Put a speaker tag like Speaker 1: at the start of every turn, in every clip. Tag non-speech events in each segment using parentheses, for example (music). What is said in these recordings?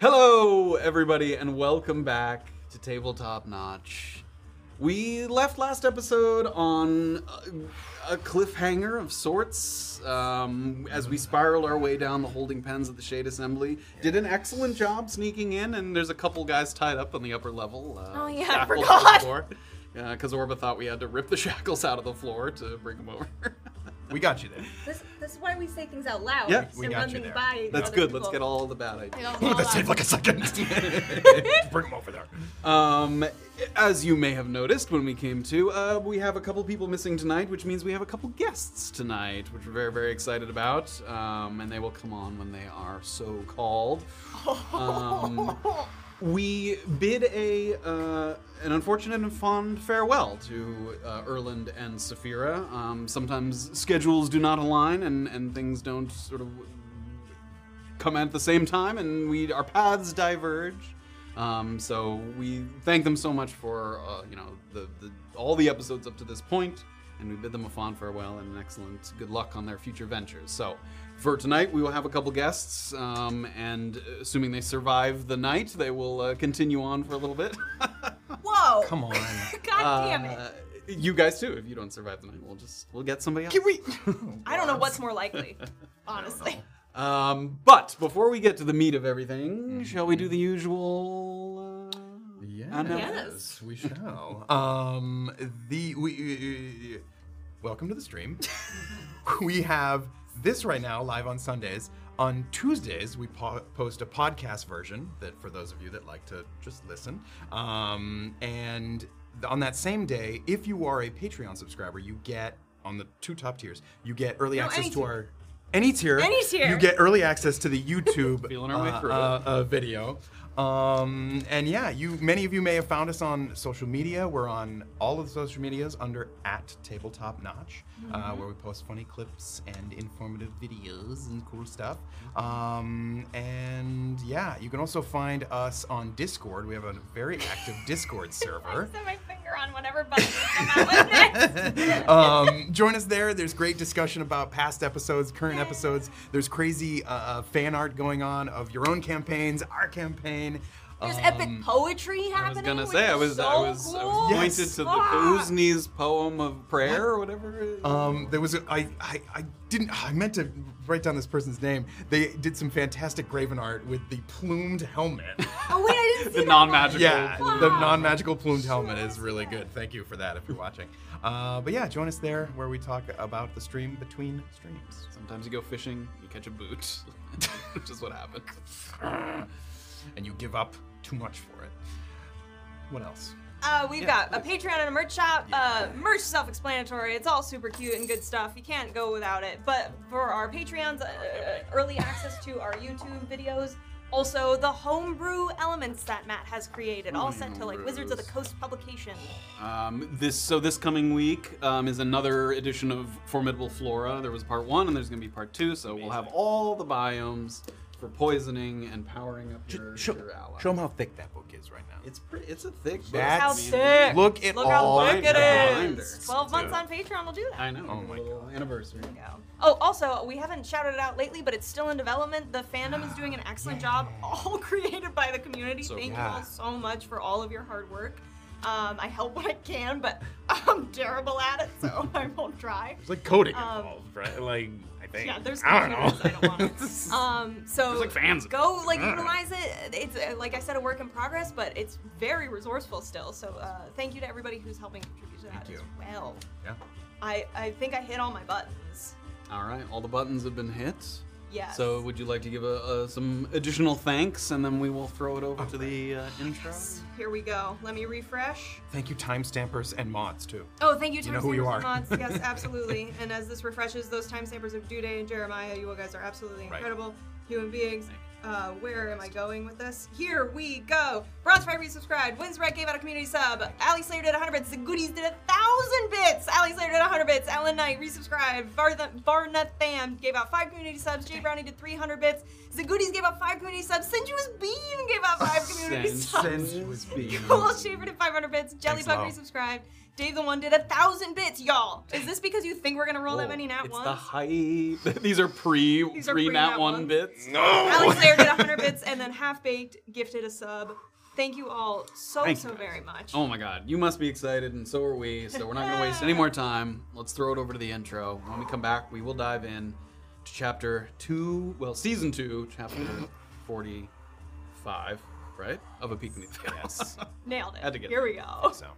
Speaker 1: Hello, everybody, and welcome back to Tabletop Notch. We left last episode on a, a cliffhanger of sorts um, as we spiraled our way down the holding pens of the Shade Assembly. Did an excellent job sneaking in, and there's a couple guys tied up on the upper level. Uh,
Speaker 2: Oh, yeah, I
Speaker 1: shackled to the
Speaker 2: forgot.
Speaker 1: floor. Because Orba thought we had to rip the (laughs) shackles out of the floor to bring them over. (laughs)
Speaker 3: We got you there.
Speaker 2: This, this is why we say things out loud.
Speaker 1: Yeah.
Speaker 3: We
Speaker 2: and
Speaker 3: got
Speaker 2: run
Speaker 3: you
Speaker 2: things
Speaker 3: there.
Speaker 2: by.
Speaker 1: That's
Speaker 2: other
Speaker 1: good.
Speaker 2: people.
Speaker 1: Let's get all the bad ideas.
Speaker 2: (laughs) They don't
Speaker 1: (laughs)
Speaker 3: Oh,
Speaker 2: follow
Speaker 3: that saved
Speaker 2: us.
Speaker 3: like a second. Bring him over there.
Speaker 1: Um, as you may have noticed when we came to, uh, we have a couple people missing tonight, which means we have a couple guests tonight, which we're very, very excited about. Um, and they will come on when they are so called. Um, we bid a uh, an unfortunate and fond farewell to uh, Erland and Saphira. Um, sometimes schedules do not align, and and things don't sort of come at the same time and we our paths diverge. Um, so we thank them so much for uh, you know the, the all the episodes up to this point, and we bid them a fond farewell and an excellent good luck on their future ventures. So for tonight, we will have a couple guests, um, and assuming they survive the night, they will uh, continue on for a little bit. (laughs)
Speaker 2: Whoa!
Speaker 3: Come on.
Speaker 2: (laughs) God damn it!
Speaker 1: Uh, you guys too. If you don't survive the night, we'll just we'll get somebody else.
Speaker 2: I don't know what's
Speaker 1: (laughs)
Speaker 2: more likely, honestly. (laughs)
Speaker 1: Um, but before we get to the meat of everything, shall we do the usual? Uh,
Speaker 2: Yes.
Speaker 3: we shall. Um, the we welcome to the stream. (laughs) we have this right now live on Sundays. On Tuesdays, we po- post a podcast version that for those of you that like to just listen. Um, and th- on that same day, if you are a Patreon subscriber, you get on the two top tiers, you get early
Speaker 2: No,
Speaker 3: access
Speaker 2: any
Speaker 3: to
Speaker 2: tier.
Speaker 3: our any tier.
Speaker 2: Any tier.
Speaker 3: You get early access
Speaker 2: (laughs)
Speaker 3: to the YouTube
Speaker 1: Feeling our way
Speaker 3: uh,
Speaker 1: through it.
Speaker 3: uh, uh, video. Um, and yeah, you many of you may have found us on social media. We're on all of the social medias under at Tabletop Notch,
Speaker 2: Mm-hmm.
Speaker 3: uh, where we post funny clips and informative videos and cool stuff. Um, and yeah, you can also find us on Discord. We have a very active
Speaker 2: (laughs)
Speaker 3: Discord server.
Speaker 2: Set my finger on whatever button you come out
Speaker 1: (laughs)
Speaker 2: with next.
Speaker 3: um,
Speaker 2: (laughs)
Speaker 3: join us there. There's great discussion about past episodes, current episodes. There's crazy uh, uh, fan art going on of your own campaigns, our campaign.
Speaker 2: There's
Speaker 3: Um,
Speaker 2: epic poetry
Speaker 1: I
Speaker 2: happening.
Speaker 1: was gonna
Speaker 2: which
Speaker 1: say I
Speaker 2: is
Speaker 1: was
Speaker 2: so
Speaker 1: I was
Speaker 2: cool.
Speaker 1: I was
Speaker 3: Yes.
Speaker 1: pointed to the
Speaker 2: Ah.
Speaker 1: Kuzni's poem of prayer or whatever. it is.
Speaker 3: Um, there was a, I, I I didn't I meant to write down this person's name. They did some fantastic graven art with the plumed (laughs) helmet.
Speaker 2: Oh wait,
Speaker 1: (laughs)
Speaker 2: I didn't see
Speaker 1: the
Speaker 2: that
Speaker 1: non-magical.
Speaker 2: one.
Speaker 3: yeah, the
Speaker 2: Wow.
Speaker 3: non-magical plumed helmet is really good. Thank you for that if you're watching. Uh, but yeah, join us there where we talk about the stream between streams.
Speaker 1: Sometimes you go fishing, you catch a boot, (laughs) which is what happened.
Speaker 3: and you give up too much for it. What else?
Speaker 2: Uh, we've got a Patreon and a merch shop. Uh, merch is self-explanatory. It's all super cute and good stuff. You can't go without it. But for our Patreons, uh, early access to our YouTube videos. Also, the homebrew elements that Matt has created, all sent to like Wizards of the Coast publication.
Speaker 1: Um, this so this coming week um, is another edition of Formidable Flora. There was part one, and there's gonna be part two. So we'll have all the biomes for poisoning and powering up your, your ally.
Speaker 3: them how thick that book is right now.
Speaker 1: It's pretty. It's a thick. book,
Speaker 3: That's-
Speaker 2: How
Speaker 1: man.
Speaker 2: sick!
Speaker 3: Look at
Speaker 2: Look
Speaker 3: all
Speaker 2: how thick
Speaker 1: the
Speaker 2: it
Speaker 1: binders.
Speaker 2: is. Twelve months
Speaker 3: Yeah.
Speaker 2: on Patreon will do that.
Speaker 1: I know.
Speaker 3: Oh
Speaker 1: it's a
Speaker 3: my
Speaker 1: little Anniversary.
Speaker 2: go. Oh, also, we haven't shouted it out lately, but it's still in development. The fandom is doing an excellent job, all (laughs) created by the community.
Speaker 1: So
Speaker 2: Thank
Speaker 3: yeah.
Speaker 2: you all so much for all of your hard work. Um, I help (laughs) when I can, but I'm terrible at it, so (laughs) I won't try.
Speaker 4: There's like coding
Speaker 2: Um,
Speaker 4: involved, right? Like, I think.
Speaker 2: Yeah, there's
Speaker 4: I don't
Speaker 2: computers.
Speaker 4: know.
Speaker 2: I don't, want it. Um, so
Speaker 1: There's, like, fans of
Speaker 2: go like utilize it. It's uh, like I said, a work in progress, but it's very resourceful still. So uh, thank you to everybody who's helping contribute to that
Speaker 3: Thank you.
Speaker 2: as well.
Speaker 3: Yeah.
Speaker 2: I, I think I hit all my buttons.
Speaker 1: All right, all the buttons have been hit.
Speaker 2: Yes.
Speaker 1: So, would you like to give a, a, some additional thanks, and then we will throw it over to the uh, intro?
Speaker 2: Here we go. Let me refresh.
Speaker 3: Thank you, time stampers and mods too.
Speaker 2: Oh, thank you,
Speaker 3: You know who you
Speaker 2: timestampers
Speaker 3: are.
Speaker 2: and mods.
Speaker 3: (laughs)
Speaker 2: Yes, absolutely. and as this refreshes, those timestampers of Dude and Jeremiah, you guys are absolutely
Speaker 3: Right.
Speaker 2: incredible human beings. Uh, where am I going with this? Here we go. Bronze Fire resubscribed. Wins Red gave out a community sub. Ali Slayer did 100 bits. The Goodies did a thousand bits. Ali Slayer did 100 bits. Alan Knight resubscribed. Varth- Varnatham gave out five community subs.
Speaker 3: (laughs)
Speaker 2: Jay Brownie did 300 bits. The Goodies gave out five community subs. Sinjuous Bean gave out five community
Speaker 1: Since-
Speaker 2: subs. (laughs)
Speaker 3: (laughs)
Speaker 1: since was being-
Speaker 2: Cool Shaver did 500 bits. Jellybug
Speaker 3: Lo.
Speaker 2: resubscribed. Dave the One did a thousand bits, y'all. Is this because you think we're gonna roll that many nat
Speaker 1: Oh, it's
Speaker 2: ones?
Speaker 1: the hype. (laughs) These are pre
Speaker 2: These are
Speaker 1: pre
Speaker 2: pre
Speaker 1: nat
Speaker 2: nat
Speaker 1: one
Speaker 2: ones.
Speaker 1: bits.
Speaker 2: Alex
Speaker 5: No.
Speaker 2: Lair did 100 bits, and then Half Baked gifted a sub. Thank you all so,
Speaker 1: Thank you,
Speaker 2: so
Speaker 1: guys.
Speaker 2: very much.
Speaker 1: Oh my god, you must be excited, and so are we. So we're not going to waste
Speaker 2: (laughs)
Speaker 1: any more time. Let's throw it over to the intro. When we come back, we will dive in to chapter two, well, season two, chapter forty-five, right? Of a peek beneath the Veil. (laughs)
Speaker 6: Yes.
Speaker 2: Nailed it.
Speaker 1: Had to get
Speaker 2: Here we go.
Speaker 6: so.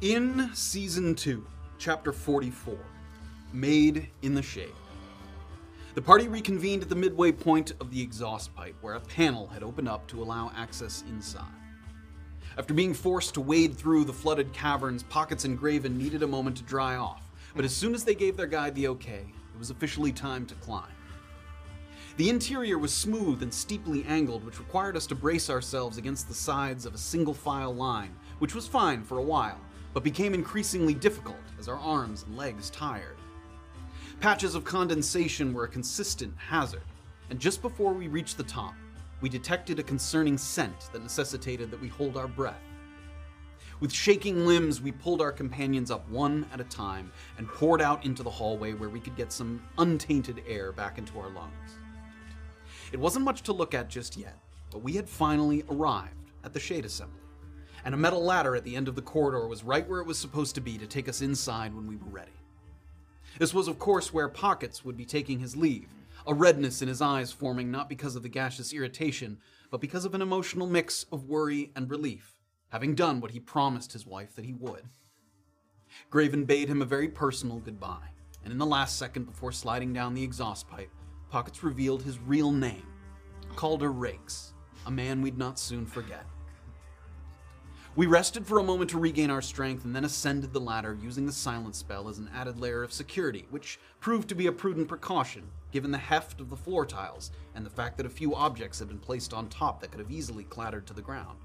Speaker 1: In season two, chapter 44, Made in the Shade, the party reconvened at the midway point of the exhaust pipe where a panel had opened up to allow access inside. After being forced to wade through the flooded caverns, Pockets and Graven needed a moment to dry off, but as soon as they gave their guide the okay, it was officially time to climb. The interior was smooth and steeply angled, which required us to brace ourselves against the sides of a single file line, which was fine for a while, but became increasingly difficult as our arms and legs tired. Patches of condensation were a consistent hazard, and just before we reached the top, we detected a concerning scent that necessitated that we hold our breath. With shaking limbs, we pulled our companions up one at a time and poured out into the hallway where we could get some untainted air back into our lungs. It wasn't much to look at just yet, but we had finally arrived at the Shade Assembly. And a metal ladder at the end of the corridor was right where it was supposed to be to take us inside when we were ready. This was, of course, where Pockets would be taking his leave, a redness in his eyes forming not because of the gaseous irritation, but because of an emotional mix of worry and relief, having done what he promised his wife that he would. Graven bade him a very personal goodbye, and in the last second before sliding down the exhaust pipe, Pockets revealed his real name Calder Rakes, a man we'd not soon forget. We rested for a moment to regain our strength and then ascended the ladder using the silence spell as an added layer of security, which proved to be a prudent precaution given the heft of the floor tiles and the fact that a few objects had been placed on top that could have easily clattered to the ground.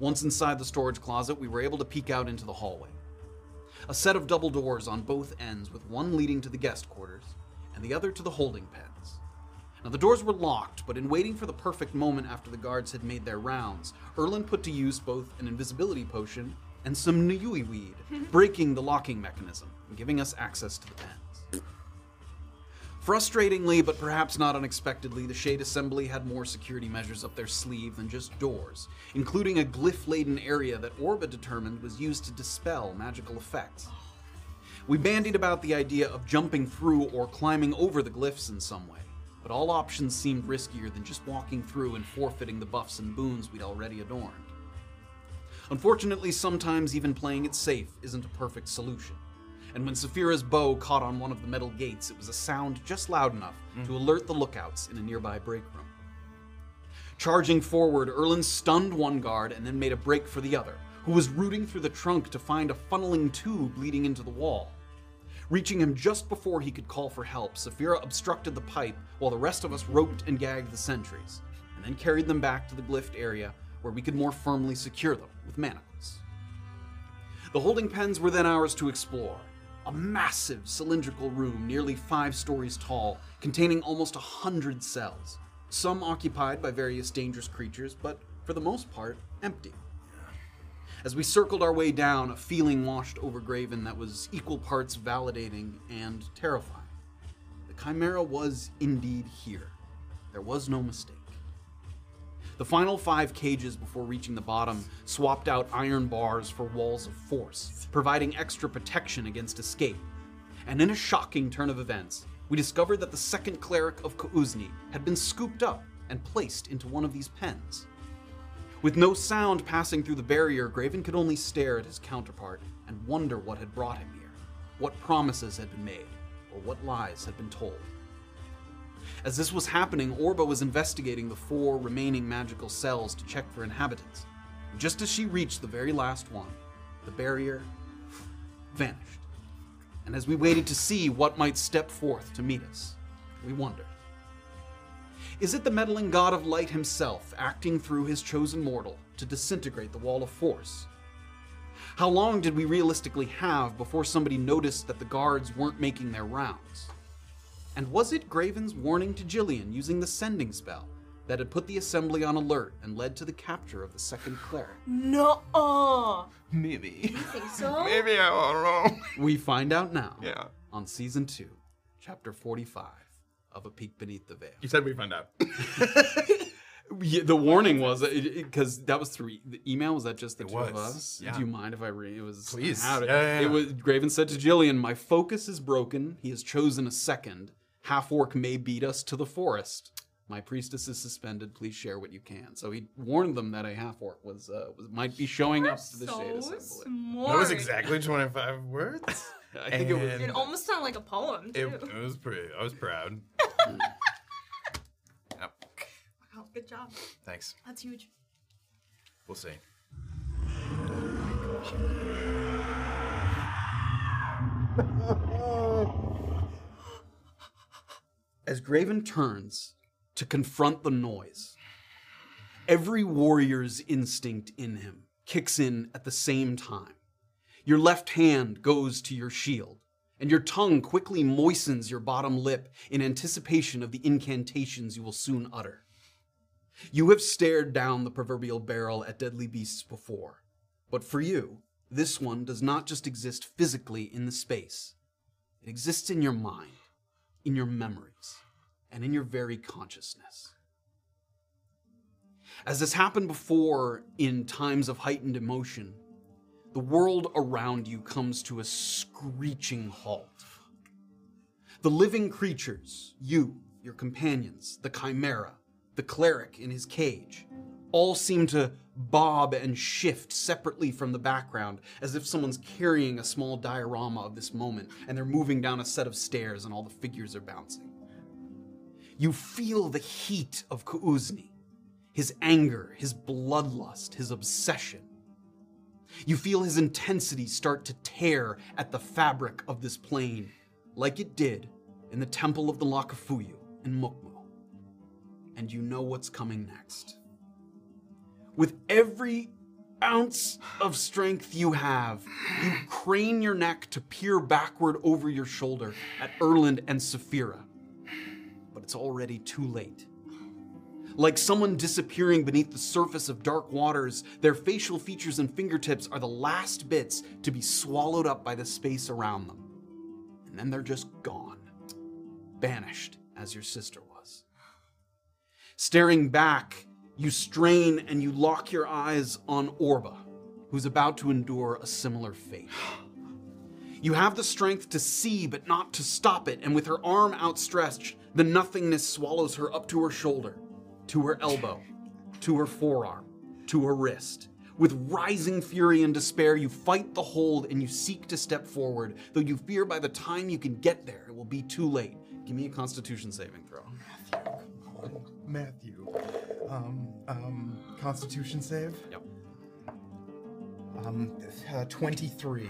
Speaker 1: Once inside the storage closet, we were able to peek out into the hallway. A set of double doors on both ends, with one leading to the guest quarters and the other to the holding pens. Now, the doors were locked, but in waiting for the perfect moment after the guards had made their rounds, Erlin put to use both an invisibility potion and some Nuyui weed, breaking the locking mechanism and giving us access to the pens. Frustratingly, but perhaps not unexpectedly, the Shade Assembly had more security measures up their sleeve than just doors, including a glyph laden area that Orba determined was used to dispel magical effects. We bandied about the idea of jumping through or climbing over the glyphs in some way, but all options seemed riskier than just walking through and forfeiting the buffs and boons we'd already adorned. Unfortunately, sometimes even playing it safe isn't a perfect solution. And when Saphira's bow caught on one of the metal gates, it was a sound just loud enough to alert the lookouts in a nearby break room. Charging forward, Erlin stunned one guard and then made a break for the other, who was rooting through the trunk to find a funneling tube leading into the wall. Reaching him just before he could call for help, Saphira obstructed the pipe while the rest of us roped and gagged the sentries, and then carried them back to the glyph area where we could more firmly secure them with manacles. The holding pens were then ours to explore. A massive cylindrical room, nearly five stories tall, containing almost a hundred cells, some occupied by various dangerous creatures, but for the most part, empty. As we circled our way down, a feeling washed over Graven that was equal parts validating and terrifying. The Chimera was indeed here. There was no mistake. The final five cages before reaching the bottom swapped out iron bars for walls of force, providing extra protection against escape. And in a shocking turn of events, we discovered that the second cleric of Kauzni had been scooped up and placed into one of these pens. With no sound passing through the barrier, Graven could only stare at his counterpart and wonder what had brought him here, what promises had been made, or what lies had been told. As this was happening, Orba was investigating the four remaining magical cells to check for inhabitants. Just as she reached the very last one, the barrier vanished. And as we waited to see what might step forth to meet us, we wondered. Is it the meddling god of light himself acting through his chosen mortal to disintegrate the wall of force? How long did we realistically have before somebody noticed that the guards weren't making their rounds? And was it Graven's warning to Jillian using the sending spell that had put the assembly on alert and led to the capture of the second cleric?
Speaker 2: No.
Speaker 6: Maybe.
Speaker 2: think so?
Speaker 6: Maybe I don't know.
Speaker 1: We find out now
Speaker 6: Yeah.
Speaker 1: on season 2, chapter 45 of A Peek Beneath the Veil.
Speaker 6: You said we find out.
Speaker 1: Yeah, the warning was because that was through e- the email. Was that just the
Speaker 6: It
Speaker 1: two of
Speaker 6: was,
Speaker 1: us?
Speaker 6: yeah.
Speaker 1: Do you mind if I read? It was. I
Speaker 6: Please.
Speaker 1: have It.
Speaker 6: Yeah, yeah,
Speaker 1: it
Speaker 6: yeah.
Speaker 1: was. Graven said to Jillian, "My focus is broken. He has chosen a second. Half orc may beat us to the forest. My priestess is suspended. Please share what you can." So he warned them that a half orc was, uh, was might be showing up to the shade
Speaker 2: so
Speaker 1: assembly.
Speaker 2: smart.
Speaker 6: That was exactly 25 words.
Speaker 1: (laughs) I think it was.
Speaker 6: And
Speaker 2: It almost sounded like a poem
Speaker 6: It,
Speaker 2: too.
Speaker 6: it was pretty. I was
Speaker 1: (laughs)
Speaker 6: proud. Yep.
Speaker 2: wow, Oh, good job.
Speaker 6: Thanks.
Speaker 2: That's huge.
Speaker 6: We'll see.
Speaker 1: As Graven turns to confront the noise, every warrior's instinct in him kicks in at the same time. Your left hand goes to your shield, and your tongue quickly moistens your bottom lip in anticipation of the incantations you will soon utter. You have stared down the proverbial barrel at deadly beasts before, but for you, this one does not just exist physically in the space, it exists in your mind in your memories, and in your very consciousness. As has happened before in times of heightened emotion, the world around you comes to a screeching halt. The living creatures, you, your companions, the chimera, the cleric in his cage, all seem to bob and shift separately from the background as if someone's carrying a small diorama of this moment and they're moving down a set of stairs and all the figures are bouncing. You feel the heat of Kuuzni, his anger, his bloodlust, his obsession. You feel his intensity start to tear at the fabric of this plane, like it did in the temple of the Lakafuyu in Mukmu. And you know what's coming next. With every ounce of strength you have, you crane your neck to peer backward over your shoulder at Erland and Saphira. But it's already too late. Like someone disappearing beneath the surface of dark waters, their facial features and fingertips are the last bits to be swallowed up by the space around them. And then they're just gone. Banished, as your sister was. Staring back, you strain and you lock your eyes on Orba, who's about to endure a similar fate. You have the strength to see, but not to stop it, and with her arm outstretched, the nothingness swallows her up to her shoulder, to her elbow, to her forearm, to her wrist. With rising fury and despair, you fight the hold and you seek to step forward, though you fear by the time you can get there, it will be too late. Give me a constitution saving throw.
Speaker 6: Matthew.
Speaker 7: Um, um, Constitution save.
Speaker 1: Yep.
Speaker 7: Um, uh, 23.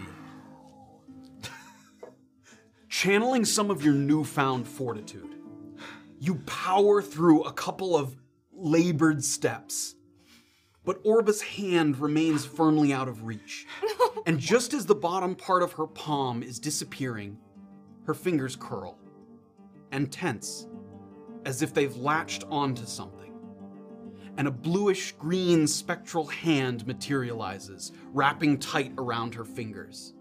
Speaker 1: channeling some of your newfound fortitude, you power through a couple of labored steps. But Orba's hand remains firmly out of reach. And just as the bottom part of her palm is disappearing, her fingers curl and tense as if they've latched onto something. And a bluish green spectral hand materializes, wrapping tight around her fingers.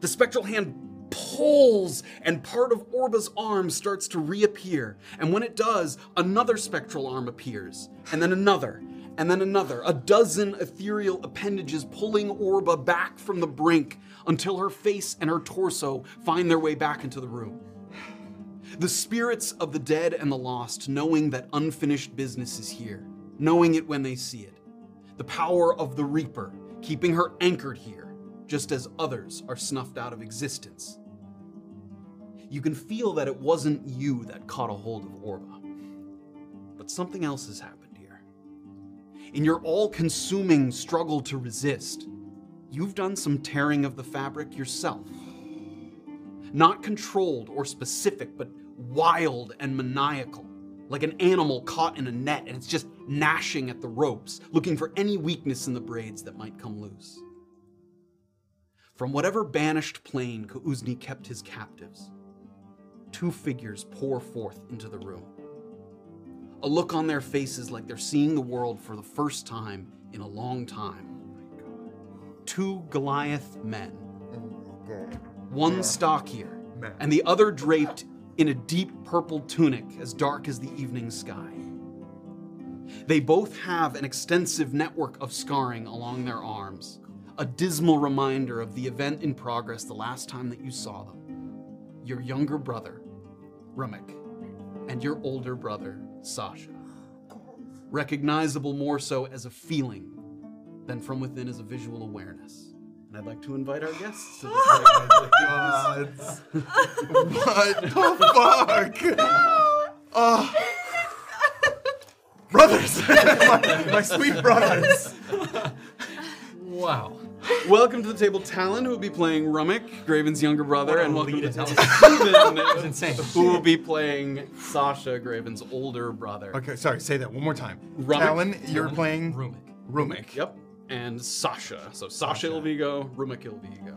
Speaker 1: The spectral hand pulls, and part of Orba's arm starts to reappear. And when it does, another spectral arm appears, and then another, and then another. A dozen ethereal appendages pulling Orba back from the brink until her face and her torso find their way back into the room. The spirits of the dead and the lost, knowing that unfinished business is here, knowing it when they see it. The power of the Reaper, keeping her anchored here, just as others are snuffed out of existence. You can feel that it wasn't you that caught a hold of Orba, but something else has happened here. In your all consuming struggle to resist, you've done some tearing of the fabric yourself not controlled or specific, but wild and maniacal, like an animal caught in a net and it's just gnashing at the ropes, looking for any weakness in the braids that might come loose. From whatever banished plane Kauzni kept his captives, two figures pour forth into the room. A look on their faces like they're seeing the world for the first time in a long time. Two Goliath men
Speaker 7: Oh
Speaker 1: one stockier,
Speaker 7: Man.
Speaker 1: and the other draped in a deep purple tunic as dark as the evening sky. They both have an extensive network of scarring along their arms, a dismal reminder of the event in progress the last time that you saw them. Your younger brother, Rumek, and your older brother, Sasha. Recognizable more so as a feeling than from within as a visual awareness. And I'd like to invite our guests to the
Speaker 7: Gods. (laughs) what
Speaker 1: (laughs)
Speaker 7: the fuck? Oh. Brothers, (laughs) my, my sweet brothers.
Speaker 4: Wow.
Speaker 1: Welcome to the table, Talon, who will be playing Rummick, Graven's younger brother, and welcome to the table, (laughs)
Speaker 4: That's
Speaker 1: Steven,
Speaker 4: insane.
Speaker 1: who will be playing Sasha, Graven's older brother.
Speaker 7: Okay, sorry, say that one more time.
Speaker 1: Rummick?
Speaker 7: Talon, you're playing
Speaker 4: Rumic.
Speaker 7: Rumik.
Speaker 1: Yep. And Sasha. So Sasha Ilvigo, Rummick Ilvigo.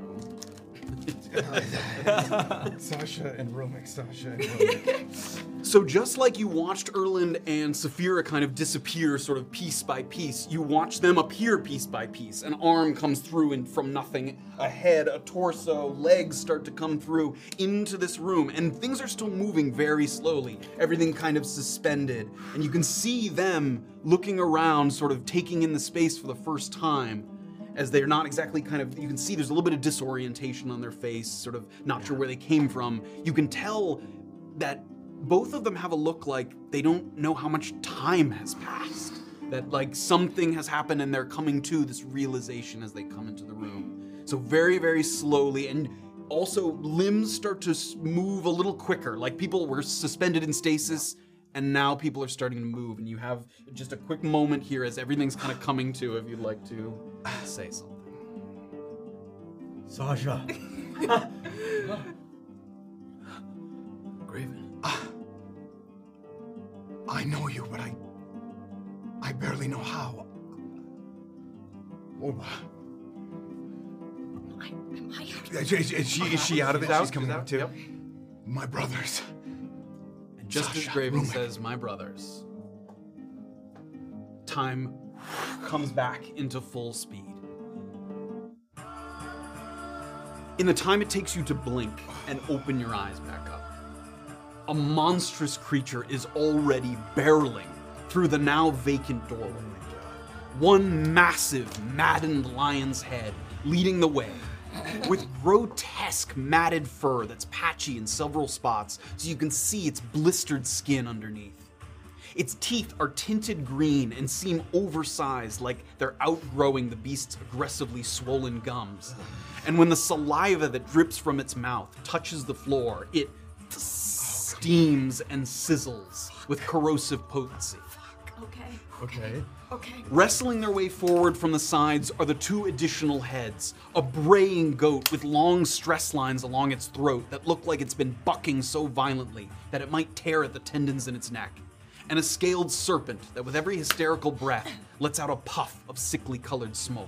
Speaker 7: Sasha and Rumik, Sasha and Rumik.
Speaker 1: So just like you watched Erland and Saphira kind of disappear sort of piece by piece, you watch them appear piece by piece. An arm comes through and from nothing, a head, a torso, legs start to come through into this room, and things are still moving very slowly. Everything kind of suspended, and you can see them looking around, sort of taking in the space for the first time as they're not exactly kind of you can see there's a little bit of disorientation on their face sort of not sure where they came from you can tell that both of them have a look like they don't know how much time has passed that like something has happened and they're coming to this realization as they come into the room so very very slowly and also limbs start to s- move a little quicker like people were suspended in stasis and now people are starting to move and you have just a quick moment here as everything's kind of coming to if you'd like to say something
Speaker 4: Sasha.
Speaker 1: graven
Speaker 7: Ah. I know you, but I. I barely know how. Oh, Orba.
Speaker 2: Am I out?
Speaker 7: Is, is- is she, is she out of it? She's coming out too.
Speaker 1: Yep.
Speaker 7: My brothers.
Speaker 1: and just as
Speaker 7: Sasha,
Speaker 1: graven
Speaker 7: Rumek.
Speaker 1: says my brothers time comes back into full speed in the time it takes you to blink and open your eyes back up a monstrous creature is already barreling through the now vacant doorway. One massive, maddened lion's head leading the way, with grotesque matted fur that's patchy in several spots so you can see its blistered skin underneath. Its teeth are tinted green and seem oversized, like they're outgrowing the beast's aggressively swollen gums. And when the saliva that drips from its mouth touches the floor, it steams and sizzles with corrosive potency.
Speaker 2: Okay.
Speaker 7: (laughs)
Speaker 6: Okay.
Speaker 2: Okay.
Speaker 1: Wrestling their way forward from the sides are the two additional heads a braying goat with long stress lines along its throat that look like it's been bucking so violently that it might tear at the tendons in its neck, and a scaled serpent that, with every hysterical breath, lets out a puff of sickly colored smoke.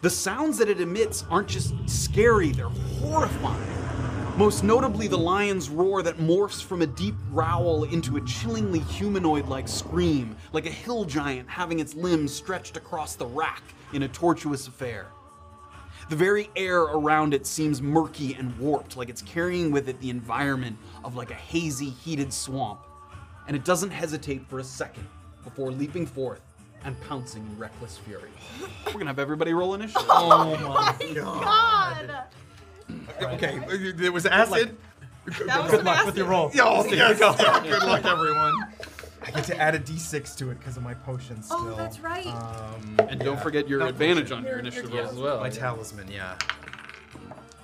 Speaker 1: The sounds that it emits aren't just scary, they're horrifying. Most notably, the lion's roar that morphs from a deep growl into a chillingly humanoid like scream, like a hill giant having its limbs stretched across the rack in a tortuous affair. The very air around it seems murky and warped, like it's carrying with it the environment of like a hazy, heated swamp. And it doesn't hesitate for a second before leaping forth and pouncing in reckless fury. We're gonna have everybody roll initiative.
Speaker 6: Oh my
Speaker 2: God.
Speaker 6: Okay, there was acid.
Speaker 2: That was
Speaker 4: Good luck with your roll.
Speaker 6: Oh, yes. (laughs)
Speaker 7: Good luck, everyone.
Speaker 6: I get to add a d6 to it because of my potion still.
Speaker 2: Oh, that's right.
Speaker 6: Um,
Speaker 1: And don't forget your
Speaker 6: Not
Speaker 1: advantage
Speaker 6: bullshit.
Speaker 1: on your
Speaker 2: Your- your-
Speaker 1: initiative
Speaker 2: yeah.
Speaker 1: rolls as well.
Speaker 6: my talisman, yeah.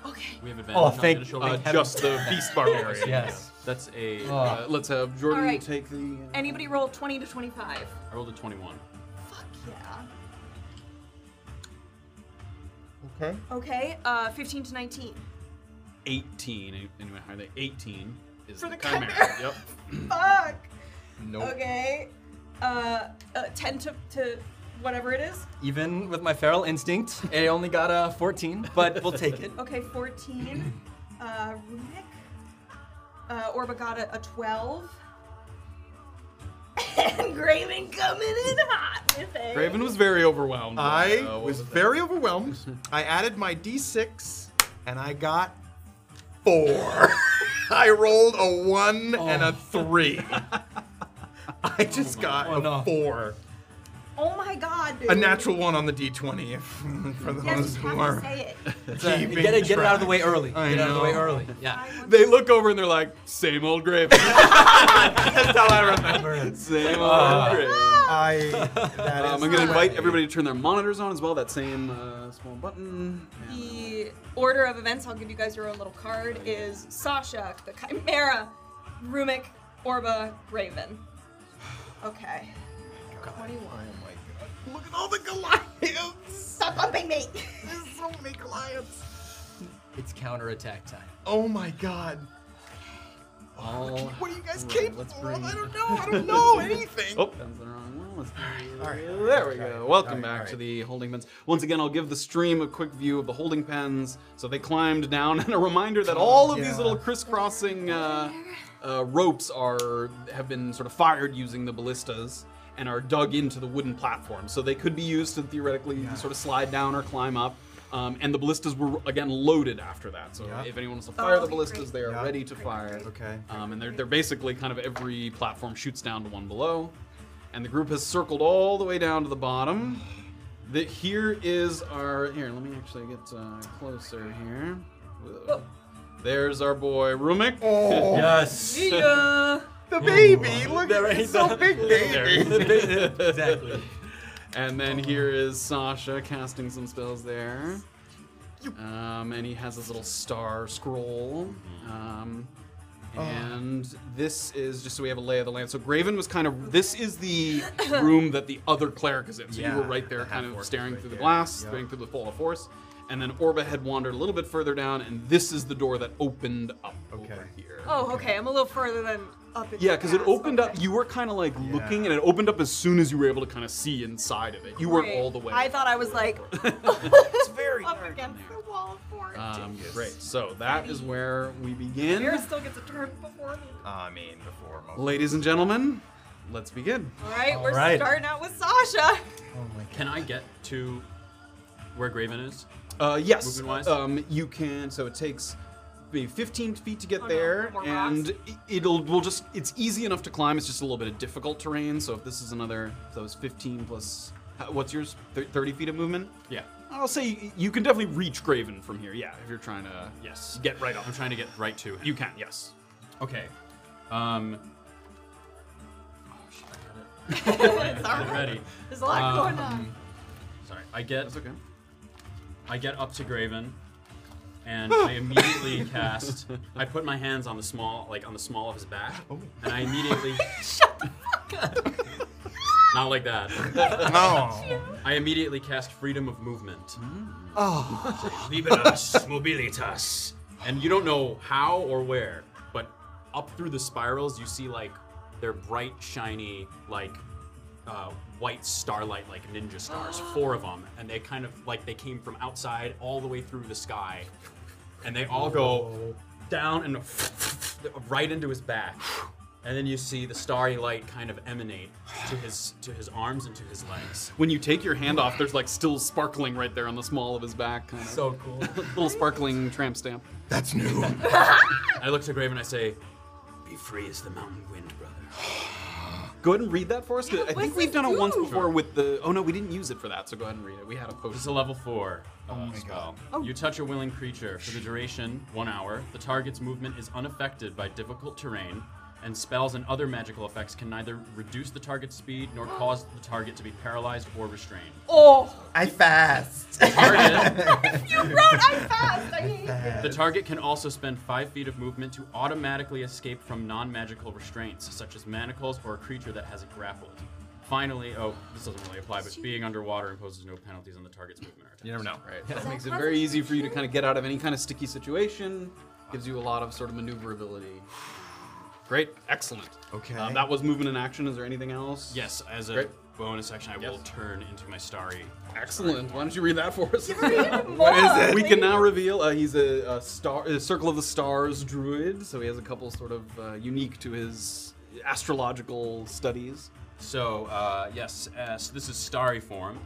Speaker 2: okay.
Speaker 4: We have advantage.
Speaker 6: Oh,
Speaker 4: on
Speaker 6: thank-
Speaker 4: initial
Speaker 1: Uh,
Speaker 4: roll. Heaven-
Speaker 1: just the (laughs) beast barbarian.
Speaker 4: Yes, that's a. I
Speaker 1: Uh, let's have Jordan
Speaker 2: All right.
Speaker 1: take the. uh,
Speaker 2: Anybody roll 20 to 25?
Speaker 4: rolled a 21.
Speaker 2: Fuck yeah.
Speaker 6: Okay.
Speaker 2: Okay, uh, 15 to 19.
Speaker 1: 18. Anyone higher than 18 is
Speaker 2: For
Speaker 1: the
Speaker 2: the
Speaker 1: chimera.
Speaker 2: chimera.
Speaker 6: (laughs)
Speaker 1: yep.
Speaker 2: Fuck.
Speaker 6: Nope.
Speaker 2: Okay. Uh, uh 10 to, to whatever it is.
Speaker 4: Even with my feral instinct, I only got a 14, but we'll take it.
Speaker 2: Okay, 14. uh, Runic. Uh, Orba got a, a 12. (laughs) and Graven coming in hot with
Speaker 1: (laughs)
Speaker 2: it.
Speaker 1: Raven was very overwhelmed.
Speaker 6: I
Speaker 1: Uh, what
Speaker 6: was
Speaker 1: it?
Speaker 6: very overwhelmed. I added my d6 and I got four. (laughs) I rolled a one and a (laughs) three. I just got
Speaker 4: Oh,
Speaker 6: a
Speaker 4: no.
Speaker 6: four.
Speaker 2: Oh my god, dude.
Speaker 6: A natural one on the d20 if- (laughs) for
Speaker 2: Yes,
Speaker 6: those
Speaker 2: you
Speaker 6: who
Speaker 2: have to
Speaker 6: are.
Speaker 2: say it.
Speaker 4: It's a-
Speaker 6: Keeping
Speaker 4: get it, get it out of the way
Speaker 6: track.
Speaker 4: early.
Speaker 6: I
Speaker 4: get it out of the way
Speaker 6: know.
Speaker 4: early. Yeah.
Speaker 2: I want
Speaker 1: They look over and they're like, same old Graven.
Speaker 4: That's how I remember
Speaker 1: (laughs)
Speaker 4: it.
Speaker 1: same old
Speaker 6: (laughs)
Speaker 1: Graven.
Speaker 6: I. That
Speaker 1: Um, Uh, I'm
Speaker 6: is
Speaker 1: going to
Speaker 6: right.
Speaker 1: invite everybody to turn their monitors on as well. That same uh, small button. And,
Speaker 2: The order of events, I'll give you guys your own little card, is Sasha, the Chimera, Rumik, Orba, Raven. Okay.
Speaker 6: God,
Speaker 2: 21.
Speaker 6: Oh my god. Look at all the Goliaths!
Speaker 2: Stop bumping me!
Speaker 6: There's so many Goliaths.
Speaker 4: It's counterattack time.
Speaker 6: Oh my god.
Speaker 4: All
Speaker 6: What are you guys
Speaker 1: Right,
Speaker 6: capable
Speaker 1: let's
Speaker 6: of?
Speaker 1: bring-
Speaker 6: I don't know. I don't
Speaker 1: (laughs)
Speaker 4: (laughs)
Speaker 6: know anything.
Speaker 1: Oh, that's the wrong one. Let's do-
Speaker 6: All right.
Speaker 1: There we
Speaker 6: All right.
Speaker 1: go. Welcome
Speaker 6: All right.
Speaker 1: back
Speaker 6: All right.
Speaker 1: to the holding pens. Once again, I'll give the stream a quick view of the holding pens. So they climbed down, (laughs) and a reminder that all of these
Speaker 6: Oh, Yeah.
Speaker 1: little crisscrossing uh, uh, ropes are have been sort of fired using the ballistas and are dug into the wooden platform. So they could be used to theoretically sort of slide down or climb up. Um, and the ballistas were again loaded after that. So
Speaker 6: Yeah.
Speaker 1: if anyone wants to fire the
Speaker 2: Oh, okay,
Speaker 1: ballistas,
Speaker 2: great.
Speaker 1: they are
Speaker 6: Yeah.
Speaker 1: ready to fire.
Speaker 6: Okay.
Speaker 1: Um, and they're, they're basically kind of every platform shoots down to one below. And the group has circled all the way down to the bottom. The, here is our. Here, let me actually get uh, closer here. Whoa. There's our boy Rumik.
Speaker 6: Oh,
Speaker 4: Yes. (laughs)
Speaker 2: (laughs)
Speaker 6: the
Speaker 2: Yeah.
Speaker 6: baby! Look,
Speaker 4: There
Speaker 6: it's
Speaker 4: ain't
Speaker 6: so
Speaker 4: no-
Speaker 6: big, baby.
Speaker 4: exactly.
Speaker 1: And then here is Sasha casting some spells there.
Speaker 6: You-
Speaker 1: Um, and he has his little star scroll.
Speaker 6: Mm-hmm.
Speaker 1: Um,
Speaker 6: Oh.
Speaker 1: and this is just so we have a lay of the land. So Graven was kind of this is the room that the other cleric is in. So you were
Speaker 6: Yeah,
Speaker 1: right there,
Speaker 6: the
Speaker 1: kind
Speaker 6: half-orc
Speaker 1: of
Speaker 6: is
Speaker 1: staring
Speaker 6: right
Speaker 1: through the
Speaker 6: there.
Speaker 1: glass,
Speaker 6: Yeah.
Speaker 1: staring through the fall of force. And then Orba had wandered a little bit further down, and this is the door that opened up
Speaker 6: Okay.
Speaker 1: over here.
Speaker 2: Oh, okay. I'm a little further than up in
Speaker 1: Yeah,
Speaker 2: the
Speaker 1: because it
Speaker 2: past.
Speaker 1: opened up.
Speaker 2: Okay.
Speaker 1: You were kind of like looking, and it opened up as soon as you were able to kind of see inside of it. You weren't
Speaker 2: Great.
Speaker 1: all the way.
Speaker 2: I thought I was like
Speaker 1: (laughs)
Speaker 2: (laughs)
Speaker 1: it's very
Speaker 2: up against the wall of fortune.
Speaker 4: Uh,
Speaker 1: Um, great. So that is where we begin,
Speaker 2: Mira still gets a turn before me.
Speaker 6: I mean, before
Speaker 4: Oh
Speaker 6: most.
Speaker 1: ladies and gentlemen. Let's begin.
Speaker 2: All right, we're
Speaker 4: right.
Speaker 2: starting out with Sasha.
Speaker 6: Oh my god.
Speaker 4: Can I get to where Graven is?
Speaker 1: Uh, yes,
Speaker 4: Movement wise?
Speaker 1: um, you can. So it takes maybe 15 feet to get
Speaker 2: Oh, no.
Speaker 1: there,
Speaker 2: More
Speaker 1: and i- it'll will just it's easy enough to climb. It's just a little bit of difficult terrain. So if this is another, so it's 15 plus. how- What's yours? Thir- 30 feet of movement.
Speaker 4: Yeah.
Speaker 1: I'll say y- you can definitely reach Graven from here. Yeah, if you're trying to
Speaker 4: Yes.
Speaker 1: get right
Speaker 4: I'm
Speaker 1: off.
Speaker 4: trying to get right to him.
Speaker 1: You can. Yes.
Speaker 4: Okay. Um. Oh shit! I
Speaker 2: it's all
Speaker 4: got it. Get
Speaker 2: right.
Speaker 4: ready.
Speaker 2: There's a lot
Speaker 4: Um,
Speaker 2: going on.
Speaker 4: Sorry. I get.
Speaker 1: That's okay.
Speaker 4: I get up to Graven,
Speaker 6: (laughs)
Speaker 4: and I immediately
Speaker 6: (laughs)
Speaker 4: cast. I put my hands on the small, like on the small of his back, and I immediately. Not like that.
Speaker 6: No.
Speaker 4: I immediately cast Freedom of Movement.
Speaker 5: Liberas mobilitas.
Speaker 4: And you don't know how or where, but up through the spirals, you see like their bright, shiny, like uh, white starlight, like ninja stars, four of them. And they kind of like they came from outside all the way through the sky. And they all go down and (laughs) right into his back. And then you see the starry light kind of emanate to his to his arms and to his legs.
Speaker 1: When you take your hand off, there's like still sparkling right there on the small of his back. Kind of.
Speaker 4: So cool.
Speaker 1: (laughs) little sparkling tramp stamp.
Speaker 7: That's new.
Speaker 4: (laughs) I look to Graven and I say, Be free as the mountain wind, brother.
Speaker 1: Go ahead and read that for us. 'cause
Speaker 2: Yeah,
Speaker 1: I
Speaker 2: what does
Speaker 1: think we've
Speaker 2: this
Speaker 1: done it once
Speaker 2: do?
Speaker 1: before with the. Oh no, we didn't use it for that. So go ahead and read it. We had a
Speaker 4: This
Speaker 1: (laughs) post.
Speaker 4: is a level four uh,
Speaker 7: my
Speaker 4: spell.
Speaker 7: God.
Speaker 4: You touch a willing creature for the duration, one hour. The target's movement is unaffected by difficult terrain, and spells and other magical effects can neither reduce the target's speed nor cause the target to be paralyzed or restrained.
Speaker 2: Oh,
Speaker 8: I fast.
Speaker 4: Target,
Speaker 2: you wrote I fast. I hate you.
Speaker 4: the target can also spend five feet of movement to automatically escape from non-magical restraints, such as manacles or a creature that has it grappled. Finally, oh, this doesn't really apply, but being underwater imposes no penalties on the target's movement. or attack.
Speaker 6: You never know.
Speaker 1: Right. That makes it very easy for you to kind of get out of any kind of sticky situation. Gives you a lot of sort of maneuverability. Great, excellent.
Speaker 7: Okay.
Speaker 1: Um, that was movement and action. Is there anything else?
Speaker 4: Yes, as a
Speaker 1: Great.
Speaker 4: bonus action, I will
Speaker 1: Yes.
Speaker 4: turn into my starry.
Speaker 1: Excellent. Why don't you read that for us?
Speaker 2: What
Speaker 7: is it?
Speaker 1: we can now reveal uh, he's a, a star, a Circle of the Stars druid, so he has a couple sort of uh, unique to his astrological studies.
Speaker 4: So, uh, yes, uh, so this is starry form.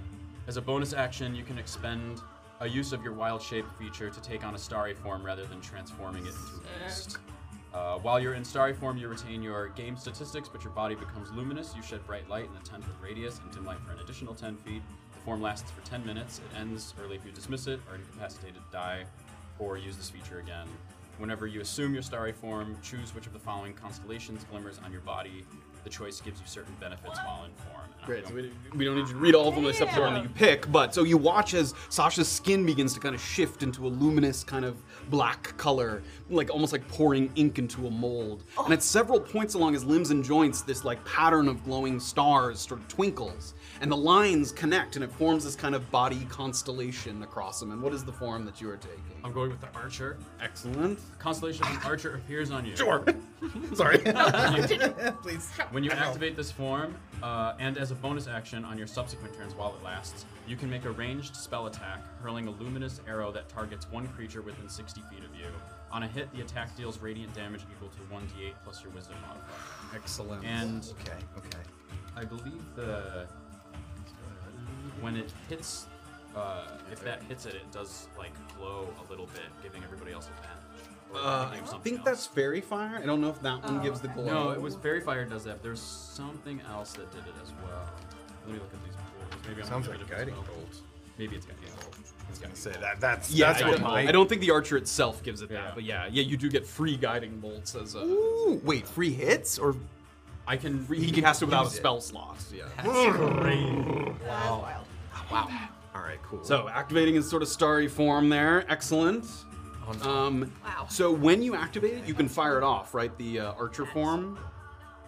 Speaker 4: As a bonus action, you can expend a use of your wild shape feature to take on a starry form rather than transforming it into a beast. Uh, while you're in starry form, you retain your game statistics, but your body becomes luminous. You shed bright light in a 10 foot radius and dim light for an additional 10 feet. The form lasts for 10 minutes. It ends early if you dismiss it, or incapacitated, die, or use this feature again. Whenever you assume your starry form, choose which of the following constellations glimmers on your body. The choice gives you certain benefits while in form. And I
Speaker 1: Great. So
Speaker 4: don't-
Speaker 1: we, we don't need you to read all of them except the one that you pick, but so you watch as Sasha's skin begins to kind of shift into a luminous kind of black color, like almost like pouring ink into a mold. And at several points along his limbs and joints, this like pattern of glowing stars sort of twinkles, and the lines connect, and it forms this kind of body constellation across him. And what is the form that you are taking?
Speaker 4: I'm going with the archer.
Speaker 1: Excellent.
Speaker 4: Constellation of an archer appears on
Speaker 6: (laughs)
Speaker 4: you. (laughs)
Speaker 6: Sorry.
Speaker 1: (laughs)
Speaker 3: (laughs)
Speaker 8: Please.
Speaker 4: When you activate this form, uh, and as a bonus action on your subsequent turns while it lasts, you can make a ranged spell attack, hurling a luminous arrow that targets one creature within 60 feet of you. On a hit, the attack deals radiant damage equal to 1d8 plus your wisdom modifier.
Speaker 1: Excellent.
Speaker 4: And
Speaker 7: Okay, okay.
Speaker 4: I believe the when it hits, uh, if that hits it, it does like glow a little bit, giving everybody else advantage. Or
Speaker 1: uh,
Speaker 4: it gave
Speaker 1: I
Speaker 4: something
Speaker 1: think
Speaker 4: else.
Speaker 1: that's fairy fire. I don't know if that one
Speaker 2: Oh,
Speaker 1: gives the glow.
Speaker 4: No, it was Fairy Fire does that. but There's something else that did it as well. Let me look at these rules. Maybe I'm
Speaker 6: Sounds
Speaker 4: gonna
Speaker 6: like
Speaker 4: get rid of
Speaker 6: guiding
Speaker 4: this well.
Speaker 6: bolt.
Speaker 4: Maybe it's guiding bolt. It's
Speaker 6: I
Speaker 4: guiding
Speaker 6: say
Speaker 4: bolt.
Speaker 6: that. That's
Speaker 1: Yeah,
Speaker 6: that's
Speaker 1: I,
Speaker 6: what
Speaker 1: don't,
Speaker 6: my.
Speaker 1: I don't think the archer itself gives it
Speaker 4: Yeah.
Speaker 1: that, but yeah, yeah, you do get free guiding bolts as a.
Speaker 8: Ooh, wait, free hits or
Speaker 4: I can.
Speaker 8: (laughs)
Speaker 1: Free, he
Speaker 4: you can-
Speaker 1: can cast it without a
Speaker 8: use it.
Speaker 1: spell slot. Yeah.
Speaker 2: That's wild.
Speaker 6: All right. Cool.
Speaker 1: So activating his sort of starry form there, excellent. Um,
Speaker 2: Wow.
Speaker 1: So when you activate it, you can fire it off, right? The uh, archer form.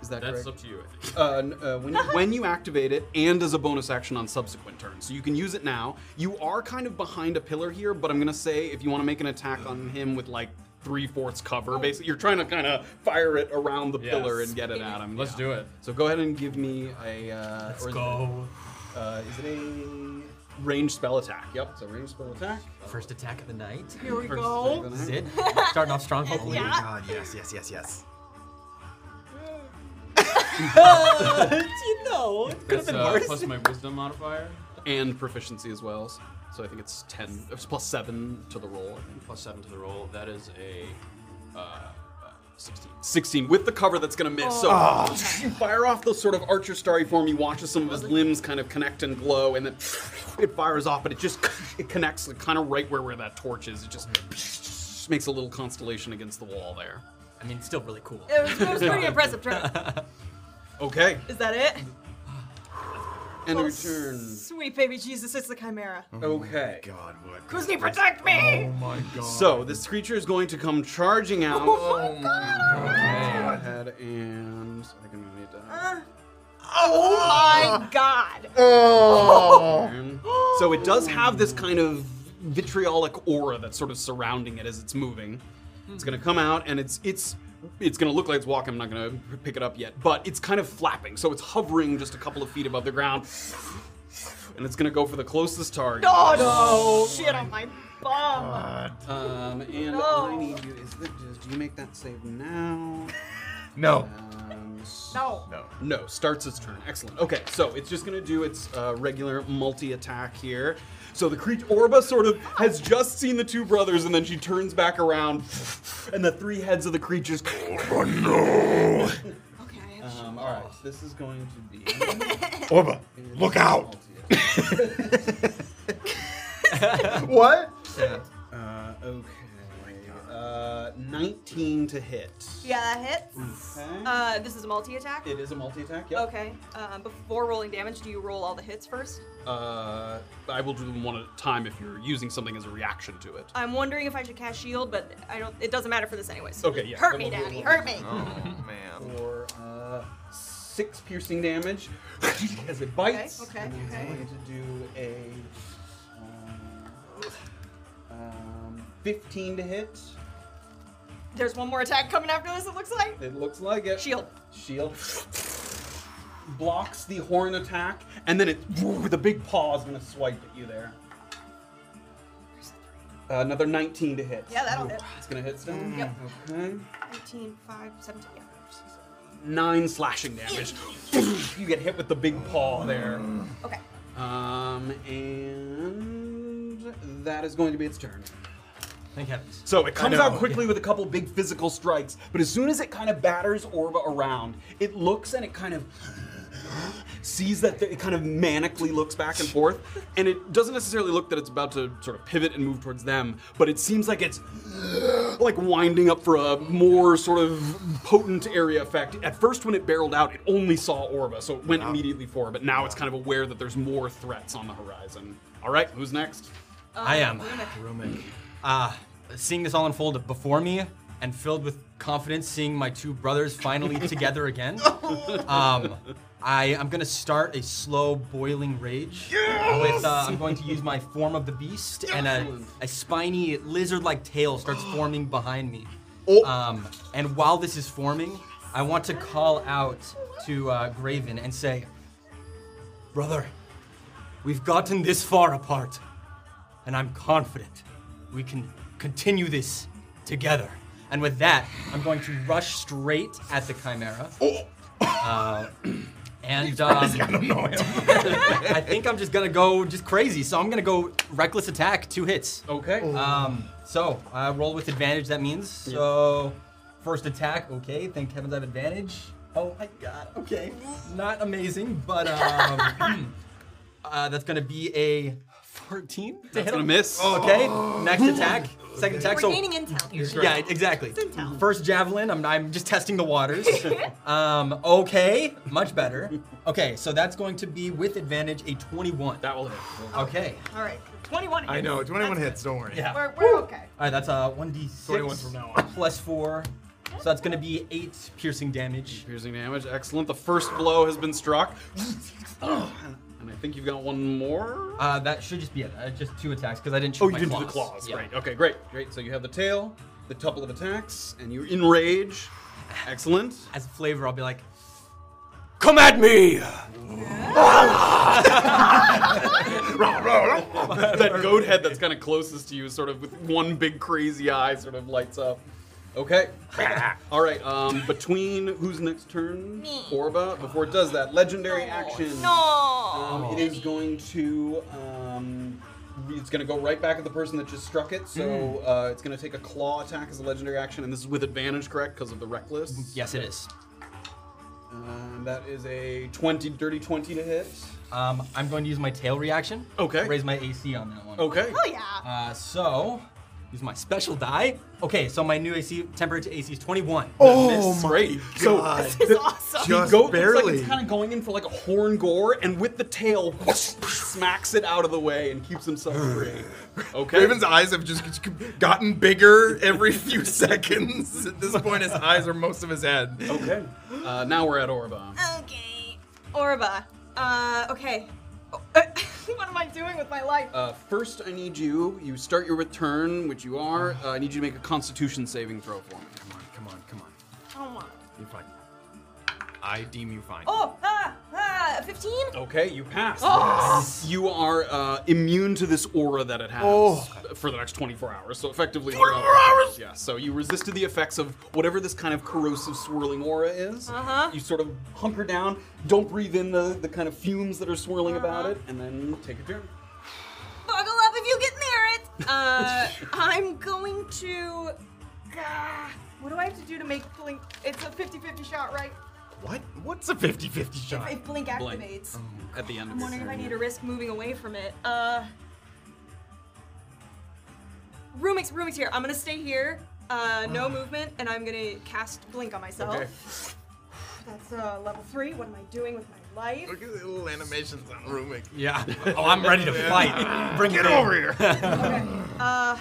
Speaker 1: Is that
Speaker 4: That's
Speaker 1: correct?
Speaker 4: up to you. I think.
Speaker 1: uh, n- uh,
Speaker 2: (laughs)
Speaker 1: when, you, when you activate it and as a bonus action on subsequent turns. So you can use it now. You are kind of behind a pillar here, but I'm going to say if you want to make an attack on him with like three fourths
Speaker 2: Oh.
Speaker 1: cover, basically, you're trying to kind of fire it around the
Speaker 4: Yes.
Speaker 1: pillar and get it at him.
Speaker 4: Let's
Speaker 1: Yeah.
Speaker 4: do it.
Speaker 1: So go ahead and give me a. Uh, Let's
Speaker 5: Go.
Speaker 1: uh, is it a range spell attack? Yep, it's a range spell attack.
Speaker 8: first attack of the night?
Speaker 2: Here we
Speaker 1: First
Speaker 2: go.
Speaker 1: attack on
Speaker 8: Is
Speaker 1: it.
Speaker 8: it? (laughs) Starting off strong,
Speaker 3: Oh
Speaker 8: hopefully.
Speaker 2: Yeah.
Speaker 7: God, yes, yes,
Speaker 3: (laughs)
Speaker 7: yes, yes.
Speaker 8: you know, it could have
Speaker 4: That's
Speaker 8: been
Speaker 4: uh,
Speaker 8: worse.
Speaker 4: plus my wisdom modifier,
Speaker 1: And proficiency as well. So I think it's ten. It's plus seven to the roll. I think.
Speaker 4: plus seven to the roll. That is a uh, uh, sixteen.
Speaker 1: 16 with the cover that's gonna miss. So you fire off the sort of archer starry form. You watch as some of his limbs kind of connect and glow, and then it fires off, but it just it connects like, kind of right where where that torch is. It just, makes a little constellation against the wall there.
Speaker 8: I mean, still really cool.
Speaker 2: It was, it
Speaker 1: (laughs)
Speaker 2: was pretty impressive turn.
Speaker 1: Okay,
Speaker 2: Is that it?
Speaker 1: and
Speaker 2: Oh,
Speaker 1: return.
Speaker 2: Sweet baby Jesus, it's the chimera.
Speaker 1: Mm. Okay.
Speaker 7: God, what?
Speaker 2: Kuzni, protect me!
Speaker 7: Oh my god.
Speaker 1: So this creature is going to come charging out.
Speaker 2: Oh my god!
Speaker 1: Go ahead and I think I'm gonna need to.
Speaker 2: Uh, my god.
Speaker 3: (laughs)
Speaker 7: Oh.
Speaker 1: So it does have this kind of vitriolic aura that's sort of surrounding it as it's moving. It's gonna come out and it's it's it's gonna look like it's walking. I'm not gonna pick it up yet, but it's kind of flapping, so it's hovering just a couple of feet above the ground, and it's gonna go for the closest target.
Speaker 2: Oh no! Shit on my bum.
Speaker 1: Um, and
Speaker 2: No.
Speaker 1: all I need you is do you make that save now?
Speaker 6: No.
Speaker 1: Um, s-
Speaker 2: No.
Speaker 6: No.
Speaker 1: No, starts its turn. Excellent. Okay, so it's just going to do its uh, regular multi attack here. So the creature, Orba sort of has just seen the two brothers and then she turns back around and the three heads of the creatures.
Speaker 2: Okay, I have
Speaker 1: Um, all right, this is going to be.
Speaker 7: Orba, look out.
Speaker 1: (laughs)
Speaker 6: What?
Speaker 1: Uh, okay. Uh, 19 to hit.
Speaker 2: Yeah, that hits.
Speaker 1: Okay.
Speaker 2: Uh, this is a multi attack.
Speaker 1: it is a multi attack, yep.
Speaker 2: Okay. Um, before rolling damage, do you roll all the hits first?
Speaker 1: Uh, I will do them one at a time if you're using something as a reaction to it.
Speaker 2: I'm wondering if I should cast shield, but I don't. It doesn't matter for this anyways.
Speaker 1: Okay, yeah,
Speaker 2: Hurt
Speaker 1: then
Speaker 2: me,
Speaker 1: we'll do
Speaker 2: Daddy.
Speaker 1: it.
Speaker 2: Hurt me.
Speaker 6: Oh man.
Speaker 1: for uh, six piercing damage (laughs) as it bites.
Speaker 2: Okay, okay,
Speaker 1: and then
Speaker 2: okay.
Speaker 1: It's going to do a um, um, 15 to hit.
Speaker 2: There's one more attack coming after this. It looks like
Speaker 1: It looks like it.
Speaker 2: shield.
Speaker 1: Shield. Blocks the horn attack, and then it (laughs) with a big paw is going to swipe at you there. Uh, another 19 to hit.
Speaker 2: Yeah, that'll hit. Mm,
Speaker 1: It's going to hit still?
Speaker 2: Yep.
Speaker 1: Okay.
Speaker 2: 18, 5, 17. Yeah.
Speaker 1: Nine slashing damage. (laughs) you get hit with the big paw there.
Speaker 2: Okay.
Speaker 1: Um, and that is going to be its turn.
Speaker 8: Thank heavens.
Speaker 1: So it comes
Speaker 6: know.
Speaker 1: out quickly with a couple big physical strikes, but as soon as it kind of batters Orba around, it looks and it kind of sees that th- it kind of manically looks back and forth, and it doesn't necessarily look that it's about to sort of pivot and move towards them, but it seems like it's like winding up for a more sort of potent area effect. At first, when it barreled out, it only saw Orba, so it went immediately for her, but now it's kind of aware that there's more threats on the horizon. All right, who's next?
Speaker 8: I am.
Speaker 2: Runic.
Speaker 8: Runic.
Speaker 3: Ah,
Speaker 8: Uh, seeing this all unfold before me and filled with confidence, seeing my two brothers finally together again, um, I, I'm going to start a slow boiling rage. With, uh, I'm going to use my form of the beast, and a, a spiny lizard like tail starts forming behind me. Um, and while this is forming, I want to call out to uh, Graven and say, Brother, we've gotten this far apart and I'm confident we can continue this together. And with that, I'm going to rush straight at the Chimera.
Speaker 7: Oh.
Speaker 8: Uh, (clears throat) and um,
Speaker 7: don't know
Speaker 8: (laughs)
Speaker 7: him.
Speaker 8: I think I'm just gonna go just crazy. So I'm gonna go reckless attack, two hits.
Speaker 1: Okay.
Speaker 8: Um, so I roll with advantage. That means so first attack. Okay, thank heavens I have advantage. Oh my god. Okay, not amazing, but um, (clears throat) uh, that's gonna be a 14 to hit
Speaker 1: That's gonna
Speaker 8: him.
Speaker 1: miss.
Speaker 8: Oh, Okay,
Speaker 1: (gasps)
Speaker 8: next attack, second attack.
Speaker 2: We're
Speaker 8: so
Speaker 2: gaining intel here.
Speaker 8: yeah, exactly. First javelin. I'm, I'm just testing
Speaker 2: (laughs)
Speaker 8: the waters. um, okay, much better. Okay, so that's going to be with advantage a 21.
Speaker 1: That will hit.
Speaker 8: Okay.
Speaker 2: All right. 21.
Speaker 6: I know.
Speaker 2: hits.
Speaker 6: 21 hits. Don't worry.
Speaker 8: Yeah. All
Speaker 2: We're, we're okay.
Speaker 8: right, that's uh, a 1d6
Speaker 6: 21 from now on.
Speaker 8: plus four. So that's going to be eight piercing damage.
Speaker 1: Piercing damage, excellent. The first blow has been struck. and I think you've got one more.
Speaker 8: Uh, that should just be it. Uh, just two attacks because I didn't shoot
Speaker 1: oh, you
Speaker 8: my
Speaker 1: didn't
Speaker 8: claws.
Speaker 1: do the claws.
Speaker 8: Yeah.
Speaker 1: Right. Okay, great. Great. So you have the tail, the couple of attacks, and you're in rage. Excellent.
Speaker 8: As a flavor, I'll be like,
Speaker 7: Come at me.
Speaker 1: (laughs) that goat head that's kind of closest to you, is sort of with one big crazy eye, sort of lights up. (laughs) Okay. All right. Um, between who's next turn?
Speaker 2: Me.
Speaker 1: Orba. Before it does that, legendary action.
Speaker 2: No.
Speaker 7: Oh.
Speaker 1: Um, it is going to. Um, it's going to go right back at the person that just struck it. So
Speaker 7: Mm.
Speaker 1: uh, it's going to take a claw attack as a legendary action, and this is with advantage, correct? Because of the
Speaker 7: Mm-hmm.
Speaker 1: reckless.
Speaker 8: yes, it is.
Speaker 1: Um, that is a 20, dirty 20 to hit.
Speaker 8: Um, I'm going to use my tail reaction.
Speaker 1: Okay.
Speaker 8: Raise my AC on that one.
Speaker 1: Okay.
Speaker 2: Hell Oh, yeah.
Speaker 8: Uh, so, use my special die. Okay, so my new AC temperature AC is 21.
Speaker 7: Oh my
Speaker 1: Great. (laughs)
Speaker 7: God.
Speaker 1: So
Speaker 2: This is awesome.
Speaker 1: the
Speaker 7: Just
Speaker 1: goat looks like
Speaker 7: barely.
Speaker 1: it's kind of going in for like a horn gore, and with the tail, (laughs) smacks it out of the way and keeps himself
Speaker 7: (sighs)
Speaker 1: free. Okay.
Speaker 6: Raven's eyes have just gotten bigger every few (laughs) seconds. At this point,
Speaker 3: Oh
Speaker 6: his eyes are most of his head.
Speaker 1: Okay. Uh, now we're at Orba.
Speaker 2: Okay. Orba, Uh, okay. Oh, (laughs) what am I doing with my life?
Speaker 1: Uh, first, I need you. You start your return, which you are. Uh, I need you to make a Constitution saving throw for me.
Speaker 3: Come on, come on, come on.
Speaker 2: Come on.
Speaker 3: You're fine. I deem you fine.
Speaker 2: Oh, ah, ah, 15?
Speaker 1: Okay, you pass.
Speaker 2: Oh.
Speaker 1: You are uh, immune to this aura that it has
Speaker 2: Oh!
Speaker 1: for the next 24 hours. So effectively, 24 hours. Yeah. So you resisted the effects of whatever this kind of corrosive swirling aura is.
Speaker 2: Uh-huh.
Speaker 1: You sort of hunker down, don't breathe in the the kind of fumes that are swirling
Speaker 2: Uh-huh.
Speaker 1: about it, and then take a turn.
Speaker 2: Buckle up if you get near it. Uh, I'm going to. Gah, what do I have to do to make blink? It's a 50-50 shot, right?
Speaker 3: What? What's a 50 50 shot?
Speaker 2: If blink
Speaker 1: Blink.
Speaker 2: activates.
Speaker 1: At the end of
Speaker 2: I'm
Speaker 1: your
Speaker 2: wondering if I
Speaker 1: turn.
Speaker 2: need to risk moving away from it. Uh, Roomix, Roomix here. I'm gonna stay here. Uh, no movement, and I'm gonna cast blink on myself.
Speaker 1: Okay.
Speaker 2: (sighs) That's uh, level three. What am I doing with my life?
Speaker 9: Look at the little animations on Rumik.
Speaker 8: Yeah. (laughs) Oh, I'm ready to fight. Bring it over here.
Speaker 2: Okay. Uh,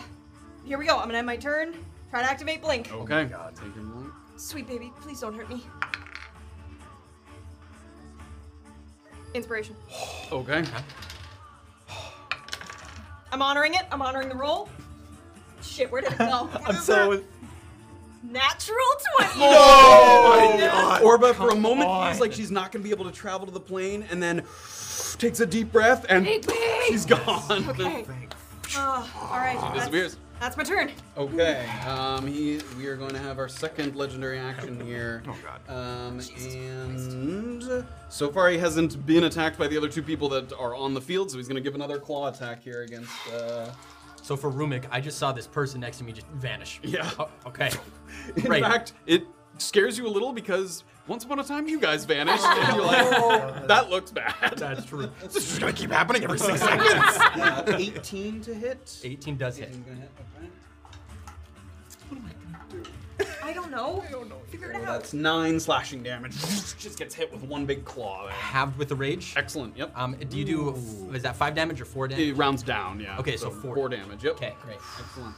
Speaker 2: here we go. I'm gonna end my turn. Try to activate blink.
Speaker 1: Okay. Take your blink.
Speaker 2: Sweet baby, please don't hurt me. Inspiration.
Speaker 1: Okay.
Speaker 2: I'm honoring it. I'm honoring the roll. Shit, where did it go? Natural 20.
Speaker 1: Oh
Speaker 2: my God.
Speaker 1: Orba, for a moment, feels like she's not going to be able to travel to the plane, and then takes a deep breath and (laughs) she's gone.
Speaker 2: Okay. Oh, all right. that's-
Speaker 1: disappears.
Speaker 2: That's, my turn.
Speaker 1: Okay. Um, he, we are going to have our second legendary action here. (laughs) Oh God. Um, and so far he hasn't been attacked by the other two people that are on the field, so he's going to give another claw attack here against. Uh,
Speaker 8: So for Rumik, I just saw this person next to me just vanish.
Speaker 1: Yeah.
Speaker 8: Oh, okay.
Speaker 1: (laughs) in
Speaker 8: Right.
Speaker 1: fact, it scares you a little because once upon a time you guys (laughs) vanished, and you're like, "Oh, that looks bad.
Speaker 8: That's true.
Speaker 3: (laughs) This is gonna keep happening every six
Speaker 8: (laughs)
Speaker 3: seconds.
Speaker 1: Uh, 18 to hit. (laughs)
Speaker 8: 18 does hit.
Speaker 1: I'm gonna hit. Okay.
Speaker 2: I don't know. I don't know. Figure it
Speaker 1: Well,
Speaker 2: out.
Speaker 1: Oh, that's nine slashing damage. (laughs) Just gets hit with one big claw there.
Speaker 8: Halved with the rage.
Speaker 1: Excellent. Yep.
Speaker 8: Um, do you do, f- is that five damage or four damage?
Speaker 1: it rounds down. Yeah.
Speaker 8: Okay, so four.
Speaker 1: Four damage. Yep.
Speaker 8: Okay, great.
Speaker 1: Excellent.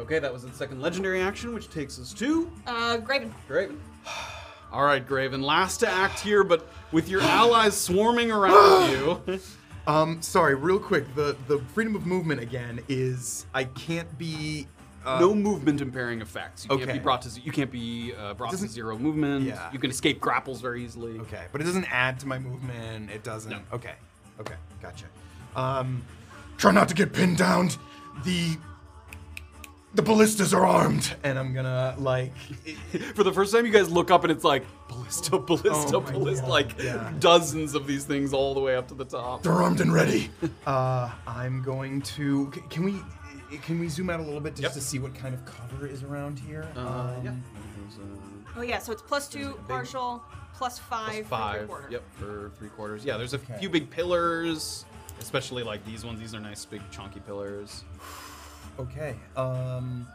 Speaker 1: Okay, that was its second legendary action, which takes us to
Speaker 2: Uh, Graven.
Speaker 1: Graven. (sighs) All right, Graven. Last to act here, but with your allies swarming
Speaker 3: (gasps)
Speaker 1: around you.
Speaker 3: Um, sorry, real quick. The the freedom of movement again is I can't be. Uh,
Speaker 1: no movement impairing effects. You can't
Speaker 3: Okay.
Speaker 1: be brought to z- you can't be uh, brought to
Speaker 3: Doesn't-
Speaker 1: zero movement.
Speaker 3: Yeah.
Speaker 1: You can escape grapples very easily.
Speaker 3: Okay, but it doesn't add to my movement. It doesn't.
Speaker 1: No.
Speaker 3: Okay, okay, gotcha. Um, try not to get pinned down. The the ballistas are armed, and I'm gonna like.
Speaker 1: (laughs) For the first time, you guys look up and it's like ballista, ballista,
Speaker 3: Oh my
Speaker 1: ballista,
Speaker 3: God,
Speaker 1: (laughs) like
Speaker 3: yeah.
Speaker 1: dozens of these things all the way up to the top.
Speaker 3: They're armed
Speaker 1: (laughs)
Speaker 3: and ready. uh, I'm going to. c- Can we? Can we zoom out a little bit just
Speaker 1: Yep.
Speaker 3: to see what kind of cover is around here?
Speaker 1: Uh, yeah.
Speaker 3: Um,
Speaker 2: Oh yeah, so it's plus two partial, plus five, for three
Speaker 1: Five.
Speaker 2: quarter.
Speaker 1: Yep, for three quarters. Yeah, there's a
Speaker 3: Okay.
Speaker 1: few big pillars, especially like these ones. These are nice, big, chunky pillars.
Speaker 3: Okay. Um.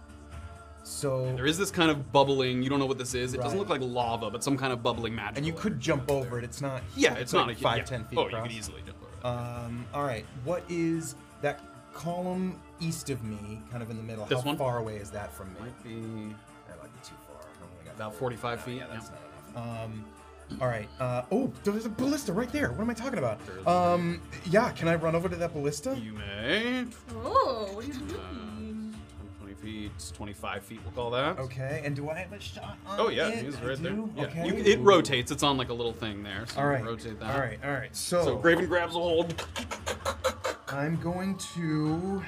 Speaker 3: So.
Speaker 1: There is this kind of bubbling. You don't know what this is. It doesn't
Speaker 3: Right.
Speaker 1: look like lava, but some kind of bubbling magic.
Speaker 3: and you could jump over it. It's not.
Speaker 1: Yeah, it's not
Speaker 3: like
Speaker 1: a
Speaker 3: five,
Speaker 1: yeah.
Speaker 3: ten feet.
Speaker 1: Oh, you
Speaker 3: across.
Speaker 1: could easily jump over. that.
Speaker 3: Um, all right. What is that column east of me, kind of in the middle?
Speaker 1: This
Speaker 3: How
Speaker 1: one?
Speaker 3: far away is that from me?
Speaker 1: Might be
Speaker 3: That might be too far. I've only got
Speaker 1: about
Speaker 3: four.
Speaker 1: 45
Speaker 3: No,
Speaker 1: feet.
Speaker 3: Yeah, that's
Speaker 1: yeah.
Speaker 3: not enough. Um, all right. Uh, oh, there's a ballista right there. What am I talking about? Um, yeah. Can I run over to that ballista?
Speaker 1: You may.
Speaker 2: Oh, what are you doing?
Speaker 1: Uh, 20 feet, 25 feet, we'll call that.
Speaker 3: Okay. And do I have a shot? On
Speaker 1: Oh yeah,
Speaker 3: it?
Speaker 1: he's
Speaker 3: I
Speaker 1: right there.
Speaker 3: do?
Speaker 1: Yeah.
Speaker 3: Okay.
Speaker 1: You c- it rotates. It's on like a little thing there. So
Speaker 3: All right.
Speaker 1: You can rotate that.
Speaker 3: All right. Oh. All right. So,
Speaker 1: So Graven grabs a hold.
Speaker 3: I'm going to.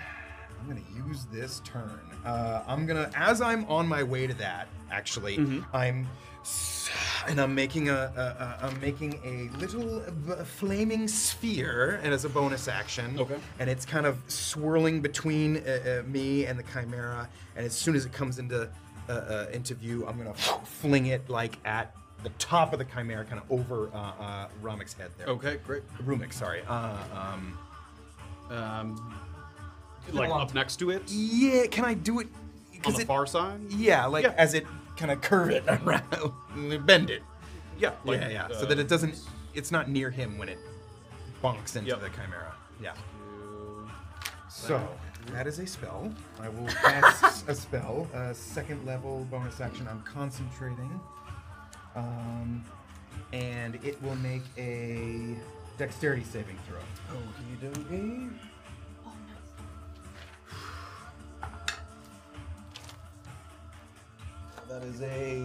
Speaker 3: I'm going to use this turn. Uh, I'm going to, as I'm on my way to that, actually,
Speaker 1: Mm-hmm.
Speaker 3: I'm. s- And I'm making a, a, a I'm making a little b- flaming sphere, and as a bonus action,
Speaker 1: Okay.
Speaker 3: And it's kind of swirling between uh, uh, me and the chimera, and as soon as it comes into uh, uh, into view, I'm gonna fling it like at the top of the chimera, kind of over uh, uh, Ramik's head there.
Speaker 1: Okay, great.
Speaker 3: Rumik, sorry. Uh, um,
Speaker 1: Um, like
Speaker 8: long
Speaker 1: up
Speaker 8: time.
Speaker 1: next to it
Speaker 3: Yeah, can I do it?
Speaker 1: on
Speaker 3: 'cause
Speaker 1: the
Speaker 3: it-
Speaker 1: far side.
Speaker 3: Yeah, like
Speaker 1: Yeah.
Speaker 3: as it kind of curve it (laughs) around, bend it.
Speaker 1: Yeah. like,
Speaker 3: yeah, yeah.
Speaker 1: uh,
Speaker 3: so that it doesn't, it's not near him when it bonks into
Speaker 1: Yep.
Speaker 3: the chimera. Yeah. So that is a spell. I
Speaker 1: (laughs)
Speaker 3: will cast a spell, a second level bonus action. I'm concentrating. Um, and it will make a dexterity saving throw.
Speaker 2: Oh,
Speaker 1: That is a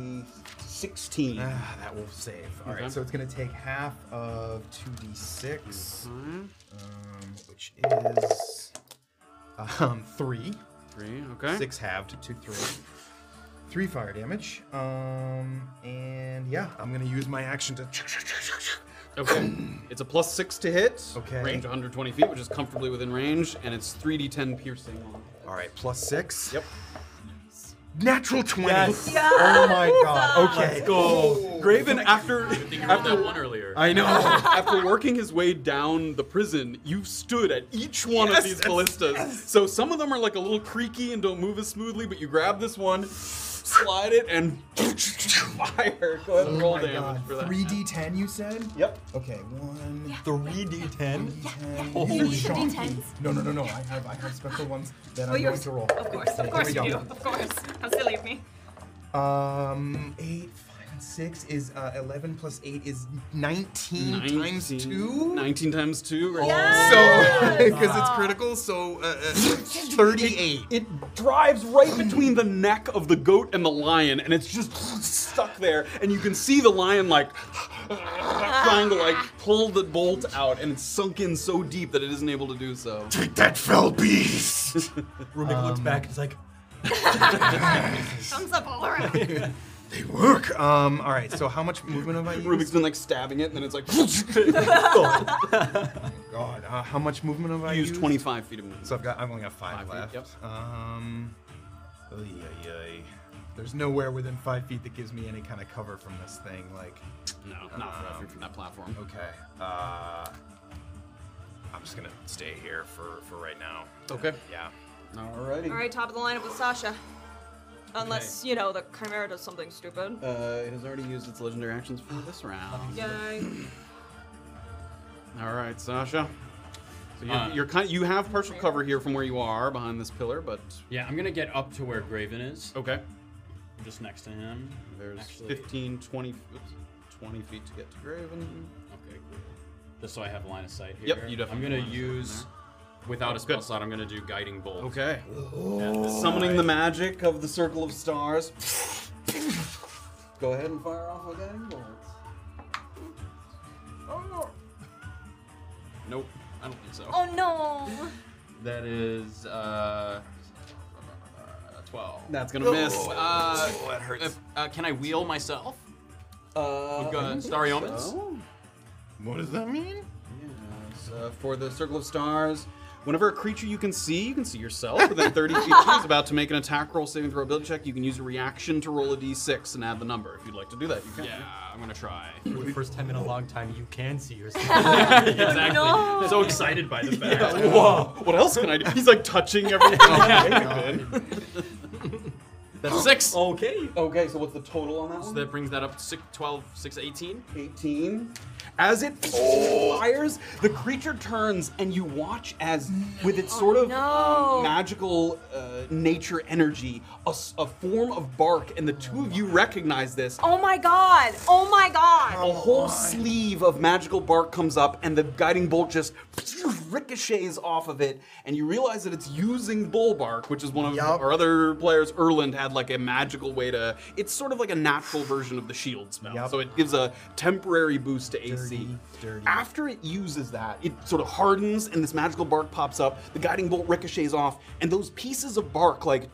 Speaker 1: 16.
Speaker 3: Ah, that will save. All right,
Speaker 1: Okay.
Speaker 3: so it's going to take half of 2d6,
Speaker 1: Mhm.
Speaker 3: um, which is um, three.
Speaker 1: Three, okay.
Speaker 3: Six (clears throat) halved to three. Three fire damage. Um, and yeah, I'm gonna use my action to.
Speaker 1: Okay. it's a plus six to hit.
Speaker 3: Okay.
Speaker 1: Range 120 feet, which is comfortably within range, and it's 3d10 piercing. on it.
Speaker 3: All right, plus six.
Speaker 1: Yep.
Speaker 7: Natural 20.
Speaker 3: Oh my god. Okay. Oh.
Speaker 1: Go. Graven, after
Speaker 4: You rolled that one earlier.
Speaker 3: I know.
Speaker 1: after working his way down the prison, you've stood at each one of these ballistas. So some of them are like a little creaky and don't move as smoothly, but you grab this one, slide it, and fire. Go ahead and roll damage for that.
Speaker 3: 3d10, you said?
Speaker 1: Oh Yep.
Speaker 3: Okay, one.
Speaker 8: Three d10.
Speaker 3: d10.
Speaker 8: Oh,
Speaker 3: You
Speaker 8: holy
Speaker 3: shocked
Speaker 10: shit.
Speaker 3: me. No, no, no, no. I have, I have special ones that
Speaker 2: Well,
Speaker 3: I'm
Speaker 2: you're-
Speaker 3: going to roll.
Speaker 2: Oh, Of course, of course you do. Of course. How silly of me.
Speaker 3: Um, eight, five, and six is uh, eleven plus eight is nineteen, times
Speaker 1: 19
Speaker 3: two.
Speaker 1: 19 times 2. Right?
Speaker 3: So, because it's critical, so uh, uh, thirty-eight.
Speaker 1: It drives right between the neck of the goat and the lion, and it's just stuck there. And you can see the lion like trying to like pull the bolt out, and it's sunk in so deep that it isn't able to do so.
Speaker 7: Take that, fell beast!
Speaker 8: Rubik looks
Speaker 3: Um,
Speaker 8: back and is like,
Speaker 2: Thumbs up all around.
Speaker 3: They work. Um, all right. So, how much movement have I used?
Speaker 1: Rubik's been like stabbing it, and then it's like (laughs)
Speaker 3: God, uh, how much movement have I
Speaker 1: use
Speaker 3: used?
Speaker 1: 25 feet of movement.
Speaker 3: So I've got. I've only got five,
Speaker 1: Five
Speaker 3: left.
Speaker 1: feet,
Speaker 3: Um. Oy, oy, oy. There's nowhere within five feet that gives me any kind of cover from this thing. Like,
Speaker 1: no, not for that, from that platform.
Speaker 3: okay. Uh, I'm just gonna stay here for for right now.
Speaker 1: Okay.
Speaker 3: Yeah.
Speaker 1: Alrighty.
Speaker 2: all right, top of the lineup with Sasha. Unless, you know, the Chimera does something stupid.
Speaker 1: Uh, it has already used its legendary actions for this round.
Speaker 2: Yay.
Speaker 1: Um, All right, Sasha. So you're,
Speaker 4: Uh,
Speaker 1: you're kind. You have partial cover here from where you are behind this pillar, but
Speaker 4: Yeah, I'm gonna get up to where Graven is,
Speaker 1: okay.
Speaker 4: just next to him.
Speaker 1: There's
Speaker 4: Actually-
Speaker 1: 15, 20, oops, 20 feet to get to Graven.
Speaker 4: Okay, cool. Just so I have line of sight here.
Speaker 1: Yep, you definitely
Speaker 4: I'm
Speaker 1: have
Speaker 4: gonna
Speaker 1: line of sight
Speaker 4: use,
Speaker 1: from
Speaker 4: without a spell
Speaker 1: Good.
Speaker 4: slot, I'm gonna do guiding bolt.
Speaker 1: Okay.
Speaker 4: And this-
Speaker 1: Summoning the magic of the Circle of Stars. Go ahead and fire off a guiding bolt. Nope, I don't think so.
Speaker 2: Oh no.
Speaker 4: Oh. That is uh, twelve.
Speaker 1: That's gonna miss. Uh,
Speaker 4: that hurts. uh, can I wheel myself?
Speaker 1: uh,
Speaker 4: We've got
Speaker 1: I don't
Speaker 4: Starry
Speaker 1: think
Speaker 4: Omens.
Speaker 1: so.
Speaker 6: What does that mean?
Speaker 1: Yes, uh, for the Circle of Stars. Whenever a creature you can see, you can see yourself within 30 feet of you is about to make an attack roll, saving throw, ability check, you can use a reaction to roll a d6 and add the number. If you'd like to do that, you can.
Speaker 4: Yeah, I'm gonna (laughs) try.
Speaker 8: for the first time in a long time, you can see
Speaker 3: (laughs)
Speaker 8: yourself.
Speaker 4: exactly.
Speaker 2: no.
Speaker 4: So excited by the fact.
Speaker 1: Whoa! What else can I do?
Speaker 4: (laughs)
Speaker 1: He's like touching everything.
Speaker 4: That's six.
Speaker 8: okay. Oh,
Speaker 1: okay, so what's the total on that
Speaker 4: So
Speaker 1: one?
Speaker 4: that brings that up to six, 12, 6, 18.
Speaker 1: 18. As it fires, the creature turns, and you watch as, with its sort of
Speaker 2: Oh, no.
Speaker 1: um, magical uh, nature energy, a, s- a form of bark, and the two of you recognize this.
Speaker 2: Oh my god. Oh my god.
Speaker 1: A whole sleeve of magical bark comes up, and the guiding bolt just ricochets off of it, and you realize that it's using bull bark, which is one of
Speaker 3: Yup.
Speaker 1: our other players. Erland had like a magical way to. It's sort of like a natural version of the shield spell,
Speaker 3: Yup.
Speaker 1: so it gives a temporary boost to AC.
Speaker 3: dirty.
Speaker 1: After it uses that, it sort of hardens, and this magical bark pops up. The guiding bolt ricochets off, and those pieces of bark like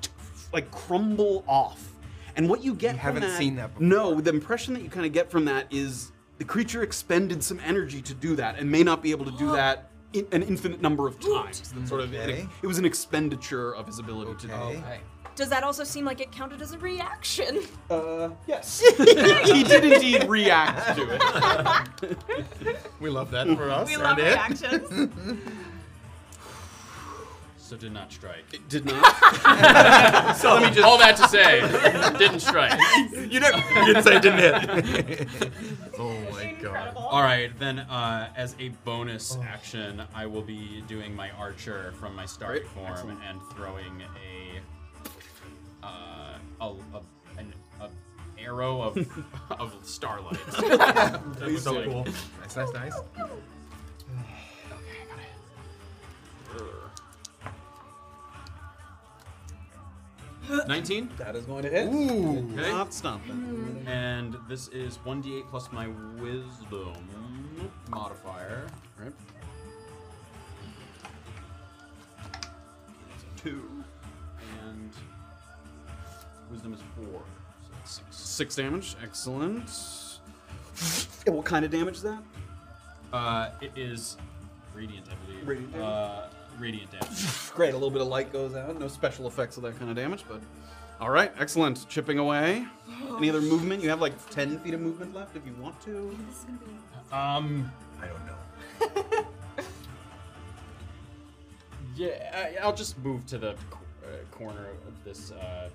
Speaker 1: like crumble off. And what you get
Speaker 3: We
Speaker 1: from
Speaker 3: haven't seen that before.
Speaker 1: no, Oh, the impression that you kind of get from that is the creature expended some energy to do that and may not be able to do that in, an infinite number of times. That sort of
Speaker 3: Okay.
Speaker 1: it was an expenditure of his ability to do.
Speaker 3: Okay.
Speaker 6: Oh,
Speaker 2: Does that also seem like it counted as a reaction? (laughs)
Speaker 1: Uh, yes, (laughs) he did indeed react to it.
Speaker 6: We love that for us.
Speaker 2: We love
Speaker 6: and it.
Speaker 2: reactions.
Speaker 4: So did not strike.
Speaker 1: Did (laughs) not.
Speaker 4: So let me just. All that to (laughs) say, didn't strike.
Speaker 6: You didn't, you didn't say it didn't
Speaker 1: (laughs)
Speaker 6: hit. oh my god.
Speaker 4: All right, then uh, as a bonus action, I will be doing my archer from my starry
Speaker 1: Great,
Speaker 4: form
Speaker 1: excellent.
Speaker 4: and throwing a, uh, a, a, an, a arrow of (laughs) of starlight. That was
Speaker 6: so
Speaker 4: like-
Speaker 6: cool. Nice, nice, nice.
Speaker 4: Nineteen,
Speaker 1: That is going to hit.
Speaker 6: Ooh.
Speaker 4: Okay.
Speaker 1: Not stomping.
Speaker 4: and this is one d8 plus my wisdom modifier.
Speaker 1: Right.
Speaker 4: That's a two, and wisdom is four, so that's six.
Speaker 1: Six damage. Excellent. And what kind of damage is that?
Speaker 4: Uh, it is radiant, I believe.
Speaker 1: Radiant damage?
Speaker 4: Uh, radiant damage.
Speaker 1: Great. A little bit of light goes out. No special effects of that kind of damage, but. All right. Excellent. Chipping away. Any other movement? You have like 10 feet of movement left if you want to.
Speaker 2: This is gonna be.
Speaker 4: Um,
Speaker 6: I don't know.
Speaker 4: yeah, I, I'll just move to the co- uh, corner of this uh,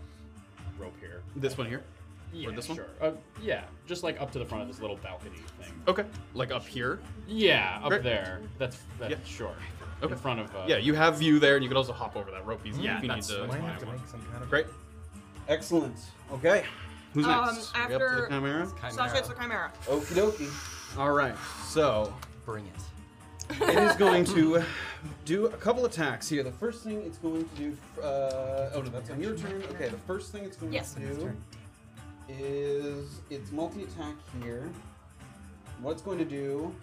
Speaker 4: rope here.
Speaker 1: This one here.
Speaker 4: Yeah,
Speaker 1: this one?
Speaker 4: Sure. Uh, yeah, just like up to the front of this little balcony thing.
Speaker 1: Okay. Like up here.
Speaker 4: Yeah, up
Speaker 1: Great.
Speaker 4: there. That's that's
Speaker 1: Yeah.
Speaker 4: sure.
Speaker 1: Okay.
Speaker 4: In front of. Uh,
Speaker 1: Yeah, you have view there, and you can also hop over that rope easily
Speaker 4: Yeah,
Speaker 1: if you need
Speaker 4: that's-
Speaker 1: to.
Speaker 4: that's
Speaker 6: Might
Speaker 4: why I
Speaker 6: have to
Speaker 4: want-
Speaker 6: make some kind of.
Speaker 1: Great. Excellent. Okay. Who's
Speaker 2: Um,
Speaker 1: next? We up to
Speaker 2: after
Speaker 1: the chimera.
Speaker 2: Sasha it's the Chimera.
Speaker 1: Okie dokie. All right. So
Speaker 8: Bring it.
Speaker 1: it is going to do a couple attacks here. The first thing it's going to do. Uh, oh no, that's on your turn. Okay. The first thing it's going
Speaker 2: Yes.
Speaker 1: to do is it's multi-attack here. What it's going to do.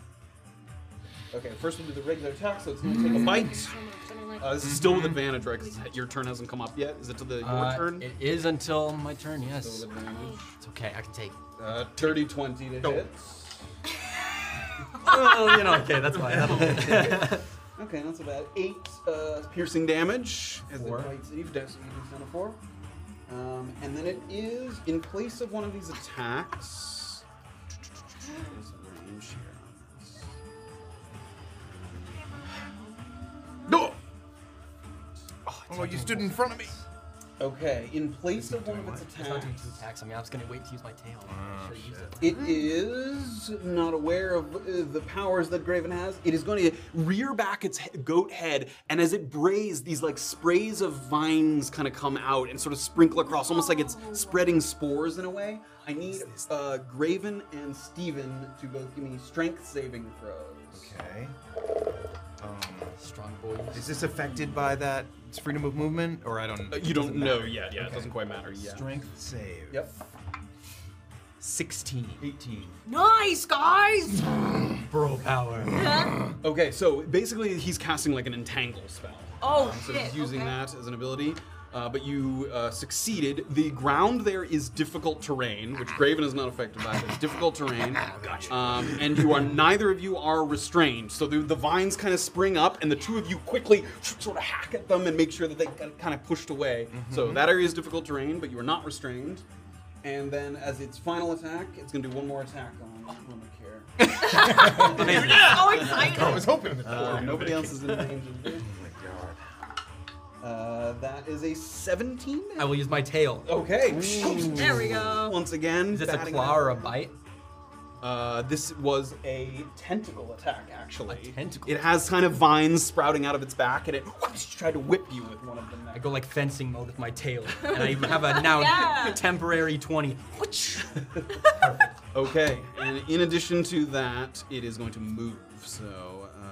Speaker 1: Okay, first we'll do the regular attack, so it's going to take a bite. Uh, this is still with advantage, right? Because your turn hasn't come up yet. Is it to the your
Speaker 8: Uh,
Speaker 1: turn?
Speaker 8: It is until my turn. Yes.
Speaker 1: Still with advantage.
Speaker 8: It's okay. I can take.
Speaker 1: Uh, 30 20 to hit.
Speaker 8: oh, you know. Okay, that's fine. That'll do.
Speaker 1: Okay, that's about eight uh, piercing damage as
Speaker 8: Four.
Speaker 1: it bites Eve. Dex Eve down to four. Um, and then it is in place of one of these attacks. What is the range here on this?
Speaker 6: No. Oh, you stood in front of me.
Speaker 1: Okay, in place of one of its
Speaker 8: It's not doing two
Speaker 1: attacks,
Speaker 8: attacks. I mean, I was gonna wait to use my tail. Should have used it.
Speaker 1: it
Speaker 6: Mm-hmm.
Speaker 1: is not aware of uh, the powers that Graven has. It is going to rear back its he- goat head, and as it brays, these like sprays of vines kind of come out and sort of sprinkle across, almost like it's spreading spores in a way. I need uh, Graven and Steven to both give me strength saving throws.
Speaker 6: Okay. Um,
Speaker 8: Strong boys.
Speaker 6: Is this affected by that it's freedom of movement, or I don't?
Speaker 1: Uh,
Speaker 6: it
Speaker 1: you
Speaker 6: doesn't
Speaker 1: don't know
Speaker 6: matter?
Speaker 1: yet. Yeah, it doesn't quite matter yet.
Speaker 6: Strength save.
Speaker 1: Yep.
Speaker 6: 16. 18.
Speaker 2: Nice guys. (laughs)
Speaker 8: Bro power.
Speaker 2: Huh?
Speaker 1: Okay, so basically he's casting like an entangle spell.
Speaker 2: oh
Speaker 1: So
Speaker 2: shit.
Speaker 1: he's using
Speaker 2: okay.
Speaker 1: that as an ability. Uh, but you uh, succeeded. The ground there is difficult terrain, which Graven is not affected by. but It's difficult
Speaker 2: (laughs)
Speaker 1: terrain,
Speaker 2: Ah,
Speaker 1: um, and you are neither of you are restrained. So the, the vines kind of spring up, and the two of you quickly sort of hack at them and make sure that they get kind of pushed away.
Speaker 2: Mm-hmm.
Speaker 1: So that area is difficult terrain, but you are not restrained. And then, as its final attack, it's going to do one more attack
Speaker 2: Oh.
Speaker 1: on
Speaker 2: (laughs)
Speaker 1: Rumik here.
Speaker 2: So
Speaker 3: (laughs)
Speaker 2: excited.
Speaker 6: I was hoping that
Speaker 2: Oh,
Speaker 1: Uh, nobody else is in range of
Speaker 2: (laughs)
Speaker 1: this. Uh, that is a 17.
Speaker 8: I will use my tail.
Speaker 2: Oh,
Speaker 1: Okay.
Speaker 2: There we go.
Speaker 1: Once again,
Speaker 8: Is this a
Speaker 1: batting
Speaker 8: claw
Speaker 1: out.
Speaker 8: or a bite?
Speaker 1: Uh, this was a tentacle attack, actually.
Speaker 8: A tentacle?
Speaker 1: It has kind of vines sprouting out of its back, and it tried to whip you with one of them.
Speaker 8: I go like fencing mode with
Speaker 2: (laughs)
Speaker 8: my tail, and I have a now
Speaker 2: Yeah.
Speaker 8: temporary twenty.
Speaker 1: Okay, and in addition to that, it is going to move. So uh,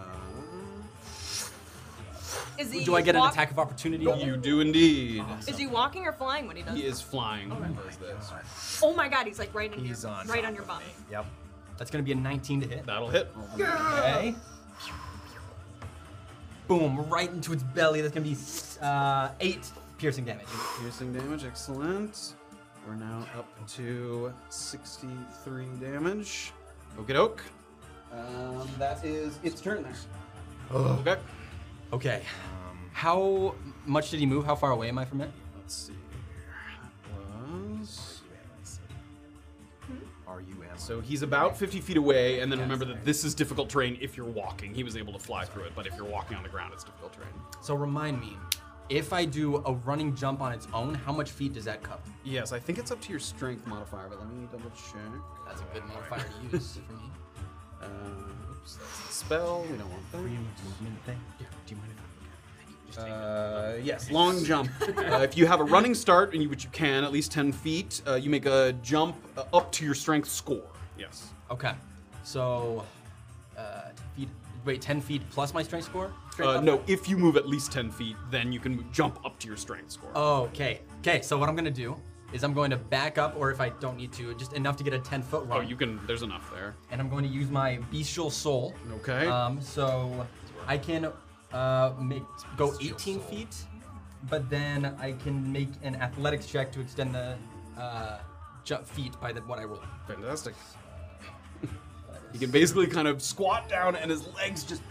Speaker 2: Is he
Speaker 8: Do I get an
Speaker 2: walk-
Speaker 8: attack of opportunity?
Speaker 1: you do indeed.
Speaker 2: Is he walking or flying when he does?
Speaker 1: He
Speaker 2: it?
Speaker 1: is flying. Remember this.
Speaker 2: Oh my god, he's like right in
Speaker 6: He's
Speaker 2: your,
Speaker 6: on
Speaker 2: right
Speaker 6: top
Speaker 2: on your bum.
Speaker 6: Yep.
Speaker 8: That's gonna be a 19 to hit.
Speaker 1: That'll hit.
Speaker 2: Ah.
Speaker 8: Okay. Boom! Right into its belly. That's gonna be uh, eight piercing damage.
Speaker 1: Piercing damage, excellent. We're now up to 63 damage. Okie doke. Um, that is its turn there. Okay.
Speaker 8: Okay. Um. How much did he move? How far away am I from it?
Speaker 1: Let's see. That was.
Speaker 6: Are you am?
Speaker 1: So he's about 50 feet away, and then remember that this is difficult terrain if you're walking. He was able to fly through it, but if you're walking on the ground, it's difficult terrain.
Speaker 8: So remind me, if I do a running jump on its own, how much feet does that cover?
Speaker 1: Yes, I think it's up to your strength modifier, but let me double check.
Speaker 8: That's a good modifier to (laughs) use for me.
Speaker 1: Uh, oops, that's the spell. We don't want that.
Speaker 6: movement thing?
Speaker 1: Yeah, do you mind if I look at it?
Speaker 4: Just take
Speaker 1: Uh, yes, long (laughs) jump. uh, if you have a running start, and you, which you can, at least 10 feet, uh, you make a jump uh, up to your strength score. Yes.
Speaker 8: Okay. So, uh, 10 feet, wait, 10 feet plus my strength score? Strength
Speaker 1: Uh,
Speaker 8: up?
Speaker 1: no, if you move at least 10 feet, then you can mo- jump up to your strength score.
Speaker 8: Oh, Okay. Okay, so what I'm going to do is I'm going to back up, or if I don't need to, just enough to get a 10 foot run.
Speaker 1: oh, you can, there's enough there.
Speaker 8: and I'm going to use my bestial soul.
Speaker 1: Okay.
Speaker 8: Um, so I can uh, make go 18 feet, but then I can make an athletics check to extend the uh, jump feet by the, what I roll.
Speaker 1: Fantastic. (laughs) You can basically kind of squat down and his legs just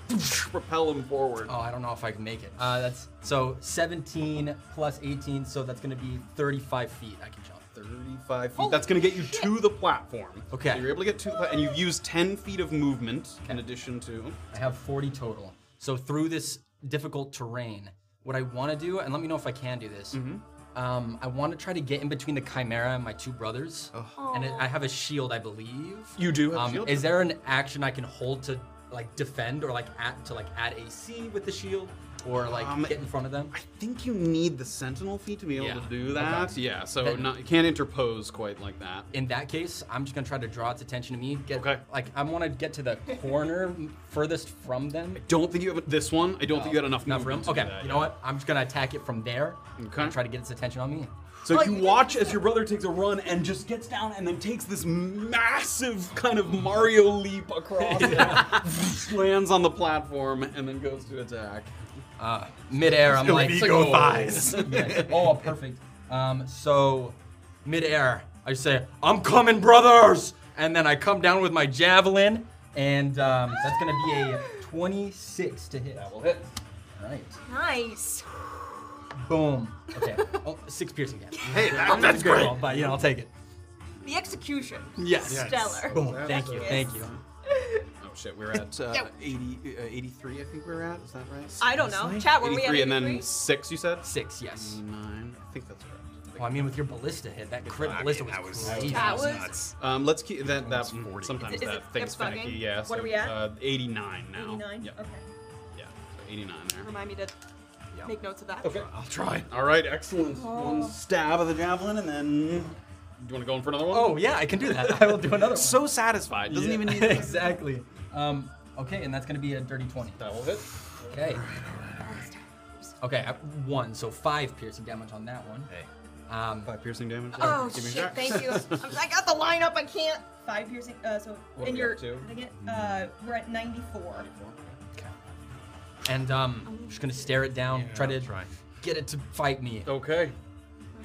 Speaker 1: (laughs) propel him forward.
Speaker 8: Oh, I don't know if I can make it. Uh, that's so 17 plus 18, so that's going to be 35 feet. I can jump.
Speaker 1: 35 feet. That's going to get you to the platform.
Speaker 8: Okay.
Speaker 1: So you're able to get to the platform, and you've used 10 feet of movement in addition to.
Speaker 8: I have 40 total. So through this difficult terrain, what I want to do, and let me know if I can do this.
Speaker 1: Mm-hmm.
Speaker 8: Um, I want to try to get in between the chimera and my two brothers, and it, I have a shield, I believe.
Speaker 1: You do have a
Speaker 8: um,
Speaker 1: shield?
Speaker 8: Is there an action I can hold to like defend or like add to like add AC with the shield, or like
Speaker 1: Um,
Speaker 8: get in front of them?
Speaker 1: I think you need the sentinel feet to be able
Speaker 8: Yeah.
Speaker 1: to do that. Yeah, so
Speaker 8: Then-
Speaker 1: not, you can't interpose quite like that.
Speaker 8: in that case, I'm just gonna try to draw its attention to me. Get,
Speaker 1: Okay.
Speaker 8: Like I want to get to the corner furthest from them.
Speaker 1: Don't think you have this one. I don't think you had enough
Speaker 8: Enough room.
Speaker 1: movement to do
Speaker 8: Okay.
Speaker 1: that,
Speaker 8: you
Speaker 1: yeah.
Speaker 8: know what? I'm just gonna attack it from there.
Speaker 1: Okay.
Speaker 8: And try to get its attention on me.
Speaker 1: So you watch as your brother takes a run and just gets down and then takes this massive kind of Mario leap
Speaker 8: (laughs)
Speaker 1: across, it, lands on the platform, and then goes to attack.
Speaker 8: Uh, midair, I'm like,
Speaker 3: Ego thighs.
Speaker 8: (laughs) Yes. oh, perfect. Um, so midair, I say, I'm coming, brothers, and then I come down with my javelin, and um, that's gonna be a 26 to hit. That will hit. All right.
Speaker 2: Nice.
Speaker 8: Boom.
Speaker 1: (laughs)
Speaker 8: Okay. Oh, six piercing damage.
Speaker 3: Hey,
Speaker 1: Oh,
Speaker 3: that, that's
Speaker 8: Good
Speaker 3: great.
Speaker 8: roll, but yeah, I'll take it.
Speaker 2: The execution.
Speaker 1: Yes.
Speaker 2: Stellar.
Speaker 8: Boom. Thank you.
Speaker 2: Yes.
Speaker 8: Thank you.
Speaker 1: Oh shit, we're at uh,
Speaker 2: Yep.
Speaker 1: 80, uh, 83, I think we're at. Is that right?
Speaker 2: I don't know. Chat, were we at
Speaker 1: 83 and then
Speaker 2: 83?
Speaker 1: six, you said?
Speaker 8: Six. Yes.
Speaker 1: Nine. I think that's correct.
Speaker 8: Well, I mean, with your ballista hit, that crit ballista was, crazy.
Speaker 2: That was
Speaker 1: Um, let's keep that. That
Speaker 3: Almost 40.
Speaker 1: sometimes
Speaker 2: Is it- is
Speaker 1: that
Speaker 2: it
Speaker 1: thing's
Speaker 2: bugging?
Speaker 1: finicky. Yeah.
Speaker 2: What
Speaker 1: so,
Speaker 2: are we at?
Speaker 1: Uh, 89 now.
Speaker 2: 89?
Speaker 1: Yeah.
Speaker 2: Okay.
Speaker 1: Yeah. So 89 there.
Speaker 2: Remind me to make notes of that.
Speaker 1: Okay.
Speaker 3: I'll try.
Speaker 1: All right. Excellent. One stab of the javelin, and then. Do you want to go in for another one?
Speaker 8: Oh yeah, I can do that. (laughs) I will do another one.
Speaker 1: so satisfied. Doesn't
Speaker 8: Yeah.
Speaker 1: even need.
Speaker 8: exactly. Um, okay, and that's gonna be a dirty twenty.
Speaker 1: that will hit.
Speaker 8: Okay. Okay, I- one, so five piercing damage on that one. Um,
Speaker 1: Five piercing damage.
Speaker 2: Oh
Speaker 1: Give me a
Speaker 2: shit!
Speaker 1: shot. (laughs)
Speaker 2: Thank you. I'm, I got the line up. I can't. Five piercing. Uh, so
Speaker 1: What are
Speaker 2: and
Speaker 1: we
Speaker 2: you're.
Speaker 1: up to? Mm-hmm.
Speaker 2: I think it- uh, we're at 94.
Speaker 8: and um, I'm just gonna stare it down, try to
Speaker 3: try.
Speaker 8: get it to fight me.
Speaker 1: Okay.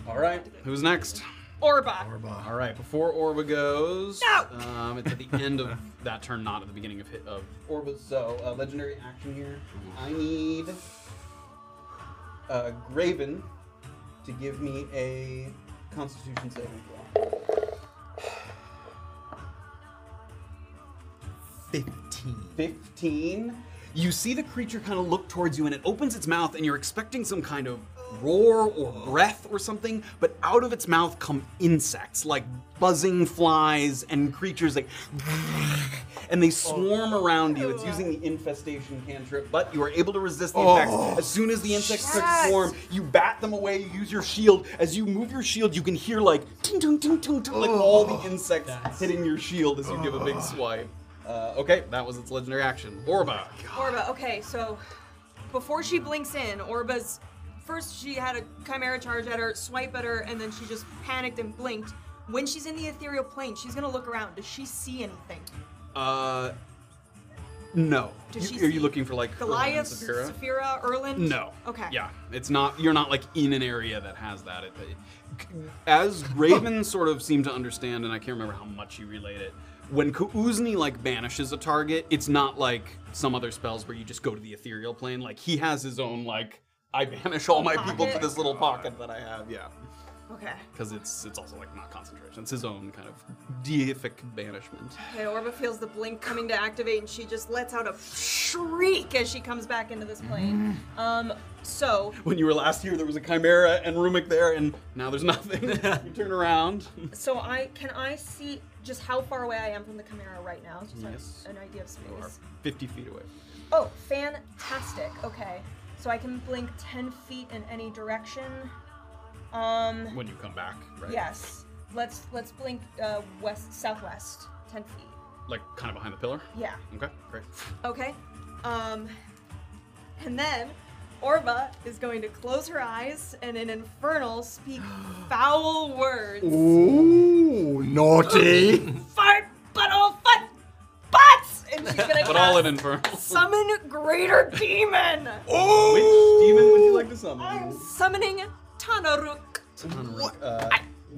Speaker 1: All right. Who's next?
Speaker 2: Orba.
Speaker 1: All right. Before Orba goes,
Speaker 2: No!
Speaker 1: um, it's at the end of that turn, not at the beginning of hit of Orba. So uh, legendary action here. I need uh, Graven to give me a Constitution saving throw.
Speaker 3: Fifteen.
Speaker 1: 15. You see the creature kind of look towards you and it opens its mouth and you're expecting some kind of roar or breath or something, but out of its mouth come insects, like buzzing flies and creatures like and they swarm around you. It's using the infestation cantrip, but you are able to resist the
Speaker 3: Oh.
Speaker 1: insects. As soon as the insects start to
Speaker 2: Yes.
Speaker 1: swarm, you bat them away, you use your shield. As you move your shield, you can hear like ting ting ting ting ting like all the insects hitting your shield as you give a big swipe. Uh, okay, that was its legendary action. Orba.
Speaker 2: Orba. Okay, so before she blinks in, Orba's first she had a chimera charge at her, swipe at her, and then she just panicked and blinked. When she's in the ethereal plane, she's gonna look around. Does she see anything?
Speaker 1: Uh, no.
Speaker 2: Does she
Speaker 1: You- are you
Speaker 2: see
Speaker 1: looking for like
Speaker 2: Goliath,
Speaker 1: Saphira?
Speaker 2: Saphira, Erland?
Speaker 1: No.
Speaker 2: Okay.
Speaker 1: Yeah, it's not. You're not like in an area that has that. It, it-
Speaker 2: (laughs)
Speaker 1: as Raven sort of seemed to understand, and I can't remember how much he relayed it. When Kuuzni like banishes a target, it's not like some other spells where you just go to the ethereal plane. Like he has his own like I banish all my people to
Speaker 2: Pocket.
Speaker 1: this little pocket that I have. Yeah,
Speaker 2: Okay.
Speaker 1: because it's it's also like not concentration. It's his own kind of deific banishment.
Speaker 2: Okay, Orba feels the blink coming to activate, and she just lets out a shriek as she comes back into this plane. Um, so,
Speaker 1: When you were last here, there was a chimera and Rumik there, and now there's (laughs) nothing. you turn around. (laughs)
Speaker 2: so I can I see just how far away I am from the Chimera right now? Just
Speaker 1: Yes.
Speaker 2: an, an idea of space.
Speaker 1: Fifty feet away.
Speaker 2: Oh, fantastic. Okay, So I can blink 10 feet in any direction. Um,
Speaker 1: When you come back, right?
Speaker 2: Yes. Let's let's blink uh, west southwest 10 feet.
Speaker 1: Like kind of behind the pillar.
Speaker 2: Yeah.
Speaker 1: Okay, great.
Speaker 2: Okay. Um, and then Orba is going to close her eyes and in Infernal speak
Speaker 1: (gasps)
Speaker 2: foul words.
Speaker 7: Ooh,
Speaker 3: (laughs)
Speaker 7: naughty.
Speaker 2: Fart, butthole, fart, butts! And she's gonna
Speaker 1: (laughs) But all in
Speaker 2: cast
Speaker 1: infernal.
Speaker 2: summon greater demon!
Speaker 1: (laughs) Which demon would you like to summon?
Speaker 2: I'm summoning Tanaruk.
Speaker 1: Uh,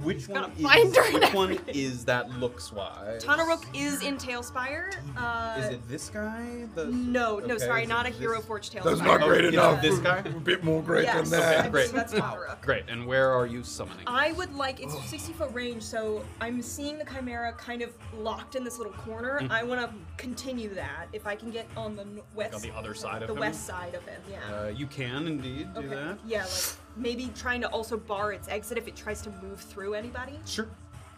Speaker 1: which one
Speaker 2: gotta
Speaker 1: is
Speaker 2: find her and
Speaker 1: which one
Speaker 2: everything.
Speaker 1: is that looks wise?
Speaker 2: Tanaruk is in Tailspire. Uh,
Speaker 1: Is it this guy? The
Speaker 2: No, no,
Speaker 1: Okay,
Speaker 2: sorry,
Speaker 1: is
Speaker 2: not a
Speaker 1: it
Speaker 2: Hero
Speaker 1: this-
Speaker 2: Forge Tailspire.
Speaker 7: That's not
Speaker 1: Oh,
Speaker 7: great
Speaker 1: is it
Speaker 7: enough.
Speaker 1: this guy?
Speaker 7: A bit more great
Speaker 2: Yes,
Speaker 7: than that.
Speaker 2: I
Speaker 1: great.
Speaker 2: believe that's Tanaruk.
Speaker 1: Great. And where are you summoning?
Speaker 2: I would like it's 60 foot range, so I'm seeing the chimera kind of locked in this little corner. I want to continue that if I can get on the n- west,
Speaker 1: Mm-hmm. on the other side of
Speaker 2: the
Speaker 1: him?
Speaker 2: west side of him. Yeah.
Speaker 1: Uh, you can indeed do that.
Speaker 2: Yeah, like maybe trying to also bar its exit if it tries to move through anybody.
Speaker 1: Sure.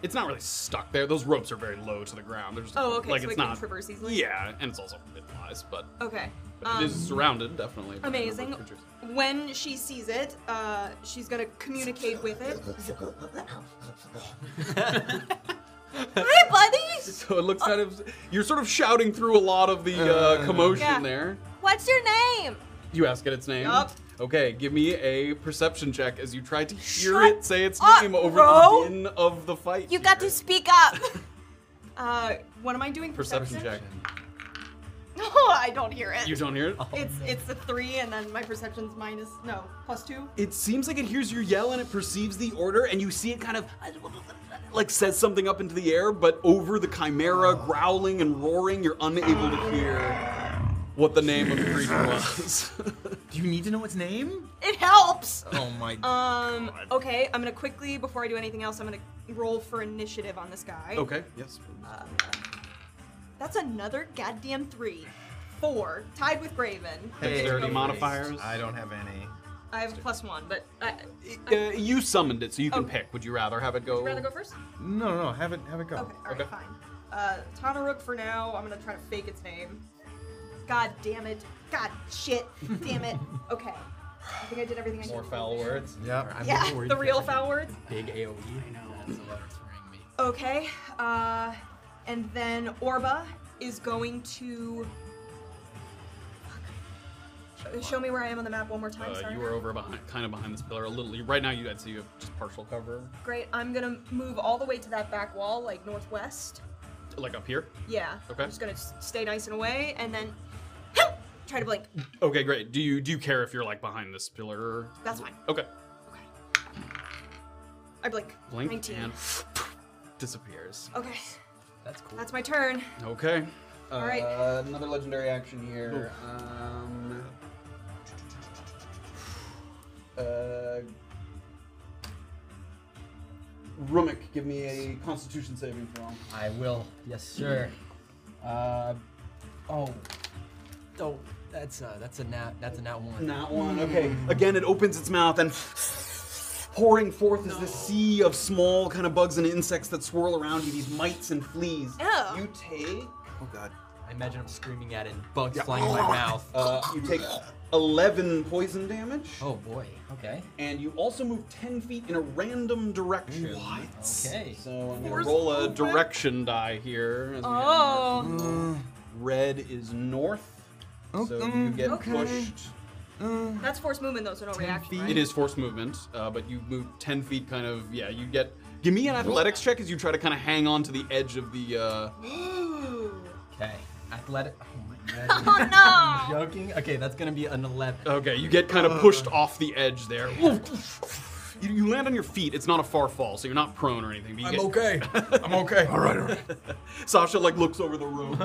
Speaker 1: It's not really stuck there. Those ropes are very low to the ground. There's
Speaker 2: Oh, okay,
Speaker 1: Like
Speaker 2: so
Speaker 1: it's
Speaker 2: it can
Speaker 1: not.
Speaker 2: traverse easily?
Speaker 1: Yeah, and it's also it lies, but,
Speaker 2: Okay.
Speaker 1: but
Speaker 2: Um,
Speaker 1: it is surrounded definitely. by a number of
Speaker 2: amazing.
Speaker 1: creatures. (laughs)
Speaker 2: When she sees it, uh, she's gonna communicate with it. Hi, buddy.
Speaker 1: So it looks kind
Speaker 2: Uh,
Speaker 1: of. You're sort of shouting through a lot of the uh, commotion
Speaker 2: Yeah.
Speaker 1: there.
Speaker 2: What's your name?
Speaker 1: You ask it its name.
Speaker 2: Yup.
Speaker 1: Okay, give me a perception check as you try to hear
Speaker 2: Shut
Speaker 1: it say its
Speaker 2: up,
Speaker 1: name over
Speaker 2: bro.
Speaker 1: the din of the fight. here.
Speaker 2: speak up. (laughs) uh, what am I doing?
Speaker 1: perception check.
Speaker 2: (laughs) No, I don't hear it.
Speaker 1: You don't hear it.
Speaker 2: It's it's a three, and then my perception's minus no plus two.
Speaker 1: It seems like it hears your yell and it perceives the order, and you see it kind of like says something up into the air, but over the chimera growling and roaring, you're unable to hear what the name of the creature was. (laughs)
Speaker 3: Do you need to know its name?
Speaker 2: It helps.
Speaker 3: Oh my.
Speaker 2: Um. Okay, I'm gonna quickly before I do anything else, I'm gonna roll for initiative on this guy. Uh,
Speaker 1: okay, yes.
Speaker 2: That's another goddamn three. Four, tied with Graven.
Speaker 1: Dexterity modifiers.
Speaker 3: I don't have any.
Speaker 2: I have plus one, but I,
Speaker 1: Uh, you summoned it, so you can
Speaker 2: Oh.
Speaker 1: pick. Would you rather have it go?
Speaker 2: rather go first.
Speaker 3: No, no, no. Have it, have it go.
Speaker 2: Okay, all right,
Speaker 1: Okay.
Speaker 2: fine. Uh, Tanaruk for now. I'm gonna try to fake its name. God damn it. God shit. Damn it. Okay. I think I did everything I
Speaker 1: More
Speaker 2: could.
Speaker 1: foul words.
Speaker 3: Yeah.
Speaker 2: Yeah, the real foul words.
Speaker 8: Big AOE.
Speaker 2: Okay. Uh, and then Orba is going to. Fuck. Show me where I am on the map one more time.
Speaker 1: Uh,
Speaker 2: sorry.
Speaker 1: you are over behind, kind of behind this pillar a little. Right now, you I'd say you have just partial cover,
Speaker 2: Great. I'm gonna move all the way to that back wall, like northwest.
Speaker 1: like up here.
Speaker 2: Yeah.
Speaker 1: Okay.
Speaker 2: I'm just gonna s- stay nice and away, and then (laughs) try to blink.
Speaker 1: Okay, great. Do you do you care if you're like behind this pillar?
Speaker 2: That's fine.
Speaker 1: Okay,
Speaker 2: I blink.
Speaker 1: blink
Speaker 2: 19.
Speaker 1: and disappears.
Speaker 2: Okay.
Speaker 8: That's cool.
Speaker 2: That's my turn.
Speaker 1: Okay.
Speaker 2: All right.
Speaker 1: Uh, another legendary action here. Um, (sighs) uh, Rummick, give me a Constitution saving throw.
Speaker 8: I will. Yes, sir. Uh, oh, oh, that's a that's a nat that's a nat one.
Speaker 1: Not one. Okay. Again, it opens its mouth and (sniffs) pouring forth is this sea of small kind of bugs and insects that swirl around you. These mites and fleas.
Speaker 2: Oh.
Speaker 1: You take. Oh God.
Speaker 8: I imagine I'm screaming at it, and bugs flying (laughs) in my mouth.
Speaker 1: Uh, you take eleven poison damage.
Speaker 8: oh boy. Okay.
Speaker 1: and you also move 10 feet in a random direction.
Speaker 8: Okay.
Speaker 1: So I'm going to roll a direction die here. as we have
Speaker 2: Oh.
Speaker 1: Red is north, so you get
Speaker 2: okay.
Speaker 1: pushed.
Speaker 2: That's forced movement though, so no reaction. Right?
Speaker 1: It is forced movement, uh, but you move 10 feet kind of, yeah, you get. Give me an athletics check as you try to kind of hang on to the edge of the. Uh,
Speaker 2: Ooh.
Speaker 8: Okay. Athletic. Oh my god.
Speaker 2: (gasps) Oh
Speaker 1: (laughs)
Speaker 2: no.
Speaker 8: Joking. Okay, that's gonna be an eleven.
Speaker 1: okay, you get kind of pushed off the edge there. You, you land on your feet. It's not a far fall, so you're not prone or anything. But you get,
Speaker 8: okay.
Speaker 1: (laughs)
Speaker 3: I'm okay.
Speaker 7: all right, all right.
Speaker 1: Sasha like looks over the room.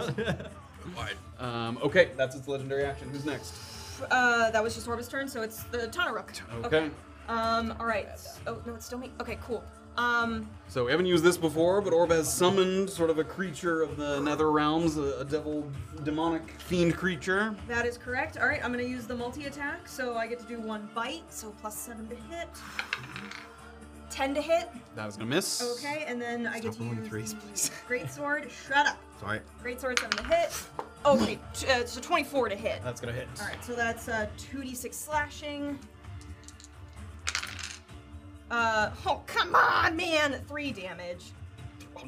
Speaker 1: um, okay, that's its legendary action. Who's next?
Speaker 2: Uh, that was just Orba's turn, so it's the Tanaruk.
Speaker 1: Okay.
Speaker 2: Um. All right. Oh no, it's still me. Okay. Cool. Um.
Speaker 1: So we haven't used this before, but Orb has summoned sort of a creature of the nether realms, a, a devil, demonic fiend creature.
Speaker 2: That is correct. All right, I'm going to use the multi attack, so I get to do one bite, so plus seven to hit, ten to hit.
Speaker 1: That is gonna miss.
Speaker 2: Okay, and then I get
Speaker 7: Stop
Speaker 2: to
Speaker 7: rolling
Speaker 2: use
Speaker 7: threes,
Speaker 2: the
Speaker 7: please.
Speaker 2: great sword. Shut up.
Speaker 3: Sorry.
Speaker 2: Great sword seven to hit, Okay, t- uh, so 24 to hit.
Speaker 1: Uh,
Speaker 3: That's gonna hit.
Speaker 2: All right, so that's uh, 2d6 slashing. Uh, oh, come on, man! Three damage.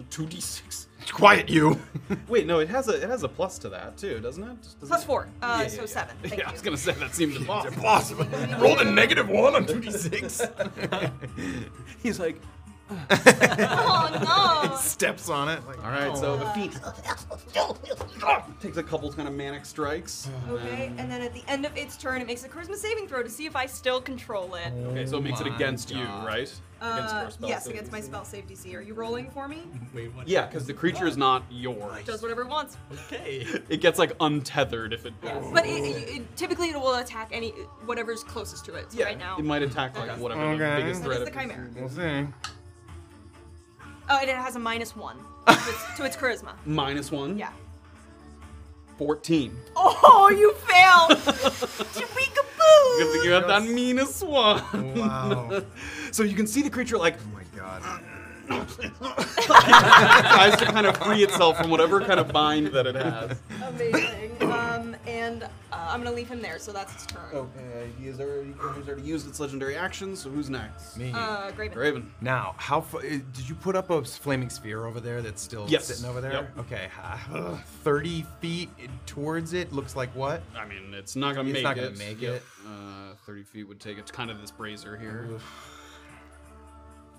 Speaker 1: Two d six.
Speaker 3: Quiet you. (laughs)
Speaker 1: Wait, no, it has a it has a plus to that too, doesn't it? Doesn't
Speaker 2: Plus
Speaker 1: it-
Speaker 2: four, uh,
Speaker 1: Yeah, yeah,
Speaker 2: so
Speaker 1: yeah.
Speaker 2: seven. Thank
Speaker 1: (laughs) yeah,
Speaker 2: you.
Speaker 1: I was gonna say that seems impossible.
Speaker 3: Impossible. Rolled a negative one on 2d6.
Speaker 1: He's like,
Speaker 2: (laughs)
Speaker 1: (laughs)
Speaker 2: Oh, no!
Speaker 3: (laughs) Steps on it. Like, oh.
Speaker 1: all right, so the feet
Speaker 2: (laughs)
Speaker 1: takes a couple kind of manic strikes.
Speaker 2: Okay, and then at the end of its turn, it makes a charisma saving throw to see if I still control it.
Speaker 1: Okay, so it makes it
Speaker 3: my
Speaker 1: against you,
Speaker 3: God.
Speaker 1: right?
Speaker 2: Uh,
Speaker 1: your Uh, spell
Speaker 2: yes,
Speaker 1: save
Speaker 2: against my
Speaker 1: DC.
Speaker 2: spell save DC. Are you rolling
Speaker 1: (laughs)
Speaker 2: for me?
Speaker 8: Wait, what?
Speaker 1: Yeah, because the creature is not yours.
Speaker 2: Does whatever it wants.
Speaker 8: Okay.
Speaker 1: It gets like untethered if it.
Speaker 2: But it, it, it- typically, it will attack any whatever's closest to it. So
Speaker 1: yeah,
Speaker 2: right now,
Speaker 1: it might attack like
Speaker 2: Okay.
Speaker 1: whatever the
Speaker 3: Okay.
Speaker 1: biggest
Speaker 2: So
Speaker 1: threat.
Speaker 2: it's the
Speaker 1: of it is.
Speaker 2: chimera.
Speaker 3: We'll see.
Speaker 2: Oh, and it has a minus
Speaker 1: (laughs)
Speaker 2: one to its, to its charisma.
Speaker 1: Minus one.
Speaker 2: Yeah. (laughs)
Speaker 1: Fourteen.
Speaker 2: Oh, you
Speaker 1: (laughs)
Speaker 2: failed! Jabika
Speaker 1: Good thing you had that minus one. (laughs)
Speaker 3: Wow.
Speaker 1: So you can see the creature (laughs) like
Speaker 3: Oh my god.
Speaker 1: tries to kind of free itself from whatever kind of bind that it (laughs) has.
Speaker 2: Amazing. Um, and uh, I'm gonna leave him there, so that's his turn.
Speaker 1: Okay, Uh, he has already, he's already used its legendary action, so who's next?
Speaker 3: Me.
Speaker 2: Uh, Graven.
Speaker 1: Graven.
Speaker 3: Now, how fu- uh, did you put up a flaming sphere over there that's still
Speaker 1: Yes.
Speaker 3: sitting over there?
Speaker 1: Yep.
Speaker 3: Okay, uh, thirty feet towards it looks like what?
Speaker 1: I mean, it's not gonna
Speaker 3: It's
Speaker 1: make
Speaker 3: not
Speaker 1: it.
Speaker 3: gonna make
Speaker 1: Yep.
Speaker 3: it.
Speaker 1: Uh, Thirty feet would take it to kind of this brazier here.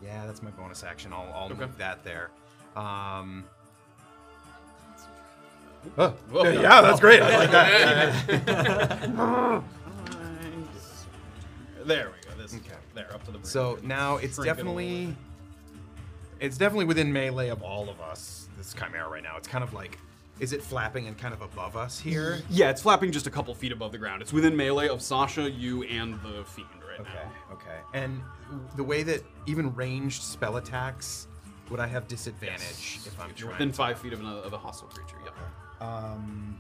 Speaker 3: Yeah, that's my bonus action. I'll, I'll
Speaker 1: Okay.
Speaker 3: move that there. Um,
Speaker 1: Whoa.
Speaker 3: (laughs) yeah, that's great. I like that.
Speaker 1: There we go. This
Speaker 3: Okay.
Speaker 1: there up to the.
Speaker 3: so
Speaker 1: brazier.
Speaker 3: now
Speaker 1: Shrink
Speaker 3: it's
Speaker 1: it a little
Speaker 3: definitely, it's definitely within melee of all of us. This chimera right now. It's kind of like, is it flapping and kind of above us here?
Speaker 1: Yeah, it's flapping just a couple feet above the ground. It's within melee of Sasha, you, and the fiend right
Speaker 3: Okay,
Speaker 1: now.
Speaker 3: okay. And the way that even ranged spell attacks, would I have disadvantage if I'm
Speaker 1: You're
Speaker 3: trying?
Speaker 1: within five feet of, another, of a hostile creature. Yep.
Speaker 3: Um,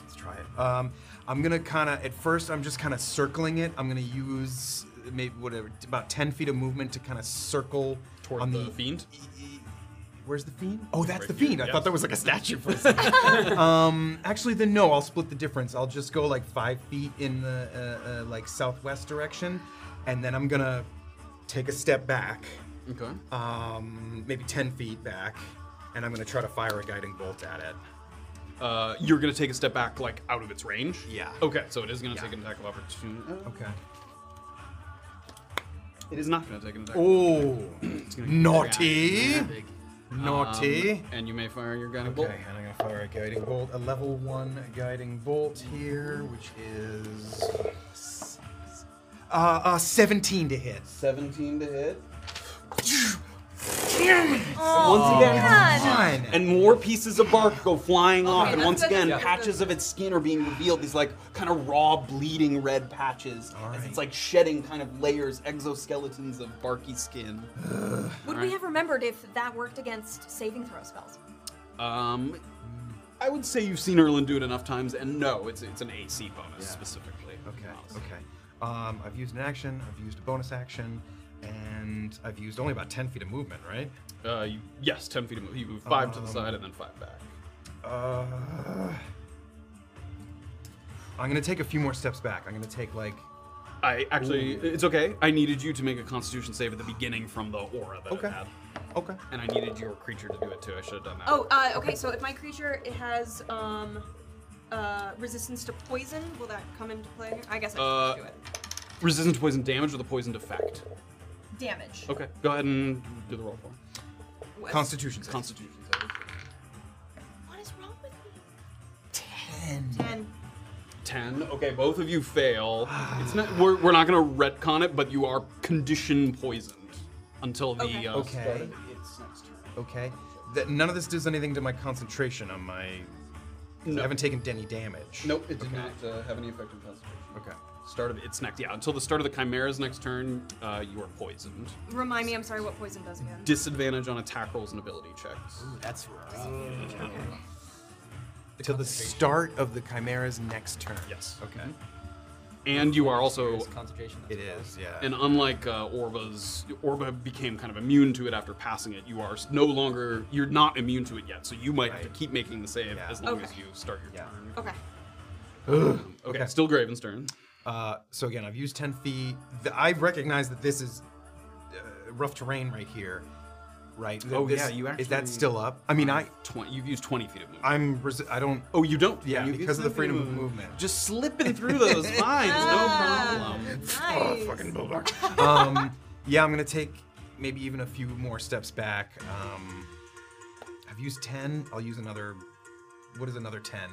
Speaker 3: let's try it. Um, I'm gonna kind of at first. I'm just kind of circling it. I'm gonna use maybe whatever about ten feet of movement to kind of circle
Speaker 1: Toward
Speaker 3: on
Speaker 1: the fiend?
Speaker 3: E- e- Where's the fiend? Oh, that's
Speaker 1: Right
Speaker 3: the fiend.
Speaker 1: here,
Speaker 3: I
Speaker 1: yeah.
Speaker 3: thought that was like a statue for a second.
Speaker 1: (laughs)
Speaker 3: um, actually, then no. I'll split the difference. I'll just go like five feet in the uh, uh, like southwest direction, and then I'm gonna take a step back
Speaker 1: Okay.
Speaker 3: um, maybe 10 feet back, and I'm going to try to fire a guiding bolt at it.
Speaker 1: Uh, you're gonna take a step back, like out of its range.
Speaker 3: Yeah.
Speaker 1: Okay, so it is gonna
Speaker 3: Yeah.
Speaker 1: take an attack of opportunity. uh,
Speaker 3: Okay.
Speaker 1: It is not gonna take an attack. of
Speaker 3: Oh,
Speaker 1: It's gonna
Speaker 3: naughty.
Speaker 8: Big.
Speaker 3: Naughty.
Speaker 1: Um, And you may fire your gun.
Speaker 3: okay, Um, and I'm going to fire a guiding bolt, a level one guiding bolt here, which is. Uh, uh, 17 to hit.
Speaker 1: 17 to hit.
Speaker 2: Oh,
Speaker 1: Once again,
Speaker 3: Fine.
Speaker 1: and more pieces of bark go flying off, and
Speaker 2: that's
Speaker 1: once
Speaker 2: good,
Speaker 1: again,
Speaker 2: that's good.
Speaker 1: patches of its skin are being revealed. These like kind of raw, bleeding red patches as
Speaker 3: right.
Speaker 1: it's like shedding kind of layers, exoskeletons of barky skin.
Speaker 2: Would we have remembered if that worked against saving throw spells?
Speaker 1: Um, I would say you've seen Erlin do it enough times, and no, it's it's an AC bonus specifically.
Speaker 3: Okay, okay. Um, I've used an action, I've used a bonus action, and I've used only about 10 feet of movement, right?
Speaker 1: Uh, you, yes, ten feet. Of, move. you move five to the
Speaker 3: Um,
Speaker 1: side and then five back.
Speaker 3: Uh, I'm gonna take a few more steps back. I'm gonna take like.
Speaker 1: I actually, it's okay. I needed you to make a Constitution save at the beginning from the aura that
Speaker 3: Okay.
Speaker 1: it had,
Speaker 3: Okay.
Speaker 1: and I needed your creature to do it too. I should have done that.
Speaker 2: Oh, uh, okay. So if my creature it has um, uh, resistance to poison, will that come into play? I guess I should
Speaker 1: Uh,
Speaker 2: do it.
Speaker 1: Resistant to poison damage or the poisoned effect.
Speaker 2: Damage.
Speaker 1: Okay, go ahead and do the roll for me.
Speaker 2: What-
Speaker 3: Constitution.
Speaker 1: It's Constitution save.
Speaker 2: What is wrong with me? Ten. Ten.
Speaker 1: Ten. Okay, both of you fail. It's not. We're, we're not gonna retcon it, but you are condition poisoned until the
Speaker 2: Okay.
Speaker 1: uh,
Speaker 3: Okay.
Speaker 1: start of its next turn.
Speaker 3: Okay. That none of this does anything to my concentration on my. 'cause
Speaker 1: No.
Speaker 3: I haven't taken any damage.
Speaker 1: Nope, it did not uh, have any effect on concentration.
Speaker 3: Okay.
Speaker 1: Start of its next. Yeah, until the start of the Chimera's next turn, uh, you are poisoned.
Speaker 2: Remind me, I'm sorry, what poison does again?
Speaker 1: Disadvantage on attack rolls and ability checks.
Speaker 8: That's rough.
Speaker 3: Till the start of the Chimera's next turn.
Speaker 1: Yes. Mm-hmm.
Speaker 3: Okay.
Speaker 1: and you are also
Speaker 8: concentration.
Speaker 3: It is, yeah.
Speaker 1: and unlike uh, Orba's, Orba became kind of immune to it after passing it. You are s- no longer, you're not immune to it yet, so you might have
Speaker 3: Right.
Speaker 1: to keep making the save
Speaker 3: Yeah.
Speaker 1: as long
Speaker 2: Okay.
Speaker 1: as you start your
Speaker 3: Yeah.
Speaker 1: turn. Um,
Speaker 2: Okay.
Speaker 1: Okay, still Graven's turn.
Speaker 3: Uh, so again, I've used 10 feet. The, I recognize that this is uh, rough terrain right here, right? Th-
Speaker 1: Oh,
Speaker 3: this-
Speaker 1: yeah, you
Speaker 3: Is that
Speaker 1: actually-
Speaker 3: still up? I mean, I,
Speaker 1: 20, you've used 20 feet of movement.
Speaker 3: I'm, resi- I don't,
Speaker 1: oh, you don't?
Speaker 3: yeah,
Speaker 1: You've
Speaker 3: because
Speaker 1: used
Speaker 3: of the
Speaker 1: 20 feet
Speaker 3: freedom of movement.
Speaker 1: Just slipping through
Speaker 2: (laughs)
Speaker 1: those lines, no
Speaker 2: Ah,
Speaker 1: problem. Oh,
Speaker 2: Nice.
Speaker 3: bulldog. um, yeah, I'm gonna take maybe even a few more steps back. Um, I've used 10. I'll use another, what is another 10?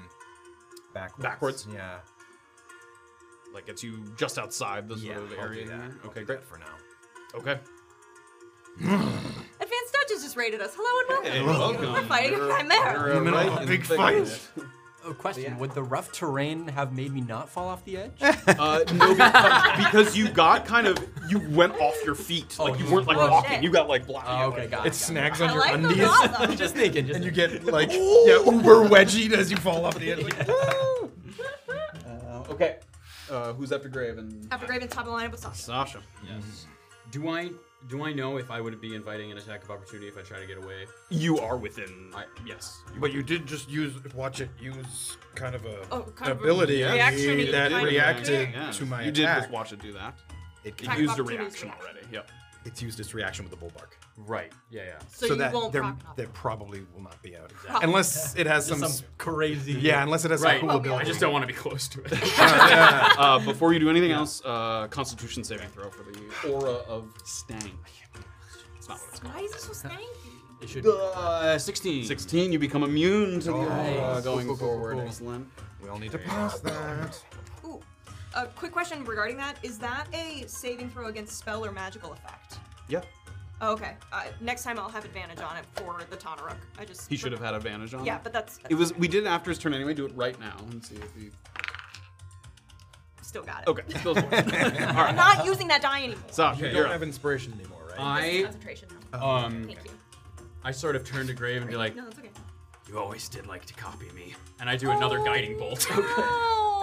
Speaker 3: Backwards.
Speaker 1: Backwards.
Speaker 3: Yeah.
Speaker 1: Like, it's you just outside the
Speaker 3: Yeah,
Speaker 1: sort of
Speaker 3: I'll
Speaker 1: area.
Speaker 3: do that.
Speaker 1: here.
Speaker 3: I'll
Speaker 1: Okay,
Speaker 3: do
Speaker 1: great.
Speaker 3: that for now.
Speaker 1: Okay.
Speaker 2: Advanced Duchess just raided us. Hello and welcome.
Speaker 1: Hey,
Speaker 2: Thank you. We're fighting a chimera.
Speaker 1: You're, uh,
Speaker 3: In the middle
Speaker 1: right
Speaker 3: of a
Speaker 1: in
Speaker 3: big
Speaker 1: the thick of
Speaker 3: fight.
Speaker 1: it.
Speaker 8: A Oh, question: Would the rough terrain have made me not fall off the edge?
Speaker 1: Uh, no, because, because you got kind of you went off your feet.
Speaker 8: Oh,
Speaker 1: Like you
Speaker 8: you-
Speaker 1: weren't like
Speaker 8: oh,
Speaker 1: walking.
Speaker 2: shit. Uh,
Speaker 1: You got like blocked.
Speaker 8: oh, okay, got it.
Speaker 3: It snags on
Speaker 2: I
Speaker 3: your
Speaker 2: like the
Speaker 3: undies.
Speaker 2: thought (laughs) though.
Speaker 8: just thinking. Just
Speaker 3: And you
Speaker 8: thinking.
Speaker 3: get like, yeah, uber wedgied as you fall off the edge. Like,
Speaker 1: Uh, okay. Uh, who's after Graven?
Speaker 2: After Graven's top of the lineup was Sasha.
Speaker 1: Sasha.
Speaker 4: Yes. Do I do I know if I would be inviting an attack of opportunity if I try to get away?
Speaker 1: You are within. I, yes.
Speaker 7: But you did just use watch it use kind of a
Speaker 2: Oh, kind of a
Speaker 7: ability
Speaker 2: reaction
Speaker 7: that
Speaker 2: kind of
Speaker 7: reacted
Speaker 2: thing,
Speaker 1: Yeah.
Speaker 7: to my
Speaker 1: You
Speaker 7: attack.
Speaker 1: did just watch it do that.
Speaker 3: it
Speaker 1: It
Speaker 2: Attack of
Speaker 1: used a
Speaker 2: opportunity is
Speaker 1: reaction
Speaker 2: reaction.
Speaker 1: already. Yep.
Speaker 7: it's used its reaction with the bull bark.
Speaker 4: Right. Yeah, yeah.
Speaker 2: So, you
Speaker 3: that
Speaker 2: won't
Speaker 3: they're,
Speaker 2: proc nothing.
Speaker 3: they probably will not be out.
Speaker 2: Probably. (laughs)
Speaker 3: Unless it has some,
Speaker 8: some
Speaker 3: s-
Speaker 8: crazy.
Speaker 3: yeah, unless it has
Speaker 4: Right.
Speaker 3: some (laughs) cool ability.
Speaker 4: I just don't want to be close to
Speaker 1: (laughs)
Speaker 4: it.
Speaker 1: Uh, before you do anything else, uh, Constitution saving throw for the aura of stank. That's not what it's
Speaker 2: Why is it so stanky?
Speaker 4: It
Speaker 8: (laughs)
Speaker 4: should be.
Speaker 1: called. Uh, 16. 16. You become immune to the aura
Speaker 8: Nice.
Speaker 1: going
Speaker 3: Cool, cool, cool,
Speaker 1: forward.
Speaker 3: cool.
Speaker 1: Excellent.
Speaker 3: we all need to pass that.
Speaker 2: Ooh. A quick question regarding that: Is that a saving throw against spell or magical effect?
Speaker 1: Yeah.
Speaker 2: Oh, okay. Uh, next time I'll have advantage on it for the Tanarook. I just
Speaker 1: He should have had advantage on.
Speaker 2: Yeah,
Speaker 1: it.
Speaker 2: but that's
Speaker 1: It was we did it after his turn anyway. Do it right now and see if he.
Speaker 2: still got it. (laughs)
Speaker 1: Okay, still score. All
Speaker 2: I'm
Speaker 1: right,
Speaker 2: not using that die anymore.
Speaker 1: Sasha,
Speaker 4: You
Speaker 1: you're
Speaker 3: don't
Speaker 1: up.
Speaker 3: have inspiration anymore, right?
Speaker 4: I
Speaker 2: Concentration.
Speaker 1: Oh,
Speaker 4: um
Speaker 2: Thank you.
Speaker 4: I sort of turn to Grave and be like,
Speaker 2: No, Oh. that's okay.
Speaker 4: "You always did like to copy me," and I do another guiding
Speaker 1: (laughs)
Speaker 4: bolt.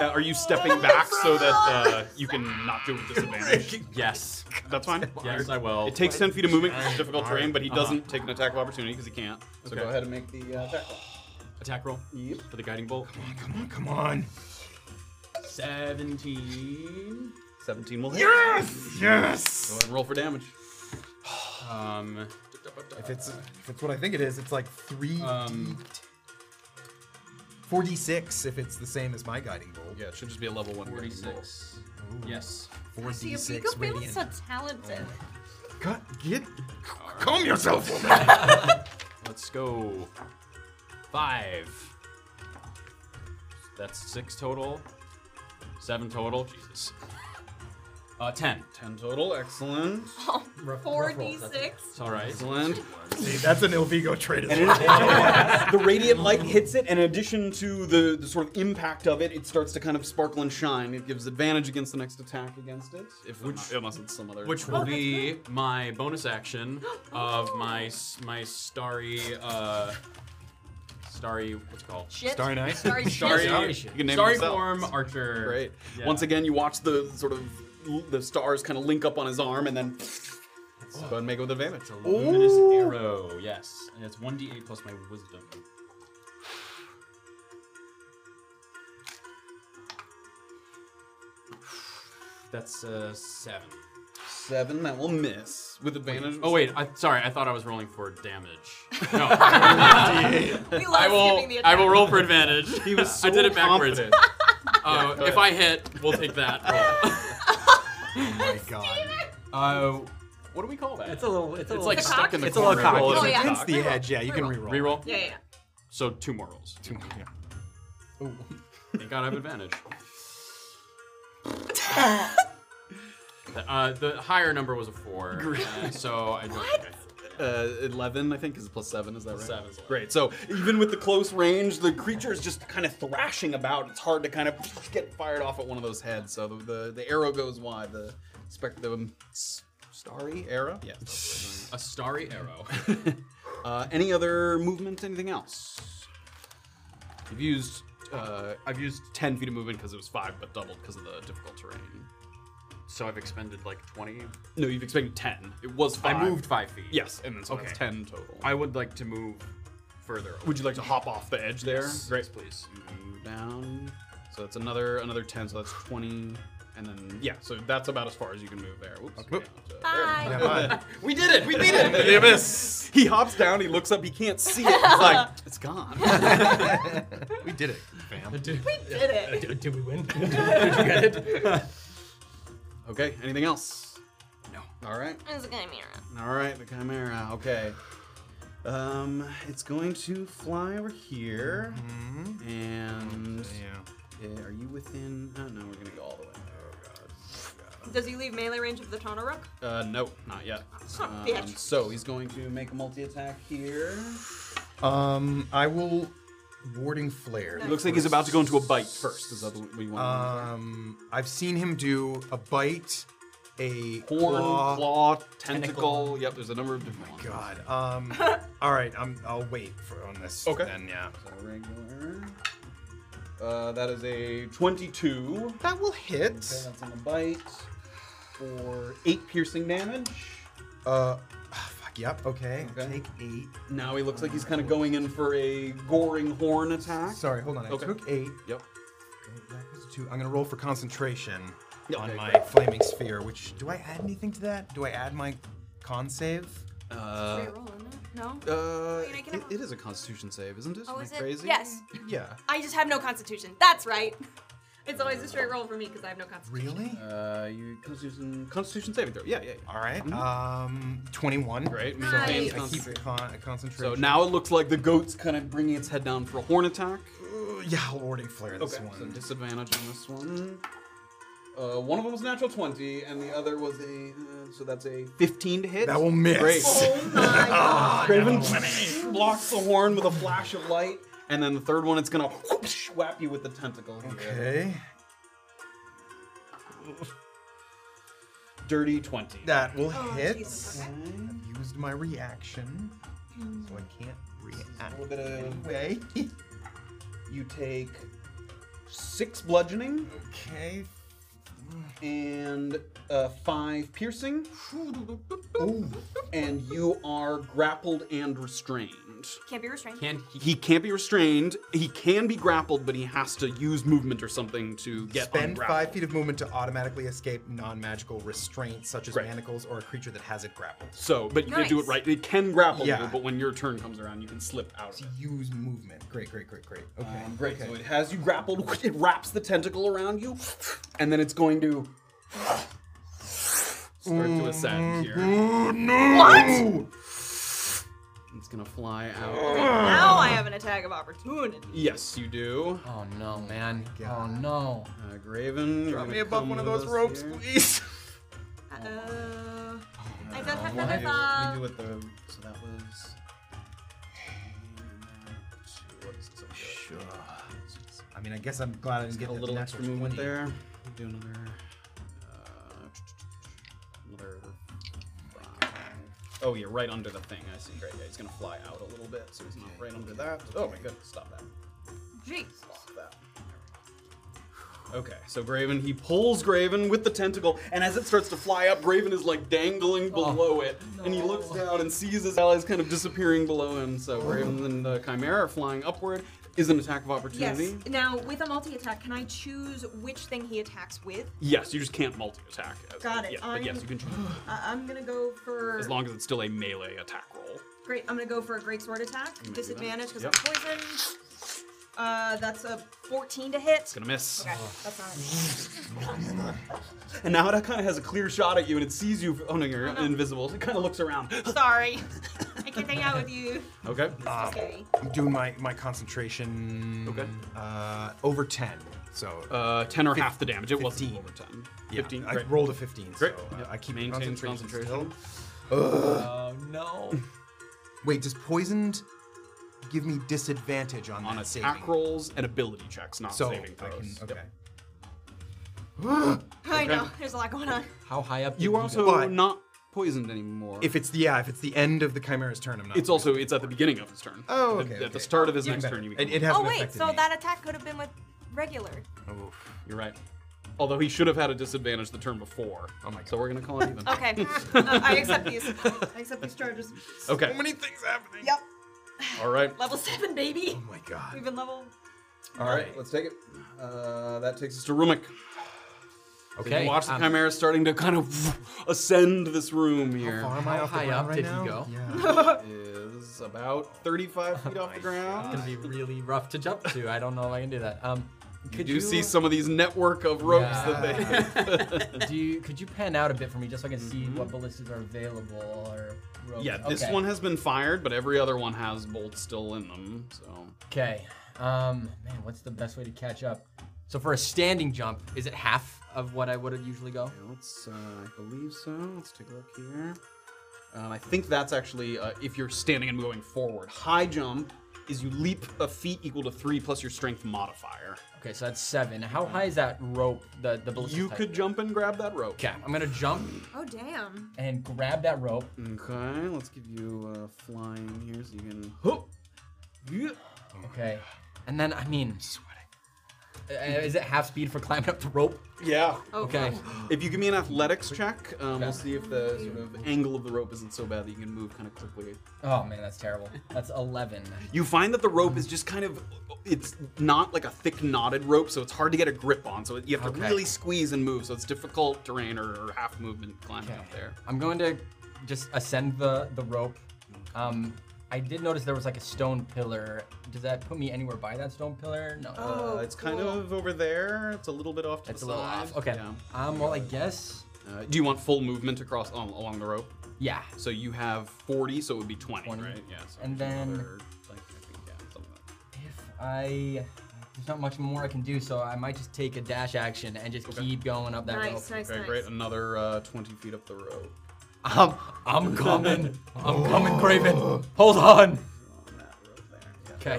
Speaker 1: Uh, are you stepping back so that uh, you can not do it with disadvantage?
Speaker 4: yes.
Speaker 1: That's fine.
Speaker 4: Yes, I will.
Speaker 1: It takes 10 feet of movement 'cause it's difficult terrain, but he doesn't take an attack of opportunity because he can't. So
Speaker 4: Okay.
Speaker 1: go ahead and make the uh, attack.
Speaker 4: attack roll
Speaker 1: Yep.
Speaker 4: for the guiding bolt.
Speaker 3: Uh,
Speaker 7: Come on, come on.
Speaker 4: Seventeen.
Speaker 1: 17 will hit. Yes!
Speaker 7: Yes!
Speaker 1: Go ahead and roll for damage.
Speaker 4: Um,
Speaker 3: If it's if it's what I think it is, it's like three
Speaker 4: Um,
Speaker 3: 46 if it's the same as my guiding bolt.
Speaker 1: Yeah, it should just be a level 1. guiding bolt.
Speaker 4: forty-six. Yes.
Speaker 3: Four
Speaker 2: See,
Speaker 3: D
Speaker 2: if we
Speaker 3: six
Speaker 2: could feel
Speaker 3: radiant. Oh.
Speaker 2: so talented.
Speaker 3: Cut, get
Speaker 7: Calm yourself!
Speaker 3: (laughs)
Speaker 4: Let's go. Five. That's six total. Seven total. Jesus. Uh, ten.
Speaker 1: 10 total. Excellent.
Speaker 2: Four d six.
Speaker 4: It's all right.
Speaker 1: Excellent.
Speaker 7: See, that's an Ilvigo trait as
Speaker 1: (laughs)
Speaker 7: well.
Speaker 1: the radiant light hits it, and in addition to the, the sort of impact of it, it starts to kind of sparkle and shine. It gives advantage against the next attack against it, if which, unless it's some other.
Speaker 4: Which
Speaker 1: one?
Speaker 4: will be my bonus action of my s- my starry uh starry what's it called
Speaker 2: Shit.
Speaker 3: Starry Night.
Speaker 2: Sorry.
Speaker 4: starry
Speaker 1: Starry shit. You can name it
Speaker 4: starry
Speaker 1: yourself.
Speaker 4: form archer.
Speaker 1: (laughs) Great.
Speaker 4: Yeah.
Speaker 1: Once again, you watch the sort of the stars kind of link up on his arm, and then go ahead and make it with advantage.
Speaker 4: It's a luminous arrow. Yes, and it's one d eight plus my wisdom. That's uh seven.
Speaker 1: Seven, that will miss with advantage.
Speaker 4: Oh wait, I, sorry. I thought I was rolling for damage. No, (laughs)
Speaker 2: We love
Speaker 4: I will.
Speaker 2: skipping the attack.
Speaker 4: I will roll for advantage. He was. (laughs) I did it backwards.
Speaker 1: Confident.
Speaker 4: Uh, if I hit, we'll take that. roll.
Speaker 3: Oh my god.
Speaker 8: Uh,
Speaker 4: what do we call that?
Speaker 8: it's a little. It's, a
Speaker 2: (laughs)
Speaker 4: It's
Speaker 8: little
Speaker 4: like
Speaker 2: cock?
Speaker 4: stuck in the
Speaker 8: It's a
Speaker 4: corner.
Speaker 8: little cocky.
Speaker 4: Roll it
Speaker 2: Oh,
Speaker 4: in.
Speaker 2: yeah.
Speaker 3: Against the
Speaker 2: Reroll.
Speaker 3: edge, yeah, you can
Speaker 2: Reroll.
Speaker 3: reroll.
Speaker 4: Reroll.
Speaker 2: Yeah, yeah, yeah.
Speaker 4: So two more rolls.
Speaker 3: Two more, yeah.
Speaker 4: Thank God I
Speaker 1: (laughs)
Speaker 4: have advantage. uh, the higher number was
Speaker 1: (laughs)
Speaker 4: a four, uh, so I don't think
Speaker 1: Uh, Eleven, I think, is plus seven. Is that right?
Speaker 4: seven's eleven.
Speaker 1: Great. So even with the close range, the creature is just kind of thrashing about. It's hard to kind of get fired off at one of those heads. So the the, the arrow goes wide. The spec the um, s- starry arrow. Yes.
Speaker 4: I- a starry arrow. (laughs)
Speaker 1: Uh, any other movement? Anything else? You've used used uh, I've used ten feet of movement because it was five, but doubled because of the difficult terrain.
Speaker 4: So I've expended like 20.
Speaker 1: No, you've expected ten. It was five.
Speaker 4: I moved five feet.
Speaker 1: Yes, and then so that's
Speaker 4: Okay.
Speaker 1: ten total.
Speaker 4: I would like to move further. away.
Speaker 1: Would you like to hop off the edge there?
Speaker 4: Yes,
Speaker 1: Great.
Speaker 4: please.
Speaker 1: Move down. So that's another another ten. So that's twenty. And then yeah, so that's about as far as you can move there. Whoops. Uh,
Speaker 3: Whoop.
Speaker 1: down to-
Speaker 2: Bye.
Speaker 3: Yeah, bye.
Speaker 4: We did it! We beat it!
Speaker 1: The abyss. He hops down. He looks up. He can't see it. He's like, it's gone.
Speaker 3: we did it, fam.
Speaker 8: Did,
Speaker 2: Did it.
Speaker 8: did, did we win? (laughs) did you get it?
Speaker 1: okay. Anything else?
Speaker 4: No.
Speaker 1: All right.
Speaker 2: It's a chimera.
Speaker 1: All right. The chimera. Okay. Um, it's going to fly over here, and uh, are you within? Oh no, we're gonna go all the way.
Speaker 2: Does he leave melee range of the Tana Rook?
Speaker 1: Uh, no, not yet.
Speaker 2: Son of a
Speaker 7: Um,
Speaker 2: bitch.
Speaker 1: Um, so he's going to make a multi-attack here.
Speaker 3: Um, I will warding flare.
Speaker 1: It looks like he's about to go into a bite first. Is that what you want?
Speaker 3: Um, I've seen him do a bite, a
Speaker 1: Horn,
Speaker 3: claw.
Speaker 1: claw, tentacle. Yep, there's a number of different ones.
Speaker 3: God. Um. (laughs) all right. I'm. I'll wait for on this.
Speaker 1: Okay.
Speaker 3: Then yeah.
Speaker 1: So regular. Uh, that is a 22.
Speaker 3: That will
Speaker 1: Okay,
Speaker 3: hit.
Speaker 1: that's on a bite for eight piercing damage.
Speaker 3: Uh. ah, Fuck. Yep. Okay.
Speaker 1: Okay.
Speaker 3: Take eight.
Speaker 1: Now he looks like he's kind of going in for a goring horn attack.
Speaker 3: Sorry. Hold on. I
Speaker 1: Okay.
Speaker 3: took eight.
Speaker 1: Yep.
Speaker 3: That goes to two. I'm gonna roll for concentration
Speaker 1: Yeah,
Speaker 3: on
Speaker 1: okay,
Speaker 3: my
Speaker 1: great.
Speaker 3: flaming sphere. Which do I add anything to that? Do I add my con save?
Speaker 1: Uh,
Speaker 2: Reroll, isn't it? No.
Speaker 1: uh,
Speaker 2: Wait, I can-
Speaker 1: it, it is a Constitution save, isn't it?
Speaker 2: Oh,
Speaker 1: Am I
Speaker 2: is it?
Speaker 1: crazy?
Speaker 2: Yes.
Speaker 3: Yeah.
Speaker 2: I just have no constitution. That's right. It's always a straight roll for me because I have no constitution.
Speaker 3: Really?
Speaker 1: Uh, you Constitution Constitution saving throw. Yeah, yeah. yeah.
Speaker 3: All right. Um. Twenty-one.
Speaker 1: mm-hmm. Great.
Speaker 2: Nice.
Speaker 3: I
Speaker 1: maintains
Speaker 2: I
Speaker 3: keep
Speaker 1: concentration.
Speaker 3: con- uh, concentration.
Speaker 1: So now it looks like the goat's kind of bringing its head down for a horn attack.
Speaker 3: Uh, yeah, I'll warding flare this
Speaker 1: So
Speaker 3: one.
Speaker 1: disadvantage on this one. Uh, one of them was natural 20, and the other was a. Uh, so that's a 15 to hit.
Speaker 3: That will miss.
Speaker 1: Great.
Speaker 2: Oh
Speaker 1: (laughs)
Speaker 2: my god.
Speaker 1: Craven (laughs) blocks the horn with a flash of light, and then the third one, it's gonna whoosh, whap you with the tentacle. here.
Speaker 3: Okay.
Speaker 1: Dirty 20.
Speaker 3: That will
Speaker 2: Oh,
Speaker 3: hit.
Speaker 2: Jesus, okay.
Speaker 3: I've used my reaction, so I can't react
Speaker 1: A little bit of.
Speaker 3: anyway.
Speaker 1: You take six bludgeoning
Speaker 3: okay.
Speaker 1: and uh, five piercing,
Speaker 3: Ooh.
Speaker 1: and you are grappled and restrained.
Speaker 2: Can't be restrained.
Speaker 4: Can he
Speaker 1: He can't be restrained. He can be grappled, but he has to use movement or something to get
Speaker 3: Spend
Speaker 1: ungrappled.
Speaker 3: five feet of movement to automatically escape non-magical restraints such as
Speaker 1: Great.
Speaker 3: manacles or a creature that has it grappled.
Speaker 1: So, but you can do it
Speaker 2: Nice.
Speaker 1: right. It can grapple
Speaker 3: Yeah.
Speaker 1: you, but when your turn comes around, you can slip out.
Speaker 3: To use movement. Great, great, great, great. Okay.
Speaker 1: Um, great.
Speaker 3: Okay.
Speaker 1: So it has you grappled. It wraps the tentacle around you, and then it's going to start to ascend here.
Speaker 2: What?
Speaker 1: It's gonna fly out.
Speaker 2: Now I have an attack of opportunity.
Speaker 1: Yes, you do.
Speaker 8: Oh no, man. Oh no.
Speaker 1: Uh, Graven, drop
Speaker 3: me above one of those ropes, please.
Speaker 2: Uh, I don't have
Speaker 1: Let
Speaker 2: another
Speaker 1: me
Speaker 2: thought.
Speaker 1: do it the. So that was. What is this? Sure.
Speaker 3: I mean, I guess I'm glad I didn't get
Speaker 1: Get a
Speaker 3: that
Speaker 1: little
Speaker 3: natural
Speaker 1: extra movement
Speaker 3: 20.
Speaker 1: there. Do another. Uh, another. Five. Oh, you're right under the thing. I see. Great. Yeah, he's gonna fly out a little bit, so he's not right under that. Oh my goodness! Stop that.
Speaker 2: Jeez.
Speaker 1: Stop that. Okay, so Graven, he pulls Graven with the tentacle, and as it starts to fly up, Graven is like dangling below it, and he looks down and sees his allies kind of disappearing below him. So Graven and the Chimera are flying upward. Is an attack of
Speaker 2: Yes.
Speaker 1: opportunity?
Speaker 2: Now, with a multi attack, can I choose which thing he attacks with?
Speaker 1: Yes, you just can't multi-attack. as-
Speaker 2: Got it.
Speaker 1: Yeah, but yes, you can try.
Speaker 2: Uh, I'm gonna go for.
Speaker 1: As long as it's still a melee attack roll.
Speaker 2: Great. I'm gonna go for a great sword attack.
Speaker 1: do that.
Speaker 2: Disadvantage because
Speaker 1: Yep.
Speaker 2: I'm poisoned. Uh, that's a 14 to hit.
Speaker 1: It's gonna miss.
Speaker 2: Okay, that's not it.
Speaker 1: And now it kind of has a clear shot at you, and it sees you. Oh no, you're invisible. It kind of looks around. (laughs)
Speaker 2: Sorry. I can't hang out with you.
Speaker 1: okay. Ah.
Speaker 2: It's scary.
Speaker 3: I'm doing my my concentration.
Speaker 1: Okay.
Speaker 3: Uh, over ten. So
Speaker 1: Uh, ten or half the damage. It wasn't
Speaker 3: 15.
Speaker 1: over ten.
Speaker 3: yeah,
Speaker 1: Fifteen.
Speaker 3: I
Speaker 1: great.
Speaker 3: rolled a fifteen.
Speaker 1: Great.
Speaker 3: So uh,
Speaker 1: Yep.
Speaker 3: I keep
Speaker 1: Maintains
Speaker 3: concentration.
Speaker 1: concentration.
Speaker 3: still. Ugh.
Speaker 8: Oh no.
Speaker 3: Wait, does poisoned give me disadvantage
Speaker 1: (laughs)
Speaker 3: on,
Speaker 1: on
Speaker 3: that
Speaker 1: attack
Speaker 3: saving?
Speaker 1: rolls and ability checks, not
Speaker 3: So
Speaker 1: saving
Speaker 3: I
Speaker 1: throws.
Speaker 3: can.
Speaker 1: Yep.
Speaker 3: Okay.
Speaker 2: I know. There's a lot going on.
Speaker 8: How high up? did
Speaker 1: You are also
Speaker 3: But-
Speaker 1: not poisoned anymore.
Speaker 6: If it's the yeah, if it's the end of the Chimera's turn, I'm not.
Speaker 1: it's also it's at the beginning of his turn.
Speaker 6: Oh,
Speaker 1: At the-
Speaker 6: okay,
Speaker 1: At the
Speaker 6: okay.
Speaker 1: start of his
Speaker 6: Even
Speaker 1: next
Speaker 6: better.
Speaker 1: turn, you
Speaker 6: It,
Speaker 1: become.
Speaker 6: it
Speaker 2: Oh
Speaker 6: hasn't
Speaker 2: wait,
Speaker 6: affected
Speaker 2: so
Speaker 6: me.
Speaker 2: that attack could have been with regular.
Speaker 1: You're right. Although he should have
Speaker 4: Oh,
Speaker 1: had a disadvantage the turn before. Oh my god. So we're gonna call it even.
Speaker 2: Okay, (laughs) uh, I accept these. I accept these charges.
Speaker 1: okay.
Speaker 6: many things happening.
Speaker 2: Yep,
Speaker 1: All right.
Speaker 2: level seven, baby.
Speaker 6: Oh my god.
Speaker 2: We've been level.
Speaker 1: All right. (laughs) Let's take it. Uh, that takes us to Rumik.
Speaker 8: Okay.
Speaker 1: watch the
Speaker 8: um,
Speaker 1: chimera starting to kind of ascend this room here.
Speaker 6: Far am
Speaker 8: How
Speaker 6: I off the
Speaker 8: high
Speaker 6: ground
Speaker 8: up
Speaker 6: right
Speaker 8: did he
Speaker 6: now?
Speaker 8: go?
Speaker 6: Yeah.
Speaker 1: Is about 35 feet off the ground.
Speaker 8: It's gonna be really rough to jump to. I don't know if I can do that. Um,
Speaker 1: You
Speaker 8: could
Speaker 1: do see some of these network of ropes (laughs) that they.
Speaker 8: Do you, could you pan out a bit for me just so I can see what ballistas are available or? ropes?
Speaker 1: Mm-hmm. (laughs) yeah, this
Speaker 8: Okay.
Speaker 1: one has been fired, but every other one has bolts still in them. So
Speaker 8: Okay. Um, man, what's the best way to catch up? So for a standing jump, is it half of what I would usually go?
Speaker 1: Yeah, let's. Uh, I believe so. Let's take a look here. Um, I think that's actually uh, if you're standing and going forward. High jump is you leap a feet equal to three plus your strength modifier.
Speaker 8: Okay, so that's seven. How high is that rope? The the ballista.
Speaker 1: You could jump and grab that rope.
Speaker 8: Okay, I'm gonna jump
Speaker 2: Oh damn.
Speaker 8: and grab that rope.
Speaker 1: Okay, let's give you uh, flying here so you can. Hoop. Yeah.
Speaker 8: Okay, and then I mean, sweating. Is it half speed for climbing up the rope?
Speaker 1: Yeah.
Speaker 2: Oh,
Speaker 8: Okay.
Speaker 2: wow.
Speaker 1: If you give me an athletics check, um,
Speaker 8: Okay.
Speaker 1: we'll see if the sort of angle of the rope isn't so bad that you can move kind of quickly.
Speaker 8: Oh man, that's terrible. That's eleven.
Speaker 1: You find that the rope is just kind of. It's not like a thick knotted rope, so it's hard to get a grip on. So you have to
Speaker 8: Okay.
Speaker 1: really squeeze and move. So it's difficult terrain or, or half movement climbing up there.
Speaker 8: I'm going to just ascend the the rope. Um, I did notice there was like a stone pillar. Does that put me anywhere by that stone pillar? No.
Speaker 2: Oh,
Speaker 1: Uh, it's kind
Speaker 2: cool.
Speaker 1: of over there. It's a little bit off to
Speaker 8: It's a
Speaker 1: the
Speaker 8: little
Speaker 1: side.
Speaker 8: off. Okay.
Speaker 1: Yeah.
Speaker 8: Um, well, I guess.
Speaker 1: Uh, do you want full movement across on, along the rope?
Speaker 8: Yeah.
Speaker 1: So you have 40, so it would be 20,
Speaker 8: 20.
Speaker 1: right? Yeah. So
Speaker 8: And
Speaker 1: there's
Speaker 8: then-
Speaker 1: another, like, I think, yeah, something like that.
Speaker 8: If I there's not much more I can do, so I might just take a dash action and just keep going up that
Speaker 2: Nice,
Speaker 8: rope.
Speaker 2: nice,
Speaker 1: Okay,
Speaker 2: nice.
Speaker 1: great. Another uh, 20 feet up the rope.
Speaker 8: I'm, I'm coming. I'm coming, Craven. Hold on. Okay.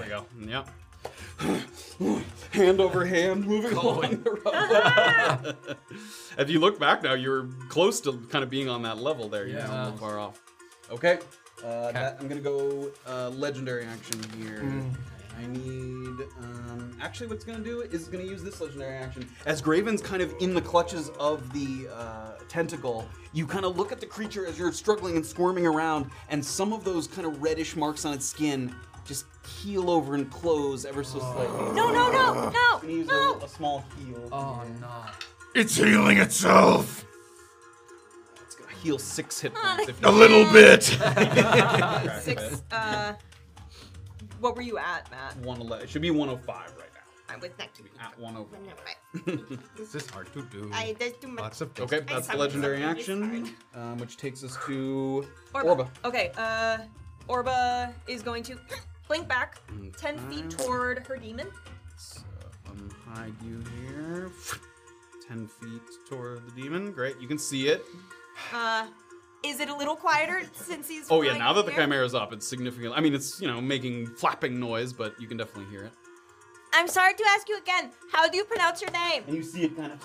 Speaker 1: There we go. Yep. hand over hand, moving along the rope. if you look back now, you're close to kind of being on that level there. You're not a little far off. Okay. Hmm. Uh, that, I'm gonna go uh, legendary action here. I need. Um, actually, what's gonna do is gonna use this legendary action. As Graven's kind of in the clutches of the uh, tentacle, you kind of look at the creature as you're struggling and squirming around, and some of those kind of reddish marks on its skin just heel over and close ever so slightly.
Speaker 2: No, no, no,
Speaker 1: I'm gonna
Speaker 2: no,
Speaker 1: use
Speaker 2: no.
Speaker 1: a, a small heal.
Speaker 8: Oh no.
Speaker 7: It's healing itself
Speaker 1: It's gonna heal six hit points. If
Speaker 7: a little
Speaker 2: (laughs)
Speaker 7: bit.
Speaker 2: Six. Uh, what were you at, Matt?
Speaker 1: One eleven. It should be 105 right now. oh
Speaker 2: I'm with Nectar.
Speaker 1: At 105.
Speaker 6: This is hard to do.
Speaker 2: I there's too
Speaker 6: (laughs)
Speaker 2: much.
Speaker 6: Lots of things.
Speaker 1: Okay,
Speaker 2: I
Speaker 1: that's
Speaker 2: suck.
Speaker 1: legendary
Speaker 2: It's
Speaker 1: action, um, which takes us to
Speaker 2: Orba.
Speaker 1: Orba.
Speaker 2: Okay, uh, Orba is going to (clears throat) blink back
Speaker 1: Mm,
Speaker 2: 10 feet
Speaker 1: Okay.
Speaker 2: toward her demon.
Speaker 1: So I'm gonna hide you here. Ten feet toward the demon. Great, you can see it.
Speaker 2: Uh, is it a little quieter since he's.
Speaker 1: Oh yeah,
Speaker 2: flying
Speaker 1: now that the
Speaker 2: in the air?
Speaker 1: chimera's up, it's significant. I mean, it's you know making flapping noise, but you can definitely hear it.
Speaker 2: I'm sorry to ask you again. How do you pronounce your
Speaker 1: (laughs)
Speaker 2: name?
Speaker 1: And you see it kind of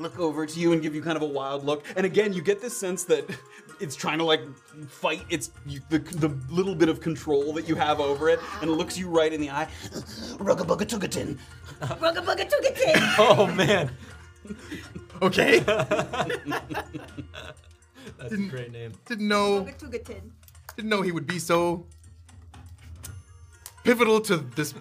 Speaker 1: (laughs) look over to you and give you kind of a wild look. And again, you get this sense that (laughs) it's trying to like fight its you, the, the little bit of control that you have over it, and it looks you right in the eye. Rugabugatugatin.
Speaker 2: Bugga bugga tugga
Speaker 1: (laughs)
Speaker 2: ting.
Speaker 8: Oh man.
Speaker 7: Okay.
Speaker 8: That's a great name.
Speaker 7: Didn't know.
Speaker 2: Bugga tugga ting.
Speaker 7: Didn't know he would be so pivotal to this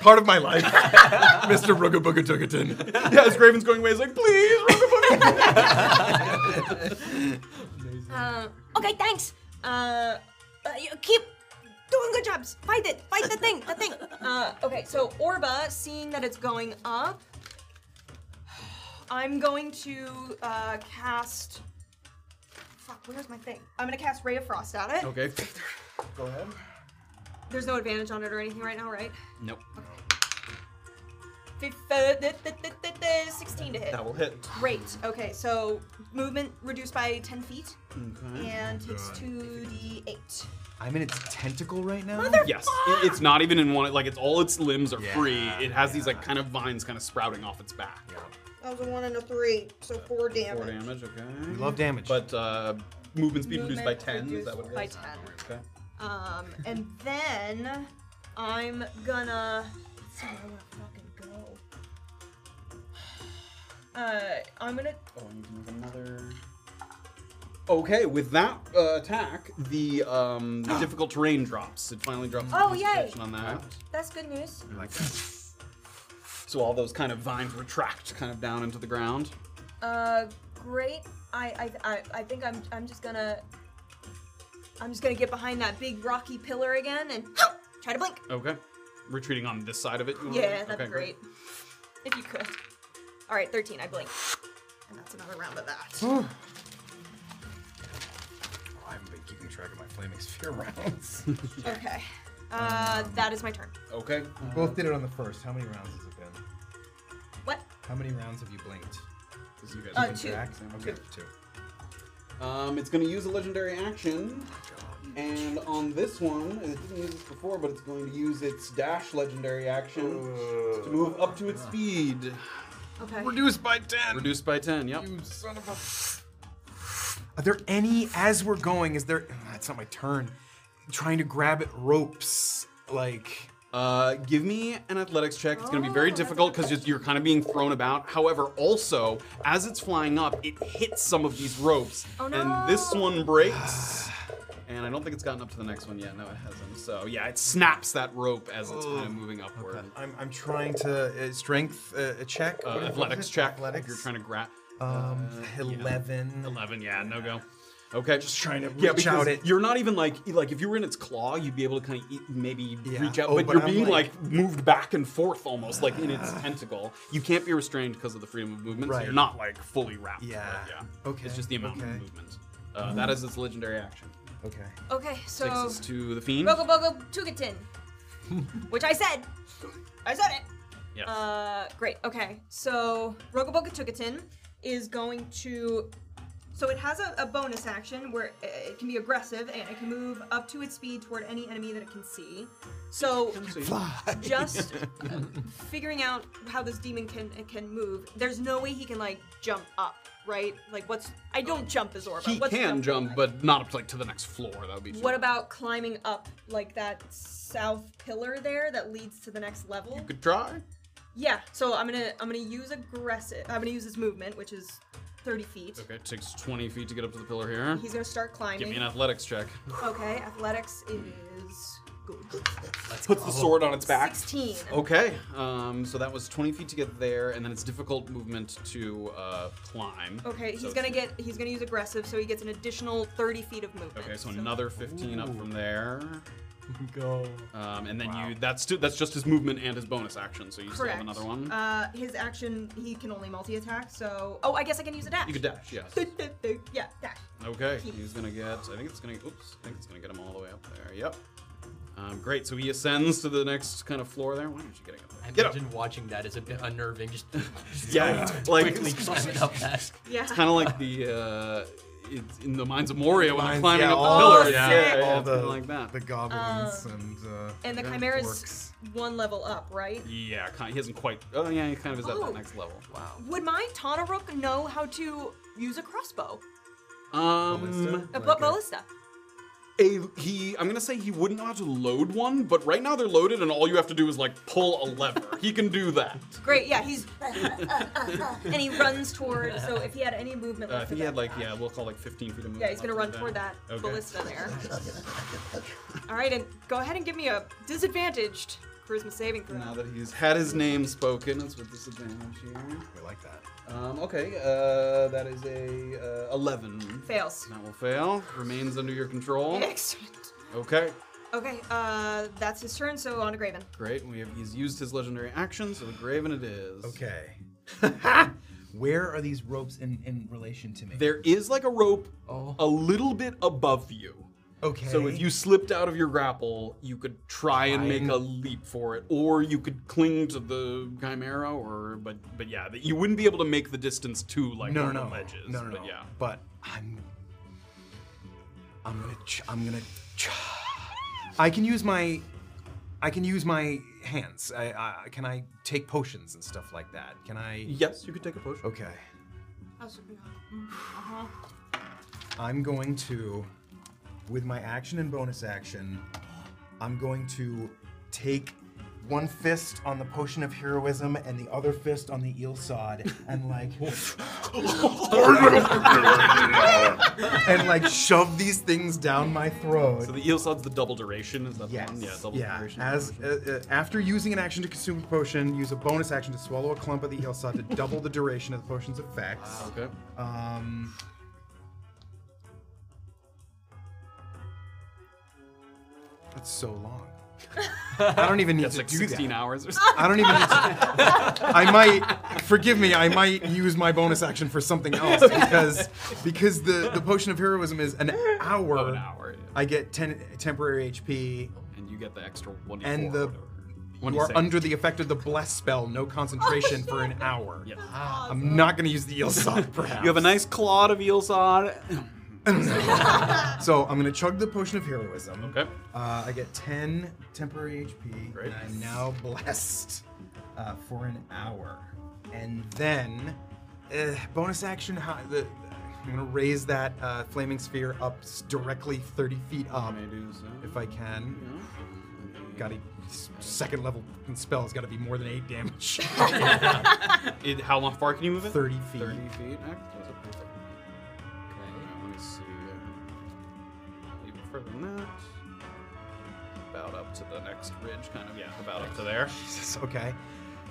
Speaker 7: part of my
Speaker 1: (laughs)
Speaker 7: life, Mr. Rugabugatugatin.
Speaker 1: Yeah, as Graven's going away, he's like, please, Rugabugatin.
Speaker 8: (laughs)
Speaker 2: Uh, okay, thanks. Uh, uh, you keep doing good jobs. Fight it. Fight the thing. The thing. Uh, okay, so Orba, seeing that it's going up, I'm going to uh, cast. Fuck, where's my thing? I'm going to cast Ray of Frost at it.
Speaker 1: okay.
Speaker 6: Go ahead.
Speaker 2: There's no advantage on it or anything right now, right?
Speaker 1: Nope.
Speaker 2: Fif- uh, th- th- th- th- th- 16 to hit.
Speaker 1: That will hit.
Speaker 2: Great. Okay, so movement reduced by 10 feet
Speaker 1: Okay.
Speaker 2: and it's 2d8.
Speaker 6: I'm in its tentacle right now.
Speaker 2: Mother-
Speaker 1: Yes, it- it's not even in one. Like it's all its limbs are
Speaker 6: Yeah,
Speaker 1: free. It has these like kind of vines kind of sprouting off its back.
Speaker 2: That was a 1 and a 3, so 4 damage.
Speaker 1: Four damage. Okay.
Speaker 6: We love damage.
Speaker 1: But uh, movement speed reduced by
Speaker 2: Movement
Speaker 1: 10. Is that
Speaker 2: reduced
Speaker 1: what it
Speaker 2: by
Speaker 1: is?
Speaker 2: 10.
Speaker 1: Okay.
Speaker 2: Um, and then I'm gonna. let's see where I wanna fucking go. (sighs) Uh, I'm gonna.
Speaker 1: Oh, I need to make another. Okay, with that uh, attack, the um, (gasps) the difficult terrain drops. It finally drops. the
Speaker 2: Oh, yay.
Speaker 1: concentration On that.
Speaker 2: That's good news.
Speaker 1: So all those kind of vines retract kind of down into the ground.
Speaker 2: Uh, great. I I, I, I think I'm I'm just gonna. I'm just gonna get behind that big rocky pillar again and (gasps) try to blink.
Speaker 1: Okay. Retreating on this side of it. you wanna-
Speaker 2: Yeah, that'd
Speaker 1: okay,
Speaker 2: be great. If you could. All right, 13. I blink. And that's another round of that.
Speaker 3: Oh,
Speaker 6: I haven't been keeping track of my flaming
Speaker 3: (laughs)
Speaker 6: sphere rounds.
Speaker 2: okay. Uh, that is my turn.
Speaker 1: Okay.
Speaker 3: We both did it on the first. How many rounds has it been?
Speaker 2: What?
Speaker 3: How many rounds have you blinked?
Speaker 1: Because you guys
Speaker 2: Uh,
Speaker 1: can
Speaker 2: two.
Speaker 1: interact.
Speaker 3: Okay,
Speaker 1: Okay.
Speaker 3: two.
Speaker 1: Um, it's going to use a legendary action. And on this one, it didn't use this before, but it's going to use its dash legendary action to move up to its speed.
Speaker 2: Okay.
Speaker 6: Reduced by 10.
Speaker 1: Reduced by 10,
Speaker 2: Mm.
Speaker 1: yep.
Speaker 6: Son of a.
Speaker 3: Are there any as we're going? Is there? Ah, It's not my turn. Trying to grab at ropes, like
Speaker 1: Uh, give me an athletics check. It's going to be very
Speaker 2: Oh, that's
Speaker 1: difficult
Speaker 2: a good
Speaker 1: because you're kind of being thrown about. However, also, as it's flying up, it hits some of these ropes.
Speaker 2: Oh,
Speaker 1: And this
Speaker 2: no.
Speaker 1: one breaks. and I don't think it's gotten up to the next one yet. No, it hasn't. So, yeah, it snaps that rope as it's kind of moving upward.
Speaker 3: I'm, I'm trying to uh, strength uh, a check.
Speaker 1: Uh,
Speaker 3: What is-
Speaker 1: athletics
Speaker 3: what is it?
Speaker 1: check.
Speaker 3: Athletics.
Speaker 1: If you're trying to Uh, grab.
Speaker 3: Um, eleven.
Speaker 1: 11, yeah, no go. Okay, just
Speaker 3: trying to
Speaker 1: yeah,
Speaker 3: reach
Speaker 1: because
Speaker 3: out at-
Speaker 1: You're not even like e, like if you were in its claw, you'd be able to kind of eat, maybe
Speaker 3: Yeah.
Speaker 1: reach out,
Speaker 3: Oh,
Speaker 1: but,
Speaker 3: but
Speaker 1: you're
Speaker 3: I'm
Speaker 1: being like,
Speaker 3: like-
Speaker 1: moved back and forth almost like in
Speaker 3: (sighs)
Speaker 1: its tentacle. You can't be restrained because of the freedom of movement, so
Speaker 3: Right.
Speaker 1: you're not like fully wrapped. in it,
Speaker 3: Yeah.
Speaker 1: yeah.
Speaker 3: Okay,
Speaker 1: It's just the amount
Speaker 3: okay.
Speaker 1: of movement. Uh, That is its legendary action.
Speaker 3: Okay.
Speaker 2: Okay, so.
Speaker 1: Takes us to the fiend.
Speaker 2: Bogo Bogo
Speaker 1: (laughs)
Speaker 2: Tugatin. which I said. I said it.
Speaker 1: Yes.
Speaker 2: Uh, great. Okay, so Rogoboga Tugatin is going to. So it has a, a bonus action where i- it can be aggressive and it can move up to its speed toward any enemy that it can see. So
Speaker 3: (laughs)
Speaker 2: just uh, figuring out how this demon can can move. There's no way he can like jump up, right? Like what's? I don't jump as Orba.
Speaker 1: he
Speaker 2: what's
Speaker 1: can
Speaker 2: jumping
Speaker 1: jump,
Speaker 2: like?
Speaker 1: but not up to, like to the next floor. That would be.
Speaker 2: What
Speaker 1: too-
Speaker 2: about climbing up like that south pillar there that leads to the next level?
Speaker 1: Could try.
Speaker 2: Yeah. So I'm gonna I'm gonna use aggressive. I'm gonna use this movement, which is 30 feet.
Speaker 1: Okay, it takes 20 feet to get up to the pillar here.
Speaker 2: He's gonna start climbing.
Speaker 1: Give me an athletics check.
Speaker 2: okay. Athletics is good.
Speaker 1: Puts the sword on its back. Oh.
Speaker 2: 16.
Speaker 1: Okay, um, so that was 20 feet to get there, and then it's difficult movement to uh, climb.
Speaker 2: Okay. He's
Speaker 1: So
Speaker 2: gonna
Speaker 1: it's-
Speaker 2: get he's gonna use aggressive, so he gets an additional 30 feet of movement.
Speaker 1: Okay, so another 15 up from there,
Speaker 8: Go.
Speaker 1: um, and then you—that's stu- that's just his movement and his bonus action. So you still
Speaker 2: Correct.
Speaker 1: have another one.
Speaker 2: Uh, his action he can only multi attack. So oh, I guess I can use a dash.
Speaker 1: you could dash, yes.
Speaker 2: (laughs) yeah, dash.
Speaker 1: Okay, he's gonna get. I think it's gonna. Oops, I think it's gonna get him all the way up there. Yep. Um, great. So he ascends to the next kind of floor there. Why aren't you getting up
Speaker 8: I
Speaker 1: there? Get up.
Speaker 8: imagine watching that is a bit unnerving. (laughs) Just
Speaker 1: Yeah, (laughs) like
Speaker 8: quickly climbing up that.
Speaker 2: Yeah.
Speaker 1: It's kind of like the uh, it's in the Mines of Moria when they're
Speaker 3: Mines,
Speaker 1: climbing
Speaker 3: yeah,
Speaker 1: up
Speaker 3: all
Speaker 1: the pillar.
Speaker 2: the-
Speaker 1: yeah,
Speaker 2: sick.
Speaker 1: yeah, yeah,
Speaker 3: All
Speaker 1: it's kinda
Speaker 3: the-
Speaker 1: like that.
Speaker 3: The goblins
Speaker 2: Um,
Speaker 3: and uh,
Speaker 2: And the
Speaker 1: Yeah.
Speaker 2: Chimera's
Speaker 3: Orcs.
Speaker 2: one level up, right?
Speaker 1: Yeah, kind he hasn't quite. Oh yeah, he kind of is at
Speaker 2: Oh.
Speaker 1: that next level.
Speaker 2: Would my Tanarook know how to use a crossbow?
Speaker 1: Um,
Speaker 2: A bu-
Speaker 3: Like uh, a-
Speaker 2: Uh, ballista.
Speaker 1: a, he. I'm gonna say he wouldn't know how to load one, but right now they're loaded, and all you have to do is like pull a (laughs) lever. he can do that.
Speaker 2: Great, yeah, he's. (laughs) and he runs toward. So if he had any movement
Speaker 1: Uh, I
Speaker 2: left,
Speaker 1: think
Speaker 2: of
Speaker 1: he had
Speaker 2: that-
Speaker 1: like yeah, we'll call like 15 feet of movement.
Speaker 2: Yeah, he's gonna
Speaker 1: left
Speaker 2: run
Speaker 1: in
Speaker 2: toward that
Speaker 1: Okay.
Speaker 2: ballista there. All right, and go ahead and give me a disadvantaged charisma saving throw.
Speaker 1: Now that he's had his name spoken, it's with disadvantage here.
Speaker 6: We like that.
Speaker 1: Um, okay, uh, that is a uh, 11.
Speaker 2: Fails.
Speaker 1: That will fail. Remains under your control.
Speaker 2: (laughs) Excellent.
Speaker 1: Okay,
Speaker 2: Okay, uh, that's his turn. So on to Graven.
Speaker 1: great. We have he's used his legendary action, so the Graven it is.
Speaker 3: Okay.
Speaker 1: (laughs)
Speaker 3: Where are these ropes in, in relation to me?
Speaker 1: There is like a rope a little bit above you.
Speaker 3: Oh. okay.
Speaker 1: So if you slipped out of your grapple, you could try and make a leap for it, or you could cling to the chimera, or but but yeah, that you wouldn't be able to make the distance to like
Speaker 3: no,
Speaker 1: one
Speaker 3: no, no,
Speaker 1: of the ledges.
Speaker 3: no, no, no.
Speaker 1: but yeah.
Speaker 3: But I'm, I'm gonna, ch- I'm gonna, ch- I can use my, I can use my hands. I, I, can I take potions and stuff like that? Can I?
Speaker 1: Yes, you could take a potion.
Speaker 3: Okay. I'm going to, with my action and bonus action, I'm going to take one fist on the potion of heroism and the other fist on the eel sod and like (laughs) and like shove these things down my throat.
Speaker 1: So the eel sod's the double duration. Is that
Speaker 3: Yes.
Speaker 1: the one? Yeah, double
Speaker 3: yeah.
Speaker 1: duration.
Speaker 3: As uh, uh, after using an action to consume a potion, use a bonus action to swallow a clump of the
Speaker 1: (laughs)
Speaker 3: eel sod to double the duration of the potion's effects.
Speaker 1: Ah, okay.
Speaker 3: Um, that's so
Speaker 1: (laughs)
Speaker 3: long. I don't even need
Speaker 1: That's
Speaker 3: to
Speaker 1: like
Speaker 3: do
Speaker 1: 16
Speaker 3: that.
Speaker 1: hours or something.
Speaker 3: I don't even. Need to, (laughs) I might forgive me. I might use my bonus action for
Speaker 1: (laughs)
Speaker 3: something else because because the the potion of heroism is an hour.
Speaker 1: Oh, an hour. Yeah.
Speaker 3: I get ten temporary HP.
Speaker 1: and you get the extra one.
Speaker 3: And the-
Speaker 1: One
Speaker 3: You are under the effect of the bless spell, no concentration for an hour.
Speaker 1: Yes.
Speaker 3: I'm not going to use the
Speaker 1: (laughs)
Speaker 3: eel sod, perhaps.
Speaker 1: You have a nice clod of eel sod.
Speaker 3: (laughs) So I'm gonna chug the potion of heroism.
Speaker 1: Okay.
Speaker 3: Uh, I get 10 temporary HP.
Speaker 1: Great.
Speaker 3: And I'm now blessed uh, for an hour. And then, uh, bonus action. hi- the, I'm gonna raise that uh, flaming sphere up s- directly 30 feet up
Speaker 1: uh,
Speaker 3: if I can. Gotta s- second level spell's gotta be more than eight (laughs) damage.
Speaker 1: It, how long far can you move it?
Speaker 3: 30 feet.
Speaker 1: 30 feet. Okay, that's a perfect. Okay, let me see. Even further than that. About up to the next ridge, kind of. Yeah, about up to there.
Speaker 3: Jesus, okay.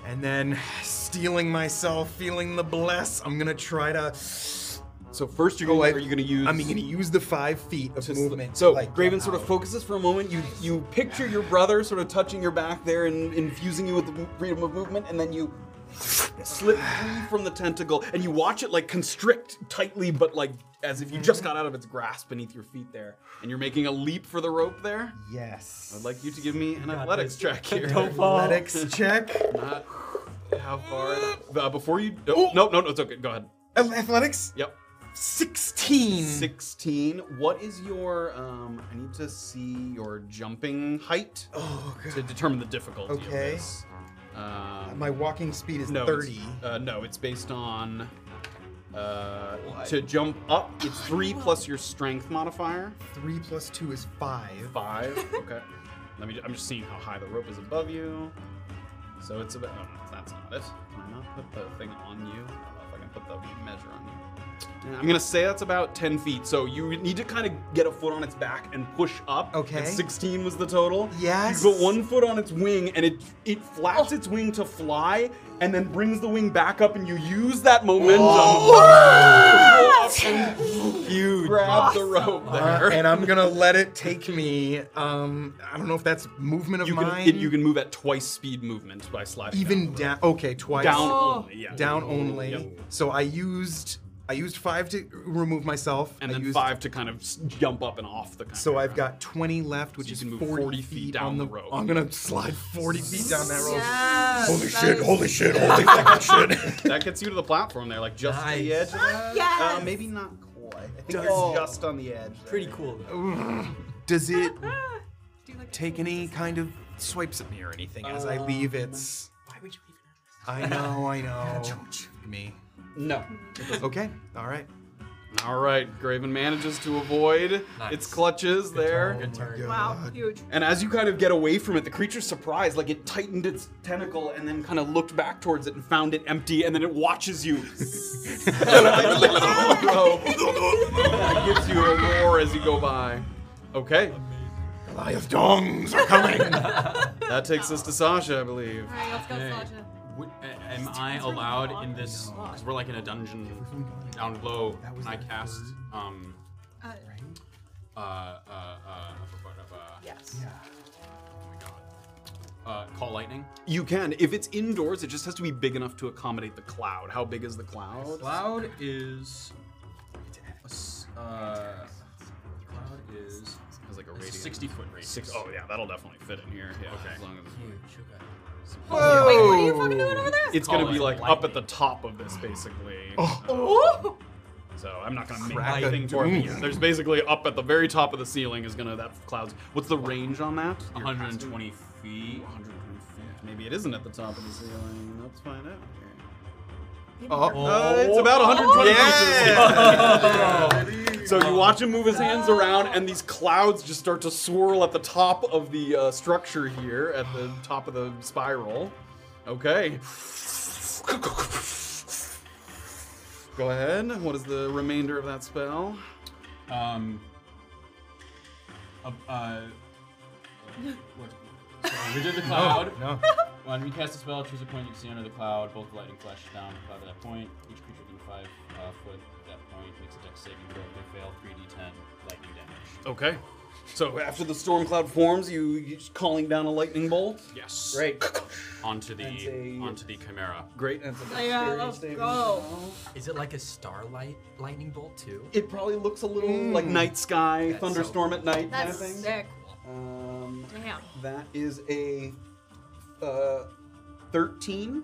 Speaker 3: And then stealing myself, feeling the bless, I'm gonna try to.
Speaker 1: So first, you're
Speaker 3: Go
Speaker 1: going.
Speaker 3: ahead.
Speaker 1: Are you going to use?
Speaker 3: I'm gonna use the five feet of
Speaker 1: to sl-
Speaker 3: movement.
Speaker 1: So
Speaker 3: to, like,
Speaker 1: Graven
Speaker 3: get
Speaker 1: sort of
Speaker 3: out.
Speaker 1: focuses for a moment. You you picture your brother sort of touching your back there and infusing you with the mo- freedom of movement, and then you slip free from the tentacle, and you watch it like constrict tightly, but like as if you just got out of its grasp beneath your feet there, and you're making a leap for the rope there.
Speaker 3: Yes.
Speaker 1: I'd like you to give me an athletics check here.
Speaker 3: (laughs) Athletics (laughs) check.
Speaker 1: Not how far? Uh, before you? No, no, no, no, it's okay. Go ahead.
Speaker 3: Ath- Athletics.
Speaker 1: Yep.
Speaker 3: Sixteen.
Speaker 1: 16. What is your, um, I need to see your jumping height
Speaker 3: Oh
Speaker 1: to
Speaker 3: god.
Speaker 1: determine the difficulty of
Speaker 3: Okay.
Speaker 1: this. Um,
Speaker 3: My walking speed is
Speaker 1: no,
Speaker 3: thirty.
Speaker 1: It's, uh, no, it's based on, uh, to jump up, it's three plus your strength modifier.
Speaker 3: Three plus two is five. (laughs)
Speaker 1: Five, okay. Let me, ju- I'm just seeing how high the rope is above you. So it's about, no, no, that's not it. Can I not put the thing on you? I don't know if I can put the measure on you. Yeah, I'm gonna say that's about 10 feet, so you need to kind of get a foot on its back and push up.
Speaker 3: Okay.
Speaker 1: And 16 was the total.
Speaker 3: Yes. Oh.
Speaker 1: You put one foot on its wing, and it it flaps its wing to fly, and then brings the wing back up, and you use that momentum.
Speaker 3: Oh.
Speaker 1: Huge. Grab the rope there.
Speaker 3: Uh, (laughs) and I'm gonna let it take me. Um, I don't know if that's movement of
Speaker 1: you can,
Speaker 3: mine.
Speaker 1: it- you can move at twice speed movement by sliding.
Speaker 3: even down. Okay, twice.
Speaker 1: down, only. Yeah.
Speaker 3: Down only.
Speaker 1: Yep.
Speaker 3: So I used I used five to remove myself.
Speaker 1: And
Speaker 3: I
Speaker 1: then
Speaker 3: used,
Speaker 1: five to kind of s- jump up and off the. Kind
Speaker 3: So I've got 20 left, which
Speaker 1: you
Speaker 3: is
Speaker 1: can move
Speaker 3: 40,
Speaker 1: 40
Speaker 3: feet,
Speaker 1: feet down
Speaker 3: on
Speaker 1: the rope.
Speaker 3: I'm gonna slide 40 feet down that
Speaker 2: (laughs)
Speaker 3: rope.
Speaker 2: Yes,
Speaker 7: Holy
Speaker 2: that
Speaker 7: shit,
Speaker 2: is-
Speaker 7: holy shit, holy fucking shit.
Speaker 1: that gets you to the platform there, like just to the edge.
Speaker 8: Nice.
Speaker 1: of that.
Speaker 2: Yes.
Speaker 1: Uh,
Speaker 2: (laughs)
Speaker 1: maybe not quite. I think you're just on the edge. there.
Speaker 8: Pretty cool. though.
Speaker 3: (laughs) Does it
Speaker 2: Do like a
Speaker 3: take any kind of swipes at me or anything as I
Speaker 1: Um,
Speaker 3: leave its?
Speaker 2: Why would you even?
Speaker 3: I know, I know. me.
Speaker 1: No.
Speaker 3: Okay, all right.
Speaker 1: All right, Graven manages to avoid its clutches there.
Speaker 3: turn.
Speaker 2: Wow,
Speaker 1: (laughs)
Speaker 2: huge.
Speaker 1: And as you kind of get away from it, the creature's surprised, like it tightened its tentacle and then kind of looked back towards it and found it empty, and then it watches (laughs) you. Oh,
Speaker 2: (laughs)
Speaker 1: It gives you a roar as you go by. Okay,
Speaker 7: Goliath dongs are coming.
Speaker 1: that takes us to Sasha, I believe.
Speaker 2: All right, let's go,
Speaker 4: Hey.
Speaker 2: Sasha.
Speaker 4: Would- a- am I allowed in this? Because we're like in a dungeon down below. Can I cast? Um,
Speaker 2: Uh,
Speaker 4: uh, uh, uh, uh, uh,
Speaker 2: yes.
Speaker 4: oh my god. Uh, call lightning.
Speaker 1: You can. If it's indoors, it just has to be big enough to accommodate the cloud. How big is the cloud?
Speaker 4: Cloud is. Uh, cloud is
Speaker 1: It's like a
Speaker 4: it's a
Speaker 1: radius.
Speaker 4: 60 foot radius.
Speaker 1: Six. Oh yeah, that'll definitely fit in here. Yeah,
Speaker 4: Okay.
Speaker 1: as long as
Speaker 2: Wait, what are you fucking doing over there?
Speaker 1: it's gonna
Speaker 4: Call
Speaker 1: be
Speaker 4: it
Speaker 1: like up
Speaker 4: lightning.
Speaker 1: at the top of this, basically. Oh. Um,
Speaker 2: Ooh!
Speaker 1: So I'm not gonna make
Speaker 3: Crack a
Speaker 1: anything for it.
Speaker 3: doom.
Speaker 1: There's basically up at the very top of the ceiling is gonna that clouds. What's the range on that?
Speaker 4: 120 feet. (laughs)
Speaker 1: 120 feet. Maybe it isn't at the top of the ceiling. Let's find out. Uh, it's about 120
Speaker 4: Oh.
Speaker 6: Yeah.
Speaker 1: pieces. so you watch him move his hands around, and these clouds just start to swirl at the top of the uh, structure here, at the top of the spiral. Okay. Go ahead. What is the remainder of that spell?
Speaker 4: Um. Uh, uh, what? sorry, we did the cloud.
Speaker 6: No.
Speaker 4: When you cast a spell, choose a point you can see under the cloud. Both lightning flashes down the cloud at that point. Each creature within five uh, foot at that point makes a dex saving throw. If they fail, 3d10 lightning damage.
Speaker 1: Okay. So after the storm cloud forms, you you just calling down a lightning bolt.
Speaker 4: Yes.
Speaker 1: Great.
Speaker 4: Onto the
Speaker 1: That's a-
Speaker 4: onto the chimera.
Speaker 1: Great. That's a
Speaker 2: Yeah,
Speaker 1: dexterity
Speaker 2: let's
Speaker 1: saving
Speaker 2: go.
Speaker 1: throw.
Speaker 8: Is it like a starlight lightning bolt too?
Speaker 1: It probably looks a little like night sky,
Speaker 8: That's so
Speaker 1: thunderstorm
Speaker 8: cool.
Speaker 1: at night kind of
Speaker 2: That's
Speaker 1: thing.
Speaker 2: sick.
Speaker 1: Um,
Speaker 2: Damn.
Speaker 1: that is a uh, 13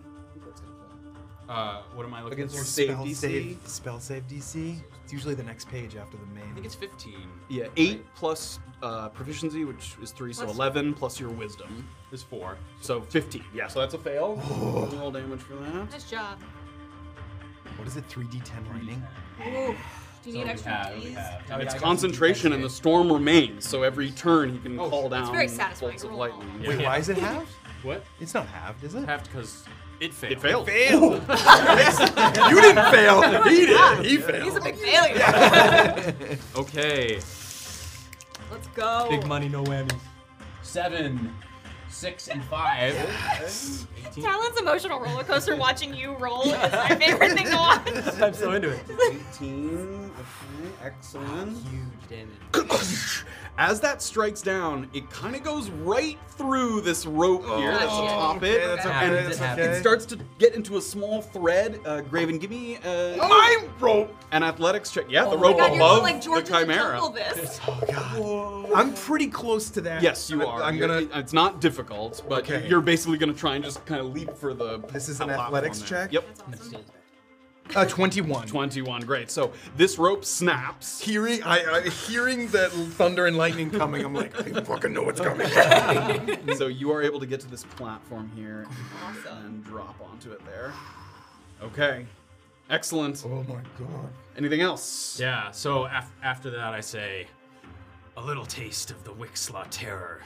Speaker 4: Uh, what am I looking
Speaker 1: against
Speaker 4: for?
Speaker 1: your save
Speaker 3: Spell
Speaker 1: DC.
Speaker 3: save, spell save DC. It's usually the next page after the
Speaker 4: I think
Speaker 3: main.
Speaker 4: it's 15.
Speaker 1: Yeah, 8 plus uh, proficiency, which is 3, so
Speaker 2: Plus-
Speaker 1: 11, plus your wisdom.
Speaker 4: It's four.
Speaker 1: So 15. Yeah, so that's a (sighs) fail. Roll damage for that.
Speaker 2: Nice job.
Speaker 3: What is it? 3d10 lightning.
Speaker 2: Ooh. Do you
Speaker 4: So
Speaker 2: need
Speaker 4: we
Speaker 2: extra
Speaker 4: have- we
Speaker 2: keys?
Speaker 4: have-
Speaker 8: I mean, I
Speaker 1: It's
Speaker 8: got
Speaker 1: concentration, and the storm remains, so every turn he can call down
Speaker 2: Oh, very satisfying
Speaker 1: bolts of
Speaker 2: to roll.
Speaker 1: lightning.
Speaker 4: Yeah.
Speaker 3: Wait, why is it halved?
Speaker 4: What?
Speaker 3: It's not halved, is it?
Speaker 4: Half because it failed.
Speaker 1: It failed.
Speaker 6: you didn't
Speaker 1: (laughs)
Speaker 6: fail. He did. He
Speaker 2: He's a
Speaker 6: failed.
Speaker 2: big failure.
Speaker 4: Okay.
Speaker 2: Let's go.
Speaker 8: Big money, no whammies.
Speaker 4: Seven, six, and five.
Speaker 2: Talon's emotional roller coaster watching you roll is my favorite thing to watch.
Speaker 8: I'm so into it.
Speaker 1: (laughs) 18. Okay, excellent. Huge damage. As that strikes down, it kind of goes right through this rope
Speaker 3: Oh,
Speaker 1: here that's
Speaker 2: shit.
Speaker 1: atop it.
Speaker 2: that's okay,
Speaker 1: and
Speaker 8: that's okay.
Speaker 1: Oh, It starts to get into a small thread. Uh, Graven, give me uh,
Speaker 6: My rope.
Speaker 1: an athletics check. Yeah, the
Speaker 2: Oh my
Speaker 1: rope
Speaker 2: God, you're
Speaker 1: above
Speaker 2: like George
Speaker 1: the chimera.
Speaker 2: Jungle this.
Speaker 3: Oh god. I'm pretty close to that.
Speaker 1: Yes, you are.
Speaker 3: I'm
Speaker 1: You're-
Speaker 3: gonna.
Speaker 1: it- It's not difficult, but
Speaker 3: Okay.
Speaker 1: you're basically going to try and just kind of leap for the.
Speaker 3: This is an
Speaker 1: platform
Speaker 3: athletics
Speaker 1: there.
Speaker 3: check?
Speaker 1: Yep.
Speaker 2: That's awesome.
Speaker 3: Uh, 21.
Speaker 1: 21. Great. So this rope (laughs) snaps.
Speaker 6: Hearing, I, I hearing that thunder and lightning coming. I'm like, I fucking know what's
Speaker 1: (laughs)
Speaker 6: coming.
Speaker 3: Oh
Speaker 1: so you are able to get to this platform here
Speaker 2: Awesome.
Speaker 1: and drop onto it there. Okay. Excellent.
Speaker 6: oh my god.
Speaker 1: Anything else?
Speaker 5: Yeah, so af- after that, I say, a little taste of the Wixlaw terror.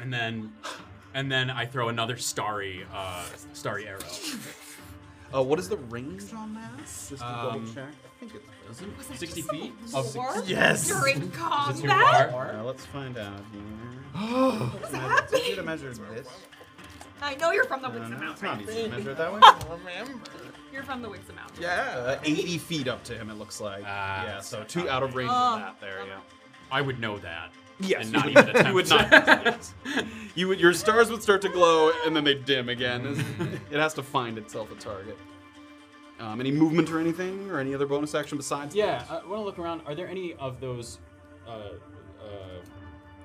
Speaker 4: And then, and then I throw another starry, uh, starry arrow.
Speaker 1: Uh, what is the range on that? Just to double
Speaker 4: Um,
Speaker 1: check. I think it's.
Speaker 4: Sixty feet
Speaker 2: Of
Speaker 4: of
Speaker 2: six.
Speaker 6: Yes.
Speaker 2: During
Speaker 4: Is it
Speaker 2: combat?
Speaker 4: your bar?
Speaker 1: Uh, let's find out (gasps) here.
Speaker 2: What is happening?
Speaker 1: to measure this.
Speaker 2: I know you're from the
Speaker 1: Uh,
Speaker 2: Wixom
Speaker 1: no, it's
Speaker 2: Mountain.
Speaker 1: not easy to measure (laughs) it that way.
Speaker 2: You're from the Wixom Mountain.
Speaker 1: Uh, 80 feet up to him, it looks like.
Speaker 4: Ah,
Speaker 1: yeah, so two out of range
Speaker 2: Oh.
Speaker 1: of that there, yeah.
Speaker 4: I would know that.
Speaker 1: Yes,
Speaker 4: And
Speaker 1: you
Speaker 4: not
Speaker 1: would-
Speaker 4: even attempt.
Speaker 1: (laughs) you would not. you would, your stars would start to glow, and then they dim again. it has to find itself a target. Um, any movement or anything, or any other bonus action besides?
Speaker 4: (laughs) Yeah, I want to look around. Are there any of those uh, uh,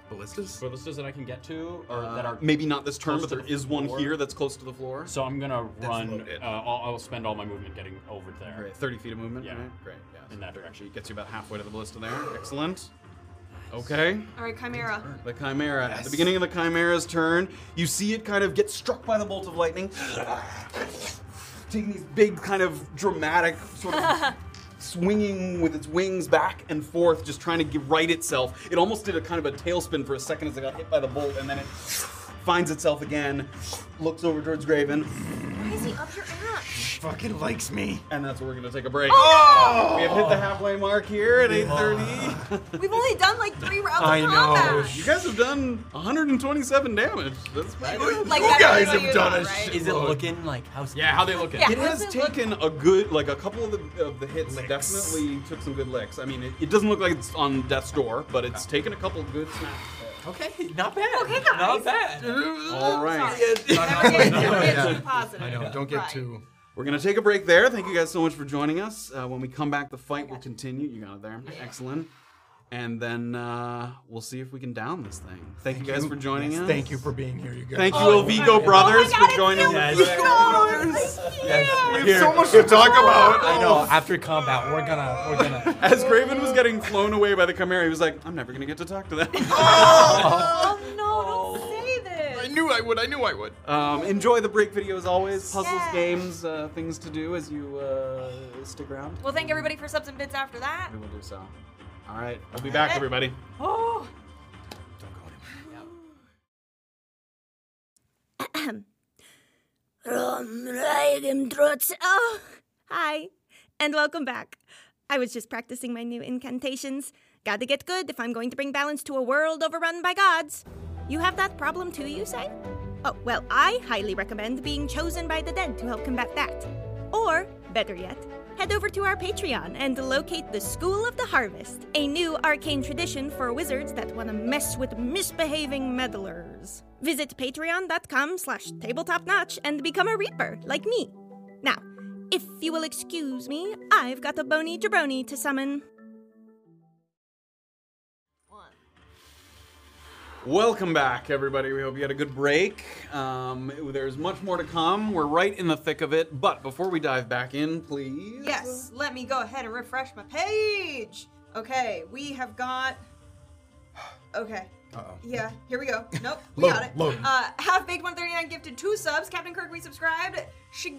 Speaker 6: Ballistas.
Speaker 4: ballistas that I can get to, or
Speaker 1: Uh,
Speaker 4: that are
Speaker 1: maybe not this turn,
Speaker 4: close
Speaker 1: but
Speaker 4: to
Speaker 1: there
Speaker 4: the
Speaker 1: is one
Speaker 4: floor?
Speaker 1: here that's close to the floor.
Speaker 4: So I'm gonna run.
Speaker 6: loaded.
Speaker 4: Uh, I'll, I'll spend all my movement getting over there.
Speaker 1: Great, thirty feet of movement.
Speaker 4: Yeah.
Speaker 1: right? Great. Yeah, so
Speaker 4: In that
Speaker 1: 30
Speaker 4: direction.
Speaker 1: gets you about halfway to the ballista there. Excellent. Okay.
Speaker 2: All right, Chimera.
Speaker 1: The Chimera. At the beginning of the Chimera's turn, you see it kind of get struck by the bolt of lightning, taking these big, kind of dramatic, sort of swinging with its wings back and forth, just trying to get right itself. It almost did a kind of a tailspin for a second as it got hit by the bolt, and then it finds itself again, looks over towards Graven,
Speaker 2: Why is he up your ass?
Speaker 6: Fucking likes me.
Speaker 1: and that's where we're gonna take a break.
Speaker 2: Oh!
Speaker 1: We have hit the halfway mark here at 8:30.
Speaker 2: We've only done like three rounds
Speaker 6: I
Speaker 2: of
Speaker 6: know.
Speaker 2: combat.
Speaker 1: you guys have done 127 damage. That's pretty good.
Speaker 2: Like,
Speaker 6: you
Speaker 2: that's
Speaker 6: guys
Speaker 2: what
Speaker 6: have
Speaker 2: you
Speaker 6: done a
Speaker 2: right?
Speaker 6: shit-
Speaker 8: Is it looking like house?
Speaker 4: Yeah, how they looking?
Speaker 2: Yeah.
Speaker 1: It has
Speaker 2: Doesn't look-
Speaker 1: taken a good, like a couple of the, of the hits definitely took some good licks. I mean, it, it doesn't look like it's on death's door, but it's taken a couple of good snaps.
Speaker 8: Okay, not bad.
Speaker 2: Okay, guys.
Speaker 8: Not bad.
Speaker 1: All right.
Speaker 2: Never get, never get too positive.
Speaker 3: I know, don't get
Speaker 2: Right.
Speaker 3: too.
Speaker 1: We're going to take a break there. Thank you guys so much for joining us. Uh, when we come back, the fight will continue. You got it there. Excellent. And then uh, we'll see if we can down this thing. Thank, you guys for joining
Speaker 6: Yes,
Speaker 1: us.
Speaker 6: Thank you for being here, you guys.
Speaker 1: Thank you,
Speaker 2: Oh,
Speaker 1: Elvigo Brothers,
Speaker 2: oh my God,
Speaker 1: for joining
Speaker 2: it's
Speaker 1: us.
Speaker 2: Elvigo
Speaker 3: Yes.
Speaker 2: Brothers.
Speaker 8: Yes.
Speaker 6: We have so much to talk about.
Speaker 8: I know. Oh, After combat, we're gonna we're
Speaker 1: (laughs)
Speaker 8: gonna.
Speaker 1: As Graven was getting flown away by the Chimera, he was like, I'm never going to get to talk to them.
Speaker 2: Oh no, don't say this.
Speaker 6: knew I would. I knew I
Speaker 1: (laughs)
Speaker 6: would.
Speaker 1: Um, enjoy the break video as always. Puzzles,
Speaker 2: Yeah.
Speaker 1: games, uh, things to do as you uh, stick around.
Speaker 2: Well, thank everybody for subs and bits after that.
Speaker 1: We will do so. All right, we'll be back, everybody.
Speaker 2: Oh.
Speaker 10: Trots. Oh, hi, and welcome back. I was just practicing my new incantations. Gotta get good if I'm going to bring balance to a world overrun by gods. You have that problem too, you say? Oh, well, I highly recommend being chosen by the dead to help combat that. Or, better yet, head over to our Patreon and locate the School of the Harvest, a new arcane tradition for wizards that want to mess with misbehaving meddlers. Visit patreon.com slash tabletopnotch and become a reaper like me. Now, if you will excuse me, I've got a bony jabroni to summon.
Speaker 1: Welcome back, everybody. We hope you had a good break. Um, there's much more to come. We're right in the thick of it. But before we dive back in, please.
Speaker 2: Yes, let me go ahead and refresh my page. Okay, we have got. Okay.
Speaker 6: Uh-oh.
Speaker 2: Yeah, here we go. Nope, we
Speaker 6: Load,
Speaker 2: got it.
Speaker 6: load.
Speaker 2: Uh, Half Baked 139 gifted two subs. Captain Kirk resubscribed.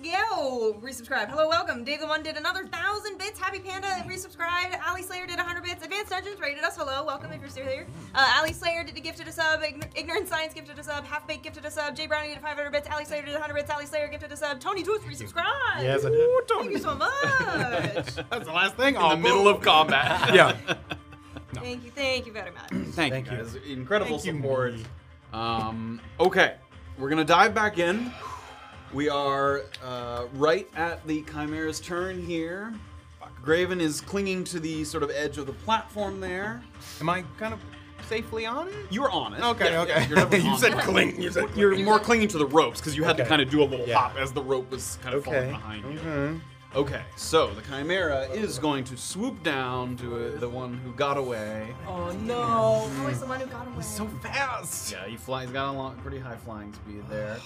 Speaker 2: Shigeo resubscribed. Hello, welcome. Dave the One did another thousand bits. Happy Panda resubscribed. Ali Slayer did 100 bits. Advanced Dungeons rated us. Hello, welcome if you're still here. Uh, Ali Slayer did a gifted a sub. Ign- Ignorant Science gifted a sub. Half Baked gifted a sub. Jay Browning did 500 bits. Ali Slayer did 100 bits. Ali Slayer gifted a sub. Tony Tooth resubscribed.
Speaker 7: Yes, I did.
Speaker 2: Thank you so much.
Speaker 1: That's the last thing.
Speaker 7: In the middle of combat. yeah.
Speaker 2: Thank you, thank you very much.
Speaker 1: Thank, you guys. Incredible
Speaker 6: Thank you,
Speaker 1: support. um, okay, we're gonna dive back in. We are uh, right at the Chimera's turn here. Graven is clinging to the sort of edge of the platform there.
Speaker 6: Am I kind of safely on it?
Speaker 1: You're on it.
Speaker 6: Okay,
Speaker 1: Yeah, yeah,
Speaker 6: okay.
Speaker 1: you're (laughs) definitely
Speaker 7: you
Speaker 1: on
Speaker 7: said
Speaker 1: it.
Speaker 7: cling. You said cling.
Speaker 1: You're more clinging to the ropes because you had to
Speaker 6: Okay.
Speaker 1: kind of do a little
Speaker 6: Yeah.
Speaker 1: hop as the rope was kind of falling
Speaker 6: Okay.
Speaker 1: behind you. Okay, so the Chimera is going to swoop down to uh the one who got away.
Speaker 2: Oh no! Always the one who got away.
Speaker 6: fast.
Speaker 1: Yeah, he flies. Got a long, pretty high flying speed there.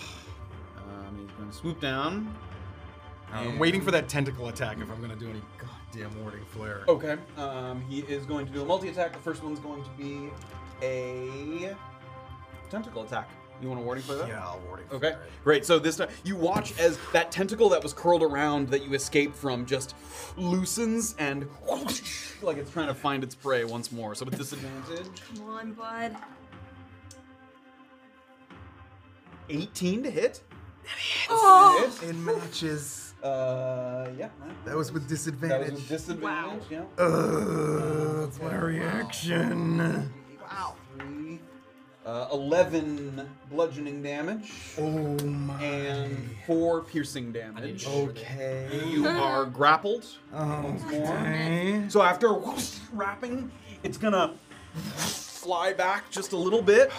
Speaker 1: Um, he's going to swoop down.
Speaker 6: I'm waiting for that tentacle attack if I'm gonna do any goddamn warding flare.
Speaker 1: Okay. Um, he is going to do a multi attack. The first one's going to be a tentacle attack. You want a warning for that?
Speaker 6: Yeah, I'll warding flare.
Speaker 1: Okay,
Speaker 6: it.
Speaker 1: great. So this time you watch as that tentacle that was curled around that you escaped from just loosens and (laughs) like it's trying to find its prey once more. So with disadvantage,
Speaker 2: Come on, bud.
Speaker 1: 18 to hit.
Speaker 2: Oh,
Speaker 1: Hit.
Speaker 3: It matches.
Speaker 1: Uh, yeah.
Speaker 3: That was with
Speaker 1: That was
Speaker 3: disadvantage.
Speaker 1: with disadvantage. Yeah.
Speaker 3: Ugh, that's my reaction.
Speaker 2: wow.
Speaker 1: Three, uh, 11 bludgeoning damage
Speaker 3: Oh my.
Speaker 1: and four piercing damage.
Speaker 3: Oh, Okay.
Speaker 1: You are grappled.
Speaker 3: Okay.
Speaker 1: So after (laughs) whoosh, wrapping, it's gonna fly back just a little bit,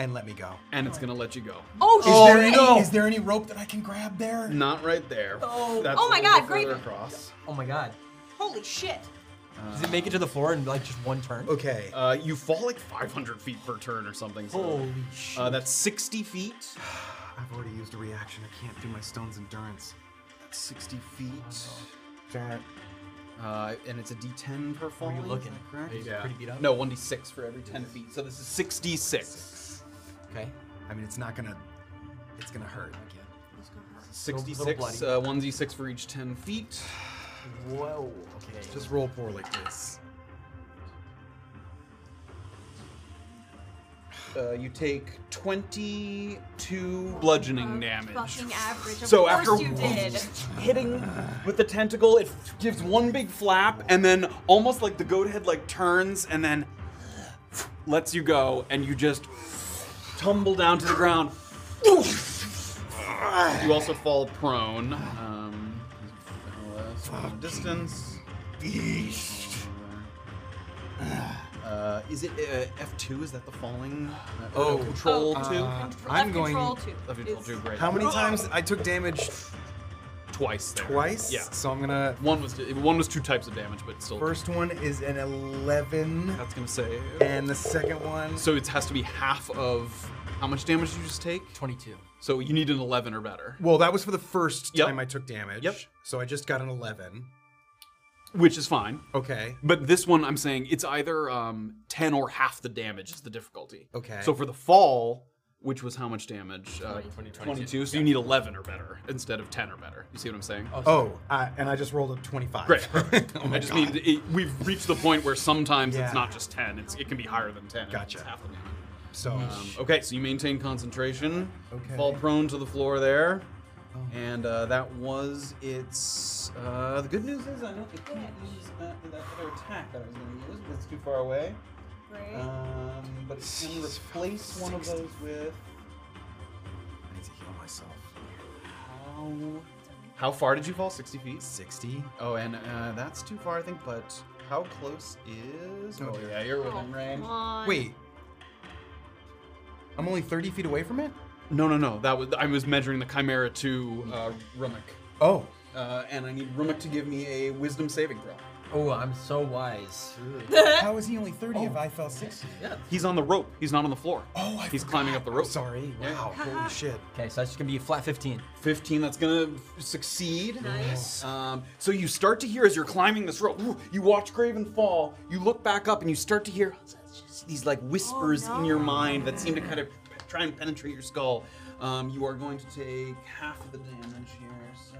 Speaker 3: And let me go.
Speaker 1: and it's gonna let you go.
Speaker 2: Oh, shit.
Speaker 3: is, there any, is there any rope that I can grab there?
Speaker 1: Not right there.
Speaker 2: Oh.
Speaker 1: That's
Speaker 2: Oh
Speaker 1: a
Speaker 2: my
Speaker 1: little
Speaker 2: God,
Speaker 1: further
Speaker 2: Graven.
Speaker 1: Across.
Speaker 8: Oh my god.
Speaker 2: Holy shit!
Speaker 8: Does it make it to the floor in like just one turn?
Speaker 3: Okay.
Speaker 1: Uh, you fall like 500 feet per turn or something. So,
Speaker 8: Holy shit.
Speaker 1: Uh, that's 60 feet.
Speaker 3: I've already used a reaction. I can't do my stone's endurance.
Speaker 1: 60 feet. Uh, and it's a d10 per fall.
Speaker 8: you looking?
Speaker 4: Yeah.
Speaker 8: Pretty beat up.
Speaker 1: No, 1d6 for every 10 feet. So this is 66.
Speaker 8: Okay.
Speaker 3: I mean, it's not gonna. It's gonna hurt again.
Speaker 1: 66, uh, 1d6 for each 10 feet.
Speaker 8: Whoa. Okay.
Speaker 3: Just roll poor like this.
Speaker 1: Uh, you take 22 bludgeoning damage.
Speaker 2: Fucking average. Of
Speaker 1: So
Speaker 2: course
Speaker 1: after
Speaker 2: you did.
Speaker 1: hitting with the tentacle, it gives one big flap, and then almost like the goat head like turns and then lets you go, and you just tumble down to the ground. You also fall prone. Um, from a distance. Uh, is it uh, F2? Is that the falling? Uh, oh, no, control 2?
Speaker 2: Oh, Control-
Speaker 3: I'm
Speaker 2: left
Speaker 3: going-
Speaker 2: Control two.
Speaker 1: Left control
Speaker 2: is-
Speaker 1: 2, great.
Speaker 3: How many times I took damage?
Speaker 1: Twice. there.
Speaker 3: Twice.
Speaker 1: Yeah.
Speaker 3: So I'm gonna.
Speaker 1: One was one was two types of damage, but still.
Speaker 3: First one is an 11,
Speaker 1: That's gonna save.
Speaker 3: and the second one.
Speaker 1: so it has to be half of how much damage did you just take?
Speaker 8: 22.
Speaker 1: So you need an 11 or better.
Speaker 3: Well, that was for the first
Speaker 1: Yep.
Speaker 3: time I took damage.
Speaker 1: Yep.
Speaker 3: So I just got an 11.
Speaker 1: which is fine.
Speaker 3: Okay.
Speaker 1: But this one, I'm saying it's either um, 10 or half the damage is the difficulty.
Speaker 3: Okay.
Speaker 1: So for the fall, which was how much damage? Uh,
Speaker 4: 20, 22.
Speaker 1: 22. So you need 11 or better instead of 10 or better. You see what I'm saying?
Speaker 3: Oh, I, and I just rolled a Oh 25. (laughs)
Speaker 1: Great. I just mean it, we've reached the point where sometimes
Speaker 3: Yeah.
Speaker 1: it's not just 10, it's, it can be higher than 10. and
Speaker 3: Gotcha.
Speaker 1: It's half the damage.
Speaker 3: So,
Speaker 1: Um, okay, so you maintain concentration,
Speaker 3: Okay.
Speaker 1: fall prone to the floor there,
Speaker 8: Oh.
Speaker 1: and uh, that was its. Uh, the good news is I know I can't use that, that other attack that I was going to use, but it's too far away.
Speaker 2: Right?
Speaker 1: Um, but it can replace one of those with.
Speaker 3: I need to heal myself.
Speaker 1: How, how far did you fall? 60 feet?
Speaker 3: 60.
Speaker 1: Oh, and uh, that's too far, I think, but how close is. Oh, yeah, you're within range.
Speaker 3: Wait. I'm only 30 feet away from it?
Speaker 1: No, no, no. That was I was measuring the Chimera to uh, Rummick.
Speaker 3: Oh. (laughs)
Speaker 1: Uh, and I need Rummick to give me a wisdom saving throw.
Speaker 8: Oh, I'm so wise.
Speaker 3: How is he only 30 if I fell 60?
Speaker 1: He's on the rope. He's not on the floor.
Speaker 3: Oh, I
Speaker 1: He's climbing up the rope.
Speaker 3: Sorry. Wow. (laughs) Holy shit.
Speaker 8: Okay, so that's just gonna be a flat 15.
Speaker 1: 15, that's gonna f- succeed. Nice. Um, so you start to hear as you're climbing this rope, "Ooh," you watch Graven fall, you look back up and you start to hear these like whispers in your mind that seem to kind of pe- try and penetrate your skull. Um, you are going to take half of the damage here, so.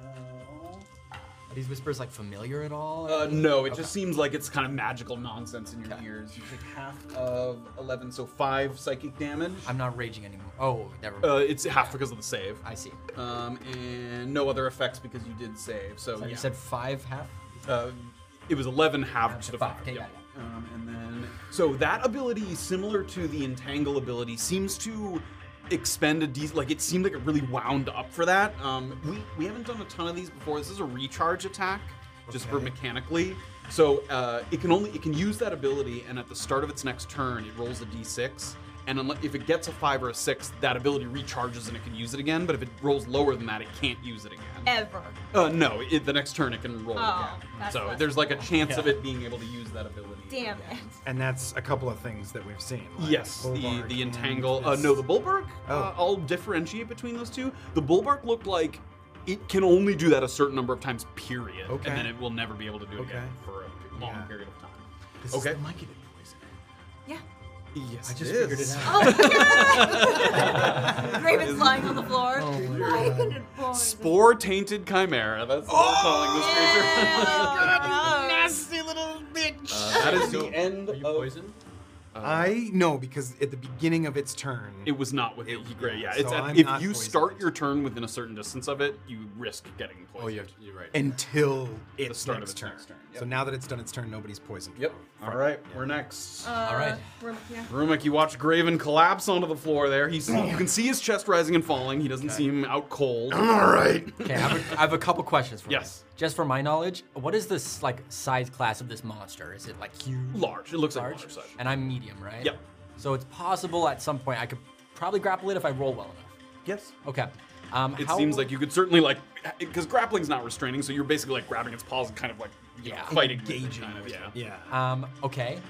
Speaker 8: Are these whispers like familiar at all?
Speaker 1: Uh, no, it just seems like it's kind of magical nonsense in your ears. You take half of 11, so 5 psychic damage.
Speaker 8: I'm not raging anymore. Oh, never mind.
Speaker 1: uh, it's half because of the save.
Speaker 8: I see.
Speaker 1: Um, and no other effects because you did save. So,
Speaker 8: So
Speaker 1: yeah.
Speaker 8: You said five half?
Speaker 1: uh, it was 11 half
Speaker 8: Okay,
Speaker 1: to
Speaker 8: five.
Speaker 1: 5.
Speaker 8: Okay,
Speaker 1: yeah.
Speaker 8: got it.
Speaker 1: Um, and then, so that ability, similar to the entangle ability, seems to expend a decent. Like it seemed like it really wound up for that. Um, we we haven't done a ton of these before. This is a recharge attack, just for mechanically. So uh, it can only it can use that ability, and at the start of its next turn, it rolls a d6. And unless, if it gets a five or a six, that ability recharges and it can use it again. But if it rolls lower than that, it can't use it again.
Speaker 2: Ever.
Speaker 1: Uh, no, it, the next turn it can roll
Speaker 2: Oh,
Speaker 1: again.
Speaker 2: that's
Speaker 1: So
Speaker 2: less
Speaker 1: there's like a
Speaker 2: cool.
Speaker 1: chance of it being able to use that ability.
Speaker 2: Damn it.
Speaker 3: And that's a couple of things that we've seen. like
Speaker 1: Yes, the,
Speaker 3: Bulwark
Speaker 1: the
Speaker 3: and
Speaker 1: entangle. Uh,
Speaker 3: this-
Speaker 1: no, the bulwark. Uh,
Speaker 3: Oh.
Speaker 1: I'll differentiate between those two. The bulwark looked like it can only do that a certain number of times, period.
Speaker 3: Okay.
Speaker 1: And then it will never be able to do it again
Speaker 3: Okay.
Speaker 1: for a long
Speaker 3: Yeah.
Speaker 1: period of time.
Speaker 3: This
Speaker 1: okay.
Speaker 3: Is the monkey that poisoned.
Speaker 2: Yeah. Oh,
Speaker 1: Yes, I
Speaker 3: just figured it out.
Speaker 2: Raven's lying on the floor. Why couldn't it boy?
Speaker 1: Spore tainted chimera. That's what I'm calling this creature.
Speaker 2: Oh. Nasty.
Speaker 1: Uh, (laughs) that is the end
Speaker 4: Are you
Speaker 1: of.
Speaker 4: poisoned?
Speaker 3: I know because at the beginning of its turn.
Speaker 1: Uh, It was not with it, gray. Yeah,
Speaker 3: yeah,
Speaker 1: it's
Speaker 3: so
Speaker 1: at,
Speaker 3: I'm
Speaker 1: if
Speaker 3: not
Speaker 1: you start
Speaker 3: poisoned.
Speaker 1: your turn within a certain distance of it, you risk getting poisoned.
Speaker 4: Oh, you're, you're right.
Speaker 3: until its
Speaker 1: start of
Speaker 3: next
Speaker 1: its
Speaker 3: turn.
Speaker 1: next turn,
Speaker 3: So
Speaker 1: yep.
Speaker 3: now that it's done its turn, nobody's poisoned.
Speaker 1: Yep. All right, we're next.
Speaker 2: All
Speaker 8: right.
Speaker 2: Yeah.
Speaker 1: Rumick, you watch Graven collapse onto the floor there. He's, you can see his chest rising and falling. He doesn't seem out (clears throat) cold.
Speaker 7: All right.
Speaker 1: (laughs)
Speaker 8: Okay, I have, a, I have a couple questions for you.
Speaker 1: Yes.
Speaker 8: Just for my knowledge, what is this like size class of this monster? Is it like huge?
Speaker 1: large. It looks like large. size.
Speaker 8: And I'm medium, right?
Speaker 1: Yep.
Speaker 8: So it's possible at some point I could probably grapple it if I roll well enough.
Speaker 1: Yes.
Speaker 8: Okay. Um,
Speaker 1: It
Speaker 8: how-
Speaker 1: seems like you could certainly like because grappling's not restraining, so you're basically like grabbing its paws and kind of like you know,
Speaker 8: Yeah.
Speaker 1: fighting engaging. Kind of, yeah.
Speaker 3: Yeah.
Speaker 8: Um, okay.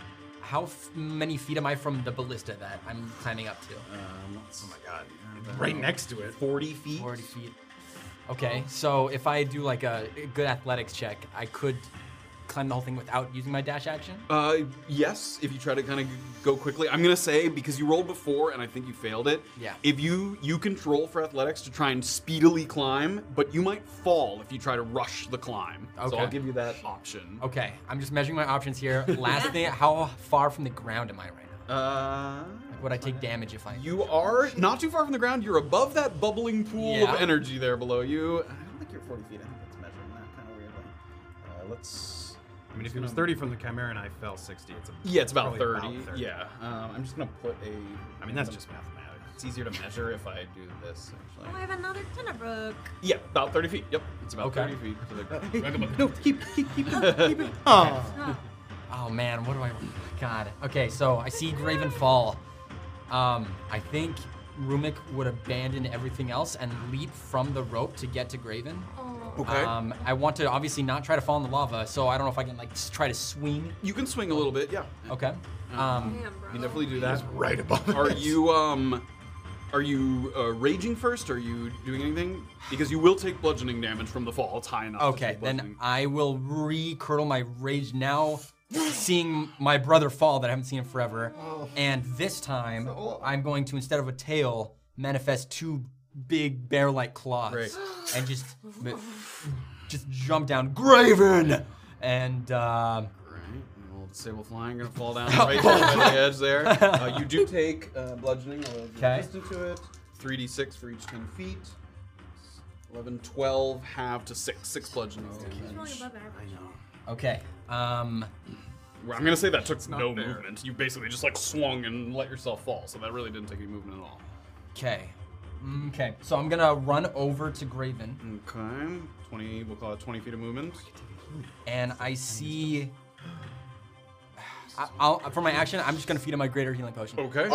Speaker 8: How f- many feet am I from the ballista that I'm climbing up to?
Speaker 3: Oh my god. Right next to it.
Speaker 1: Forty feet.
Speaker 8: 40 feet. Okay, so if I do like a a good athletics check, I could climb the whole thing without using my dash action.
Speaker 1: Uh, yes, if you try to kind of go quickly, I'm gonna say because you rolled before and I think you failed it.
Speaker 8: Yeah.
Speaker 1: If you you control for athletics to try and speedily climb, but you might fall if you try to rush the climb. So
Speaker 8: Okay.
Speaker 1: I'll give you that option.
Speaker 8: Okay, I'm just measuring my options
Speaker 1: (laughs)
Speaker 8: here. Last thing, how far from the ground am I right now?
Speaker 1: Uh,
Speaker 8: Would I take damage if I?
Speaker 1: you are not too far from the ground. You're above that bubbling pool
Speaker 8: Yeah.
Speaker 1: of energy there below you. I don't think you're 40 feet. I think it's measuring that kind of weirdly. Uh, let's.
Speaker 3: I mean, if it was 30 from the Chimera and I fell 60, it's a,
Speaker 1: Yeah, it's about
Speaker 3: probably
Speaker 1: 30. Yeah. Um, I'm just gonna put a.
Speaker 3: I mean, that's just mathematics.
Speaker 1: It's easier to measure if I do this. Actually.
Speaker 2: Oh, I have another Tenebrook.
Speaker 1: Yeah, about 30 feet. Yep, it's about 30
Speaker 8: Okay.
Speaker 1: feet. to (laughs) the ground.
Speaker 3: No, keep, keep,
Speaker 1: (laughs)
Speaker 3: keep, it, keep it. Oh.
Speaker 8: Oh man, what do I? God. Okay, so I see Graven fall. Um, I think Rumik would abandon everything else and leap from the rope to get to Graven.
Speaker 1: Okay.
Speaker 8: Um, I want to obviously not try to fall in the lava, so I don't know if I can like s- try to swing.
Speaker 1: you can swing a little bit, yeah.
Speaker 8: Okay. Um,
Speaker 2: Damn, bro.
Speaker 1: You can definitely do that.
Speaker 7: Right above
Speaker 1: Are
Speaker 7: us.
Speaker 1: you um Are you uh, raging first? Are you doing anything? Because you will take bludgeoning damage from the fall. It's high enough. to
Speaker 8: Okay,
Speaker 1: take
Speaker 8: then
Speaker 1: bludgeoning.
Speaker 8: I will recurdle my rage now, seeing my brother fall that I haven't seen in forever. And this time, I'm going to, instead of a tail, manifest two big bear like claws
Speaker 1: Right.
Speaker 8: and just just jump down, Graven! And um,
Speaker 1: Right, we'll Sable flying, gonna fall
Speaker 8: (laughs)
Speaker 1: down right down by the edge there. Uh, you do take uh, bludgeoning, I'll add
Speaker 8: Okay.
Speaker 1: resistance to it. 3d6 for each 10 feet. 11, 12, half to 6. 6 bludgeoning damage.
Speaker 8: okay, um,
Speaker 1: Well, I'm gonna say that took no movement. You basically just like swung and let yourself fall, so that really didn't take any movement at all.
Speaker 8: okay, Mm, okay. So I'm gonna run over to Graven.
Speaker 1: Okay, 20, we'll call it 20 feet of movement.
Speaker 8: and I see. I, I'll, for my action, I'm just gonna feed him my greater healing potion.
Speaker 1: Okay.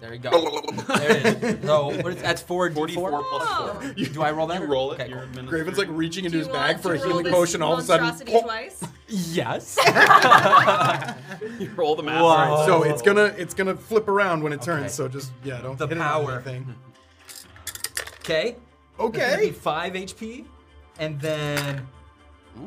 Speaker 8: There you go. there it
Speaker 7: (laughs)
Speaker 8: is. So what is, that's forward
Speaker 1: 44 plus 4.
Speaker 8: Do I roll that?
Speaker 1: You roll it.
Speaker 8: Okay,
Speaker 1: you're administering-
Speaker 7: (laughs) Graven's like reaching into
Speaker 2: Do
Speaker 7: his
Speaker 2: Oh. you
Speaker 7: bag
Speaker 2: want
Speaker 7: for a
Speaker 2: to roll
Speaker 7: healing
Speaker 2: this
Speaker 7: potion. All of a sudden, oh,
Speaker 3: oh.
Speaker 2: monstrosity twice?
Speaker 8: Yes.
Speaker 1: (laughs)
Speaker 8: (laughs)
Speaker 1: you roll the math.
Speaker 8: Wow.
Speaker 1: right?
Speaker 7: so it's gonna it's gonna flip around when it turns.
Speaker 8: Okay.
Speaker 7: So just yeah, don't
Speaker 8: The
Speaker 7: hit it on
Speaker 8: power. (laughs)
Speaker 7: anything.
Speaker 8: Okay.
Speaker 1: (laughs)
Speaker 7: Okay.
Speaker 8: Five HP, and then.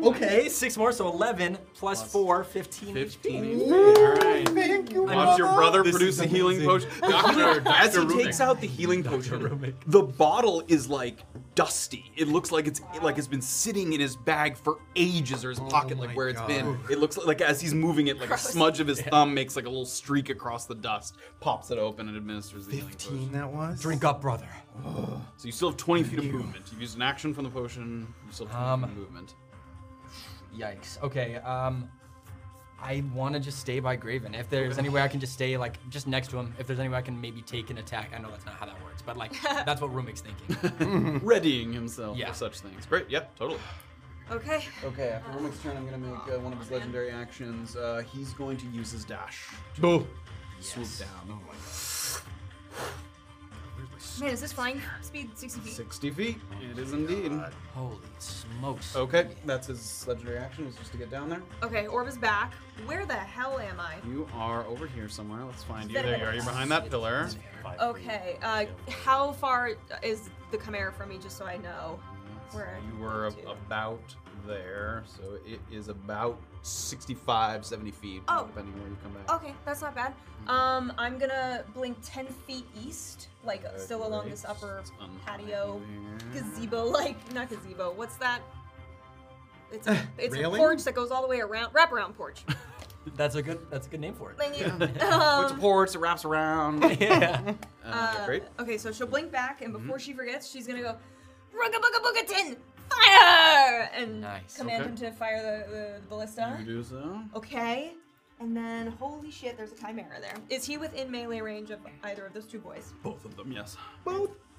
Speaker 8: Okay, six more, so 11 plus, plus 4, 15.
Speaker 1: 15. Alright.
Speaker 7: Thank you.
Speaker 1: Watch your brother
Speaker 7: This
Speaker 1: produce
Speaker 7: is
Speaker 1: a healing potion.
Speaker 7: amazing.
Speaker 1: (laughs) Doctor, as he
Speaker 7: Dr.
Speaker 1: takes
Speaker 7: Rubik.
Speaker 1: out the healing potion, the bottle is like dusty. It looks like it's like it's been sitting in his bag for ages or his pocket, like
Speaker 7: my
Speaker 1: where it's been.
Speaker 7: God.
Speaker 1: It looks like, like as he's moving it, like a
Speaker 2: Gross.
Speaker 1: smudge of his thumb makes like a little streak across the dust, pops it open, and administers the healing
Speaker 3: Fifteen.
Speaker 1: potion.
Speaker 3: That was.
Speaker 8: Drink up, brother.
Speaker 1: So you still have 20 feet of movement. You've used an action from the potion. You still have 20 feet of movement.
Speaker 8: Yikes. Okay, um. I want to just stay by Graven. If there's any way I can just stay, like, just next to him, if there's any way I can maybe take an attack. I know that's not how that works, but, like, that's what Rumik's
Speaker 3: (laughs)
Speaker 8: thinking.
Speaker 1: Readying himself
Speaker 8: Yeah.
Speaker 1: for such things. Great. Yeah, totally.
Speaker 2: Okay.
Speaker 1: Okay, after Romic's turn, I'm going to make uh, one of his legendary actions. Uh, he's going to use his dash.
Speaker 7: Oh,
Speaker 1: Swoop down. Oh my god.
Speaker 2: Man, is this flying speed 60 feet?
Speaker 1: 60 feet. It is indeed.
Speaker 8: Holy smokes.
Speaker 3: Oh.
Speaker 1: Okay, that's his legendary action, was just to get down there.
Speaker 2: Okay, Orb is back. Where the hell am I?
Speaker 1: You are over here somewhere. Let's find you.
Speaker 2: Instead
Speaker 1: There
Speaker 2: of
Speaker 1: you are. You're behind that pillar.
Speaker 2: Okay, uh, how far is the Chimera from me, just so I know? Where I
Speaker 1: You were
Speaker 2: need
Speaker 1: ab-
Speaker 2: to?
Speaker 1: about there, so it is about 65, 70 feet,
Speaker 2: Oh.
Speaker 1: depending where you come back.
Speaker 2: Okay, that's not bad. Um, I'm gonna blink 10 feet east, like
Speaker 1: Okay,
Speaker 2: still along
Speaker 1: great.
Speaker 2: this upper
Speaker 1: Let's untie
Speaker 2: patio
Speaker 1: there.
Speaker 2: gazebo, (laughs) like not gazebo. What's that? It's a, it's a
Speaker 7: railing?
Speaker 2: porch that goes all the way around, wraparound porch.
Speaker 8: That's a good. That's a good name for it.
Speaker 2: Thank you.
Speaker 1: It's a
Speaker 2: Um,
Speaker 1: porch, it wraps around. uh,
Speaker 8: (laughs) Yeah.
Speaker 1: great.
Speaker 2: Uh,
Speaker 1: Mm-hmm.
Speaker 2: okay, so she'll blink back, and before she forgets, she's gonna go, Ruga Booga Booga Tin, fire! And
Speaker 8: Nice.
Speaker 2: command
Speaker 1: Okay.
Speaker 2: him to fire the, the, the ballista.
Speaker 1: You do so.
Speaker 2: Okay. And then, holy shit, there's a chimera there. Is he within melee range of either of those two boys?
Speaker 1: Both of them, yes.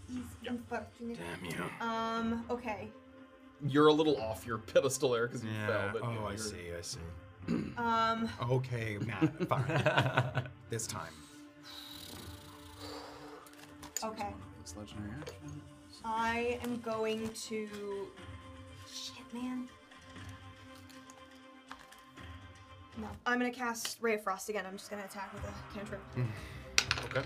Speaker 2: He's unfortunate. Damn you. Um, okay.
Speaker 1: You're a little off your pedestal there because you
Speaker 7: yeah.
Speaker 1: fell. But you know,
Speaker 7: Oh, I
Speaker 1: you're-
Speaker 7: see. I see.
Speaker 2: Um,
Speaker 7: Okay, Matt. Fine.
Speaker 8: (laughs)
Speaker 7: this time.
Speaker 2: okay.
Speaker 1: It's legendary action.
Speaker 2: I am going to. Shit, man. No. I'm gonna cast Ray of Frost again. I'm just gonna attack with a cantrip.
Speaker 1: Hmm. Okay.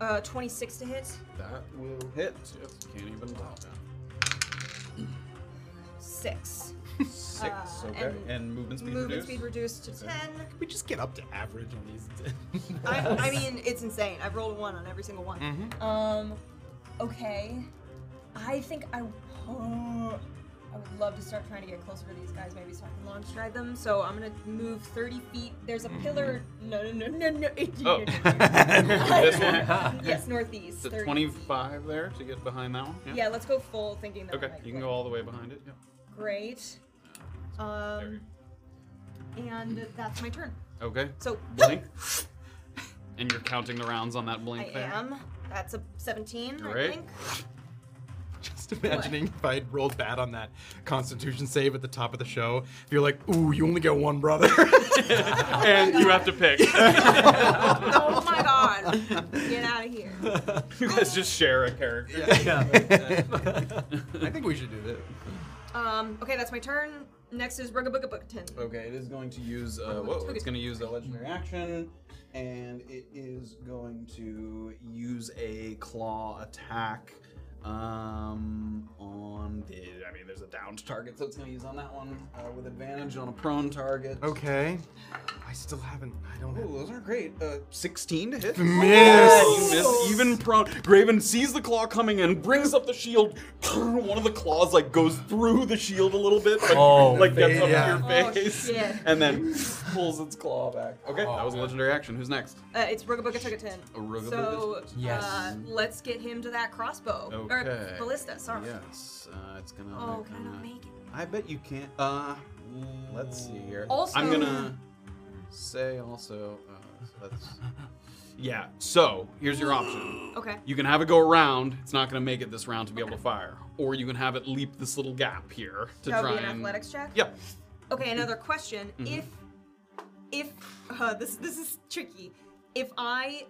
Speaker 2: Uh, 26 to hit.
Speaker 1: That will hit. Yep. Can't even talk.
Speaker 2: Six.
Speaker 1: (laughs) Six.
Speaker 2: Uh,
Speaker 1: okay. And,
Speaker 2: and
Speaker 1: movement speed
Speaker 2: Movement
Speaker 1: reduced.
Speaker 2: speed reduced to 10.
Speaker 7: We just get up to average on these. (laughs)
Speaker 2: I, I mean, it's insane. I've rolled a one on every single one.
Speaker 1: Mm-hmm.
Speaker 2: Um, okay. I think I. oh, I would love to start trying to get closer to these guys, maybe so I can long stride them. So I'm gonna move 30 feet. There's a pillar. No, no, no, no, no.
Speaker 1: Mm-hmm.
Speaker 2: (laughs)
Speaker 1: Oh. (laughs)
Speaker 2: this
Speaker 1: one?
Speaker 2: (laughs) Yes, northeast.
Speaker 1: Is it
Speaker 2: 30 feet.
Speaker 1: 25 there to get behind that one?
Speaker 2: Yeah, let's go full, thinking that. I
Speaker 1: Okay.
Speaker 2: might
Speaker 1: You can
Speaker 2: hit.
Speaker 1: go all the way behind it. Yep.
Speaker 2: Great.
Speaker 1: There
Speaker 2: Um, and that's my turn.
Speaker 1: you- Okay.
Speaker 2: (laughs) So
Speaker 1: Blink. and you're counting the rounds on that blink
Speaker 2: I
Speaker 1: there.
Speaker 2: am. That's a 17,
Speaker 1: Great.
Speaker 2: I think.
Speaker 7: Just imagining if I had rolled bad on that Constitution save at the top of the show, if you're like, "Ooh, you only get one
Speaker 1: (laughs)
Speaker 7: brother." (laughs)
Speaker 1: And you have to
Speaker 2: (laughs)
Speaker 1: pick.
Speaker 2: Oh my god. Get out
Speaker 1: (laughs)
Speaker 2: of here.
Speaker 1: you guys just share a character.
Speaker 7: I think we should do this.
Speaker 2: Um, okay, that's my turn. Next is Rugabugabookton.
Speaker 1: Okay, it is going to use. Uh, whoa, it's going to use a legendary action, and it is going to use a claw attack um, on the. I mean, there's a downed target, so it's going to use on that one uh, with advantage on a prone target.
Speaker 7: Okay. I still haven't. I don't.
Speaker 1: Ooh,
Speaker 7: Have,
Speaker 1: those are great. Uh, 16 to hit.
Speaker 7: Miss!
Speaker 3: Oh,
Speaker 1: You miss even prone. Graven sees the claw coming and brings up the shield. (clears throat) One of the claws like goes through the shield a little bit, but
Speaker 8: Oh,
Speaker 1: like gets up
Speaker 7: yeah.
Speaker 2: Oh,
Speaker 1: to your face,
Speaker 2: shit.
Speaker 1: and then pulls its claw back. Okay,
Speaker 7: Oh.
Speaker 1: that was a legendary action. Who's next?
Speaker 2: Uh, it's Rugabugabookton.
Speaker 1: Rugabugabookton.
Speaker 2: So
Speaker 8: Yes.
Speaker 2: uh, let's get him to that crossbow
Speaker 1: Okay.
Speaker 2: or ballista. Sorry.
Speaker 1: Yes, uh, it's gonna.
Speaker 2: Oh,
Speaker 1: make
Speaker 2: can I
Speaker 1: a-
Speaker 2: not make it?
Speaker 1: I bet you can't. Uh, let's see here.
Speaker 2: Also-
Speaker 1: I'm gonna say also. Uh, so that's. Yeah. So here's your option.
Speaker 2: Okay.
Speaker 1: You can have it go around. It's not gonna make it this round to be able to fire, or you can have it leap this little gap here to
Speaker 2: That
Speaker 1: try
Speaker 2: would be an
Speaker 1: and. Mm-hmm.
Speaker 2: athletics check.
Speaker 1: Yep.
Speaker 2: Okay, another question. If if uh, this this is tricky. If I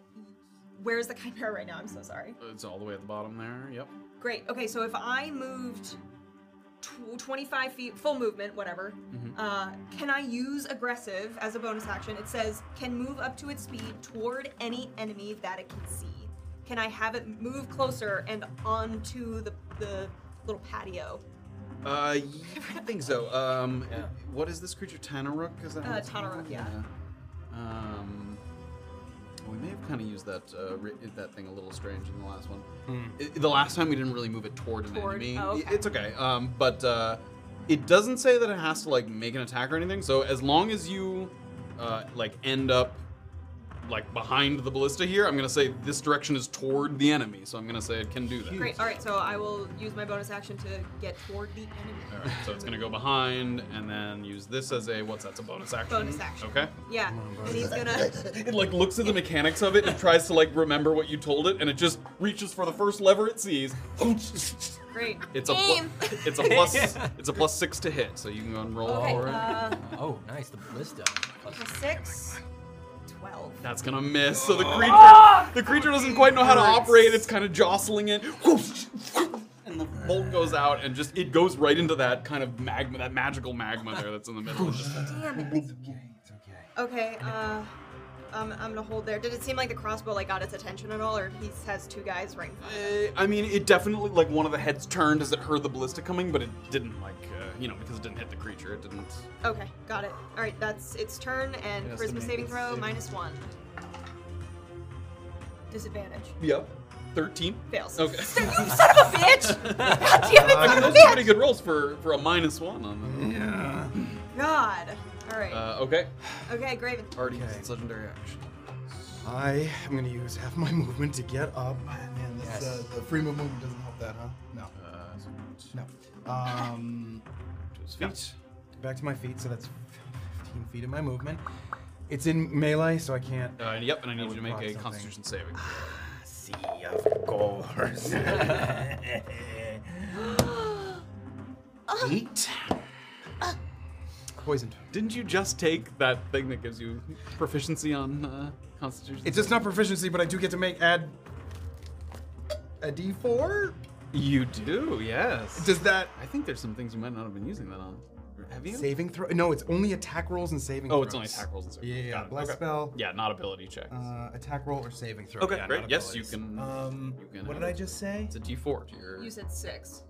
Speaker 2: where's the chimera right now? I'm so sorry.
Speaker 1: It's all the way at the bottom there. Yep.
Speaker 2: Great. Okay, so if I moved tw- 25 feet, full movement, whatever,
Speaker 1: Mm-hmm.
Speaker 2: uh, can I use aggressive as a bonus action? It says can move up to its speed toward any enemy that it can see. Can I have it move closer and onto the the little patio?
Speaker 1: Uh, yeah, I think so. Um, what is this creature? Tanaruk? Is that? how
Speaker 2: Uh,
Speaker 1: it's called?
Speaker 2: Tanaruk, yeah.
Speaker 1: Um, we may have kind of used that uh, ri- that thing a little strange in the last one. I- the last time we didn't really move it toward an
Speaker 2: Toward-
Speaker 1: enemy.
Speaker 2: oh,
Speaker 1: I-
Speaker 2: okay.
Speaker 1: It's okay. Um, but uh, it doesn't say that it has to like make an attack or anything. So as long as you uh, like end up like behind the ballista here, I'm gonna say this direction is toward the enemy. So I'm gonna say it can do that.
Speaker 2: Great. All right, so I will use my bonus action to get toward the enemy.
Speaker 1: All right, so it's gonna go behind, and then use this as a what's that's a bonus action.
Speaker 2: Bonus action.
Speaker 1: Okay.
Speaker 2: Yeah, and he's gonna. (laughs)
Speaker 1: It like looks at the mechanics of it and tries to like remember what you told it, and it just reaches for the first lever it sees.
Speaker 2: Great.
Speaker 1: It's a pl-
Speaker 2: Aim.
Speaker 1: (laughs) it's a plus it's a plus six to hit, so you can go and roll
Speaker 2: Okay.
Speaker 1: for it.
Speaker 2: Uh,
Speaker 8: Oh, nice. The ballista.
Speaker 2: plus six. Twelve.
Speaker 1: That's gonna miss. So the creature the creature doesn't quite know how to operate. It's kind of jostling it. And the bolt goes out and just it goes right into that kind of magma, that magical magma there that's in the middle. It just- (laughs)
Speaker 10: Damn it.
Speaker 2: Okay. Uh, um, I'm gonna hold there. Did it seem like the crossbow like got its attention at all, or he has two guys right in front? of him?
Speaker 1: Uh, I mean, it definitely like one of the heads turned as it heard the ballista coming, but it didn't like uh, you know because it didn't hit the creature. It didn't.
Speaker 2: Okay, got it. All right, that's its turn and
Speaker 1: It has to
Speaker 2: charisma
Speaker 1: make
Speaker 2: saving
Speaker 1: its
Speaker 2: throw
Speaker 1: saving-
Speaker 2: minus one. Disadvantage.
Speaker 1: Yep. Thirteen.
Speaker 2: Fails.
Speaker 1: Okay.
Speaker 2: So you son of
Speaker 1: (laughs)
Speaker 2: a bitch! God damn it,
Speaker 1: I mean,
Speaker 2: son of
Speaker 1: those
Speaker 2: a
Speaker 1: are pretty
Speaker 2: bitch!
Speaker 1: good rolls for for a minus one on
Speaker 2: God. All
Speaker 1: that.
Speaker 2: right.
Speaker 1: Uh, okay.
Speaker 2: Okay, Graven.
Speaker 1: Already used its legendary action.
Speaker 3: I am gonna use half my (laughs) movement to get up. Man, this, uh, the free move movement doesn't help that, huh? No,
Speaker 1: Uh, so it's
Speaker 3: no. Um,
Speaker 1: to his
Speaker 3: feet.
Speaker 1: feet.
Speaker 3: Back to my feet, so that's 15 feet of my movement. It's in melee, so I can't.
Speaker 1: Uh, yep, and I need you to
Speaker 3: would
Speaker 1: make
Speaker 3: block
Speaker 1: a
Speaker 3: something.
Speaker 1: Constitution saving.
Speaker 3: See, uh, of course.
Speaker 1: Eight.
Speaker 3: Poisoned.
Speaker 1: Didn't you just take that thing that gives you proficiency on uh, Constitution?
Speaker 3: It's just not proficiency, but I do get to make add a d4.
Speaker 1: you do. Yes.
Speaker 3: Does that
Speaker 1: I think there's some things you might not have been using that on. Have you?
Speaker 3: saving throw? No, it's only attack rolls and saving.
Speaker 1: Oh,
Speaker 3: throws.
Speaker 1: it's only attack rolls and saving.
Speaker 3: Yeah, yeah,
Speaker 1: Got
Speaker 3: yeah.
Speaker 1: it.
Speaker 3: Bless
Speaker 1: Okay.
Speaker 3: spell.
Speaker 1: Yeah, not ability checks.
Speaker 3: Uh, attack roll or saving throw.
Speaker 1: okay,
Speaker 3: Yeah,
Speaker 1: great.
Speaker 3: not
Speaker 1: Yes, you
Speaker 3: abilities.
Speaker 1: can.
Speaker 3: Um,
Speaker 1: you can
Speaker 3: what
Speaker 1: have
Speaker 3: did I
Speaker 1: it.
Speaker 3: just say?
Speaker 1: it's a D4 to your.
Speaker 2: You said six.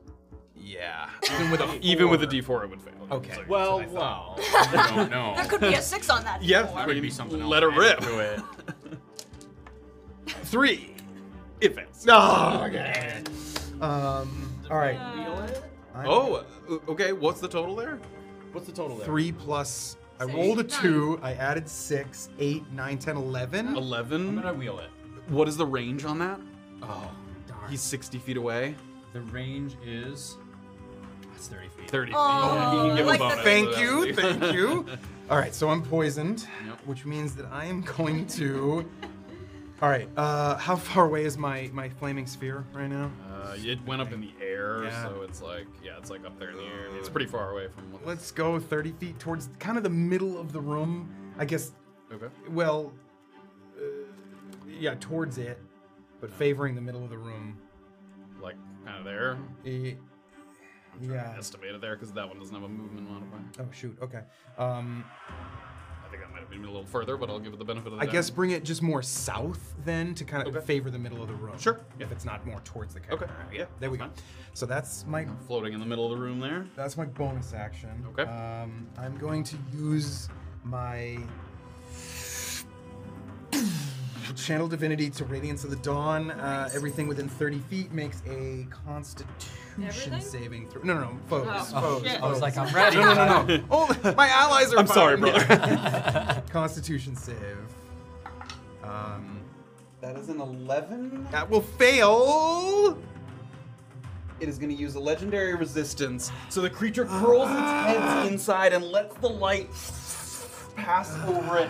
Speaker 3: Yeah. Even with a
Speaker 1: even with a
Speaker 3: four.
Speaker 1: D4, it would fail.
Speaker 3: Okay.
Speaker 1: So-
Speaker 4: Well, well. I don't know.
Speaker 2: There could be a six on that.
Speaker 1: yeah,
Speaker 2: floor.
Speaker 1: we
Speaker 4: Maybe something else.
Speaker 1: Let it
Speaker 4: added
Speaker 1: rip.
Speaker 4: To it.
Speaker 1: (laughs) Three. Ah! It fails.
Speaker 3: Oh, okay. Um. All right. I'm
Speaker 1: Oh, uh, okay. What's the total there?
Speaker 4: What's the total there?
Speaker 3: Three plus. I
Speaker 2: Six,
Speaker 3: rolled a
Speaker 2: nine.
Speaker 3: two. I added six, eight, nine, ten, eleven.
Speaker 1: 11.
Speaker 4: I'm gonna wheel it.
Speaker 1: What is the range on that?
Speaker 4: Oh, darn.
Speaker 1: He's 60 feet away.
Speaker 4: The range is. That's 30 feet.
Speaker 1: 30 feet.
Speaker 2: Aw,
Speaker 1: Yeah, he can give
Speaker 2: like
Speaker 1: a
Speaker 2: the-
Speaker 1: bonus.
Speaker 3: Thank
Speaker 1: so
Speaker 3: you.
Speaker 1: that's- (laughs)
Speaker 3: Thank you. All right. So I'm poisoned,
Speaker 1: Yep.
Speaker 3: which means that I am going to. All right. Uh, how far away is my my flaming sphere right now?
Speaker 1: Uh, it went up in the air,
Speaker 3: Yeah. Uh,
Speaker 1: so it's like, yeah, it's like up there in the air. It's pretty far away from what.
Speaker 3: Let's go 30 feet towards kind of the middle of the room. I guess
Speaker 1: Okay.
Speaker 3: Well, uh, yeah, towards it, but favoring the middle of the room.
Speaker 1: Like, kind of there.
Speaker 3: Eh,
Speaker 7: I'm trying
Speaker 3: Yeah.
Speaker 7: to estimate it there because that one doesn't have a movement modifier.
Speaker 3: Oh shoot. Okay. Um,
Speaker 7: I think that might have been a little further, but I'll give it the benefit of the
Speaker 3: I
Speaker 7: doubt.
Speaker 3: guess bring it just more south then to kind of favor the middle of the room.
Speaker 7: Sure.
Speaker 3: If it's not more towards the camera.
Speaker 7: Okay. Yeah.
Speaker 3: There we go.
Speaker 7: fine. Mm-hmm.
Speaker 3: So that's my
Speaker 7: Floating in the middle of the room there.
Speaker 3: that's my bonus action.
Speaker 7: Okay.
Speaker 3: Um, I'm going to use my channel divinity to radiance of the dawn. Uh, everything within 30 feet makes a Constitution
Speaker 2: Everything?
Speaker 3: saving throw. No, no, no. Foes.
Speaker 2: Oh,
Speaker 3: foes.
Speaker 2: shit.
Speaker 8: I was
Speaker 3: foes.
Speaker 8: like, I'm ready.
Speaker 3: no, no, no, no. Oh, my allies are.
Speaker 7: I'm sorry,
Speaker 3: fine. (laughs)
Speaker 8: uh,
Speaker 7: brother.
Speaker 3: Constitution save. Um,
Speaker 7: That is an 11.
Speaker 3: that will fail.
Speaker 7: It is going to use a legendary resistance. So the creature
Speaker 3: Ah.
Speaker 7: curls its head inside and lets the light pass over it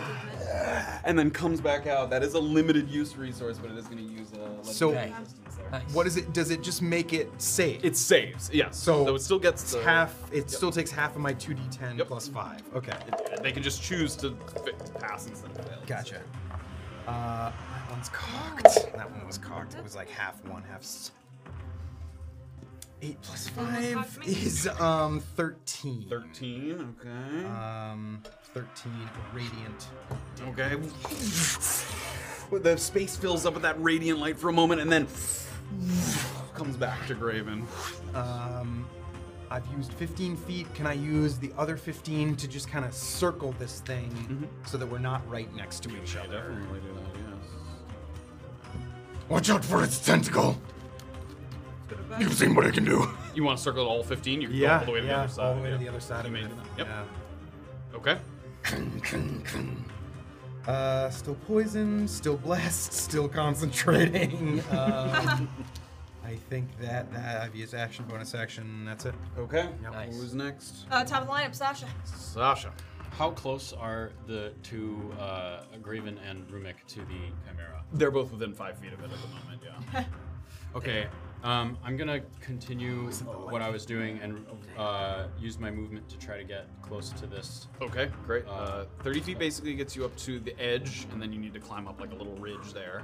Speaker 7: and then comes back out. That is a limited use resource, but it is going to use a legendary
Speaker 3: So-
Speaker 7: resistance there.
Speaker 8: (laughs) Nice.
Speaker 3: What is it? Does it just make it safe?
Speaker 7: It saves, yes.
Speaker 3: So
Speaker 7: it still gets
Speaker 3: It's
Speaker 7: the-
Speaker 3: half. It still takes half of my 2d10
Speaker 7: Yep.
Speaker 3: plus five. Okay,
Speaker 7: They can just choose to fi- pass instead of fail.
Speaker 3: gotcha. Uh, that one's cocked. That one was cocked. It was like half one, half. s- Eight plus
Speaker 2: cocked
Speaker 3: five
Speaker 2: me.
Speaker 3: is um thirteen.
Speaker 7: 13, okay.
Speaker 3: Um, thirteen radiant.
Speaker 7: Okay. The space fills up with that radiant light for a moment and then comes back to Graven.
Speaker 3: Um, I've used 15 feet. Can I use the other 15 to just kind of circle this thing
Speaker 7: Mm-hmm.
Speaker 3: so that we're not right next to each other?
Speaker 7: Definitely do that,
Speaker 1: Watch out for its tentacle. You've seen what it can do.
Speaker 7: yes. You want to circle all 15? You can go all the way to the other side.
Speaker 3: all the way to
Speaker 7: yeah.
Speaker 3: the other side of
Speaker 7: You
Speaker 3: it.
Speaker 7: made it. Yep.
Speaker 3: Yeah.
Speaker 7: Okay.
Speaker 1: Kung, kung, kung.
Speaker 3: Uh, still poisoned, still blessed, (laughs) still concentrating. Um, I think that, that I've used action, bonus action. That's it.
Speaker 7: Okay.
Speaker 8: Nice.
Speaker 7: Who's next?
Speaker 2: Uh, top of the lineup, Sasha.
Speaker 7: Sasha.
Speaker 4: How close are the two, uh, Graven and Rumik, to the Chimera?
Speaker 7: They're both within five feet of it at the moment, yeah.
Speaker 4: Okay, um, I'm gonna continue what I was doing and uh, use my movement to try to get close to this.
Speaker 7: okay, great. Uh, 30 feet basically gets you up to the edge, and then you need to climb up like a little ridge there.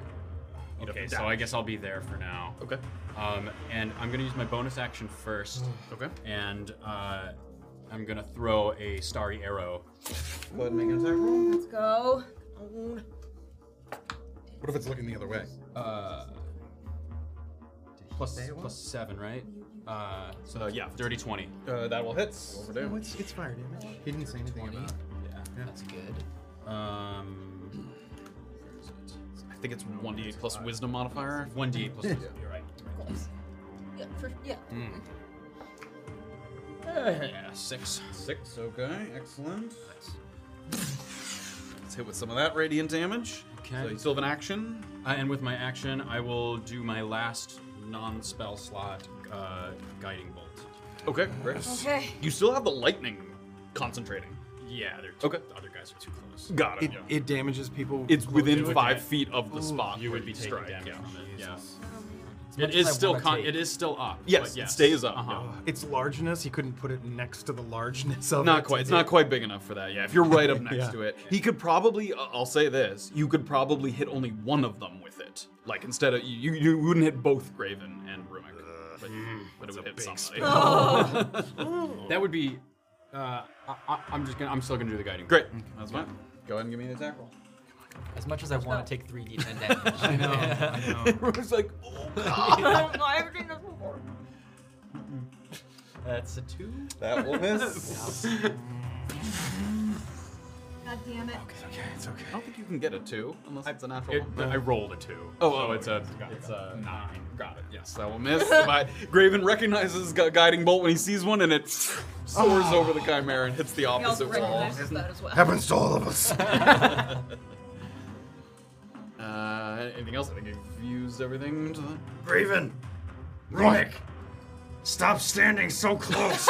Speaker 7: You'd have
Speaker 4: Okay,
Speaker 7: to
Speaker 4: so I
Speaker 7: dash.
Speaker 4: guess I'll be there for now.
Speaker 7: Okay.
Speaker 4: Um, and I'm gonna use my bonus action first,
Speaker 7: Okay.
Speaker 4: and uh, I'm gonna throw a starry arrow.
Speaker 7: Go ahead and make an attack roll.
Speaker 2: Let's go.
Speaker 3: What if it's looking the other way?
Speaker 4: Uh, plus plus seven, right? Uh, so
Speaker 7: Uh, yeah.
Speaker 4: dirty twenty.
Speaker 7: Uh, that will hit. Overdue.
Speaker 3: What's it's fire damage? He didn't say anything about. it.
Speaker 4: Yeah,
Speaker 8: That's good.
Speaker 4: Um,
Speaker 7: I think it's 1d8 plus wisdom modifier.
Speaker 4: one d plus. You're right.
Speaker 2: Yeah, for, yeah.
Speaker 4: Yeah, six. Uh,
Speaker 7: Six, okay, excellent. Let's hit with some of that radiant damage.
Speaker 4: Okay.
Speaker 7: So you still have an action.
Speaker 4: Uh, and with my action, I will do my last non-spell slot uh, guiding bolt.
Speaker 7: Okay, great.
Speaker 2: Okay.
Speaker 7: You still have the lightning concentrating.
Speaker 4: Yeah, they're too,
Speaker 7: Okay.
Speaker 4: the other guys are too close.
Speaker 7: Got
Speaker 1: It, it damages people.
Speaker 7: It's within
Speaker 4: would
Speaker 7: five
Speaker 4: get-
Speaker 7: feet of the spot.
Speaker 4: You
Speaker 7: where
Speaker 4: would be taking
Speaker 7: strike.
Speaker 4: damage
Speaker 7: yeah.
Speaker 4: from it. Yeah.
Speaker 8: much
Speaker 4: It
Speaker 8: as
Speaker 4: is
Speaker 8: I
Speaker 4: still
Speaker 8: wanna
Speaker 4: con-
Speaker 8: take.
Speaker 4: it is still up.
Speaker 7: Yes,
Speaker 4: but
Speaker 7: it stays up.
Speaker 4: Uh-huh.
Speaker 7: yeah.
Speaker 1: Its largeness, he couldn't put it next to the largeness of it.
Speaker 7: Not quite.
Speaker 3: (laughs)
Speaker 7: It's not quite big enough for that. Yeah, if you're
Speaker 4: (laughs)
Speaker 7: right up next
Speaker 1: Yeah.
Speaker 7: to it, he could probably. uh, I'll say this: you could probably hit only one of them with it. Like instead of you, you- you wouldn't hit both Graven and Rumik, but, but it would hit somebody.
Speaker 4: (laughs) That would be. Uh, I, I, I'm just gonna. I'm still gonna do the guiding.
Speaker 7: Great, that's fine.
Speaker 4: (laughs)
Speaker 7: Go ahead and give me an attack roll.
Speaker 8: As much as I want to take 3d10 damage.
Speaker 3: (laughs)
Speaker 8: I know.
Speaker 7: Rumik's like,
Speaker 4: oh,
Speaker 2: no, I haven't seen this before.
Speaker 8: That's a two.
Speaker 3: (laughs)
Speaker 7: that will miss.
Speaker 2: God damn it.
Speaker 1: Okay, it's okay.
Speaker 7: I don't think you can get a two unless it's a natural
Speaker 4: It,
Speaker 7: one.
Speaker 4: I rolled a two.
Speaker 7: Oh,
Speaker 4: so
Speaker 7: oh,
Speaker 4: it's a. It's a nine. Got it.
Speaker 7: Yes, that
Speaker 4: (laughs)
Speaker 7: will miss. But Graven recognizes gu- guiding bolt when he sees one, and it soars over the chimera and hits the
Speaker 2: He also
Speaker 7: opposite wall.
Speaker 2: recognizes that as
Speaker 1: (laughs)
Speaker 2: well.
Speaker 1: Happens to all of us.
Speaker 7: Uh, anything else? I think you've used everything. To that.
Speaker 1: Graven, Roik, stop standing so (laughs) close.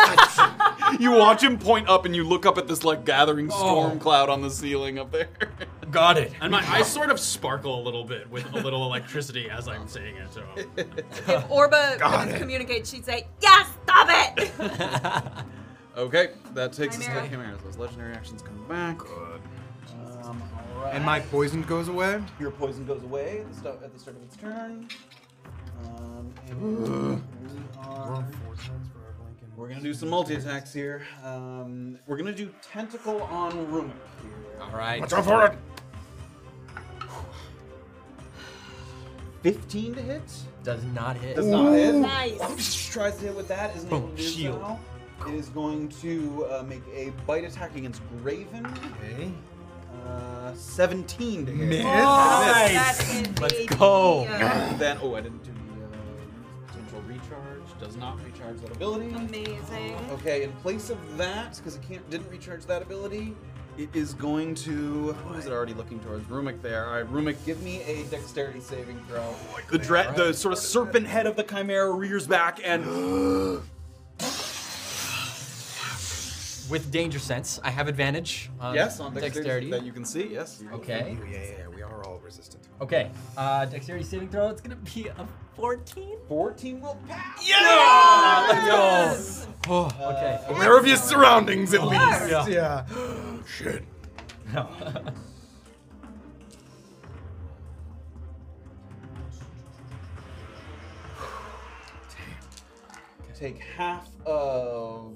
Speaker 7: You watch him point up, and you look up at this like gathering
Speaker 4: Oh.
Speaker 7: storm cloud on the ceiling up there. (laughs)
Speaker 8: Got it.
Speaker 11: And my eyes sort of sparkle a little bit with a little electricity as I'm saying it. So
Speaker 2: If Orba
Speaker 1: Got
Speaker 2: could
Speaker 1: it.
Speaker 2: communicate, she'd say, "Yes, stop it!" (laughs)
Speaker 7: okay, that takes us to
Speaker 2: Chimera.
Speaker 7: the chimera. Those legendary actions come back. Good.
Speaker 1: Um,
Speaker 3: And my poison goes away.
Speaker 7: Your poison goes away at the start, at the start of its turn. Um, and we are.
Speaker 1: We're on four turns for our blinking.
Speaker 7: We're
Speaker 1: do some multi attacks here. Um, we're gonna do tentacle on Rumik here.
Speaker 8: All right.
Speaker 7: Watch out for it!
Speaker 1: 15 to hit.
Speaker 8: Does not hit.
Speaker 1: Does not hit.
Speaker 2: Nice.
Speaker 1: Tries to hit with that. Isn't able to do
Speaker 8: shield.
Speaker 1: so. It is going to uh, make a bite attack against Graven.
Speaker 3: Okay.
Speaker 1: Uh, 17 to hit.
Speaker 3: Miss.
Speaker 2: Nice.
Speaker 8: Let's go.
Speaker 1: And Then, oh, I didn't do the uh, potential recharge. Does not recharge that ability.
Speaker 2: Amazing.
Speaker 1: Okay, in place of that, because it can't didn't recharge that ability, it is going to. What is it already looking towards? Rumik there. All right, Rumik, give me a dexterity saving throw. the dra- the sort of serpent head of the chimera rears back
Speaker 7: (gasps)
Speaker 1: and.
Speaker 8: With danger sense, I have advantage. On
Speaker 1: yes, on dexterity,
Speaker 8: dexterity.
Speaker 1: that you can see. Yes.
Speaker 8: okay.
Speaker 3: Yeah, yeah, yeah, we are all resistant.
Speaker 8: Okay. Uh, dexterity saving throw. It's gonna be a 14.
Speaker 1: Fourteen will pass.
Speaker 8: Let's go. Oh, okay.
Speaker 7: Aware of your surroundings, at least.
Speaker 8: Yeah.
Speaker 3: Yeah. (laughs)
Speaker 7: Shit.
Speaker 8: No.
Speaker 1: Take half of.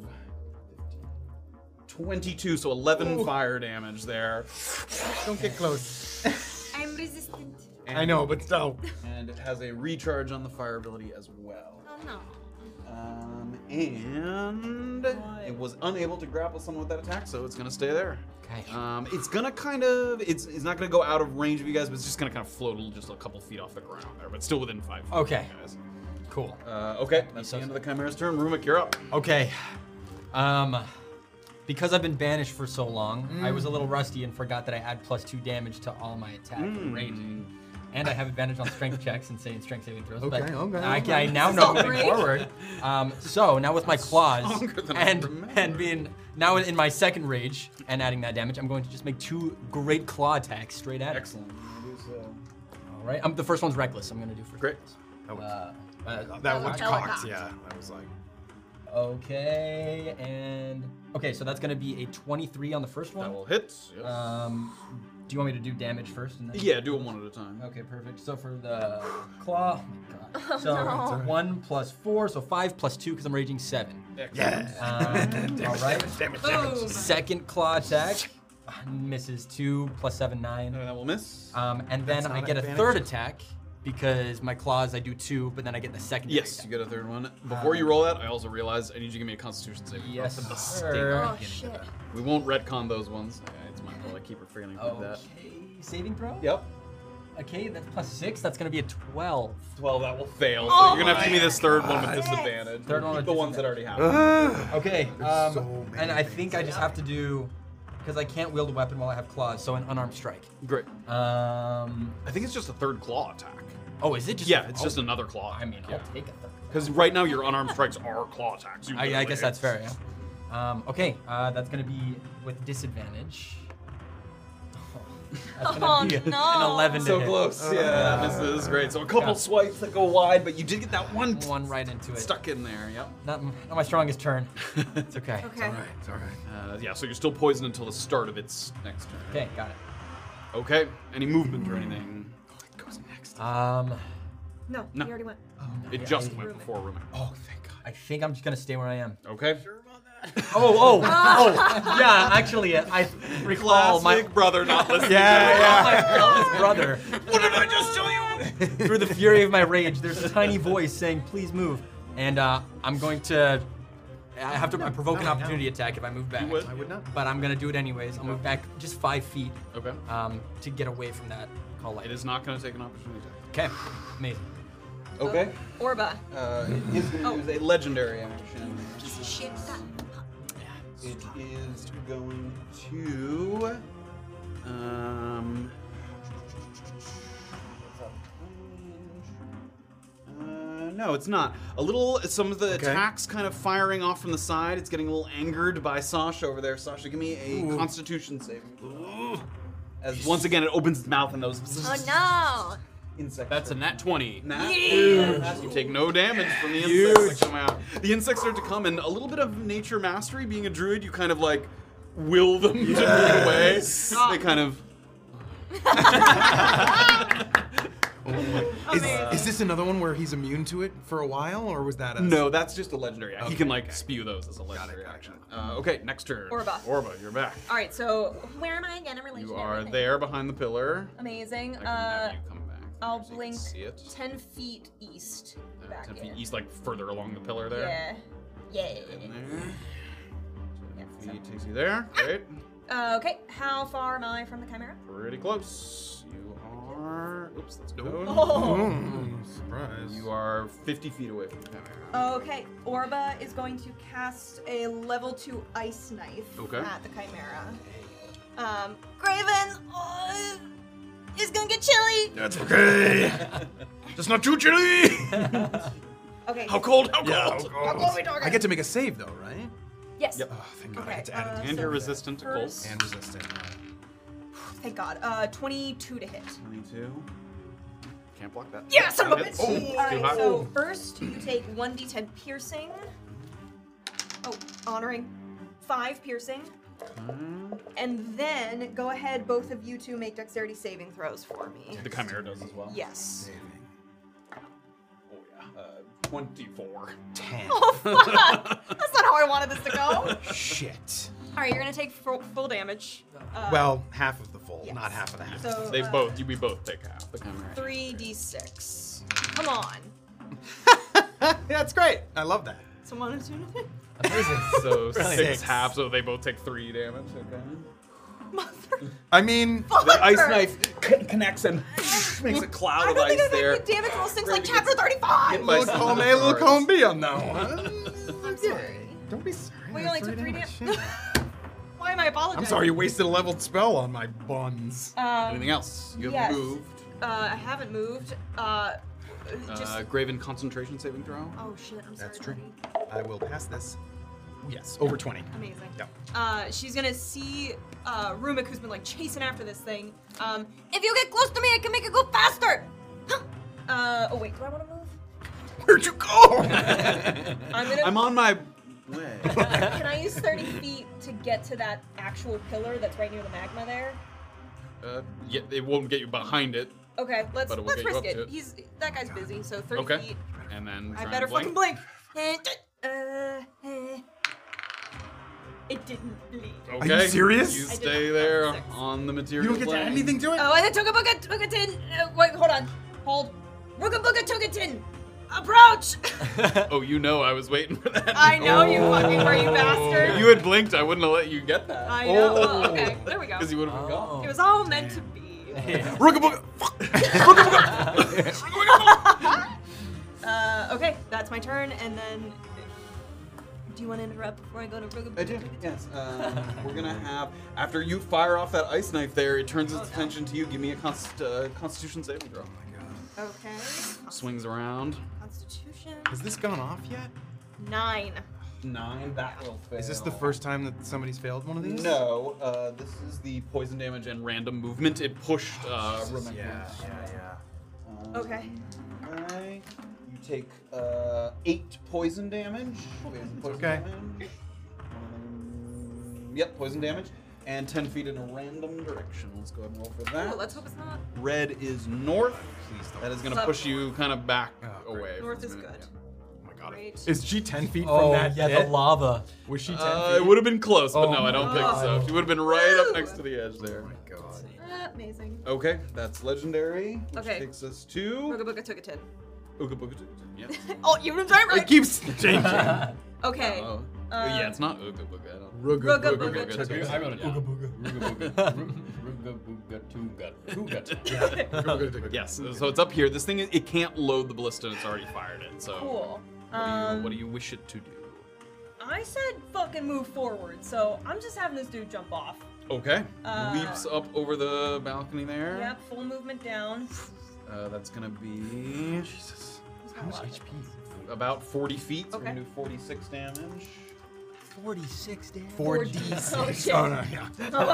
Speaker 1: 22, so 11 fire damage there.
Speaker 3: Don't get close.
Speaker 2: I'm resistant.
Speaker 7: I know, but still.
Speaker 1: And it has a recharge on the fire ability as well.
Speaker 2: Oh no.
Speaker 1: Um, and it was unable to grapple someone with that attack, so it's gonna stay there.
Speaker 8: (laughs) Okay.
Speaker 1: Um, it's gonna kind of it's it's not gonna go out of range of you guys, but it's just gonna kind of float a little- just a couple feet off the ground there, but still within five. Feet
Speaker 8: Okay.
Speaker 1: of you guys.
Speaker 8: Cool.
Speaker 1: Uh, okay, that's the end of the Chimera's turn. Rumik, you're up.
Speaker 8: Okay. Um, because I've been banished for so long, I was a little rusty and forgot that I add plus two damage to all my attack and raging. And I have advantage on strength checks and saving strength saving throws. but
Speaker 3: Okay, okay,
Speaker 8: I,
Speaker 3: okay.
Speaker 8: I now know moving
Speaker 2: great.
Speaker 8: forward. Um, so now with my claws
Speaker 1: Stronger than I
Speaker 8: and
Speaker 1: remember.
Speaker 8: and being now in my second rage and adding that damage, I'm going to just make two great claw attacks straight at. it.
Speaker 1: Excellent. You do so.
Speaker 8: All right. Um, the first one's reckless. I'm going to do first.
Speaker 1: Great.
Speaker 8: That uh,
Speaker 7: That one's
Speaker 2: Telecom.
Speaker 7: cocked, yeah. I was like,
Speaker 8: okay, and okay, so that's going to be a 23 on the first one.
Speaker 1: That will hit. Yes.
Speaker 8: Um, do you want me to do damage first? And then
Speaker 1: yeah, do them one at a time.
Speaker 8: Okay, perfect. So for the claw, oh my God. so it's one plus four, so five plus two because I'm raging seven.
Speaker 7: yeah.
Speaker 8: Um, (laughs) all
Speaker 3: (laughs)
Speaker 8: right.
Speaker 7: Damage, damage.
Speaker 2: Boom.
Speaker 8: Second claw attack misses two plus seven
Speaker 1: Uh,
Speaker 8: nine.
Speaker 1: that will miss.
Speaker 8: Um, and then I get a third attack because my claws I do two, but then I get the second.
Speaker 1: yes, you
Speaker 8: Attack.
Speaker 1: get a third one. Um, Before you roll that, I also realized I need you to give me a Constitution saving. throw.
Speaker 8: Yes,
Speaker 2: Oh
Speaker 8: sir.
Speaker 2: shit.
Speaker 1: We won't retcon those ones. Yeah, It's my fault. I keep forgetting to do
Speaker 8: Okay,
Speaker 1: that.
Speaker 8: saving throw.
Speaker 1: Yep.
Speaker 8: Okay, that's plus six. That's gonna be a twelve.
Speaker 1: 12, that will fail. So
Speaker 2: Oh
Speaker 1: you're gonna have to give me this third one with
Speaker 2: God.
Speaker 1: disadvantage.
Speaker 8: Third one
Speaker 1: Keep
Speaker 8: with
Speaker 1: the ones that already have.
Speaker 8: Okay, um,
Speaker 3: so many
Speaker 8: and I
Speaker 3: things.
Speaker 8: think I just have to do because I can't wield a weapon while I have claws, so an unarmed strike.
Speaker 1: Great.
Speaker 8: Um,
Speaker 1: I think it's just a third claw attack.
Speaker 8: oh, is it just?
Speaker 1: Yeah, it's just
Speaker 8: oh,
Speaker 1: another claw.
Speaker 8: I mean,
Speaker 1: yeah.
Speaker 8: I'll take a third.
Speaker 1: Because right now your unarmed strikes are claw attacks. You
Speaker 8: I, I
Speaker 1: literally-
Speaker 8: guess that's fair. Yeah. Um, okay, uh, that's gonna be with disadvantage. (laughs) That's gonna
Speaker 2: Oh,
Speaker 8: be a- an
Speaker 2: no.
Speaker 8: eleven to
Speaker 1: So
Speaker 8: hit.
Speaker 1: close. yeah, that misses. This is great. So a couple
Speaker 8: Yeah.
Speaker 1: swipes that go wide, but you did get that one
Speaker 8: One right into it.
Speaker 1: stuck in there. Yep.
Speaker 8: Not, not my strongest
Speaker 1: (laughs)
Speaker 8: turn. It's okay.
Speaker 2: Okay.
Speaker 7: It's all right.
Speaker 1: Uh, yeah. So you're still poisoned until the start of its next turn.
Speaker 8: Okay, got it.
Speaker 1: Okay. Any movement or anything?
Speaker 7: It goes next.
Speaker 8: Um,
Speaker 2: No,
Speaker 1: No.
Speaker 2: you already went.
Speaker 1: It
Speaker 8: yeah,
Speaker 1: just
Speaker 8: I-
Speaker 1: went before Rumik.
Speaker 7: Oh, thank God.
Speaker 8: I think I'm just gonna stay where I am.
Speaker 1: Okay.
Speaker 8: Oh, oh, oh! (laughs) Yeah, actually, I recall my
Speaker 1: brother not listening.
Speaker 7: Oh
Speaker 8: yeah, yeah. brother. What did I just tell you? (laughs) Through the fury of my rage, there's a tiny voice saying, "Please move," and uh, I'm going to. I have to I provoke an opportunity attack if I move back.
Speaker 1: would.
Speaker 3: I would not.
Speaker 8: But I'm gonna do it anyways. I'll move back just five feet
Speaker 1: Okay.
Speaker 8: um, to get away from that call light.
Speaker 1: It is not going to take an opportunity attack.
Speaker 8: okay. Amazing. (laughs)
Speaker 1: Okay.
Speaker 2: Orba.
Speaker 1: Uh, it is going to
Speaker 2: Oh.
Speaker 1: use a legendary action.
Speaker 2: Piece of shit.
Speaker 1: It is going to. Um. uh, No, it's not. A little, some of the attacks kind of firing off from the side. It's getting a little angered by Sasha over there. Sasha, give me a Constitution saving. throw. As once again, it opens its mouth and those
Speaker 2: Oh
Speaker 1: insects.
Speaker 4: That's a nat 20.
Speaker 1: Nah.
Speaker 2: Yeah.
Speaker 1: You take no damage from the insects that come out. The insects start to come, and a little bit of nature mastery. Being a druid, you kind of like will
Speaker 7: (laughs)
Speaker 1: them to move away. They kind of.
Speaker 3: Is,
Speaker 2: Amazing.
Speaker 3: is this another one where he's immune to it for a while, or was that a
Speaker 7: No, that's just a legendary action. He can like spew those as a legendary
Speaker 3: got it,
Speaker 7: action. Uh, okay, next turn.
Speaker 2: Orba.
Speaker 7: Orba, you're back.
Speaker 2: All right, so where am I again in relation
Speaker 7: You
Speaker 2: to
Speaker 7: are
Speaker 2: everything?
Speaker 7: there behind the pillar.
Speaker 2: Amazing.
Speaker 7: I can
Speaker 2: Uh,
Speaker 7: have you come back.
Speaker 2: I'll
Speaker 7: so you can
Speaker 2: blink
Speaker 7: See it.
Speaker 2: 10 feet east.
Speaker 7: Uh,
Speaker 2: Back
Speaker 7: 10 feet
Speaker 2: in.
Speaker 7: east, like further along the pillar there.
Speaker 2: Yeah. Yeah.
Speaker 7: In there.
Speaker 2: Yeah,
Speaker 7: He takes you there. Great.
Speaker 2: so- uh, okay, how far am I from the chimera?
Speaker 7: Pretty close. You are. Oops, that's no.
Speaker 3: Hmm,
Speaker 2: Oh.
Speaker 12: Surprise.
Speaker 7: You are 50 feet away from the camera.
Speaker 2: Okay, Orba is going to cast a level 2 ice knife
Speaker 7: Okay.
Speaker 2: at the chimera. Um, Graven uh, is gonna get chilly.
Speaker 12: That's okay. Just not too chilly.
Speaker 2: Okay.
Speaker 12: How
Speaker 7: Oh,
Speaker 12: cold? How cold?
Speaker 2: How cold we talking?
Speaker 3: I get to make a save though, right?
Speaker 2: yes.
Speaker 3: Oh, thank God, I
Speaker 2: Okay.
Speaker 3: get to add
Speaker 2: uh,
Speaker 7: and
Speaker 2: so
Speaker 7: you're resistant to cold.
Speaker 2: first-
Speaker 3: and resistant.
Speaker 2: Thank God. Uh, 22 to hit.
Speaker 7: 22. Can't block that.
Speaker 2: Yeah, son of a bitch!
Speaker 7: It's- it's too
Speaker 2: Alright,
Speaker 7: hot.
Speaker 2: so first you take 1d10 piercing. Oh, honoring. Five piercing.
Speaker 7: Hmm.
Speaker 2: And then go ahead, both of you two make dexterity saving throws for me.
Speaker 7: The chimera does as well.
Speaker 2: Yes.
Speaker 7: Oh, yeah. Uh, 24.
Speaker 2: Oh, fuck! That's not how I wanted this to go.
Speaker 3: Shit.
Speaker 2: Alright, you're gonna take full, full damage. Uh,
Speaker 3: Well, half of the full,
Speaker 2: Yes.
Speaker 3: not half of the half.
Speaker 2: so,
Speaker 7: They
Speaker 2: uh,
Speaker 7: both, you, we both take half the chimera.
Speaker 2: 3d6. Come on.
Speaker 3: That's great. I love that.
Speaker 2: So one and two.
Speaker 7: (laughs) So
Speaker 3: Six.
Speaker 7: six half, so they both take three damage. Okay.
Speaker 2: Mother.
Speaker 3: I mean,
Speaker 7: The ice knife c-
Speaker 8: (laughs)
Speaker 7: connects and makes a cloud
Speaker 2: I
Speaker 7: of
Speaker 2: don't think
Speaker 7: ice
Speaker 2: I've
Speaker 7: there.
Speaker 2: had good damage rolls since like
Speaker 7: Graven gets
Speaker 2: chapter 35!
Speaker 7: hit by
Speaker 3: look
Speaker 7: some of
Speaker 3: home
Speaker 7: the
Speaker 3: A, look
Speaker 7: swords.
Speaker 3: home B on
Speaker 8: (laughs)
Speaker 3: that one.
Speaker 2: I'm sorry.
Speaker 3: Don't be sorry.
Speaker 2: We
Speaker 3: that's
Speaker 2: only took three damage.
Speaker 3: Shit.
Speaker 2: (laughs) Why am I apologizing?
Speaker 3: I'm sorry you wasted a leveled spell on my buns.
Speaker 2: Um,
Speaker 7: Anything else? You have
Speaker 2: Yes.
Speaker 7: moved.
Speaker 2: uh, I haven't moved. Uh, just.
Speaker 7: Uh, Graven concentration saving throw.
Speaker 2: oh shit! I'm sorry.
Speaker 3: That's true.
Speaker 2: buddy.
Speaker 3: I will pass this. Yes, over (laughs) 20.
Speaker 2: Amazing.
Speaker 3: Yeah.
Speaker 2: Uh, she's gonna see uh, Rumik, who's been like chasing after this thing. Um, if you get close to me, I can make it go faster. Huh. Uh, oh wait, do I want to move?
Speaker 3: Where'd you go?
Speaker 2: I'm
Speaker 3: (laughs)
Speaker 2: gonna. (laughs)
Speaker 7: I'm on my way.
Speaker 2: Can I use 30 feet to get to that actual pillar that's right near the magma there?
Speaker 7: uh, yeah, it won't get you behind it,
Speaker 2: Okay, let's
Speaker 7: But it will
Speaker 2: let's
Speaker 7: get you
Speaker 2: risk
Speaker 7: up
Speaker 2: it.
Speaker 7: to it.
Speaker 2: He's that guy's busy, so 30
Speaker 7: Okay.
Speaker 2: feet.
Speaker 7: and then
Speaker 2: I
Speaker 7: try
Speaker 2: better fucking
Speaker 7: and blink.
Speaker 2: blink. Eh, d- uh, eh. It didn't bleed.
Speaker 7: Okay.
Speaker 3: you serious?
Speaker 7: You
Speaker 2: I did
Speaker 7: stay
Speaker 2: not
Speaker 7: there
Speaker 2: have sex.
Speaker 7: on the
Speaker 3: you
Speaker 7: material.
Speaker 3: don't get to add
Speaker 7: plane.
Speaker 3: anything to it?
Speaker 2: Oh, and it took a booga, took a tin. Uh, wait, hold on. Hold. Rooka booga took a tin. Approach! (laughs)
Speaker 7: Oh, you know, I was waiting for that.
Speaker 2: I know you fucking were, you bastard.
Speaker 7: (laughs) If Oh. you had blinked, I wouldn't have let you get that.
Speaker 2: I know. Well, okay, there we go.
Speaker 7: Because you would have been
Speaker 3: Oh.
Speaker 7: gone.
Speaker 8: Oh.
Speaker 2: It was all meant to
Speaker 7: (laughs)
Speaker 2: be.
Speaker 3: Rookabook.
Speaker 2: Uh, okay, that's my turn, and then. Do you want to interrupt before I go to Rooka
Speaker 7: I do, yes. Um,
Speaker 3: (laughs)
Speaker 7: we're gonna have after you fire off that ice knife there, it turns its
Speaker 2: Oh, no.
Speaker 7: attention to you. Give me a const, uh, Constitution saving throw.
Speaker 3: Oh
Speaker 2: Okay.
Speaker 7: (laughs) Swings around.
Speaker 2: Constitution.
Speaker 3: Has this gone off yet?
Speaker 2: Nine.
Speaker 7: Nine. That will fail.
Speaker 3: Is this the first time that somebody's failed one of these?
Speaker 7: No. Uh, this is the poison damage and random movement. It pushed. Uh, Remek's
Speaker 3: Yeah, yeah, yeah.
Speaker 7: Um,
Speaker 2: Okay.
Speaker 7: I, you take uh, eight poison
Speaker 2: (laughs)
Speaker 7: damage. Poison
Speaker 3: okay.
Speaker 7: damage. Um, yep, poison damage. And 10 feet in a random direction. Let's go ahead and roll for that.
Speaker 2: Cool, let's hope it's not.
Speaker 7: Red is north.
Speaker 3: Please don't.
Speaker 7: That is going to
Speaker 2: Love
Speaker 7: push you kind of back
Speaker 3: Oh, great.
Speaker 7: away. for
Speaker 2: North
Speaker 7: this
Speaker 2: is
Speaker 7: minute,
Speaker 2: good.
Speaker 3: Oh my God.
Speaker 2: Great.
Speaker 3: Is she 10 feet
Speaker 8: Oh,
Speaker 3: from that?
Speaker 8: yeah,
Speaker 3: pit?
Speaker 8: the lava.
Speaker 3: Was she
Speaker 7: yeah.
Speaker 3: 10
Speaker 7: Uh,
Speaker 3: feet?
Speaker 7: it would have been close, but
Speaker 8: Oh
Speaker 7: no, I don't
Speaker 2: my
Speaker 7: think so.
Speaker 8: God.
Speaker 7: You would have been right
Speaker 2: Woo!
Speaker 7: up next to the edge
Speaker 3: Oh
Speaker 7: there.
Speaker 3: God.
Speaker 2: Ah, amazing.
Speaker 7: Okay, that's legendary. Which
Speaker 2: Okay.
Speaker 7: takes us to.
Speaker 2: Rooka Booka took a tin.
Speaker 7: Ooga Booga Doo. Yeah.
Speaker 2: (laughs) Oh, you were right,
Speaker 3: It
Speaker 2: right?
Speaker 3: keeps changing.
Speaker 2: Okay.
Speaker 7: Oh.
Speaker 2: Uh,
Speaker 7: yeah, it's not Ooga Booga. I don't
Speaker 2: Rooga
Speaker 3: Rooga
Speaker 2: Booga
Speaker 7: Booga Tugga.
Speaker 4: I wrote it down. Rugabooga.
Speaker 7: (laughs)
Speaker 4: Rugabooga Tuga. Tuga.
Speaker 7: Yes. So it's up here. This thing it can't load the ballista. and It's already fired it. So
Speaker 2: Cool.
Speaker 7: what, do
Speaker 2: Um,
Speaker 7: you, what do you wish it to do?
Speaker 2: I said fucking move forward, so I'm just having this dude jump off.
Speaker 7: Okay.
Speaker 2: Uh,
Speaker 7: Leaps up over the balcony there.
Speaker 2: Yep, full movement down.
Speaker 7: Uh, that's gonna be
Speaker 2: He's got a lot of-
Speaker 3: (laughs)
Speaker 7: about 40 feet. So we're
Speaker 2: Okay.
Speaker 7: gonna do 46 damage.
Speaker 13: 46 damage.
Speaker 2: (laughs)
Speaker 8: (laughs) 4d6.
Speaker 2: shit.
Speaker 8: Oh, no, yeah.
Speaker 2: (laughs) Oh, I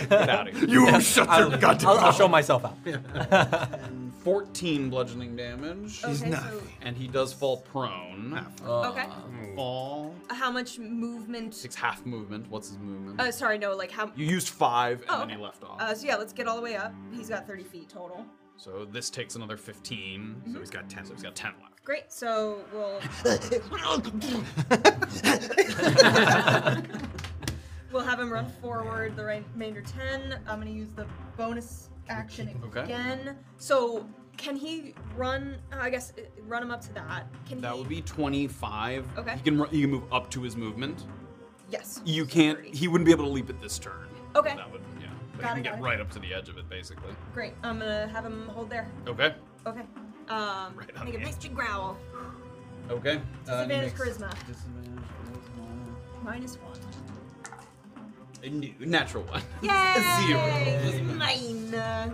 Speaker 2: get that. (laughs)
Speaker 7: Get out of here.
Speaker 8: You shut your goddamn
Speaker 13: I'll, I'll
Speaker 8: mouth.
Speaker 13: show myself out.
Speaker 8: (laughs)
Speaker 7: 14 bludgeoning damage.
Speaker 2: Okay,
Speaker 7: And he does fall prone.
Speaker 2: so, okay.
Speaker 8: Um,
Speaker 7: Fall.
Speaker 2: How much movement?
Speaker 7: Six half movement. What's his movement?
Speaker 2: Uh, sorry, no, like how?
Speaker 7: you used five and
Speaker 2: Oh,
Speaker 7: then he
Speaker 2: okay.
Speaker 7: left off.
Speaker 2: Uh, so yeah, let's get all the way up. He's got 30 feet total.
Speaker 7: so this takes another 15.
Speaker 2: Mhm.
Speaker 7: So he's got 10. So he's got 10 left.
Speaker 2: Great. So
Speaker 7: (laughs)
Speaker 2: we'll we'll have him run forward the remainder 10. I'm gonna use the bonus action
Speaker 7: Okay.
Speaker 2: again. So can he run? uh, I guess uh, run him up to that. Can
Speaker 7: That
Speaker 2: he?
Speaker 7: would be 25.
Speaker 2: Okay.
Speaker 7: He can, ru- he can move up to his movement.
Speaker 2: yes.
Speaker 7: You can't,
Speaker 2: Thirty.
Speaker 7: he wouldn't be able to leap at this turn.
Speaker 2: Okay.
Speaker 7: That would, yeah. But
Speaker 2: Got
Speaker 7: he
Speaker 2: it,
Speaker 7: can
Speaker 2: got
Speaker 7: get
Speaker 2: it.
Speaker 7: right up to the edge of it, basically.
Speaker 2: Great. I'm gonna have him hold there.
Speaker 7: Okay.
Speaker 2: Okay. Um,
Speaker 7: Right on
Speaker 2: make a
Speaker 7: the
Speaker 2: nice big growl.
Speaker 7: Okay.
Speaker 2: Disadvantage
Speaker 7: next-
Speaker 2: charisma.
Speaker 7: Disadvantage charisma.
Speaker 2: Minus one.
Speaker 7: A new
Speaker 2: (laughs)
Speaker 7: natural one.
Speaker 2: Yay! Zero. Mine.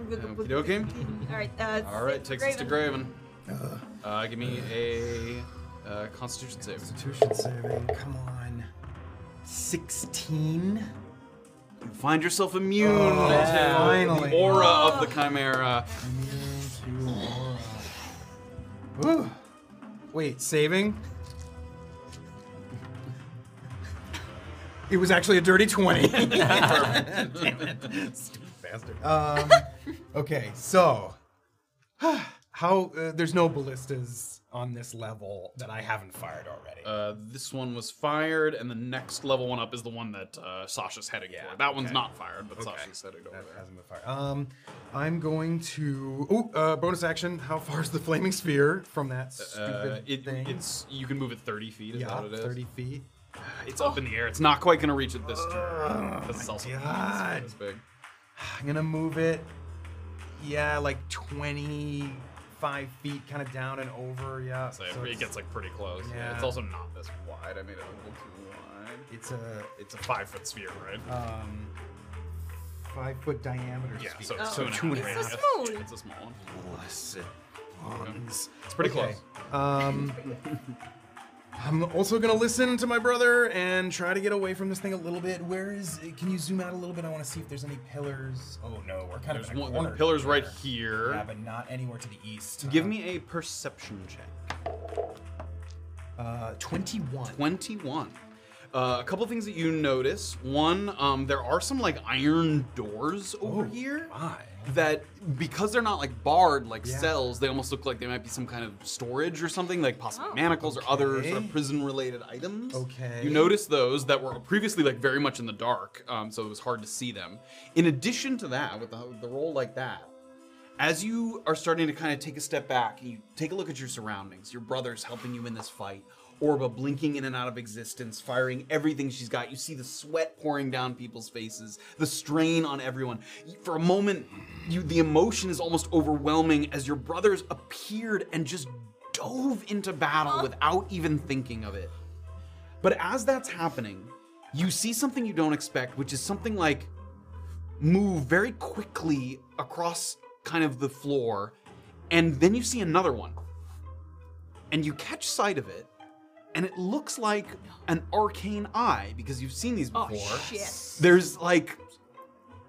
Speaker 7: Okie dokie.
Speaker 2: All right. Uh,
Speaker 7: (laughs) All right, takes us to
Speaker 2: Graven.
Speaker 7: Graven. Uh, give me a uh, Constitution save.
Speaker 3: Constitution saving. Come on. 16.
Speaker 7: You find yourself immune
Speaker 3: Oh,
Speaker 7: to
Speaker 3: finally.
Speaker 7: the aura of the Chimera.
Speaker 3: Ooh. Wait, saving? It was actually a dirty 20.
Speaker 8: Bastard.
Speaker 3: um, okay, so. (sighs) How. Uh, there's no ballistas on this level that I haven't fired already.
Speaker 7: Uh, this one was fired, and the next level one up is the one that uh, Sasha's heading for. That one's not fired, but Sasha's heading over
Speaker 3: That
Speaker 7: there.
Speaker 3: hasn't been fired. Um, I'm going to. Oh, uh, bonus action. How far is the flaming sphere from that stupid
Speaker 7: Uh, it,
Speaker 3: thing?
Speaker 7: it's you can move it 30 feet. Is
Speaker 3: yeah,
Speaker 7: that what it is?
Speaker 3: 30 feet. Oh
Speaker 7: It's up in the air. It's not quite going to reach it this turn. Because it's also
Speaker 3: God.
Speaker 7: it's big.
Speaker 3: I'm gonna move it. Yeah, like 25 feet, kind of down and over. Yeah.
Speaker 7: So,
Speaker 3: so
Speaker 7: it
Speaker 3: it's,
Speaker 7: gets like pretty close. Yeah.
Speaker 3: Yeah.
Speaker 7: It's also not this wide. I made it a little too wide.
Speaker 3: It's a
Speaker 7: It's a five foot sphere, right?
Speaker 3: um, five foot diameter.
Speaker 7: yeah.
Speaker 3: sphere.
Speaker 7: So
Speaker 2: Oh.
Speaker 7: it's two and
Speaker 2: a
Speaker 3: Two and
Speaker 7: a half. I
Speaker 2: half. It's so
Speaker 7: guess.
Speaker 2: small.
Speaker 7: It's a small one.
Speaker 3: Blessed ones.
Speaker 7: It's pretty
Speaker 3: Okay.
Speaker 7: close.
Speaker 3: Um, I'm also gonna listen to my brother and try to get away from this thing a little bit. Where is? Can you zoom out a little bit? I want to see if there's any pillars. Oh no, we're kind
Speaker 7: There's
Speaker 3: of in a
Speaker 7: one.
Speaker 3: corner
Speaker 7: The pillar's right
Speaker 3: here.
Speaker 7: here.
Speaker 3: Yeah, but not anywhere to the east.
Speaker 7: Give me a perception check.
Speaker 3: uh, 21.
Speaker 7: 21. Uh, a couple things that you notice. One, um, there are some like iron doors
Speaker 3: Oh,
Speaker 7: over here that, because they're not like barred like cells, they almost look like they might be some kind of storage or something, like possibly manacles or other sort
Speaker 3: okay.
Speaker 7: of prison-related items.
Speaker 3: Okay.
Speaker 7: You notice those that were previously like very much in the dark, um, so it was hard to see them. In addition to that, with the, with the roll like that, as you are starting to kind of take a step back, you take a look at your surroundings. Your brother's helping you in this fight. Orba blinking in and out of existence, firing everything she's got. You see the sweat pouring down people's faces, the strain on everyone. For a moment, you the emotion is almost overwhelming as your brothers appeared and just dove into battle without even thinking of it. But as that's happening, you see something you don't expect, which is something like move very quickly across kind of the floor, and then you see another one. And you catch sight of it, and it looks like an arcane eye because you've seen these before.
Speaker 2: Shit.
Speaker 7: There's like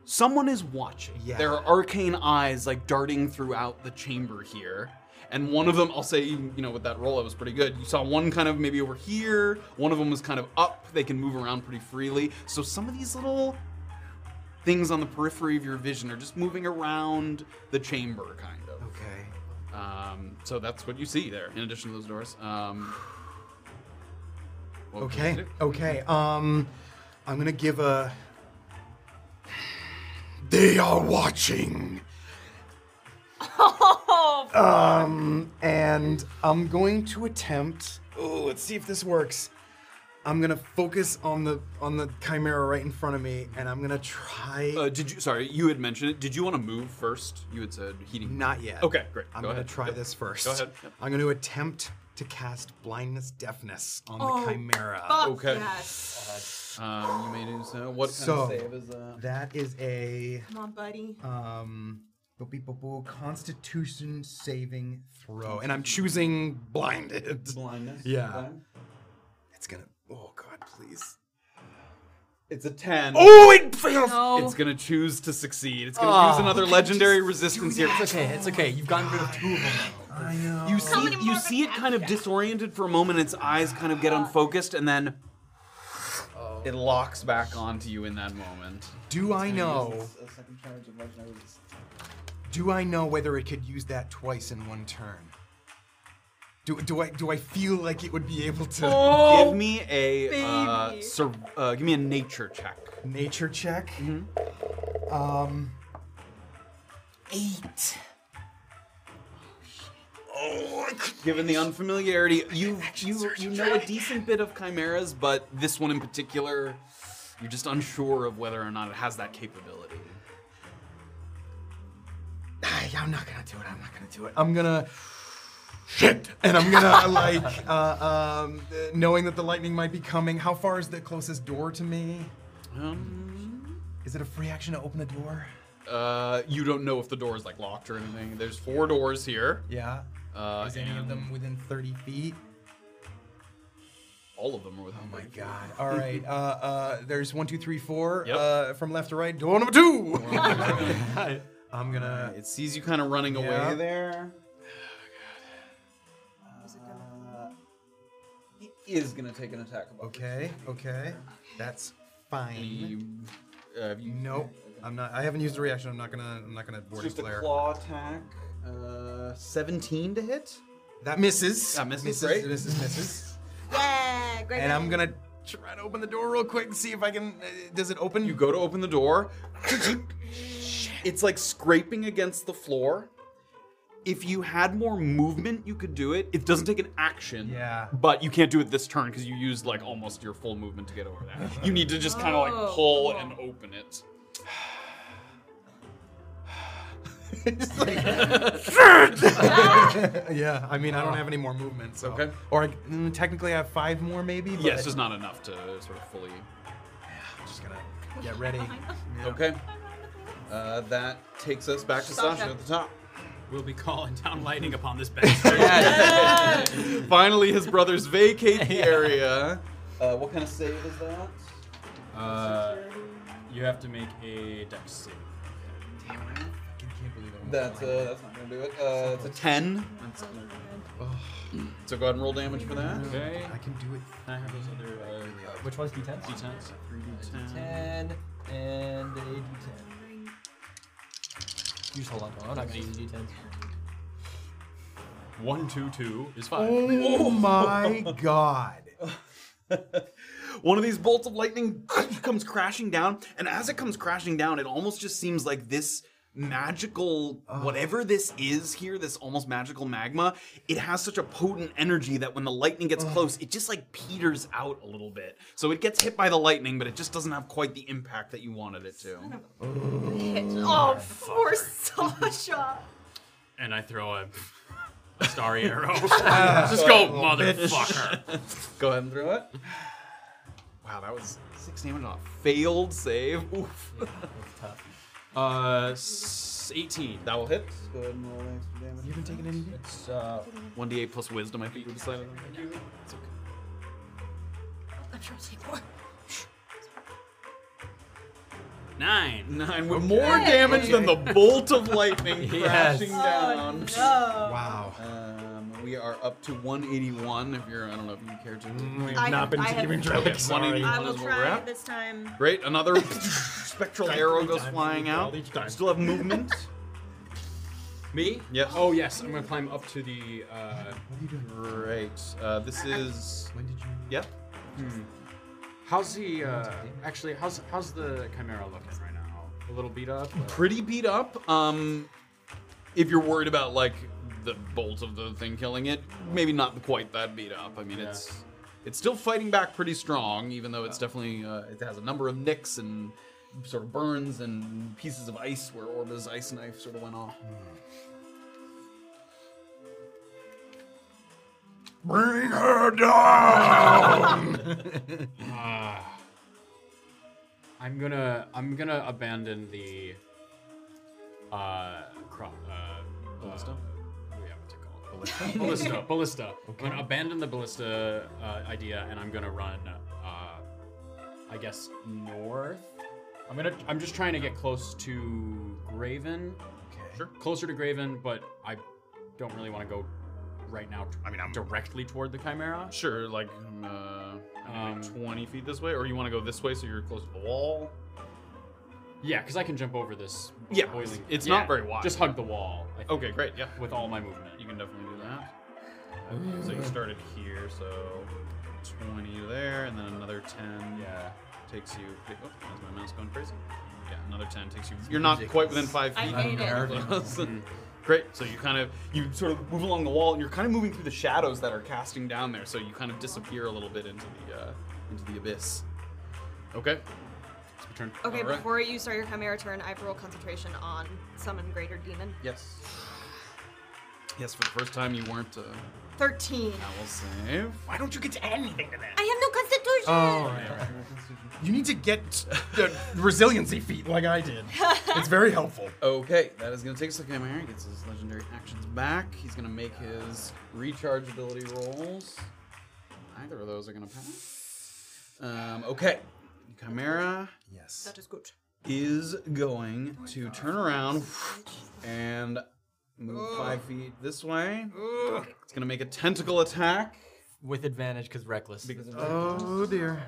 Speaker 7: someone is watching. There are arcane eyes like darting throughout the chamber here. And one of them, I'll say, you know, with that roll, it was pretty good. You saw one kind of maybe over here. One of them was kind of up. They can move around pretty freely. So some of these little things on the periphery of your vision are just moving around the chamber, kind of.
Speaker 3: Okay.
Speaker 7: Um, so that's what you see there. In addition to those doors. Um, what would you
Speaker 3: Okay.
Speaker 7: do?
Speaker 3: Okay. Um, I'm gonna give a. They are
Speaker 7: (laughs)
Speaker 3: watching.
Speaker 2: Oh,
Speaker 3: Um, and I'm going to attempt. Oh, let's see if this works. I'm gonna focus on the on the chimera right in front of me, and I'm gonna try.
Speaker 7: Uh, did you? Sorry, you had mentioned it. Did you want to move first? You had said heating.
Speaker 3: Not yet.
Speaker 7: Okay, great.
Speaker 3: I'm
Speaker 7: Go
Speaker 3: gonna
Speaker 7: ahead.
Speaker 3: try
Speaker 7: Yep.
Speaker 3: this first.
Speaker 7: Go ahead. Yep.
Speaker 3: I'm gonna attempt to cast blindness deafness on
Speaker 2: Oh,
Speaker 3: the chimera.
Speaker 2: fuck
Speaker 7: Okay.
Speaker 2: yes.
Speaker 7: Um, you may do so. What kind
Speaker 3: So-
Speaker 7: of uh, save is that?
Speaker 3: That is a
Speaker 2: Come on, buddy.
Speaker 3: um boop, beep, boop, boop, constitution (laughs) saving throw. And I'm choosing blinded.
Speaker 7: Blindness.
Speaker 3: Yeah. It's gonna. Oh God, please.
Speaker 7: It's a 10.
Speaker 3: Oh, it fails.
Speaker 7: It's going to choose to succeed. It's going to use another legendary resistance here.
Speaker 8: It's okay. It's okay. You've gotten rid of two of them.
Speaker 7: You see, you see it kind of disoriented for a moment. Its eyes kind of get unfocused, and then it locks back onto you in that moment.
Speaker 3: Do I know? Do I know whether it could use that twice in one turn? Do, do I do I feel like it would be able to
Speaker 7: give me a uh,
Speaker 2: baby.
Speaker 7: sur- uh, give me a nature check.
Speaker 3: nature check? Um, eight.
Speaker 7: Given the unfamiliarity, you you you know a decent bit of chimeras, but this one in particular, you're just unsure of whether or not it has that capability.
Speaker 3: Ay, I'm not gonna do it. I'm not gonna do it. I'm gonna shit, and I'm gonna like uh, um, uh, knowing that the lightning might be coming. How far is the closest door to me?
Speaker 7: Um,
Speaker 3: Is it a free action to open the door?
Speaker 7: uh, you don't know if the door is like locked or anything. There's four doors here.
Speaker 3: Yeah.
Speaker 7: Uh,
Speaker 3: Is any of
Speaker 7: and
Speaker 3: them within 30 feet?
Speaker 7: All of them are with
Speaker 3: Oh my god. All right. Uh, uh, there's one, two, three, four.
Speaker 7: Yep.
Speaker 3: Uh, from left to right. Door number two. (laughs) I'm gonna.
Speaker 7: It sees you kind of running
Speaker 3: Yeah.
Speaker 7: away there. It is gonna take an attack. of
Speaker 3: Okay. Okay. That's fine.
Speaker 7: opportunity. Uh, you-
Speaker 3: Nope. I'm not. I haven't used a reaction. I'm not gonna. I'm not gonna
Speaker 7: It's
Speaker 3: board
Speaker 7: just a
Speaker 3: flare.
Speaker 7: claw attack. Uh, 17 to hit.
Speaker 3: That misses.
Speaker 7: That misses,
Speaker 3: Misses.
Speaker 7: right?
Speaker 3: Misses. Misses.
Speaker 2: Yeah, great.
Speaker 3: and I'm gonna try to open the door real quick and see if I can. Uh, does it open?
Speaker 7: You go to open the door. it's like scraping against the floor. If you had more movement, you could do it. It doesn't take an action.
Speaker 3: Yeah.
Speaker 7: But you can't do it this turn because you used like almost your full movement to get over there. You need to just kind of
Speaker 2: Oh,
Speaker 7: like pull
Speaker 2: cool.
Speaker 7: and open it.
Speaker 3: It's like- yeah. I mean, I don't have any more movement. So.
Speaker 7: Okay.
Speaker 3: Or I, mm, technically, I have five more, maybe. But
Speaker 7: Yeah, it's just not enough to sort of fully.
Speaker 3: I'm just gonna get ready.
Speaker 7: Okay. Uh, that takes us back to
Speaker 2: Sasha.
Speaker 7: Sasha at the top.
Speaker 14: We'll be calling down lightning upon this
Speaker 4: (laughs)
Speaker 14: bastard.
Speaker 7: Finally, his brothers vacate the area. Uh, what kind of save is that?
Speaker 4: Uh, you have to make a dex save.
Speaker 7: That's uh, that's not gonna do it. Uh, it's a ten. So go ahead and roll damage for that.
Speaker 4: Okay.
Speaker 3: I can do it.
Speaker 4: I have those other uh,
Speaker 8: Which one's D10?
Speaker 4: d10s.
Speaker 8: D10 and a D10. You just hold on to one. I'm not gonna use D10.
Speaker 4: One, two, two is five.
Speaker 3: Oh my god.
Speaker 7: One of these bolts of lightning (clears throat) comes crashing down, and as it comes crashing down, it almost just seems like this magical whatever this is here this almost magical magma it has such a potent energy that when the lightning gets close it just like peters out a little bit so it gets hit by the lightning but it just doesn't have quite the impact that you wanted it to
Speaker 2: Hit. Oh, poor Sasha.
Speaker 14: and I throw a, a starry arrow.
Speaker 4: (laughs)
Speaker 14: Just go, motherfucker.
Speaker 7: go ahead and throw it (sighs) wow that was six damage on a failed save Oof.
Speaker 4: Uh, s- 18.
Speaker 7: That will hit. Go ahead and roll extra damage. You haven't taken any.
Speaker 4: That's uh,
Speaker 7: 1d8 plus wisdom, I think you decided on. It's okay.
Speaker 2: I'm sure I'll take more.
Speaker 14: Nine.
Speaker 7: Nine with more damage than the bolt of lightning crashing
Speaker 2: Oh,
Speaker 7: down.
Speaker 2: No.
Speaker 3: Wow.
Speaker 7: Um, we are up to 181. If you're, I don't know if you care to.
Speaker 4: Mm.
Speaker 2: I have not been keeping track.
Speaker 7: Sorry.
Speaker 2: I
Speaker 7: One
Speaker 2: will
Speaker 7: is where we're
Speaker 2: try
Speaker 7: at.
Speaker 2: this time.
Speaker 7: Great, another spectral arrow goes flying out. Still have movement.
Speaker 4: me?
Speaker 7: Yes.
Speaker 4: Oh, yes. I'm going to climb up to the. Uh,
Speaker 7: Great. Uh, this is.
Speaker 3: When did you?
Speaker 7: Yeah.
Speaker 4: how's the. Uh, actually, how's how's the Chimera looking right now? A little beat up? or-
Speaker 7: pretty beat up. Um, if you're worried about like the bolt of the thing killing it, maybe not quite that beat up. I mean, it's it's still fighting back pretty strong, even though it's definitely uh, it has a number of nicks and sort of burns and pieces of ice where Orba's ice knife sort of went off.
Speaker 3: Bring her down.
Speaker 4: I'm gonna I'm gonna abandon the
Speaker 7: Uh,
Speaker 4: uh, cro- uh, uh, yeah, what's it called?
Speaker 7: (laughs)
Speaker 4: ballista, ballista. I'm gonna abandon the ballista uh, idea, and I'm gonna run. Uh, I guess north. I'm gonna. I'm just trying to get close to Graven. Okay. Sure. Closer to Graven, but I don't really want to go right now. I mean, I'm directly toward the Chimera.
Speaker 7: Sure, like um, uh, I don't know,
Speaker 4: Um,
Speaker 7: 20 feet this way, or you want to go this way so you're close to the wall?
Speaker 4: Yeah, because I can jump over this.
Speaker 7: Yeah,
Speaker 4: boiling-
Speaker 7: it's- it's not very wide.
Speaker 4: Just hug the wall. I think,
Speaker 7: Okay, great, yeah.
Speaker 4: With all my movement.
Speaker 7: You can definitely do that. Uh, so you started here, so 20 there, and then another 10
Speaker 4: yeah.
Speaker 7: takes you. Oh, is my mouse going crazy? Yeah, another 10 takes you. You're not quite within five
Speaker 2: I hate
Speaker 7: feet.
Speaker 2: it.
Speaker 7: (laughs) Great. So you kind of you sort of move along the wall, and you're kind of moving through the shadows that are casting down there. So you kind of disappear a little bit into the uh, into the abyss. Okay. It's your turn.
Speaker 2: Okay,
Speaker 7: All right.
Speaker 2: before you start your chimera turn, I have roll concentration on summon greater demon.
Speaker 7: Yes. Yes. For the first time, you weren't. Uh,
Speaker 2: Thirteen.
Speaker 7: I will save.
Speaker 1: Why don't you get to add anything to that?
Speaker 2: I have no constitution.
Speaker 1: You need to get the resiliency feat like I did. It's very helpful.
Speaker 7: Okay, that is going to take us to Chimera. He gets his legendary actions back. He's going to make his recharge ability rolls. Neither of those are going to pass. Um, okay, Chimera
Speaker 1: Yes.
Speaker 2: That is good.
Speaker 7: is going to turn around and move five feet this way. It's going to make a tentacle attack.
Speaker 8: With advantage because reckless.
Speaker 7: Because of
Speaker 1: Oh dear.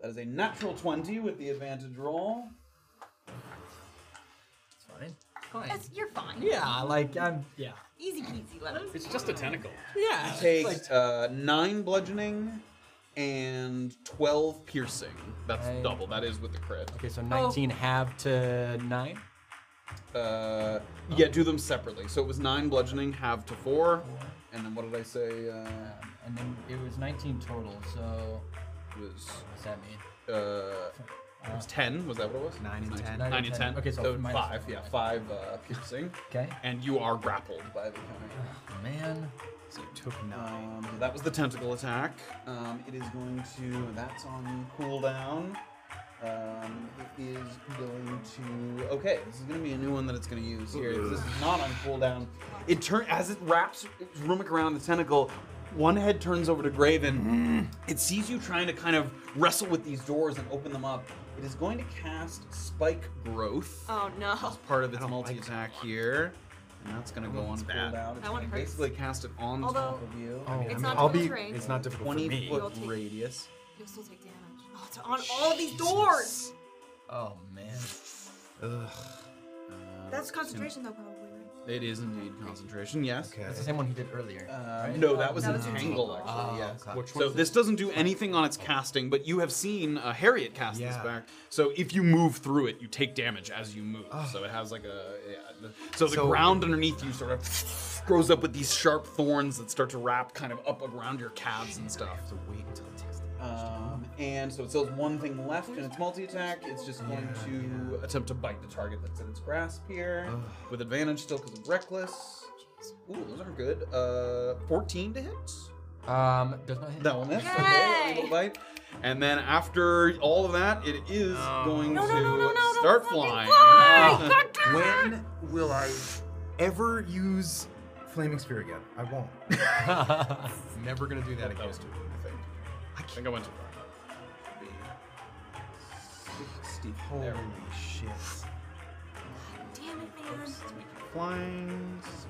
Speaker 7: that is a natural 20 with the advantage roll.
Speaker 1: It's fine.
Speaker 2: That's, you're fine.
Speaker 8: yeah, like I'm. Yeah.
Speaker 2: Easy peasy, lemon.
Speaker 4: It's just a tentacle.
Speaker 8: Yeah.
Speaker 7: Take uh, nine bludgeoning and 12 piercing. That's
Speaker 8: Nine.
Speaker 7: double. That is with the crit.
Speaker 8: okay,
Speaker 2: Oh.
Speaker 8: so 19 half to nine.
Speaker 7: Uh, yeah, do them separately. So it was nine bludgeoning, half to four, and then what did I say? Uh,
Speaker 15: And then it was 19 total, so
Speaker 7: it was
Speaker 15: what's that mean?
Speaker 7: uh, it was ten. Was that what it was?
Speaker 1: Nine and
Speaker 7: Nineteen.
Speaker 1: 10.
Speaker 7: Nine,
Speaker 15: Nine
Speaker 7: and
Speaker 15: and
Speaker 7: ten.
Speaker 15: 10. Okay, so minus
Speaker 7: five.
Speaker 15: one,
Speaker 7: Yeah,
Speaker 15: right.
Speaker 7: five uh, piercing,
Speaker 15: Okay.
Speaker 7: and you are grappled by the counter.
Speaker 15: Man.
Speaker 1: So you took nine.
Speaker 7: Um, so that was the tentacle attack. Um, it is going to. That's on cooldown. Um, it is going to. Okay, this is going to be a new one that it's going to use here. This is not on cooldown. It turn as it wraps its rumic around the tentacle. One head turns over to Graven. It sees you trying to kind of wrestle with these doors and open them up. It is going to cast Spike Growth
Speaker 2: Oh no.
Speaker 7: part of its multi attack here. And that's going to go on
Speaker 1: bad.
Speaker 7: cooldown. It's
Speaker 2: That one
Speaker 7: gonna
Speaker 2: hurts.
Speaker 7: basically cast it on
Speaker 2: Although-
Speaker 7: top of you.
Speaker 3: Oh,
Speaker 2: It's
Speaker 1: I
Speaker 2: not
Speaker 1: I'll be.
Speaker 2: difficult terrain.
Speaker 1: It's not difficult for
Speaker 7: 20
Speaker 1: me.
Speaker 7: foot
Speaker 2: You'll take-
Speaker 7: radius.
Speaker 2: You'll still take damage. Oh, it's on all these doors.
Speaker 15: Oh man.
Speaker 1: Ugh.
Speaker 2: That's concentration though, probably. right?
Speaker 7: It is indeed concentration, yes.
Speaker 1: Okay.
Speaker 15: That's the same one he did earlier.
Speaker 7: Uh, No, that was
Speaker 2: That was entangle.
Speaker 7: entangle,
Speaker 3: Uh,
Speaker 7: actually,
Speaker 15: Oh,
Speaker 7: yes.
Speaker 15: okay.
Speaker 4: Which
Speaker 7: So
Speaker 4: one's
Speaker 7: this doesn't do anything on its casting, but you have seen uh, Harriet cast this
Speaker 1: Yeah.
Speaker 7: back. So if you move through it, you take damage as you move. So it has like a yeah. the- so the
Speaker 1: So-
Speaker 7: ground underneath you sort of grows up with these sharp thorns that start to wrap kind of up around your calves and stuff. Um, and so it still has one thing left in its multi attack. It's just going to attempt to bite the target that's in its grasp here with advantage still because of reckless. Ooh, those aren't good. Uh, 14 to hit.
Speaker 15: Um, does not hit.
Speaker 7: That will miss. Okay,
Speaker 2: Yay!
Speaker 7: (laughs) little bite. And then after all of that, it is going
Speaker 2: No, no,
Speaker 7: to
Speaker 2: no, no, no, don't
Speaker 7: start
Speaker 2: fucking
Speaker 7: flying.
Speaker 2: fly! God damn it!
Speaker 3: When will I ever use flaming spear again? I won't.
Speaker 1: Never gonna do that
Speaker 7: That
Speaker 1: again.
Speaker 7: was two, I think. I think I went too far. Should be 60.
Speaker 3: Holy
Speaker 7: There we go.
Speaker 3: shit!
Speaker 2: Damn it, man.
Speaker 7: Flying. 60.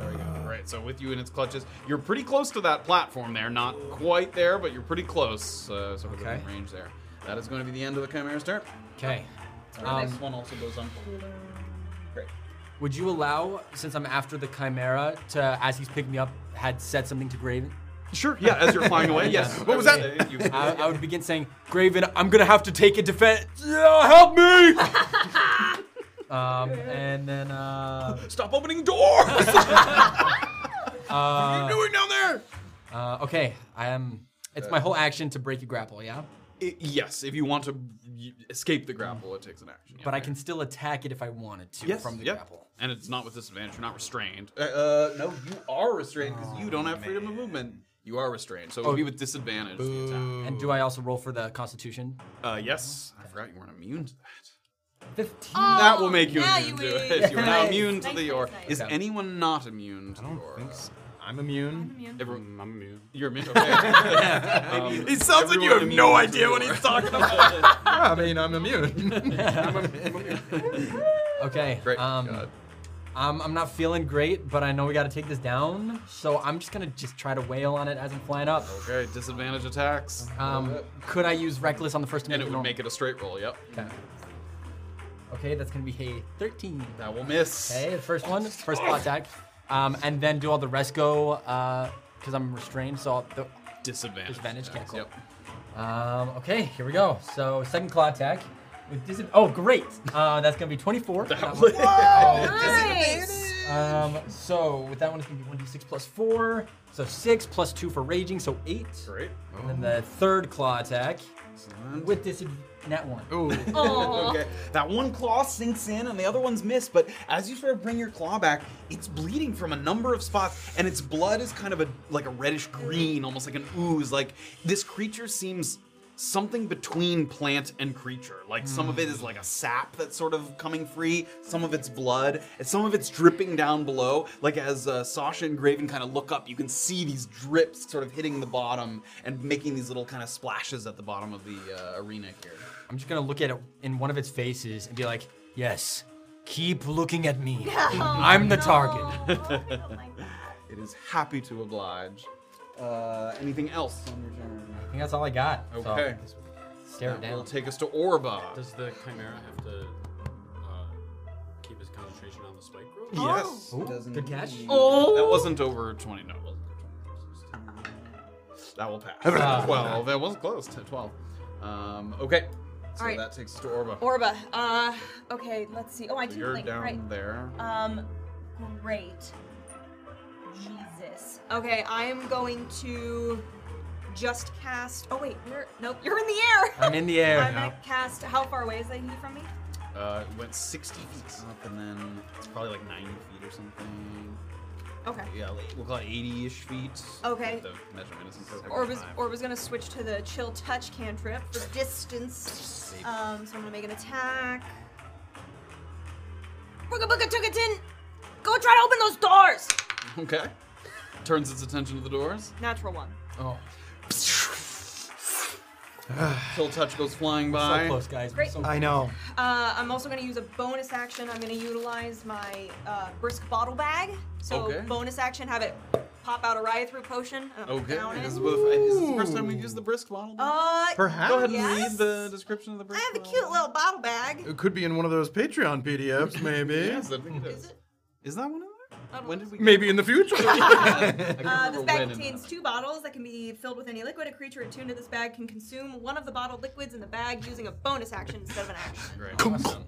Speaker 7: There we go. Right, so with you in its clutches, you're pretty close to that platform there. Not quite there, but you're pretty close. Uh, sort of
Speaker 8: Okay.
Speaker 7: within range there. That is going to be the end of the Chimera's turn.
Speaker 8: (laughs) Okay.
Speaker 7: Our
Speaker 8: Um,
Speaker 7: next one also goes on cooldown. Great.
Speaker 8: Would you allow, since I'm after the Chimera, to, as he's picking me up, had said something to Graven?
Speaker 7: Sure. Yeah, as you're flying (laughs) away. Yes. what was that?
Speaker 8: I, I would begin saying, Graven, I'm gonna have to take a defense. Yeah, help me!
Speaker 7: (laughs)
Speaker 8: um, and then, uh,
Speaker 7: Stop opening (laughs) doors.
Speaker 8: uh,
Speaker 1: Doing down there.
Speaker 8: uh, okay, I am. It's my whole action to break a grapple, yeah.
Speaker 7: yes, if you want to y- escape the grapple, it takes an action. yeah.
Speaker 8: But I can still attack it if I wanted to
Speaker 7: Yes,
Speaker 8: from the
Speaker 7: yeah.
Speaker 8: grapple.
Speaker 7: And it's not with disadvantage. You're not restrained. Oh, Uh, Uh, no, you are restrained because you don't have freedom of movement. You are restrained, so it
Speaker 1: Oh.
Speaker 7: would be with disadvantage. The attack.
Speaker 8: And do I also roll for the Constitution?
Speaker 7: Uh, yes, I forgot you weren't immune to that.
Speaker 8: Fifteen.
Speaker 7: that will make you
Speaker 2: Oh, now
Speaker 7: immune
Speaker 2: you
Speaker 7: to
Speaker 2: would.
Speaker 7: it. You're now
Speaker 8: Nice.
Speaker 7: immune to
Speaker 2: Nice,
Speaker 7: the
Speaker 2: nice,
Speaker 7: aura.
Speaker 2: nice.
Speaker 7: Is
Speaker 8: Okay.
Speaker 7: anyone not immune to the
Speaker 1: don't
Speaker 7: aura?
Speaker 1: think so. I'm immune.
Speaker 2: immune.
Speaker 7: Everyone,
Speaker 4: I'm immune.
Speaker 7: you're
Speaker 1: (laughs)
Speaker 7: immune. Okay. Um,
Speaker 1: It sounds like you have no
Speaker 7: everyone immune to the
Speaker 1: idea what
Speaker 7: aura. (laughs)
Speaker 1: he's talking about.
Speaker 2: Ah!
Speaker 3: I mean, I'm
Speaker 8: (laughs)
Speaker 3: immune.
Speaker 8: (laughs) Okay.
Speaker 7: Great.
Speaker 8: Um,
Speaker 7: God.
Speaker 8: I'm, I'm not feeling great, but I know we got to take this down. So I'm just gonna just try to wail on it as I'm flying up.
Speaker 7: Okay, disadvantage attacks.
Speaker 8: Um, could I use reckless on the first? to
Speaker 7: and it would
Speaker 8: normal?
Speaker 7: make it a straight roll, yep.
Speaker 8: Okay. Okay, that's gonna be a 13.
Speaker 7: That will miss.
Speaker 8: Okay, the first one, first plot attack, um, and then do all the rest go because I'm restrained. So I'll- the,
Speaker 7: Disadvantage.
Speaker 8: Disadvantage, okay,
Speaker 7: attacks,
Speaker 8: cool.
Speaker 7: Yep.
Speaker 8: um, okay, here we go. So second claw attack with disadvantage. Oh, great! Uh, that's gonna be 24. for that one.
Speaker 7: (laughs)
Speaker 2: Nice.
Speaker 8: Um, so with that one, it's gonna be 1d6 plus four, so six plus two for raging, so eight.
Speaker 7: Great.
Speaker 8: And then the third claw attack with disadvantage. Nat one.
Speaker 2: Aw.
Speaker 7: Okay. That one claw sinks in and the other one's missed, but as you sort of bring your claw back, it's bleeding from a number of spots, and its blood is kind of a like a reddish green, almost like an ooze. Like this creature seems something between plant and creature. Like some of it is like a sap that's sort of coming free, some of it's blood, and some of it's dripping down below. Like as uh, Sasha and Graven kind of look up, you can see these drips sort of hitting the bottom and making these little kind of splashes at the bottom of the uh, arena here.
Speaker 16: I'm just gonna look at it in one of its faces and be like, yes, keep looking at me.
Speaker 7: (laughs)
Speaker 2: Oh,
Speaker 16: I'm the
Speaker 2: no.
Speaker 16: target.
Speaker 2: I don't like that.
Speaker 7: It is happy to oblige. Uh, anything else on your turn?
Speaker 8: I think that's all I got. so
Speaker 7: Okay.
Speaker 8: stare it
Speaker 7: That will
Speaker 8: down.
Speaker 7: take us to Orba.
Speaker 4: Does the Chimera have to uh, keep his concentration on the spike growth?
Speaker 7: Yes.
Speaker 8: Oh, good catch.
Speaker 7: Oh. That wasn't over 20. No, it wasn't over 20. That will pass. 12. That was close to 12. Um, okay. So
Speaker 2: All right.
Speaker 7: that takes us to Orba.
Speaker 2: Orba. Uh, okay, let's see. Oh, I
Speaker 7: So
Speaker 2: can
Speaker 7: You're
Speaker 2: think.
Speaker 7: down
Speaker 2: Right.
Speaker 7: there.
Speaker 2: Um, great. Jesus. Okay, I am going to just cast. Oh wait, you're nope. You're in the air.
Speaker 7: (laughs)
Speaker 16: I'm in the air.
Speaker 2: I'm gonna cast. How far away is that he from me?
Speaker 7: Uh, it went 60 feet up and then it's probably like 90 feet or something.
Speaker 2: Okay.
Speaker 7: Yeah, like, we'll call it 80 ish feet.
Speaker 2: Okay.
Speaker 7: The measurement isn't perfect.
Speaker 2: Orba's, Orba's gonna switch to the chill touch cantrip for distance. Um, so I'm gonna make an attack. Booga booga toogatin! Go try to open those doors!
Speaker 7: Okay. Turns its attention to the doors.
Speaker 2: Natural one.
Speaker 8: Oh,
Speaker 7: Kill touch goes flying by.
Speaker 16: So close, guys.
Speaker 2: Great.
Speaker 16: So
Speaker 3: I know.
Speaker 2: Uh, I'm also gonna use a bonus action. I'm gonna utilize my uh, brisk bottle bag. So
Speaker 7: Okay.
Speaker 2: bonus action, have it pop out a riot through potion. and I'm
Speaker 7: Okay.
Speaker 2: down
Speaker 7: This is,
Speaker 2: it.
Speaker 7: what, is this the first time we've used the brisk bottle?
Speaker 2: Uh,
Speaker 3: Perhaps.
Speaker 7: Go ahead
Speaker 2: yes.
Speaker 7: and read the description of the brisk
Speaker 2: I have a
Speaker 7: bottle.
Speaker 2: cute little bottle bag.
Speaker 3: It could be in one of those Patreon PDFs, maybe. (laughs)
Speaker 7: Yes, I think it is.
Speaker 2: Is it?
Speaker 7: Is that one in there?
Speaker 2: I don't
Speaker 7: When
Speaker 2: know.
Speaker 7: did we
Speaker 3: Maybe in the future.
Speaker 2: Uh, this bag
Speaker 7: when in
Speaker 2: contains two bottles that can be filled with any liquid. A creature attuned to this bag can consume one of the bottled liquids in the bag using a bonus action instead of an action.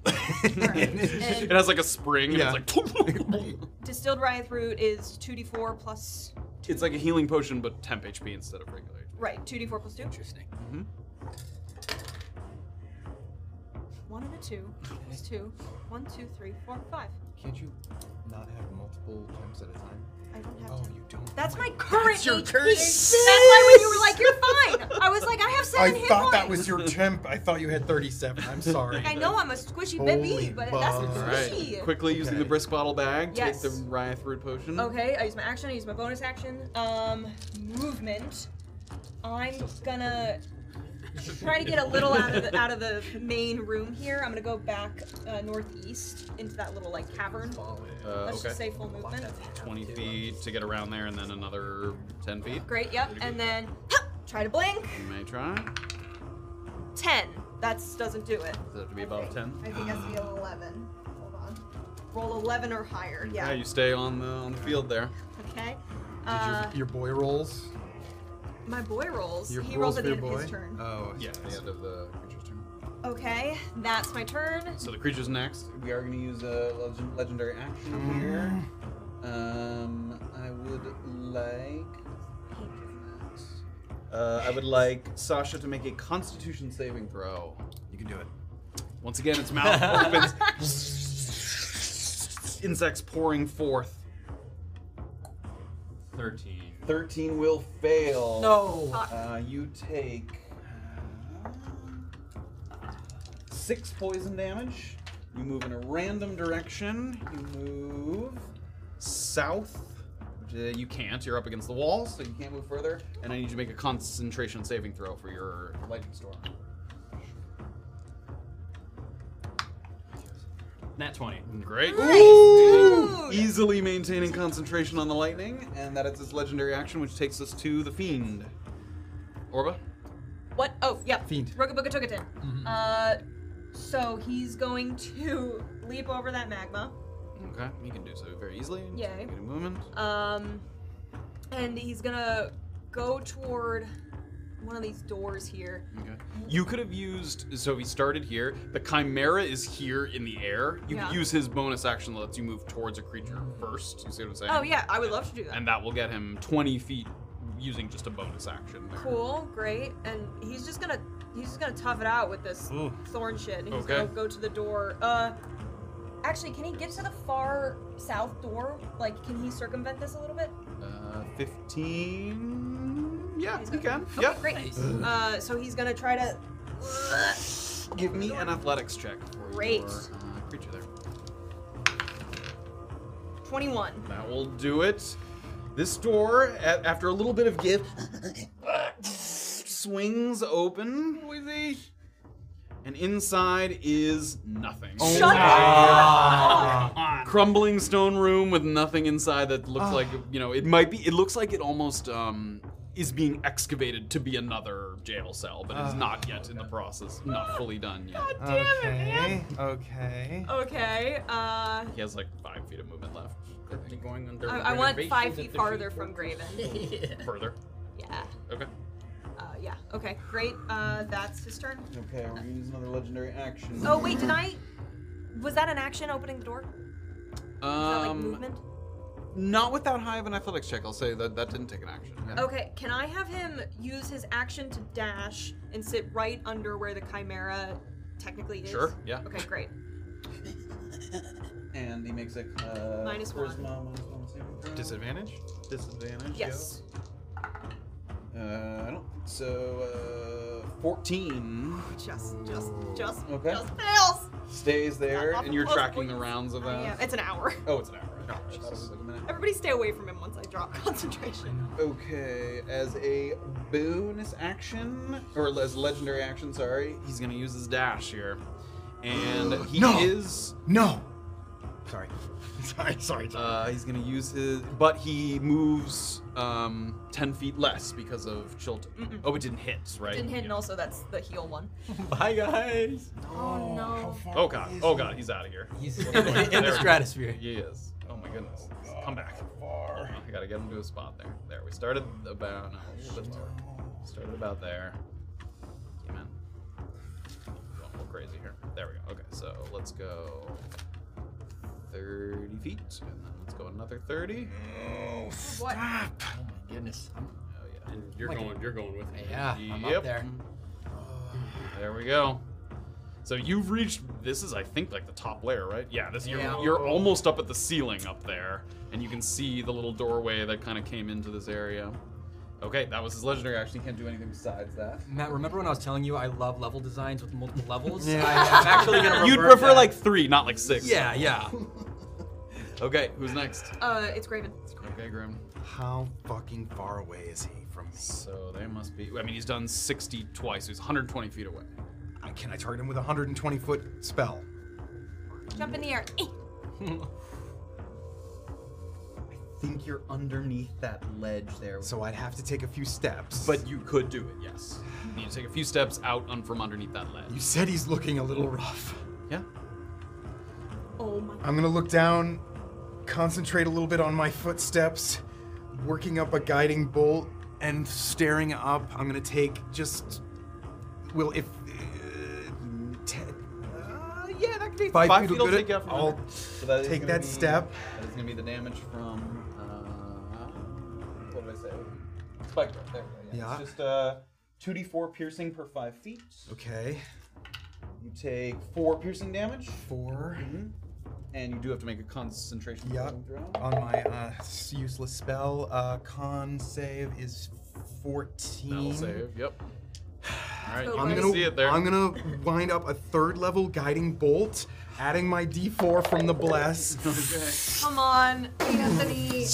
Speaker 17: (laughs)
Speaker 7: It
Speaker 2: And
Speaker 7: has like a spring
Speaker 3: Yeah.
Speaker 7: and it's like
Speaker 2: distilled riot root is 2d4 plus.
Speaker 7: It's like a healing potion but temp HP instead of regular.
Speaker 2: Right, 2d4 plus Mm-hmm. 2.
Speaker 16: interesting.
Speaker 2: One and a two. Plus two. One, two, three, four, five.
Speaker 17: Can't you not have multiple gems at a time?
Speaker 2: I don't have
Speaker 17: Oh,
Speaker 2: to.
Speaker 17: you don't.
Speaker 2: That's my current
Speaker 17: your
Speaker 2: HP.
Speaker 17: current-
Speaker 2: That's why when you were like, you're fine. I was like, I have
Speaker 3: I
Speaker 2: seven hit
Speaker 3: thought
Speaker 2: points.
Speaker 3: that was your temp. I thought you had 37.
Speaker 2: (laughs)
Speaker 3: I'm sorry.
Speaker 2: I know I'm a squishy
Speaker 3: Holy
Speaker 2: baby, but that's
Speaker 3: balls.
Speaker 7: All
Speaker 3: Alright,
Speaker 2: squishy.
Speaker 7: right. Quickly using
Speaker 3: Okay.
Speaker 7: the brisk bottle bag,
Speaker 2: Yes. Oh,
Speaker 7: take the Riot Root potion. Uh,
Speaker 2: Okay, I use my action, I use my bonus action. Um, movement. I'm gonna try to get a little out of the, out of the main room here. I'm gonna go back uh, northeast into that little like cavern.
Speaker 7: Uh,
Speaker 2: Let's
Speaker 7: okay.
Speaker 2: just say full movement.
Speaker 7: 20 feet to get around there and then another 10 feet.
Speaker 2: Great, yep. And then hup, try to blink.
Speaker 7: You may try.
Speaker 2: Ten. That doesn't do it.
Speaker 7: Does it have to be above 10?
Speaker 2: I think that's the eleven. Hold on. Roll eleven or higher.
Speaker 7: Yeah,
Speaker 2: Yeah.
Speaker 7: you stay on the on the field there.
Speaker 2: Okay. Uh,
Speaker 3: Your boy rolls.
Speaker 2: my boy rolls.
Speaker 3: Your
Speaker 2: he
Speaker 3: rolls
Speaker 2: rolls at
Speaker 3: for
Speaker 2: the
Speaker 3: your
Speaker 2: end of his
Speaker 3: boy? Uh.
Speaker 2: turn.
Speaker 17: Oh,
Speaker 7: Yeah, the end of the creature's turn.
Speaker 2: Okay, that's my turn.
Speaker 7: So the creature's next. We are going to use a legend, legendary action here. Um, I would like. Uh, I would like Sasha to make a Constitution saving throw.
Speaker 17: you can do it.
Speaker 7: Once again,
Speaker 17: (laughs)
Speaker 7: its mouth opens, insects pouring forth.
Speaker 4: 13.
Speaker 7: Thirteen will fail.
Speaker 8: (laughs) no.
Speaker 7: Uh, you take uh, six poison damage. You move in a random direction. You move south. which, uh, You can't. You're up against the wall, so you can't move further. And I need you to make a concentration saving throw for your lightning storm.
Speaker 18: Nat 20.
Speaker 7: Great.
Speaker 2: Ooh!
Speaker 7: Easily maintaining concentration on the lightning, and that is its legendary action, which takes us to the fiend. Orba.
Speaker 2: What? Oh, yeah.
Speaker 3: Fiend. Mm-hmm.
Speaker 2: Rokabuka Chukatan. Uh, so he's going to leap over that magma.
Speaker 7: Okay, you can do so very easily. Just
Speaker 2: Yay.
Speaker 7: Get a movement.
Speaker 2: Um, and he's gonna go toward one of these doors here.
Speaker 7: Okay. You could have used so he started here. The chimera is here in the air. You
Speaker 2: Yeah.
Speaker 7: could use his bonus action that lets you move towards a creature first. You see what I'm saying?
Speaker 2: Oh yeah, I would love to do that.
Speaker 7: And that will get him 20 feet using just a bonus action. there.
Speaker 2: Cool, great. And he's just gonna he's just gonna tough it out with this thorn shit. And he's
Speaker 7: Okay.
Speaker 2: gonna go to the door. Uh actually can he get to the far south door? Like can he circumvent this a little bit?
Speaker 7: Uh, 15. Yeah,
Speaker 2: He's
Speaker 7: you
Speaker 2: gonna-
Speaker 7: can.
Speaker 2: Okay,
Speaker 7: Yep.
Speaker 2: great. Uh so he's gonna try to
Speaker 7: Give me an athletics check for
Speaker 2: Great.
Speaker 7: your uh, creature there.
Speaker 2: twenty-one.
Speaker 7: That will do it. This door, a- after a little bit of give, swings open. We see. And inside is nothing.
Speaker 2: Shut up!
Speaker 7: Crumbling stone room with nothing inside that looks like, you know, it might be, it looks like it almost um, is being excavated to be another jail cell, but it's not yet in the process, not fully done yet.
Speaker 19: Okay. Okay.
Speaker 2: Okay, uh
Speaker 7: He has like five feet of movement left. Going under
Speaker 2: I, I want five feet farther from Graven.
Speaker 7: further.
Speaker 2: Yeah.
Speaker 7: Okay.
Speaker 2: Uh, yeah. Okay. Great. Uh, that's his turn.
Speaker 7: Okay, we're gonna use another legendary action.
Speaker 2: Oh wait, did I? Was that an action opening the door? Is that like
Speaker 7: Um,
Speaker 2: movement?
Speaker 7: not without high of an athletics check. I'll say that that didn't take an action. Yeah.
Speaker 2: Okay, can I have him use his action to dash and sit right under where the chimera technically is?
Speaker 7: Sure, yeah.
Speaker 2: Okay, great.
Speaker 7: And he makes a uh,
Speaker 2: Minus one. charisma,
Speaker 3: Disadvantage?
Speaker 7: Disadvantage.
Speaker 2: Yes.
Speaker 7: Uh, I don't think so. Uh, Fourteen
Speaker 2: Just, just, just,
Speaker 7: Okay.
Speaker 2: just fails.
Speaker 7: stays there,
Speaker 2: Not
Speaker 7: and you're
Speaker 2: awful close,
Speaker 7: tracking the
Speaker 2: boys.
Speaker 7: rounds of
Speaker 2: Yeah,
Speaker 7: that.
Speaker 2: it's an hour.
Speaker 7: Oh, it's an hour. Right? I thought it was like a minute.
Speaker 2: Everybody, stay away from him once I drop (laughs) concentration.
Speaker 7: Okay, as a bonus action, or as legendary action, sorry, he's gonna use his dash here.
Speaker 2: (gasps)
Speaker 7: And he
Speaker 3: No.
Speaker 7: is.
Speaker 3: No.
Speaker 19: Sorry.
Speaker 3: Sorry, sorry. sorry.
Speaker 7: Uh, he's gonna use his. But he moves um, 10 feet less because of Chilton. Oh, it didn't hit, right?
Speaker 2: Didn't hit, and also that's the heal one.
Speaker 8: Bye, guys.
Speaker 2: Oh no.
Speaker 7: Oh god, oh god, he's out of here.
Speaker 8: He's in
Speaker 7: There we
Speaker 8: the
Speaker 7: go.
Speaker 8: stratosphere.
Speaker 7: He is. Oh my goodness. Come back. I gotta get him to a spot there. There, we started about. No, a little bit lower. Started about there. Came in. We're Going a little crazy here. There we go. Okay, so let's go 30 feet, and then let's go another 30.
Speaker 2: What?
Speaker 8: Oh my goodness. I'm,
Speaker 7: Oh, yeah.
Speaker 4: And you're going, you're going with me.
Speaker 8: yeah, I'm
Speaker 7: Yep.
Speaker 8: up there.
Speaker 7: There we go. So you've reached. This is, I think, like the top layer, right? Yeah. This you're,
Speaker 8: Yeah.
Speaker 7: you're almost up at the ceiling up there, and you can see the little doorway that kind of came into this area. Okay, that was his legendary action. He can't do anything besides that.
Speaker 8: Matt, remember when I was telling you I love level designs with multiple levels? yeah. I, am actually gonna.
Speaker 7: You'd
Speaker 8: revert
Speaker 7: prefer
Speaker 8: that.
Speaker 7: like three, not like six.
Speaker 8: Yeah, yeah.
Speaker 7: Okay, who's next?
Speaker 2: Uh, it's Graven.
Speaker 7: Okay, Grim.
Speaker 3: How fucking far away is he from me?
Speaker 7: So they must be. I mean, he's done 60 twice. He's 120 feet away.
Speaker 3: Uh, Can I target him with a 120 foot spell?
Speaker 2: Jump in the air. Eh.
Speaker 7: think you're underneath that ledge there.
Speaker 3: So I'd have to take a few steps.
Speaker 7: but you could do it. Yes. You need to take a few steps out un- from underneath that ledge.
Speaker 3: you said he's looking a little rough.
Speaker 7: Yeah.
Speaker 2: Oh my.
Speaker 3: I'm gonna look down, concentrate a little bit on my footsteps, working up a guiding bolt, and staring up. I'm gonna take just. Well, if. Uh, ten,
Speaker 7: Uh, yeah, that could be
Speaker 3: Five
Speaker 7: five
Speaker 3: feet
Speaker 7: feet.
Speaker 3: will
Speaker 7: will
Speaker 3: do
Speaker 7: take
Speaker 3: it.
Speaker 7: you out from
Speaker 3: I'll
Speaker 7: under. So that is
Speaker 3: take
Speaker 7: gonna
Speaker 3: that step.
Speaker 7: That is gonna be the damage from. Uh, what did I say? Spike breath. There we go. Yeah.
Speaker 3: Yeah.
Speaker 7: It's just uh, two d four piercing per five feet.
Speaker 3: okay.
Speaker 7: You take four piercing damage,
Speaker 3: 4
Speaker 7: and you do have to make a concentration
Speaker 3: Yeah.
Speaker 7: saving throw.
Speaker 3: On my uh, s- useless spell, uh, con save is 14.
Speaker 7: That'll save. Yep. right,
Speaker 2: Go
Speaker 7: I'm
Speaker 2: boys.
Speaker 7: gonna see it there.
Speaker 3: I'm gonna wind up a third level guiding bolt, adding my D4 from the
Speaker 7: (laughs)
Speaker 3: bless.
Speaker 2: Come on, Anthony.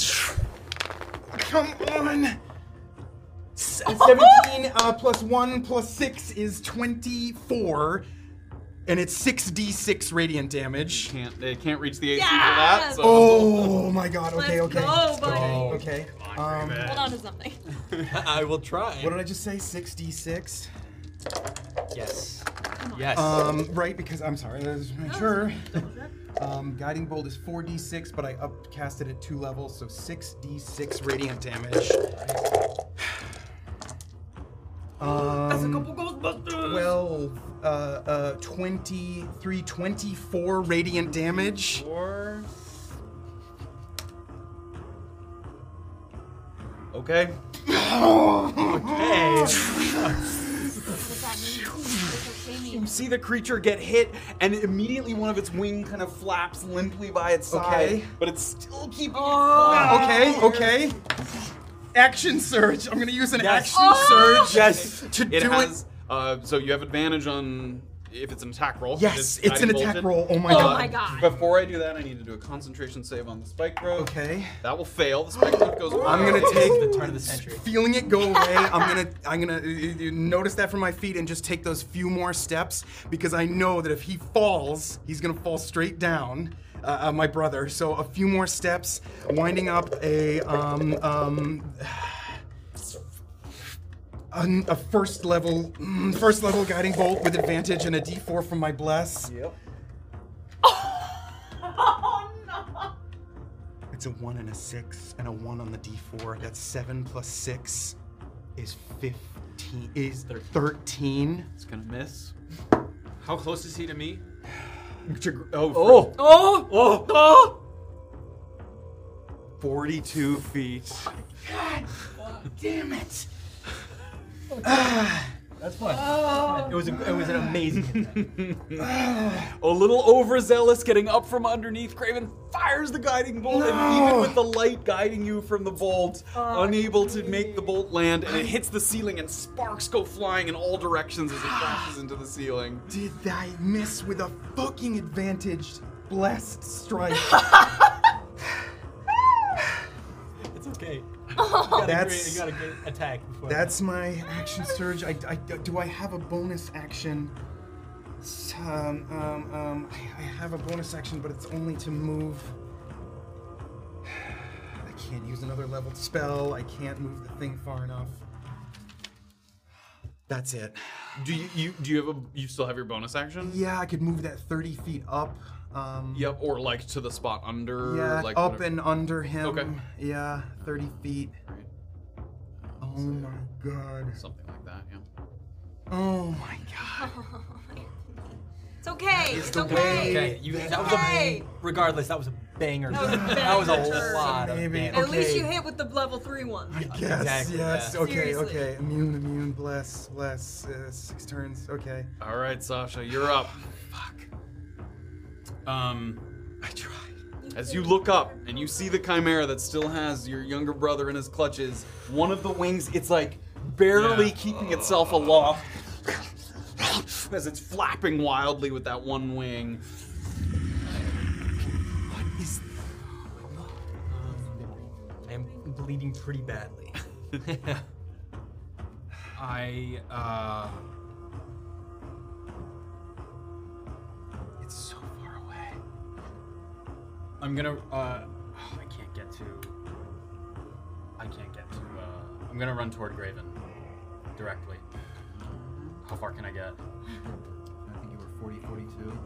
Speaker 3: Come on. S-
Speaker 2: (laughs)
Speaker 3: 17 uh, plus 1 plus 6 is 24. And it's 6d6 radiant damage.
Speaker 7: Can't they can't reach the AC
Speaker 2: Yes!
Speaker 7: for that? So.
Speaker 3: Oh my god, okay,
Speaker 2: Let's
Speaker 3: okay.
Speaker 2: go, buddy.
Speaker 3: Okay. Um,
Speaker 2: Hold on to something.
Speaker 8: I will try.
Speaker 3: what did I just say? 6d6?
Speaker 8: Yes. Yes.
Speaker 3: Um, right, because I'm sorry, I was making sure. Um, guiding bolt is 4d6, but I upcast it at two levels, so 6d6 radiant damage. Um, well, uh, uh, 23, 24 radiant damage.
Speaker 7: Or- (laughs) Okay. You see the creature get hit, and immediately one of its wing kind of flaps limply by its side,
Speaker 3: Okay.
Speaker 7: but it's still keeping.
Speaker 3: Okay,
Speaker 2: Oh,
Speaker 3: okay. Action surge. I'm gonna use an action
Speaker 2: Oh!
Speaker 3: surge.
Speaker 7: Yes.
Speaker 3: To
Speaker 7: It
Speaker 3: do
Speaker 7: has.
Speaker 3: it.
Speaker 7: Uh, so you have advantage on if it's an attack roll.
Speaker 3: Yes, it's an
Speaker 7: guiding
Speaker 3: attack
Speaker 7: bolted.
Speaker 3: roll. Oh my
Speaker 2: Oh
Speaker 7: uh,
Speaker 3: god.
Speaker 2: my god. (laughs)
Speaker 7: Before I do that, I need to do a concentration save on the spike rope.
Speaker 3: Okay.
Speaker 7: That will fail. The spike rope goes.
Speaker 3: I'm gonna take
Speaker 7: Oh.
Speaker 8: the turn of
Speaker 3: (laughs)
Speaker 8: the century.
Speaker 3: feeling it go away. I'm gonna I'm gonna uh, uh, notice that from my feet and just take those few more steps because I know that if he falls, he's gonna fall straight down. Uh, uh, my brother. So a few more steps, winding up a um um. (sighs) A, a first level, mm, first level guiding bolt with advantage and a D4 from my bless.
Speaker 7: Yep.
Speaker 2: Oh no.
Speaker 3: It's a one and a six and a one on the D4. That's seven plus six is fifteen. Is thirteen.
Speaker 7: It's gonna miss.
Speaker 4: How close is he
Speaker 3: (sighs)
Speaker 4: to me?
Speaker 7: Oh.
Speaker 20: Oh! Oh! Oh!
Speaker 7: 42 feet.
Speaker 3: (sighs)
Speaker 20: That's fun.
Speaker 8: it was a, it was an amazing. attack.
Speaker 7: A little overzealous getting up from underneath, Craven fires the guiding bolt, and even with the light guiding you from the bolt, unable to make the bolt land, and it hits the ceiling, and sparks go flying in all
Speaker 3: (sighs)
Speaker 7: directions as it crashes into the ceiling.
Speaker 3: (sighs) Did I miss with a fucking advantaged blessed (laughs) strike?
Speaker 8: It's okay.
Speaker 3: that's
Speaker 8: You got a great attack before.
Speaker 3: that's my action surge. I, I- do I have a bonus action? Um, um, um, I I have a bonus action, but it's only to move. I can't use another leveled spell. I can't move the thing far enough. That's it.
Speaker 7: Do you, you do you have a you still have your bonus action?
Speaker 3: Yeah, I could move that 30 feet up. Um,
Speaker 7: Yep, or like to the spot under.
Speaker 3: Yeah,
Speaker 7: like
Speaker 3: up
Speaker 7: whatever.
Speaker 3: and under him.
Speaker 7: Okay.
Speaker 3: Yeah, 30 feet.
Speaker 7: Right.
Speaker 3: Oh my god.
Speaker 7: something like that. Yeah.
Speaker 3: Oh my god.
Speaker 2: It's okay. It's, okay.
Speaker 8: okay. You, that was
Speaker 2: Okay.
Speaker 8: a, regardless, that was a banger.
Speaker 2: was a
Speaker 8: That was
Speaker 2: banger.
Speaker 8: a lot of
Speaker 3: Maybe.
Speaker 8: damage.
Speaker 2: At least
Speaker 3: Okay.
Speaker 2: you hit with the level three one.
Speaker 3: Yes,
Speaker 8: Exactly,
Speaker 3: yes.
Speaker 8: yeah.
Speaker 3: Okay,
Speaker 2: Seriously.
Speaker 3: okay. Immune, immune, bless, bless. Uh, six turns. Okay.
Speaker 7: All right, Sasha, you're
Speaker 1: (sighs)
Speaker 7: up.
Speaker 4: Um,
Speaker 3: I
Speaker 1: Uh,
Speaker 3: tried.
Speaker 7: As you look up and you see the chimera that still has your younger brother in his clutches, one of the wings, it's like barely
Speaker 4: Yeah.
Speaker 7: keeping itself aloft (laughs) as it's flapping wildly with that one wing.
Speaker 8: I'm bleeding pretty badly.
Speaker 4: I uh,
Speaker 3: It's so far away.
Speaker 4: I'm gonna. Uh, (sighs) oh, I can't get to. I can't get to. Uh, I'm gonna run toward Graven directly. How far can I get?
Speaker 21: I think you were 40, 42.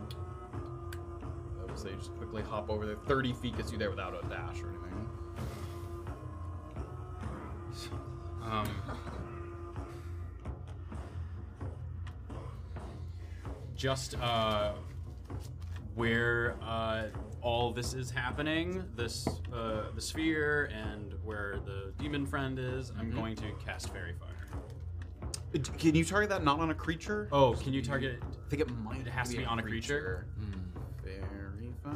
Speaker 7: I would say just quickly hop over there. 30 feet gets you there without a dash or anything.
Speaker 4: Um, just uh, where uh, all this is happening, this uh, the sphere and where the demon friend is, I'm
Speaker 1: Mm-hmm.
Speaker 4: going to cast Fairy Fire.
Speaker 7: Uh, d- Can you target that not on a creature?
Speaker 4: Oh, can you target it?
Speaker 7: I think it might.
Speaker 4: It has to be on a
Speaker 7: Fairy
Speaker 1: Uh,
Speaker 7: fire.
Speaker 4: Or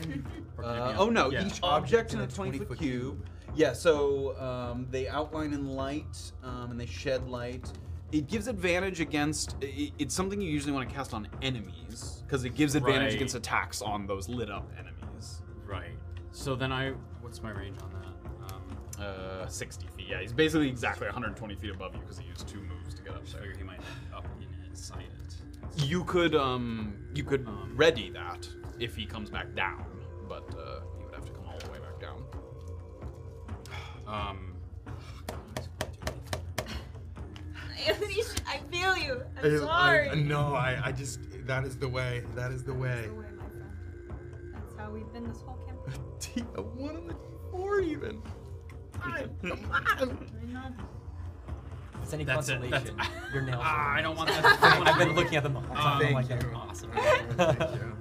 Speaker 4: can it
Speaker 7: Uh,
Speaker 4: be
Speaker 7: oh
Speaker 4: on-
Speaker 7: no!
Speaker 4: yeah.
Speaker 7: Each object in a 20 foot
Speaker 1: Uh,
Speaker 7: cube. Yeah, so um, they outline in light um, and they shed light,
Speaker 1: It gives advantage against. i- It's something you usually want to cast on enemies because it gives advantage
Speaker 4: Right.
Speaker 1: against attacks on those lit up enemies.
Speaker 4: Right. So then I, what's my range on that? Um,
Speaker 1: Uh, 60 feet. Yeah, he's basically exactly 120 feet above you because he used two moves to get up
Speaker 4: I
Speaker 1: there.
Speaker 4: figure he might up in it,
Speaker 1: (sighs)
Speaker 4: sight it.
Speaker 1: You could um you could ready that if he comes back down, but uh, he would have to come all the way back down.
Speaker 4: Um,
Speaker 2: Anthony, sh- (laughs) I feel you.
Speaker 3: I-
Speaker 2: I'm
Speaker 3: I-
Speaker 2: sorry.
Speaker 3: no, I, I just that is the way. That is the way.
Speaker 2: Don't worry, my friend. That's how we've been this whole campaign.
Speaker 3: D- a one on the four even. God, come on.
Speaker 2: We're not-
Speaker 8: If it's any
Speaker 4: That's it, that's-
Speaker 8: consolation, your nails.
Speaker 4: (laughs) ah,
Speaker 8: are
Speaker 4: I don't want
Speaker 1: (laughs)
Speaker 4: that.
Speaker 8: (laughs) I've been looking at them all the time. I'm like,
Speaker 3: Thank
Speaker 8: they're
Speaker 3: you.
Speaker 8: awesome. (laughs)
Speaker 3: Thank you.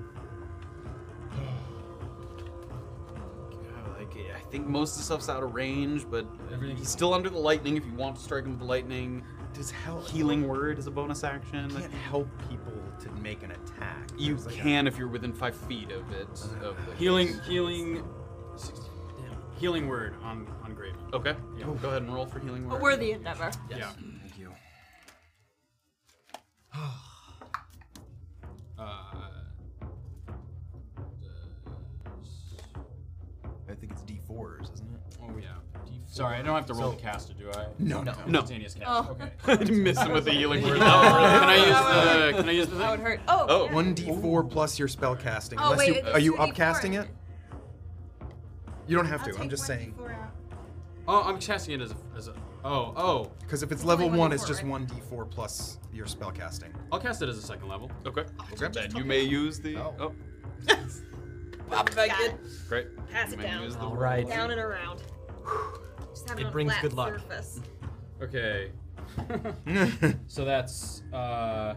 Speaker 1: Yeah, like I think most of the stuff's out of range, but
Speaker 4: Everything-
Speaker 1: he's still under the lightning. If you want to strike him with lightning,
Speaker 7: Does hell
Speaker 1: healing word is a bonus action.
Speaker 7: can't help people to make an attack.
Speaker 1: You
Speaker 7: There's like a-
Speaker 1: can if you're within five feet of it. Of the
Speaker 4: Healing, healing, damn, healing word on on Graven.
Speaker 1: Okay. Yeah. Go ahead and roll for
Speaker 4: Oh,
Speaker 1: healing
Speaker 2: A
Speaker 1: word.
Speaker 2: worthy endeavor.
Speaker 4: Yeah.
Speaker 7: Thank you.
Speaker 4: Uh,
Speaker 7: I think it's D4s, isn't it?
Speaker 4: oh yeah. Sorry, I don't have to roll the caster, do I?
Speaker 3: No, no.
Speaker 1: No.
Speaker 4: Instantaneous cast.
Speaker 2: Oh.
Speaker 4: (laughs) Okay.
Speaker 1: Miss him with the healing word.
Speaker 4: Can (laughs) I
Speaker 2: That
Speaker 4: use the? Can I use the?
Speaker 2: That would hurt. Oh.
Speaker 1: Oh,
Speaker 2: yeah.
Speaker 3: One D four plus your spell casting.
Speaker 2: Oh,
Speaker 3: Unless
Speaker 2: wait,
Speaker 3: you,
Speaker 2: it's
Speaker 3: are you
Speaker 2: 2D4.
Speaker 3: upcasting it? You don't have
Speaker 2: I'll
Speaker 3: to. I'm
Speaker 2: take
Speaker 3: just
Speaker 2: one
Speaker 3: saying.
Speaker 2: D4 out.
Speaker 4: Oh, I'm casting it as a, as a. Oh, oh.
Speaker 3: Because if it's
Speaker 2: only
Speaker 3: level one, it's
Speaker 2: 1d4,
Speaker 3: just
Speaker 2: right?
Speaker 3: one D four plus your spell casting.
Speaker 4: I'll cast it as a second level.
Speaker 1: Okay. Then you may use the.
Speaker 3: Oh.
Speaker 1: Oh,
Speaker 2: Pop it back in.
Speaker 1: great.
Speaker 2: Pass
Speaker 1: You
Speaker 2: it
Speaker 1: may
Speaker 2: down.
Speaker 1: use the
Speaker 8: All
Speaker 1: word.
Speaker 8: right.
Speaker 2: Down and around. Just have
Speaker 8: It
Speaker 2: on a
Speaker 8: brings
Speaker 2: flat
Speaker 8: good luck.
Speaker 2: Surface. (laughs)
Speaker 4: Okay. (laughs)
Speaker 3: (laughs)
Speaker 4: so that's uh,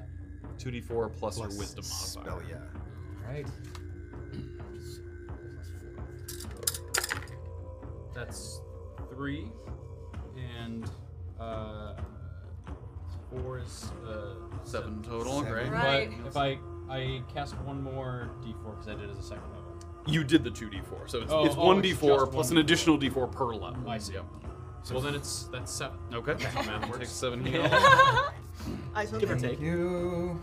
Speaker 1: 2d4 plus, your wisdom modifier.
Speaker 3: Spell, yeah.
Speaker 8: All right.
Speaker 4: that's three, and uh, four is uh,
Speaker 1: Seven total.
Speaker 3: Seven.
Speaker 1: Great.
Speaker 2: Right.
Speaker 4: But if I I cast one more d4 because I did it as a second level.
Speaker 1: You did the 2d4, so it's,
Speaker 4: Oh,
Speaker 1: it's
Speaker 4: oh,
Speaker 1: one
Speaker 4: it's
Speaker 1: d4 plus
Speaker 4: just one.
Speaker 1: an additional d4 per level.
Speaker 4: I see. So well, then it's that's seven.
Speaker 1: Okay. Math works. (laughs) Um, seven heal.
Speaker 8: Give or take.
Speaker 3: You.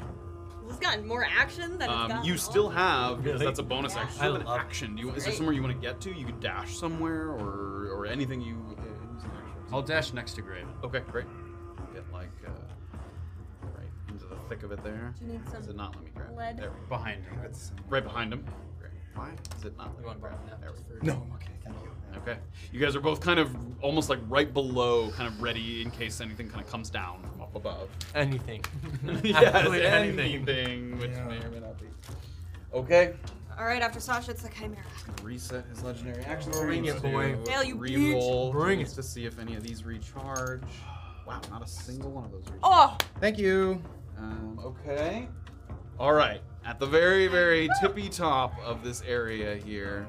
Speaker 2: It's gotten more action than it's
Speaker 1: Um,
Speaker 2: gotten
Speaker 1: you still have because
Speaker 8: Really?
Speaker 1: that's a bonus
Speaker 2: Yeah.
Speaker 1: action.
Speaker 8: I
Speaker 1: You have an
Speaker 8: love it.
Speaker 1: action. Do you, is there
Speaker 2: Great.
Speaker 1: somewhere you want to get to? You could dash somewhere, or or anything you. Uh, use an action.
Speaker 4: I'll dash next to Graven.
Speaker 1: Okay, great. Get like uh, right into the thick of it there.
Speaker 2: Do you need
Speaker 1: Is it
Speaker 2: some
Speaker 1: not let me grab? it?
Speaker 2: lead?
Speaker 1: There we go.
Speaker 4: Behind him.
Speaker 1: Right behind him. Great. Why is it not? let
Speaker 8: You
Speaker 1: me
Speaker 8: want to
Speaker 1: grab
Speaker 8: borrow
Speaker 1: it?
Speaker 8: that? Oh,
Speaker 1: There we go.
Speaker 3: No, I'm okay. Thank you.
Speaker 1: Okay. You guys are both kind of almost like right below, kind of ready in case anything kind of comes down from up above.
Speaker 8: (laughs) Anything.
Speaker 1: (laughs) yes,
Speaker 8: Absolutely
Speaker 1: anything, which may or may not be. Okay.
Speaker 2: All right, after Sasha, it's the Chimera.
Speaker 1: Reset his legendary action.
Speaker 8: Bring it, boy.
Speaker 2: Hell, Oh, you
Speaker 1: Reroll.
Speaker 8: Bring
Speaker 1: just to see if any of these recharge. Wow, not a single one of those. Recharge.
Speaker 2: Oh,
Speaker 3: Thank you.
Speaker 1: Um, okay. All right. At the very, very tippy top of this area here,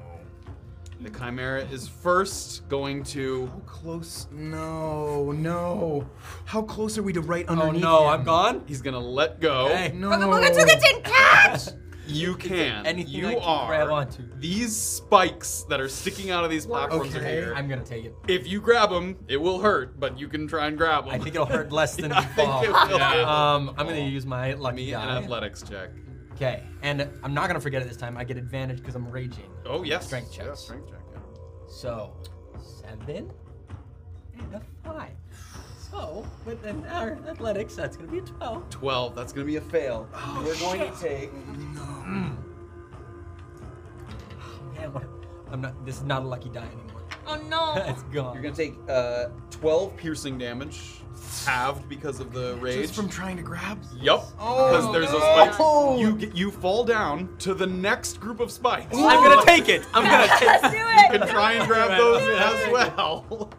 Speaker 1: the Chimera is first going to.
Speaker 3: How close? No, no. How close are we to right
Speaker 8: Oh
Speaker 3: underneath?
Speaker 8: no,
Speaker 3: him?
Speaker 8: I'm gone.
Speaker 1: He's gonna let go.
Speaker 8: Hey.
Speaker 3: No.
Speaker 2: Booga Booga Tin catch!
Speaker 1: You can.
Speaker 8: anything
Speaker 1: you
Speaker 8: I can
Speaker 1: are. (gasps)
Speaker 8: grab onto?
Speaker 1: These spikes that are sticking out of these platforms
Speaker 3: Okay.
Speaker 1: are here.
Speaker 8: I'm gonna take it.
Speaker 1: if you grab them, it will hurt, but you can try and grab them.
Speaker 8: (laughs)
Speaker 1: (laughs)
Speaker 8: I think it'll hurt less than
Speaker 1: I
Speaker 8: we fall.
Speaker 1: think it will.
Speaker 8: Um, I'm gonna use my lucky
Speaker 1: Me an
Speaker 8: die.
Speaker 1: athletics check.
Speaker 8: Okay, and I'm not gonna forget it this time. I get advantage because I'm raging.
Speaker 1: Oh yes.
Speaker 8: Strength
Speaker 1: Yeah,
Speaker 8: checks.
Speaker 1: strength check. yeah.
Speaker 8: So, seven and a five. So, with an our athletics, that's gonna be a 12.
Speaker 1: Twelve. That's gonna be (laughs) a fail. We're going to take.
Speaker 8: Man, what? I'm not. This is not a lucky die anymore. (laughs)
Speaker 2: Oh no.
Speaker 8: it's gone.
Speaker 1: You're gonna take uh, twelve piercing damage, halved because of the rage.
Speaker 3: Just from trying to grab.
Speaker 1: Yup.
Speaker 8: Oh,
Speaker 1: Because there's those
Speaker 2: no.
Speaker 1: spikes.
Speaker 2: Oh.
Speaker 1: You get, you fall down to the next group of spikes.
Speaker 8: I'm gonna take it.
Speaker 2: (laughs)
Speaker 8: I'm gonna take.
Speaker 2: Let's do
Speaker 1: You
Speaker 6: Oh,
Speaker 1: can
Speaker 2: it.
Speaker 1: try and
Speaker 8: (laughs)
Speaker 1: grab those (laughs) as well.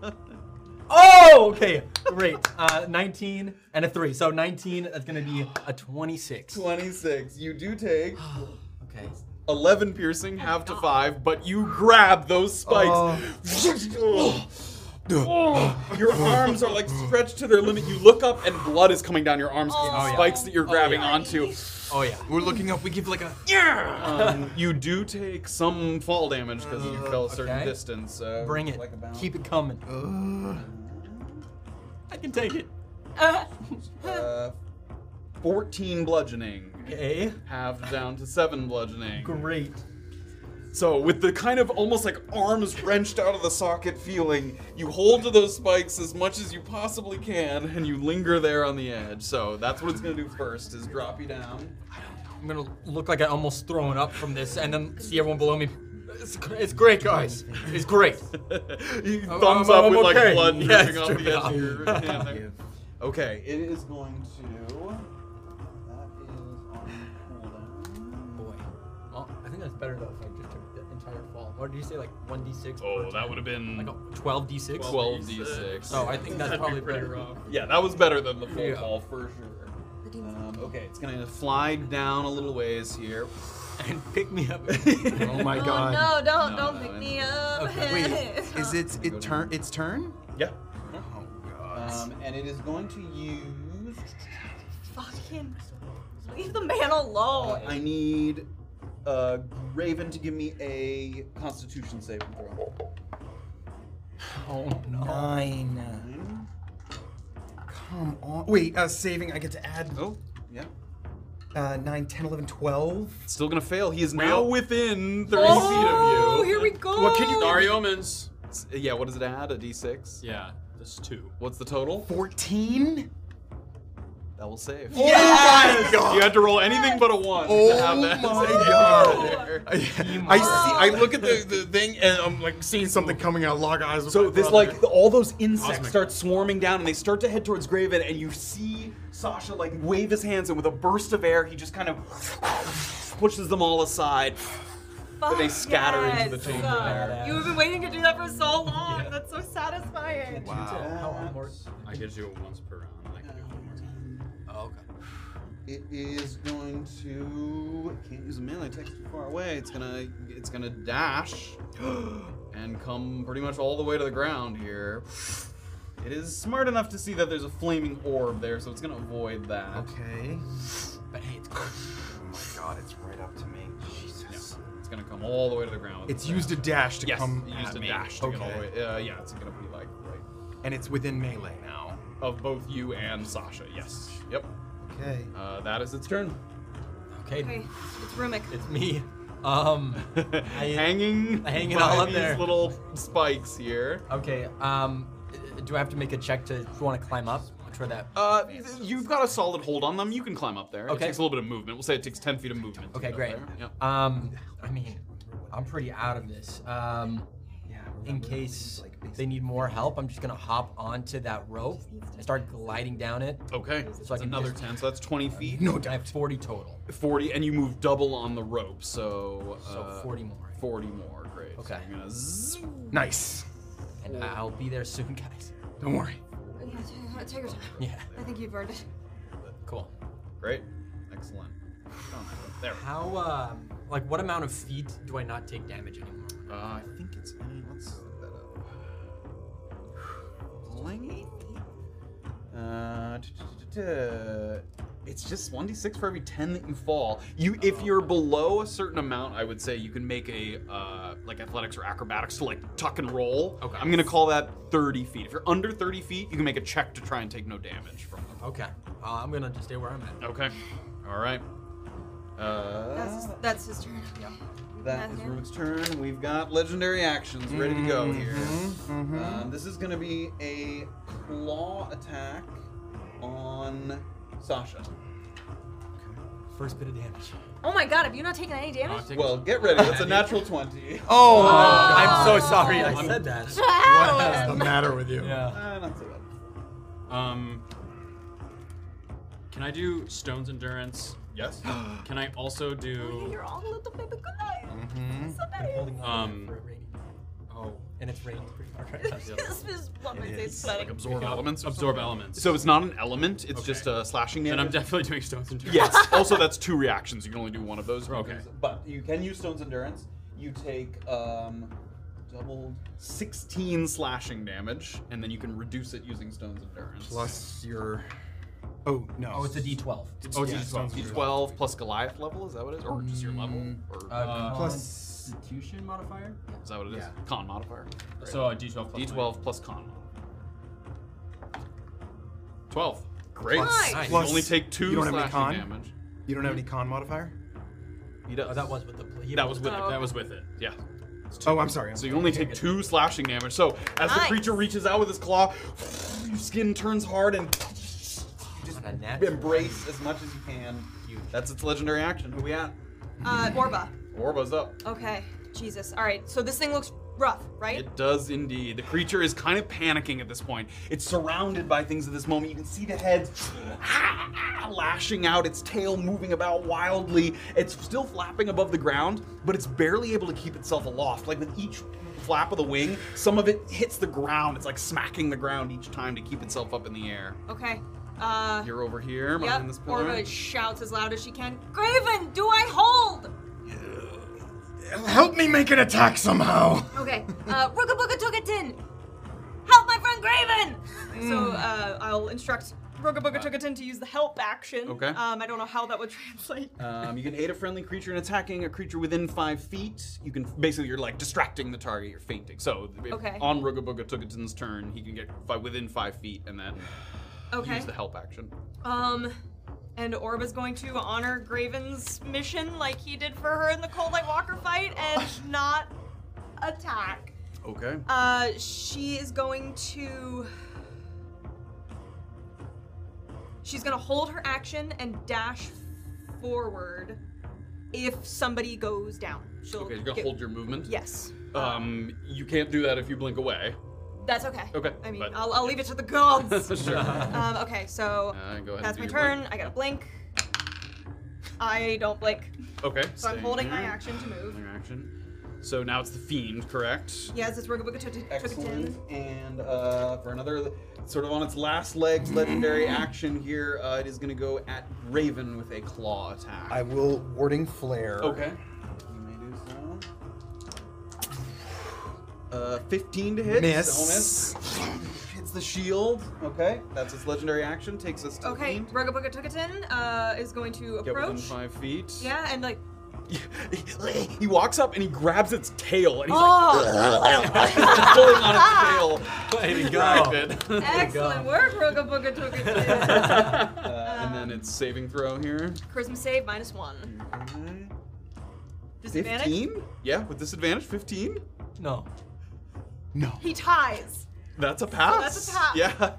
Speaker 8: Oh, okay. Great. Uh, 19 and a three. So 19. That's gonna be a 26.
Speaker 1: Twenty-six. You do take
Speaker 8: Okay.
Speaker 1: eleven piercing, half to five, but you grab those spikes.
Speaker 3: Oh.
Speaker 1: (laughs) Your arms are like stretched to their limit. You look up and blood is coming down your arms because
Speaker 2: Oh,
Speaker 1: the
Speaker 2: yeah.
Speaker 1: spikes that you're grabbing
Speaker 2: (laughs)
Speaker 1: onto.
Speaker 8: Oh yeah.
Speaker 3: We're looking up. We give like a.
Speaker 1: Um, you do take some fall damage because you fell a certain
Speaker 8: okay.
Speaker 1: distance. Uh,
Speaker 8: Bring it.
Speaker 3: Uh.
Speaker 1: Like about
Speaker 6: Oh,
Speaker 8: Keep it coming.
Speaker 3: Ugh.
Speaker 8: I can take it.
Speaker 1: Uh, 14 bludgeoning.
Speaker 8: Okay.
Speaker 1: Halved down to 7 bludgeoning.
Speaker 8: Great.
Speaker 1: So, with the kind of almost like arms wrenched out of the socket feeling, you hold to those spikes as much as you possibly can, and you linger there on the edge. So, that's what it's gonna do first, is drop you down. (laughs)
Speaker 8: I'm gonna look like I almost thrown up from this, and then see everyone below me. It's, gr- it's great, guys.
Speaker 1: (laughs)
Speaker 8: It's great.
Speaker 1: You
Speaker 8: I'm-
Speaker 1: thumbs
Speaker 8: I'm-
Speaker 1: up
Speaker 8: I'm
Speaker 1: with like
Speaker 8: okay.
Speaker 1: blood
Speaker 8: Yeah,
Speaker 1: dripping
Speaker 8: it's
Speaker 1: off
Speaker 8: dripping
Speaker 1: the edge
Speaker 8: off.
Speaker 1: of
Speaker 8: (laughs)
Speaker 1: your hand there. Okay, it is going to. That is on
Speaker 22: Boy. Well, I think that's better though if I just took the entire fall. Or did you say like 1d6? per
Speaker 1: Oh, that
Speaker 22: time?
Speaker 1: would have been
Speaker 22: Like a 12d6?
Speaker 1: 12d6.
Speaker 22: So
Speaker 4: Oh, (laughs)
Speaker 22: I think that's probably pretty rough.
Speaker 1: Yeah, that was better than the full
Speaker 22: Yeah.
Speaker 1: ball for sure. Um, okay, it's gonna fly down a little ways here.
Speaker 8: And pick me up.
Speaker 6: Oh my
Speaker 2: oh
Speaker 6: god.
Speaker 2: no! Don't
Speaker 1: No,
Speaker 2: don't
Speaker 1: no,
Speaker 2: pick
Speaker 1: I-
Speaker 2: me up.
Speaker 6: Wait,
Speaker 2: (laughs)
Speaker 6: is it it turn its turn?
Speaker 1: Yeah.
Speaker 6: Oh god.
Speaker 1: Um, and it is going to use.
Speaker 2: Fucking leave the man alone.
Speaker 1: Uh, I need uh, Raven to give me a Constitution saving throw.
Speaker 8: Oh no.
Speaker 3: Nine. Come on. Wait, uh, saving. I get to add
Speaker 1: Oh, yeah.
Speaker 3: uh, 9, 10, 11, 12.
Speaker 1: Still gonna fail. He is now within 30
Speaker 2: oh,
Speaker 1: feet
Speaker 2: here
Speaker 1: of
Speaker 2: we go.
Speaker 1: What can you-
Speaker 4: Starry Omens.
Speaker 1: you. Yeah. What does it add? A d6.
Speaker 4: Yeah, this is two.
Speaker 1: What's the total?
Speaker 3: 14?
Speaker 1: That will save.
Speaker 3: Yes! Oh my god!
Speaker 1: You had to roll anything but a one
Speaker 6: Oh
Speaker 1: to have
Speaker 6: my
Speaker 1: that. (laughs) god!
Speaker 6: I, I see. I look at the, the thing and I'm like seeing something coming out. Log eyes. with
Speaker 1: So
Speaker 6: my
Speaker 1: this
Speaker 6: brother.
Speaker 1: like all those insects start swarming down and they start to head towards Graven and you see Sasha like wave his hands and with a burst of air he just kind of pushes them all aside.
Speaker 2: Fuck
Speaker 1: They scatter into the chamber
Speaker 2: God.
Speaker 1: there.
Speaker 2: You have been waiting to do that for so long. That's so satisfying.
Speaker 22: How unhorse.
Speaker 4: I could do it once per round. and I could do it one more time.
Speaker 8: Oh, okay.
Speaker 1: It is going to can't use a melee attack too far away. It's gonna it's
Speaker 6: (gasps)
Speaker 1: gonna dash and come pretty much all the way to the ground here. It is smart enough to see that there's a flaming orb there, so it's gonna avoid that.
Speaker 3: Okay.
Speaker 8: But hey, it's
Speaker 3: Oh my god, it's right up to me. Jesus.
Speaker 1: It's gonna come all the way to the ground. with
Speaker 6: It's
Speaker 1: the
Speaker 6: used a dash to
Speaker 1: Yes,
Speaker 6: come
Speaker 1: it used
Speaker 6: at
Speaker 1: a
Speaker 6: me.
Speaker 1: dash to
Speaker 6: okay.
Speaker 1: get all the way. Uh, yeah, it's gonna be like right
Speaker 6: And it's within melee now.
Speaker 1: of both you and Sasha. Yes. Yep.
Speaker 3: Okay.
Speaker 1: Uh, that is its turn.
Speaker 8: okay.
Speaker 2: Okay, it's Rumik.
Speaker 8: It's me. Um.
Speaker 1: (laughs) hanging,
Speaker 8: hanging
Speaker 1: by
Speaker 8: all up
Speaker 1: these
Speaker 8: there.
Speaker 1: little spikes here.
Speaker 8: Okay. Um. Do I have to make a check to want to climb up? I'll try that.
Speaker 1: Uh, you've got a solid hold on them. You can climb up there.
Speaker 8: Okay.
Speaker 1: It takes a little bit of movement. We'll say it takes ten feet of movement. to
Speaker 8: Okay,
Speaker 1: get up
Speaker 8: great.
Speaker 1: there. Yep.
Speaker 8: Um, I mean, I'm pretty out of this. Um,
Speaker 3: Yeah.
Speaker 8: in case they need more help, I'm just gonna hop onto that rope and start gliding down it.
Speaker 1: Okay.
Speaker 8: So I
Speaker 1: That's
Speaker 8: can
Speaker 1: another
Speaker 8: just-
Speaker 1: ten. So that's twenty feet.
Speaker 8: No, I have 40 total,
Speaker 1: Forty, and you move double on the rope. So.
Speaker 8: so
Speaker 1: uh,
Speaker 8: 40 more.
Speaker 1: Forty more. Great. So
Speaker 8: Okay.
Speaker 1: you're gonna zzz-
Speaker 6: Nice.
Speaker 8: And I'll be there soon, (laughs) guys.
Speaker 6: Don't worry.
Speaker 2: Yeah, take- take your time.
Speaker 8: Yeah,
Speaker 2: I think you've earned it.
Speaker 8: cool.
Speaker 1: Great. Excellent. Oh, There. we go.
Speaker 22: How, uh,
Speaker 8: um,
Speaker 22: like, what amount of feet do I not take damage anymore?
Speaker 1: Uh, I think it's. I mean, let's look that up. Bling. Uh, t- t- t- t- it's just 1d6 for every 10 that you fall. You, if you're below a certain amount, I would say you can make a uh, like athletics or acrobatics to like tuck and roll.
Speaker 22: Okay.
Speaker 1: I'm gonna call that 30 feet. If you're under 30 feet, you can make a check to try and take no damage from them.
Speaker 8: Okay, uh, I'm gonna just stay where I'm at.
Speaker 1: Okay. All right. Uh,
Speaker 2: That's his, that's his turn.
Speaker 1: That
Speaker 2: Uh-huh.
Speaker 1: is Rubik's turn. We've got legendary actions ready to go here. Um, this is going to be a claw attack on Sasha.
Speaker 8: First bit of damage.
Speaker 2: Oh my god, have you not taken any damage?
Speaker 4: I'll take
Speaker 1: Well, get ready. It's a natural 20.
Speaker 6: Oh,
Speaker 8: I'm so sorry I said that.
Speaker 6: what's the matter with you?
Speaker 8: Oh, (laughs) Yeah.
Speaker 1: Uh, not so bad.
Speaker 4: Um, can I do Stone's Endurance?
Speaker 1: Yes.
Speaker 4: (gasps) Can I also do?
Speaker 2: Oh, You're all little baby good night.
Speaker 3: Mm-hmm.
Speaker 6: Mm-hmm.
Speaker 2: So
Speaker 8: I'm
Speaker 2: bad.
Speaker 8: holding on
Speaker 4: Um,
Speaker 8: for a rainy day. Oh, and it's raining pretty hard
Speaker 1: (laughs)
Speaker 8: right
Speaker 2: (laughs)
Speaker 8: now.
Speaker 2: This is what my
Speaker 6: It
Speaker 2: face
Speaker 6: is.
Speaker 2: sweating.
Speaker 1: absorb elements.
Speaker 4: Absorb elements.
Speaker 1: So it's not an element. It's
Speaker 4: Okay.
Speaker 1: just a slashing damage.
Speaker 4: then I'm definitely doing Stone's Endurance.
Speaker 1: Yes. also, that's two reactions. You can only do one of those.
Speaker 4: (laughs) Okay.
Speaker 1: But you can use Stone's Endurance. You take um, double 16 slashing damage, and then you can reduce it using Stone's Endurance.
Speaker 6: Plus your. Oh no.
Speaker 8: (laughs) Oh, it's a D12.
Speaker 1: Oh, it's
Speaker 6: Yeah,
Speaker 1: just
Speaker 6: sounds
Speaker 1: 12.
Speaker 6: good.
Speaker 1: 12 plus Goliath level, is that what it is? Or just your level? Or
Speaker 8: Uh,
Speaker 6: Plus-
Speaker 22: Constitution modifier?
Speaker 1: is that what it is?
Speaker 6: yeah.
Speaker 1: Con modifier.
Speaker 4: So uh, D12 plus
Speaker 1: D12 plus con. 12. Great.
Speaker 2: Nice.
Speaker 1: You
Speaker 7: Plus-
Speaker 1: only take two
Speaker 7: you don't have any
Speaker 1: slashing
Speaker 7: con?
Speaker 1: damage.
Speaker 7: You don't have any con modifier?
Speaker 1: He does.
Speaker 23: Oh, that was with the. He
Speaker 1: That was with
Speaker 2: Oh.
Speaker 1: it.
Speaker 24: That was with it.
Speaker 1: Yeah.
Speaker 7: Oh, I'm sorry. I'm
Speaker 1: So
Speaker 7: sorry.
Speaker 1: you only take two slashing damage. So as the
Speaker 2: Nice.
Speaker 1: creature reaches out with his claw, your skin turns hard and
Speaker 23: just a net.
Speaker 1: embrace as much as you can. That's its legendary action. Who we at?
Speaker 2: Uh, Orba.
Speaker 1: Orba's up.
Speaker 2: Okay. Jesus. All right. So this thing looks rough, right?
Speaker 1: It does indeed. The creature is kind of panicking at this point. It's surrounded by things at this moment. You can see the head (laughs) lashing out, its tail moving about wildly. It's still flapping above the ground, but it's barely able to keep itself aloft. Like with each flap of the wing, some of it hits the ground. It's like smacking the ground each time to keep itself up in the air.
Speaker 2: Okay. Uh.
Speaker 1: You're over here
Speaker 2: Yep.
Speaker 1: behind this
Speaker 2: Orba
Speaker 1: point.
Speaker 2: shouts as loud as she can. Graven, do I hold?
Speaker 3: Help me make an attack somehow.
Speaker 1: (laughs)
Speaker 2: Okay. Uh, Rookabookatugatin! Help my friend Graven!
Speaker 1: Hmm.
Speaker 2: So uh, I'll instruct Rookabookatugatin to use the help action.
Speaker 1: Uh, Okay.
Speaker 2: Um, I don't know how that would (laughs) translate.
Speaker 1: Um, you can aid a friendly creature in attacking a creature within five feet. You can basically you're like distracting the target. You're fainting. So if
Speaker 2: Okay.
Speaker 1: on Rugabuga Tugatin's turn, he can get five, within five feet and then
Speaker 2: Okay.
Speaker 1: use the help action.
Speaker 2: Um, and Orb is going to honor Graven's mission like he did for her in the Cold Light Walker fight
Speaker 1: (laughs)
Speaker 2: and not attack.
Speaker 1: Okay.
Speaker 2: Uh, she is going to. She's gonna hold her action and dash forward if somebody goes down. She'll
Speaker 1: Okay, you're gonna
Speaker 2: get-
Speaker 1: hold your movement.
Speaker 2: Yes.
Speaker 1: Um, you can't do that if you blink away.
Speaker 2: That's okay.
Speaker 1: Okay,
Speaker 2: I mean,
Speaker 1: but-
Speaker 2: I'll, I'll leave it to the gods.
Speaker 1: (laughs) sure. Uh,
Speaker 2: um, okay, so
Speaker 1: go ahead.
Speaker 2: that's my
Speaker 1: and do your
Speaker 2: turn. I gotta blink. I don't blink.
Speaker 1: blink. Okay.
Speaker 2: So I'm
Speaker 1: staying
Speaker 2: holding my
Speaker 1: here.
Speaker 2: action to move.
Speaker 1: Holding your action. So now it's the fiend, correct?
Speaker 2: Yes, it's Rugabuga Tugatin.
Speaker 1: Excellent. And uh, for another, sort of on its last legs, legendary (clears throat) action here, uh, it is going to go at Raven with a claw attack.
Speaker 7: I will warding flare.
Speaker 1: okay. You may do so. Uh, 15 to hit.
Speaker 7: Miss.
Speaker 1: So miss. Hits the shield. Okay. That's its legendary action. Takes us to
Speaker 2: Okay,
Speaker 1: the fiend.
Speaker 2: Rugabuga Tugatin uh, is going to
Speaker 1: Get within
Speaker 2: approach.
Speaker 1: five feet.
Speaker 2: Yeah, and like,
Speaker 1: (laughs) he walks up and he grabs its tail and he's
Speaker 2: oh,
Speaker 1: like pulling on
Speaker 2: (laughs)
Speaker 1: its tail.
Speaker 8: Way to
Speaker 1: Grab
Speaker 8: go.
Speaker 1: it.
Speaker 2: excellent work, Rugabuga Tugatin.
Speaker 1: Uh, and then it's saving throw here.
Speaker 2: Charisma save minus one. Disadvantage.
Speaker 1: 15? Yeah, with disadvantage, 15?
Speaker 8: (laughs) No.
Speaker 2: He ties.
Speaker 1: That's a pass.
Speaker 2: that's a pass.
Speaker 1: Yeah.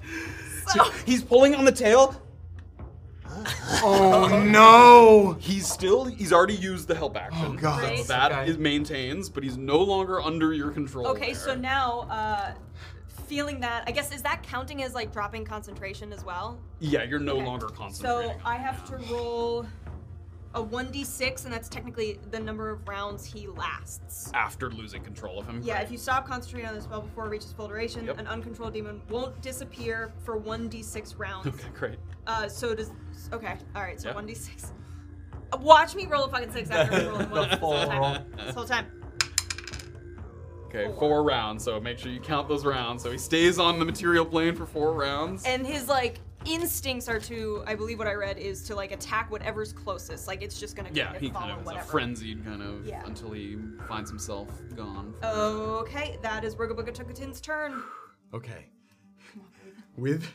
Speaker 2: (laughs) So-
Speaker 1: So he's pulling on the tail.
Speaker 7: Oh no!
Speaker 1: He's still, he's already used the help action.
Speaker 7: Oh god.
Speaker 2: Great.
Speaker 1: That
Speaker 8: Okay.
Speaker 1: is- maintains, but he's no longer under your control.
Speaker 2: Okay, so
Speaker 1: Oh, there.
Speaker 2: now, uh, feeling that, I guess, is that counting as like dropping concentration as well?
Speaker 1: Yeah, you're no
Speaker 2: Okay.
Speaker 1: longer
Speaker 2: So
Speaker 1: concentrating. on
Speaker 2: I
Speaker 1: it
Speaker 2: have to
Speaker 1: now.
Speaker 2: roll a 1d6, and that's technically the number of rounds he lasts.
Speaker 1: After losing control of him.
Speaker 2: Yeah,
Speaker 1: Right.
Speaker 2: if you stop concentrating on the spell before it reaches full duration,
Speaker 1: Yep.
Speaker 2: an uncontrolled demon won't disappear for 1d6 rounds.
Speaker 1: Okay, great.
Speaker 2: Uh, so does. Okay, alright, so
Speaker 1: Yeah.
Speaker 2: 1d6. Uh, Watch me roll a fucking 6 after I roll a 1
Speaker 8: The
Speaker 2: this whole
Speaker 8: full roll.
Speaker 2: time. This whole time.
Speaker 1: Okay,
Speaker 2: Four.
Speaker 1: four. rounds, so make sure you count those rounds. So he stays on the material plane for four rounds.
Speaker 2: And his, like, instincts are to, I believe what I read, is to, like, attack whatever's closest. Like, it's just gonna
Speaker 1: yeah,
Speaker 2: kind of
Speaker 1: he
Speaker 2: follow
Speaker 1: kind of is a
Speaker 2: whatever.
Speaker 1: frenzied kind of
Speaker 2: Yeah.
Speaker 1: until he finds himself gone.
Speaker 2: Okay, that is Rugabuga Tugatin's turn.
Speaker 3: Okay. With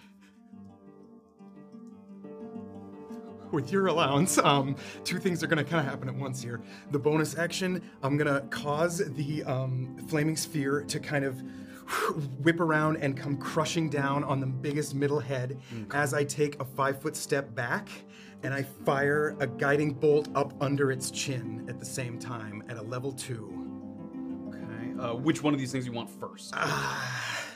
Speaker 3: with your allowance, um, two things are gonna kind of happen at once here. The bonus action, I'm gonna cause the um, flaming sphere to kind of whip around and come crushing down on the biggest middle head as I take a five foot step back and I fire a guiding bolt up under its chin at the same time at a level two.
Speaker 1: Okay. Uh, which one of these things you want first?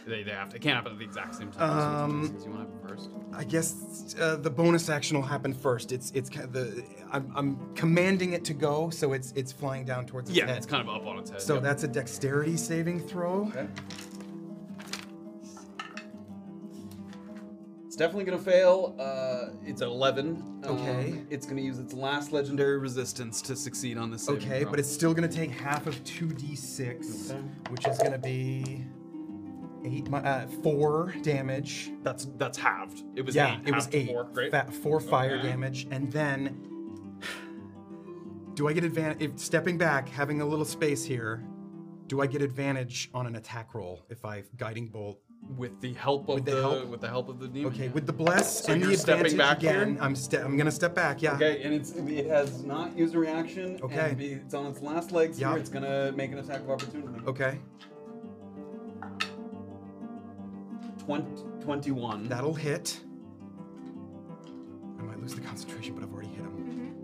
Speaker 1: they, they have to. It can't happen at the exact same time. so which one of these things you want to have first?
Speaker 3: I guess uh, the bonus action will happen first. It's it's kind of the I'm, I'm commanding it to go, so it's it's flying down towards its
Speaker 1: Yeah,
Speaker 3: head.
Speaker 1: it's kind of up on its head.
Speaker 3: so
Speaker 1: yep.
Speaker 3: that's a dexterity saving throw.
Speaker 1: It's definitely gonna fail. Uh, it's an eleven. Um,
Speaker 3: Okay.
Speaker 1: it's gonna use its last legendary resistance to succeed on this. saving
Speaker 3: Okay,
Speaker 1: throw.
Speaker 3: but it's still gonna take half of two d6, which is gonna be eight mi- uh, four damage.
Speaker 1: that's that's halved. It was
Speaker 3: yeah,
Speaker 1: eight.
Speaker 3: it was
Speaker 1: halved to
Speaker 3: eight.
Speaker 1: Four. Great.
Speaker 3: Fa- four fire
Speaker 1: Okay.
Speaker 3: damage, and then (sighs) do I get advantage? If stepping back, having a little space here, do I get advantage on an attack roll if I guiding bolt
Speaker 7: with the help of
Speaker 3: With the
Speaker 7: the
Speaker 3: help?
Speaker 7: with the help of the demon.
Speaker 3: Okay,
Speaker 7: yeah.
Speaker 3: with the bless
Speaker 7: So
Speaker 3: and the
Speaker 7: you're stepping
Speaker 3: advantage
Speaker 7: back
Speaker 3: again,
Speaker 7: here?
Speaker 3: I'm ste- I'm gonna step back. Yeah.
Speaker 7: Okay, and it's it has not used a reaction.
Speaker 3: Okay.
Speaker 7: And it's on its last legs
Speaker 3: Yeah.
Speaker 7: here. It's gonna make an attack of opportunity.
Speaker 3: Okay.
Speaker 7: Twen- 21.
Speaker 3: That'll hit. I might lose the concentration, but I've already hit him.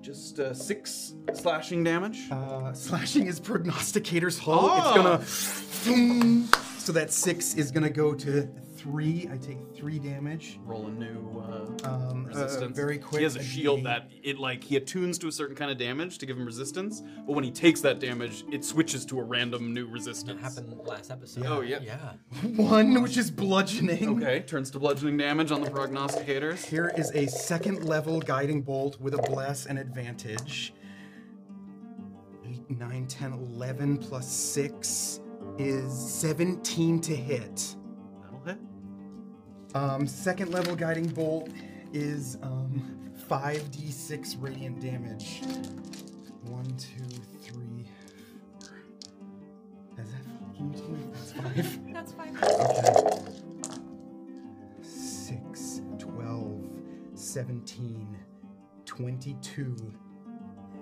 Speaker 7: Just uh, six slashing damage.
Speaker 3: Uh, slashing is prognosticator's hull.
Speaker 7: Oh!
Speaker 3: It's gonna. boom. So that six is gonna go to three. I take three damage.
Speaker 7: Roll a new uh,
Speaker 3: Um, uh,
Speaker 7: resistance.
Speaker 3: very quick.
Speaker 7: He has a
Speaker 3: a
Speaker 7: shield
Speaker 3: D8.
Speaker 7: that it like he attunes to a certain kind of damage to give him resistance, but when he takes that damage, it switches to a random new resistance.
Speaker 8: happened last episode.
Speaker 7: Oh, yeah.
Speaker 8: Yeah.
Speaker 3: (laughs) One, which is bludgeoning.
Speaker 7: Okay, turns to bludgeoning damage on the prognosticators.
Speaker 3: Here is a second level guiding bolt with a bless and advantage. 8, 9, 10, 11 plus 6 is 17 to hit.
Speaker 7: That'll hit.
Speaker 3: Um, second level guiding bolt is um, 5d6 radiant damage. One, two, three, four. Is that fucking two? That's
Speaker 25: That's
Speaker 3: five.
Speaker 25: fine.
Speaker 3: Okay. 6, 12, 17, 22,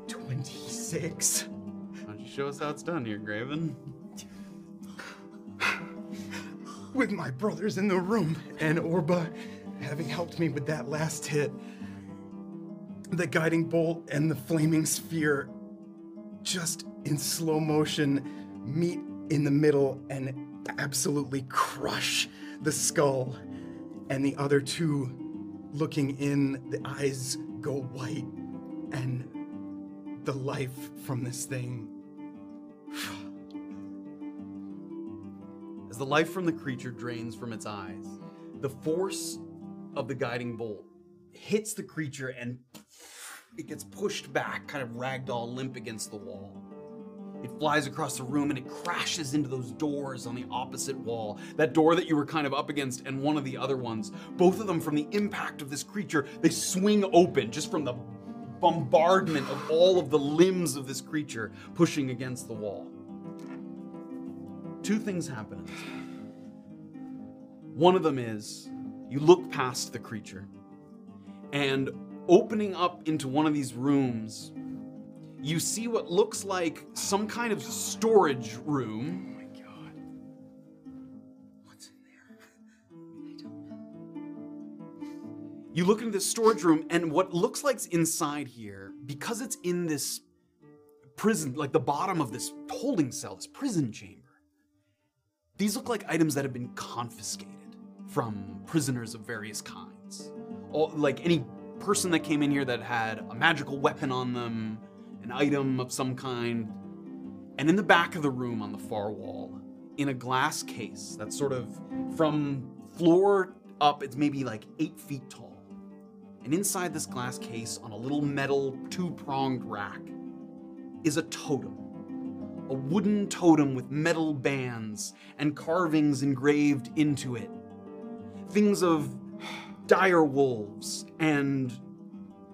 Speaker 3: 26.
Speaker 7: Why don't you show us how it's done here, Graven?
Speaker 3: With my brothers in the room and Orba having helped me with that last hit, the guiding bolt and the flaming sphere just in slow motion meet in the middle and absolutely crush the skull. And the other two, looking in, the eyes go white and the life from this thing.
Speaker 7: As the life from the creature drains from its eyes, the force of the guiding bolt hits the creature and it gets pushed back, kind of ragdoll limp against the wall. It flies across the room and it crashes into those doors on the opposite wall. That door that you were kind of up against and one of the other ones. Both of them, from the impact of this creature, they swing open just from the bombardment of all of the limbs of this creature pushing against the wall two things happen. in this moment. One of them is you look past the creature, and opening up into one of these rooms, you see what looks like some kind of storage room. Oh my god. What's in there? You look into this storage room, and what looks like's inside here, because it's in this prison, like the bottom of this holding cell, this prison chamber. These look like items that have been confiscated from prisoners of various kinds. All, like any person that came in here that had a magical weapon on them, an item of some kind. And in the back of the room on the far wall, in a glass case that's sort of from floor up, it's maybe like eight feet tall. And inside this glass case, on a little metal two pronged rack, is a totem a wooden totem with metal bands and carvings engraved into it. Things of dire wolves and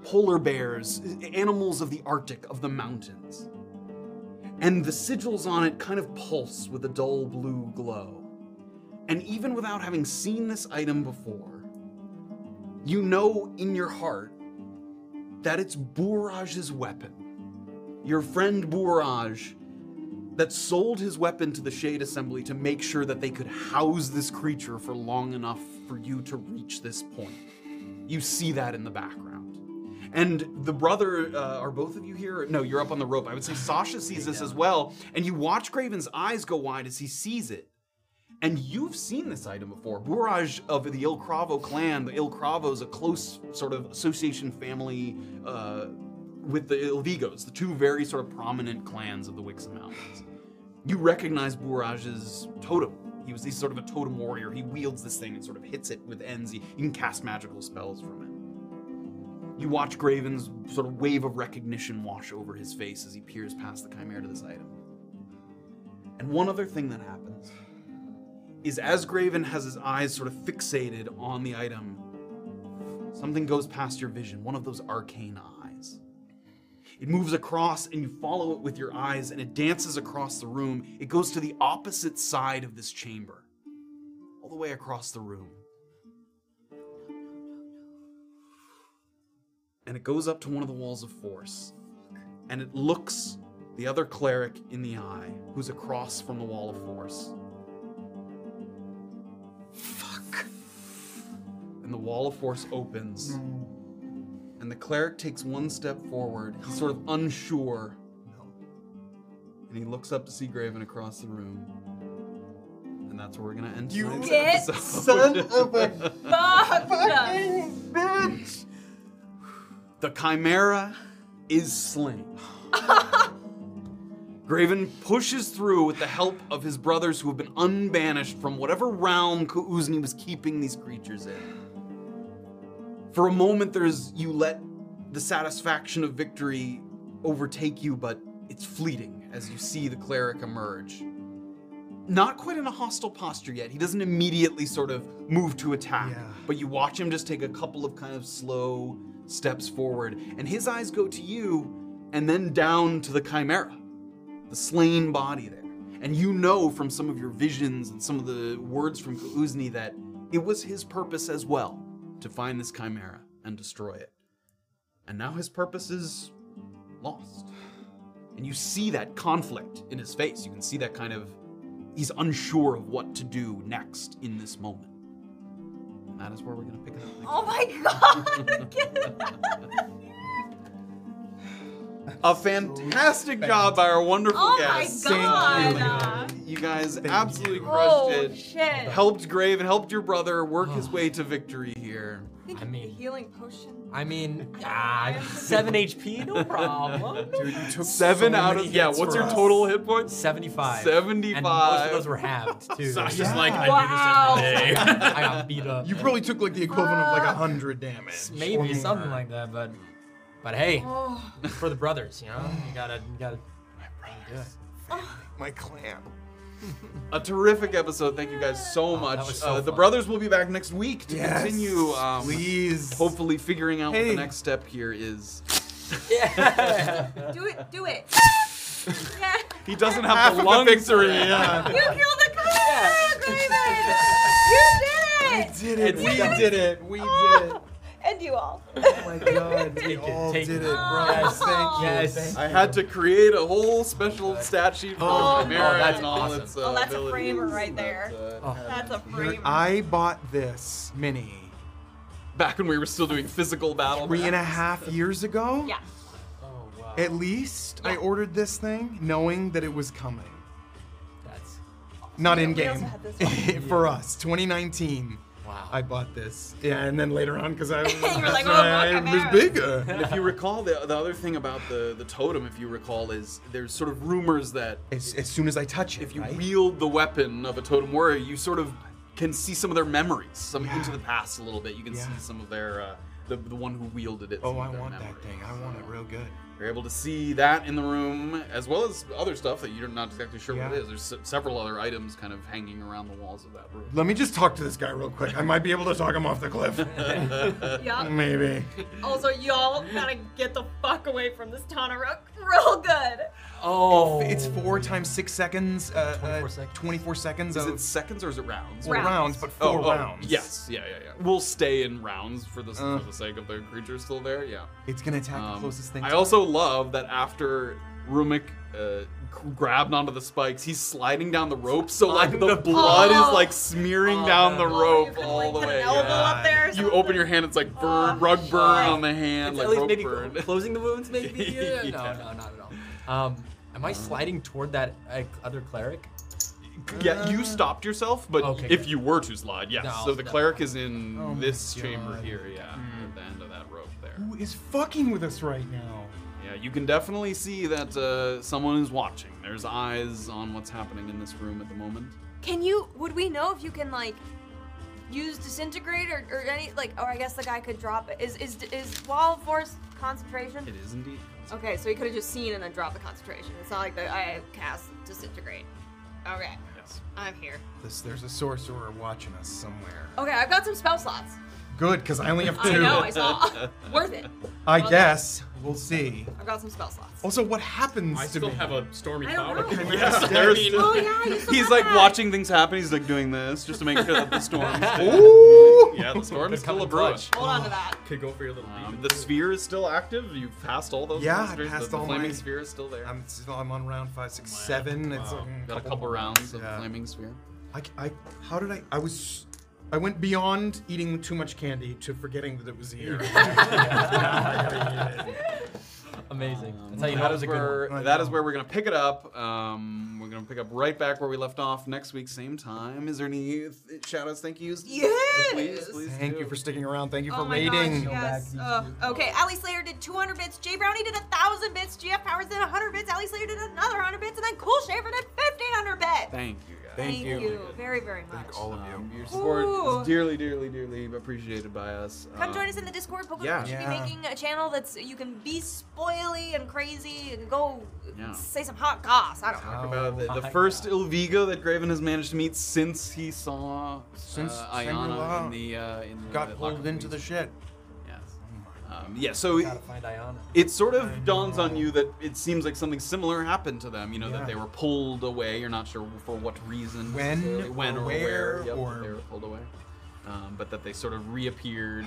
Speaker 7: polar bears, animals of the Arctic, of the mountains. And the sigils on it kind of pulse with a dull blue glow. And even without having seen this item before, you know in your heart that it's Bouraj's weapon. Your friend Bouraj that sold his weapon to the Shade Assembly to make sure that they could house this creature for long enough for you to reach this point. You see that in the background. And the brother, uh, are both of you here? No, you're up on the rope. I would say Sasha sees this as well. And you watch Graven's eyes go wide as he sees it. And you've seen this item before. Buraj of the Il Cravo clan, the Il Cravo is a close sort of association family uh, with the Ilvigos, the two very sort of prominent clans of the Wixom Mountains. You recognize Buraj's totem. He was he's sort of a totem warrior. He wields this thing and sort of hits it with ends. He, he can cast magical spells from it. You watch Graven's sort of wave of recognition wash over his face as he peers past the chimera to this item. And one other thing that happens is as Graven has his eyes sort of fixated on the item, something goes past your vision, one of those arcane eyes. It moves across and you follow it with your eyes and it dances across the room. It goes to the opposite side of this chamber. the way across the room. And it goes up to one of the walls of force. And it looks the other cleric in the eye, who's across from the wall of force. Fuck. And the wall of force opens. And the cleric takes one step forward. He's sort of unsure. And he looks up to see Graven across the room. And that's where we're gonna end
Speaker 3: You
Speaker 7: tonight's
Speaker 2: get
Speaker 7: episode.
Speaker 3: Son of a
Speaker 2: Fuck!
Speaker 3: fucking bitch!
Speaker 7: The chimera is slain. Graven pushes through with the help of his brothers who have been unbanished from whatever realm Kuuzni was keeping these creatures in. For a moment there's you let the satisfaction of victory overtake you, but it's fleeting as you see the cleric emerge. Not quite in a hostile posture yet. He doesn't immediately sort of move to attack,
Speaker 3: Yeah.
Speaker 7: but you watch him just take a couple of kind of slow steps forward, and his eyes go to you and then down to the chimera the slain body there. And you know from some of your visions and some of the words from Kuuzni that it was his purpose as well to find this chimera and destroy it. And now his purpose is lost. And you see that conflict in his face. You can see that kind of he's unsure of what to do next in this moment. And that is where we're gonna pick it up. next.
Speaker 2: Oh
Speaker 3: (laughs)
Speaker 2: my god! Get it out.
Speaker 7: A fantastic job by our wonderful
Speaker 2: Oh my
Speaker 7: guest.
Speaker 2: god!
Speaker 7: You guys absolutely crushed
Speaker 2: Oh
Speaker 7: it.
Speaker 2: shit!
Speaker 7: helped Grave and helped your brother work
Speaker 3: Oh.
Speaker 7: his way to victory here.
Speaker 2: Think
Speaker 8: I
Speaker 2: of the
Speaker 8: mean-
Speaker 2: healing potion.
Speaker 8: I mean,
Speaker 2: (laughs)
Speaker 8: ah, seven HP, no problem.
Speaker 3: Dude, you took
Speaker 7: Seven
Speaker 3: so
Speaker 7: out
Speaker 3: many
Speaker 7: of yeah.
Speaker 3: hits
Speaker 7: What's
Speaker 3: for
Speaker 7: your
Speaker 3: us.
Speaker 7: total hit points?
Speaker 8: 75.
Speaker 7: Seventy-five.
Speaker 8: And most of those were
Speaker 4: (laughs)
Speaker 8: halved, too.
Speaker 4: Sasha's
Speaker 3: Yeah.
Speaker 4: like, I
Speaker 2: Wow.
Speaker 1: (laughs)
Speaker 4: do this every day.
Speaker 8: I got beat up.
Speaker 3: You probably took like the equivalent of like a hundred damage.
Speaker 8: Maybe something like that, but but hey,
Speaker 2: Oh,
Speaker 8: for the brothers, you know, you gotta you gotta do it.
Speaker 3: My clan.
Speaker 7: A terrific episode. Thank you guys so much.
Speaker 8: was so
Speaker 7: uh, the
Speaker 8: fun.
Speaker 7: brothers will be back next week to
Speaker 3: Yes,
Speaker 7: continue. Um,
Speaker 3: Please.
Speaker 7: Hopefully, figuring out what
Speaker 3: Hey.
Speaker 7: the next step here is.
Speaker 8: (laughs)
Speaker 2: do it! Do
Speaker 7: (laughs)
Speaker 2: it! yeah.
Speaker 7: He (laughs) doesn't have
Speaker 3: Half
Speaker 7: the
Speaker 3: of
Speaker 7: lungs.
Speaker 3: the victory. Yeah.
Speaker 2: You killed the chimera, Graven! You did it!
Speaker 3: did it.
Speaker 7: And
Speaker 3: We
Speaker 7: we-
Speaker 3: did it. We
Speaker 2: (laughs)
Speaker 3: did it.
Speaker 2: Oh, and you all.
Speaker 3: Oh my god. We
Speaker 8: Take it,
Speaker 3: all
Speaker 8: take
Speaker 3: did
Speaker 8: it.
Speaker 3: it, bro.
Speaker 8: Yes,
Speaker 2: Oh,
Speaker 3: Thank you.
Speaker 8: yes.
Speaker 3: Thank
Speaker 7: I had to create a whole special stat sheet for
Speaker 3: Oh,
Speaker 7: the Chimera
Speaker 8: oh, that's
Speaker 7: and all
Speaker 8: awesome.
Speaker 7: its uh,
Speaker 2: Oh, that's a
Speaker 7: abilities.
Speaker 2: framer right
Speaker 7: That's,
Speaker 2: there.
Speaker 7: uh,
Speaker 2: (laughs) That's a
Speaker 3: Here,
Speaker 2: frame.
Speaker 3: I bought this mini
Speaker 7: Back when we were still doing physical battle.
Speaker 3: three and a half years ago.
Speaker 2: Yeah.
Speaker 8: Oh wow.
Speaker 3: At least I ordered this thing knowing that it was coming.
Speaker 8: That's
Speaker 3: Not in
Speaker 2: we also
Speaker 3: game.
Speaker 2: had this
Speaker 3: (laughs) For us, 2019.
Speaker 8: wow.
Speaker 3: I bought this. Yeah, and then later on, because I was,
Speaker 2: were like, "Oh,
Speaker 3: I,
Speaker 2: look,
Speaker 3: I was
Speaker 2: Chimera."
Speaker 3: bigger.
Speaker 7: (laughs) if you recall, the, the other thing about the, the totem, if you recall, is there's sort of rumors that
Speaker 3: As, as soon as I touch it,
Speaker 7: if you
Speaker 3: right?
Speaker 7: wield the weapon of a totem warrior, you sort of can see some of their memories, some into the past a little bit. You can
Speaker 3: Yeah.
Speaker 7: see some of their, uh, the, the one who wielded it.
Speaker 3: oh,
Speaker 7: some of
Speaker 3: I
Speaker 7: their
Speaker 3: want that
Speaker 7: memories.
Speaker 3: thing. I want it real good.
Speaker 7: You're able to see that in the room, as well as other stuff that you're not exactly sure what
Speaker 3: Yeah.
Speaker 7: it is. There's se- several other items kind of hanging around the walls of that room.
Speaker 3: Let me just talk to this guy real quick. I might be able to talk him off the
Speaker 7: (laughs)
Speaker 3: cliff.
Speaker 2: Yeah.
Speaker 3: Maybe.
Speaker 2: Also, y'all gotta get the fuck away from this Tanarook real good.
Speaker 8: Oh,
Speaker 3: It's four times six seconds. Uh,
Speaker 8: 24
Speaker 3: uh,
Speaker 8: seconds.
Speaker 3: 24 seconds
Speaker 7: Is
Speaker 3: of
Speaker 7: it seconds or is it rounds?
Speaker 3: well,
Speaker 2: Rounds.
Speaker 3: rounds, but
Speaker 7: Oh,
Speaker 3: four
Speaker 7: oh,
Speaker 3: rounds.
Speaker 7: Yes, yeah, yeah, yeah. We'll stay in rounds for the
Speaker 3: Uh.
Speaker 7: for the sake of the creature still there. Yeah.
Speaker 3: It's gonna attack the
Speaker 7: Um,
Speaker 3: closest thing.
Speaker 7: I
Speaker 3: to-
Speaker 7: also love that after Rumik uh, g- grabbed onto the spikes, he's sliding down the rope, so like the, blood
Speaker 2: Oh.
Speaker 7: is like smearing
Speaker 8: Oh, man.
Speaker 7: down the
Speaker 2: Oh, you
Speaker 7: rope
Speaker 2: could,
Speaker 7: all
Speaker 2: like,
Speaker 7: the
Speaker 2: put
Speaker 7: way.
Speaker 2: An elbow
Speaker 7: yeah.
Speaker 2: up there or
Speaker 7: You
Speaker 2: something.
Speaker 7: open your hand, it's like burn,
Speaker 2: Oh,
Speaker 7: rug burn
Speaker 2: shit.
Speaker 7: on the hand,
Speaker 8: It's
Speaker 7: like
Speaker 8: at least
Speaker 7: rope
Speaker 8: maybe (laughs)
Speaker 7: burn.
Speaker 8: closing the wounds, (laughs) maybe.
Speaker 7: Yeah.
Speaker 8: No, no, not at all. Um, am I sliding toward that uh, other (laughs) cleric?
Speaker 7: yeah, you stopped yourself, but
Speaker 8: Okay,
Speaker 7: if
Speaker 8: good.
Speaker 7: you were to slide, yes.
Speaker 8: No,
Speaker 7: so the
Speaker 8: no.
Speaker 7: cleric is in
Speaker 3: my
Speaker 7: this
Speaker 3: God.
Speaker 7: chamber here, yeah, at the end of that rope there.
Speaker 3: Who is fucking with us right now?
Speaker 7: Yeah, you can definitely see that uh, someone is watching. There's eyes on what's happening in this room at the moment.
Speaker 2: Can you? Would we know if you can like use disintegrate or, or any like? Or I guess the guy could drop it. Is is is wall of force concentration?
Speaker 7: It is indeed.
Speaker 2: Okay, so he could have just seen and then dropped the concentration. It's not like the I cast disintegrate. Okay,
Speaker 7: Yes.
Speaker 2: I'm here.
Speaker 3: This, there's a sorcerer watching us somewhere.
Speaker 2: Okay, I've got some spell slots.
Speaker 3: Good, because I only have two.
Speaker 7: (laughs)
Speaker 2: I know, I saw. Worth it.
Speaker 3: I
Speaker 2: Well,
Speaker 3: guess. We'll see.
Speaker 2: I've got some spell slots.
Speaker 7: Oh,
Speaker 3: Also, what happens
Speaker 26: I
Speaker 3: to
Speaker 26: still
Speaker 3: me?
Speaker 26: have
Speaker 4: a stormy
Speaker 2: I don't
Speaker 4: power.
Speaker 1: (laughs)
Speaker 2: know.
Speaker 4: Yes,
Speaker 3: Yeah.
Speaker 4: (laughs) I mean,
Speaker 2: (laughs) Oh yeah, you still
Speaker 7: He's
Speaker 2: have
Speaker 7: like
Speaker 2: that.
Speaker 7: watching things happen. He's like doing this just to make sure that the (laughs) storm. (laughs)
Speaker 4: yeah, the storm's
Speaker 7: Could come
Speaker 4: still
Speaker 7: in
Speaker 4: abroad.
Speaker 7: clutch.
Speaker 2: Hold on to that.
Speaker 4: Could go for your little
Speaker 7: Um,
Speaker 4: demon.
Speaker 7: the sphere is still active. You've passed all those.
Speaker 3: Yeah, I
Speaker 7: monsters.
Speaker 3: passed
Speaker 7: the,
Speaker 3: all
Speaker 7: the flaming
Speaker 3: my-
Speaker 7: sphere is still there.
Speaker 3: I'm, still, I'm on round five, six, seven. It's
Speaker 4: Wow.
Speaker 3: like,
Speaker 7: Got a couple rounds of
Speaker 3: Yeah.
Speaker 7: flaming sphere.
Speaker 3: I, I, how did I? I was, I went beyond eating too much candy to forgetting that it was here.
Speaker 1: (laughs)
Speaker 4: (laughs)
Speaker 8: (laughs) Amazing. That's how
Speaker 7: Um,
Speaker 8: you know
Speaker 7: that
Speaker 8: it
Speaker 7: is
Speaker 8: was a good one.
Speaker 7: where-
Speaker 3: one. Oh, I
Speaker 7: That
Speaker 3: know.
Speaker 7: is where we're gonna pick it up. Um, we're gonna pick up right back where we left off next week, same time. Is there any th- shout outs, thank yous?
Speaker 2: Yes.
Speaker 7: Please, please
Speaker 3: Thank
Speaker 7: do.
Speaker 3: you for sticking around. Thank you
Speaker 2: Oh
Speaker 3: for
Speaker 2: my
Speaker 3: rating.
Speaker 2: gosh, yes. Ugh. okay, Ali Slayer did 200 bits, Jay Brownie did 1,000 bits, GF Powers did 100 bits, Ali Slayer did another 100 bits, and then Cool Shaver did 1,500 bits.
Speaker 7: Thank you guys.
Speaker 2: Thank you. very, very much.
Speaker 3: Thank all of you.
Speaker 7: Um, your support
Speaker 2: Ooh.
Speaker 7: is dearly, dearly, dearly appreciated by us.
Speaker 2: Come
Speaker 7: Um,
Speaker 2: join us in the Discord. Pokemon
Speaker 7: yeah.
Speaker 2: should be
Speaker 3: Yeah.
Speaker 2: making a channel that's you can be spoily and crazy and go
Speaker 7: Yeah.
Speaker 2: say some hot goss. I don't know.
Speaker 7: Talk about
Speaker 8: Oh,
Speaker 7: the, the first Ilvigo that Graven has managed to meet since he saw
Speaker 3: Since
Speaker 7: uh,
Speaker 3: Shangri-La
Speaker 7: Ayana in the uh, in the
Speaker 3: Got
Speaker 7: Lock
Speaker 3: pulled
Speaker 7: of
Speaker 3: into the
Speaker 7: Queens.
Speaker 3: shit.
Speaker 7: Yes. Um, yeah. So
Speaker 8: Gotta find Ayana.
Speaker 7: it sort of dawns on you that it seems like something similar happened to them. You know that
Speaker 3: Yeah.
Speaker 7: they were pulled away. You're not sure for what reason,
Speaker 3: When
Speaker 7: necessarily. when
Speaker 3: or
Speaker 7: or,
Speaker 3: where
Speaker 7: Yep,
Speaker 3: or-
Speaker 7: they were pulled away, um, but that they sort of reappeared.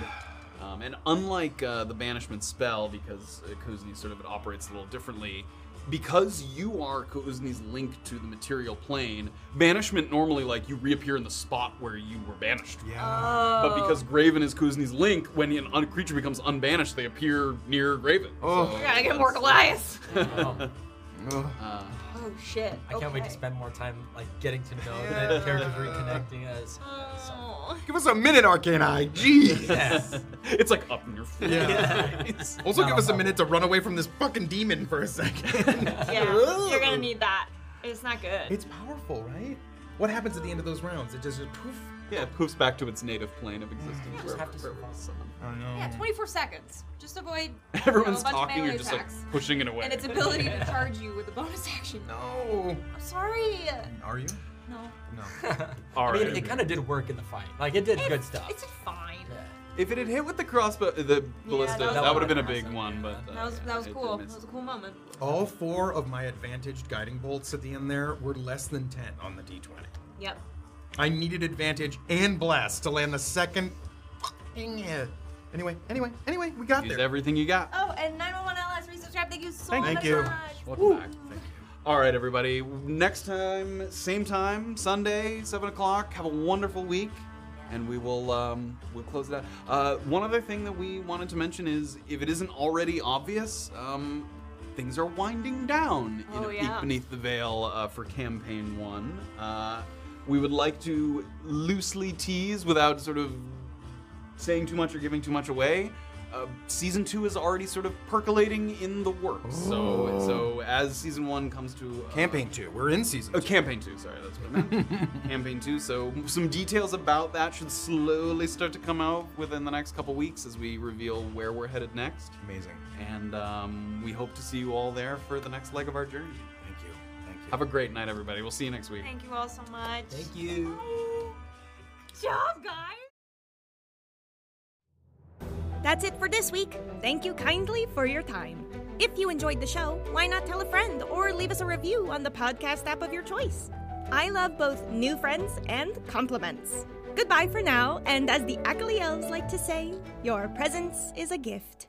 Speaker 7: Um, and unlike uh, the banishment spell, because uh, Kuzni sort of operates a little differently, because you are Kuzni's link to the material plane, banishment normally like you reappear in the spot where you were banished.
Speaker 3: Yeah.
Speaker 2: Uh, Oh.
Speaker 7: But because Graven is Kuzni's link, when an un- creature becomes unbanished, they appear near Graven.
Speaker 3: Oh.
Speaker 2: I gotta get more Goliath.
Speaker 8: Um,
Speaker 3: Ugh.
Speaker 7: Uh,
Speaker 2: Oh shit.
Speaker 8: I can't wait to
Speaker 2: Okay.
Speaker 8: spend more time like getting to know the characters reconnecting us.
Speaker 2: Oh.
Speaker 3: Give us a minute, Arcane Eye. Jeez.
Speaker 8: Yes.
Speaker 7: it's like up in your face.
Speaker 3: Yeah. Also,
Speaker 8: No,
Speaker 3: give us a
Speaker 8: no.
Speaker 3: minute to run away from this fucking demon for a second.
Speaker 2: Yeah, you're gonna need that. It's not good.
Speaker 3: it's powerful, right? What happens at the end of those rounds? It just, just poof.
Speaker 7: Yeah, it poofs back to its native plane of existence. wherever-
Speaker 8: have to
Speaker 7: wherever
Speaker 8: survive.
Speaker 7: it's summoned.
Speaker 3: I don't know.
Speaker 2: yeah, 24 seconds. Just avoid. you know,
Speaker 7: Everyone's
Speaker 2: a bunch
Speaker 7: talking,
Speaker 2: Of
Speaker 7: you're
Speaker 2: melee
Speaker 7: just
Speaker 2: attacks.
Speaker 7: like pushing it away.
Speaker 2: And its ability to charge you with a bonus (laughs) action.
Speaker 3: No.
Speaker 2: I'm sorry.
Speaker 3: Are you?
Speaker 2: No.
Speaker 3: No.
Speaker 8: (laughs)
Speaker 7: All
Speaker 8: I
Speaker 7: right.
Speaker 8: mean, it kind of did work in the fight. Like it did good stuff.
Speaker 2: It's fine.
Speaker 8: Yeah.
Speaker 7: (laughs) if it had hit with the crossbow, the ballista,
Speaker 2: was
Speaker 7: that, would have been a big
Speaker 8: awesome.
Speaker 7: one. But uh,
Speaker 2: That was
Speaker 7: yeah,
Speaker 2: that was
Speaker 7: it- it
Speaker 2: cool. That
Speaker 7: missed.
Speaker 2: was a cool moment.
Speaker 3: All four of my advantaged guiding bolts at the end there were less than 10 on the d20.
Speaker 2: Yep.
Speaker 3: I needed advantage and blast to land the second fucking hit. Anyway, anyway, anyway, we got
Speaker 7: Use
Speaker 3: there.
Speaker 7: everything you got.
Speaker 2: Oh, and 911LS resubscribe. Thank you so
Speaker 3: Thank
Speaker 2: much.
Speaker 3: you.
Speaker 7: Welcome back. All right, everybody. Next time, same time, Sunday, seven o'clock. Have a wonderful week, and we will um, we'll close it out. Uh, one other thing that we wanted to mention is, if it isn't already obvious, um, things are winding down in
Speaker 2: Oh,
Speaker 7: A
Speaker 2: yeah.
Speaker 7: Peek Beneath the Veil uh, for campaign one. Uh, we would like to loosely tease without sort of saying too much or giving too much away. Uh, season two is already sort of percolating in the works. So, so as season one comes to uh,
Speaker 3: Campaign two. We're in season.
Speaker 7: uh, campaign two, sorry, that's what I meant. campaign two. So some details about that should slowly start to come out within the next couple weeks as we reveal where we're headed next.
Speaker 3: Amazing.
Speaker 7: And um, we hope to see you all there for the next leg of our journey.
Speaker 3: Thank you. Thank you.
Speaker 7: Have a great night, everybody. We'll see you next week.
Speaker 2: Thank you all so much.
Speaker 8: Thank you.
Speaker 2: Good job, guys.
Speaker 10: That's it for this week. Thank you kindly for your time. If you enjoyed the show, why not tell a friend or leave us a review on the podcast app of your choice? I love both new friends and compliments. Goodbye for now, and as the Ackley elves like to say, your presence is a gift.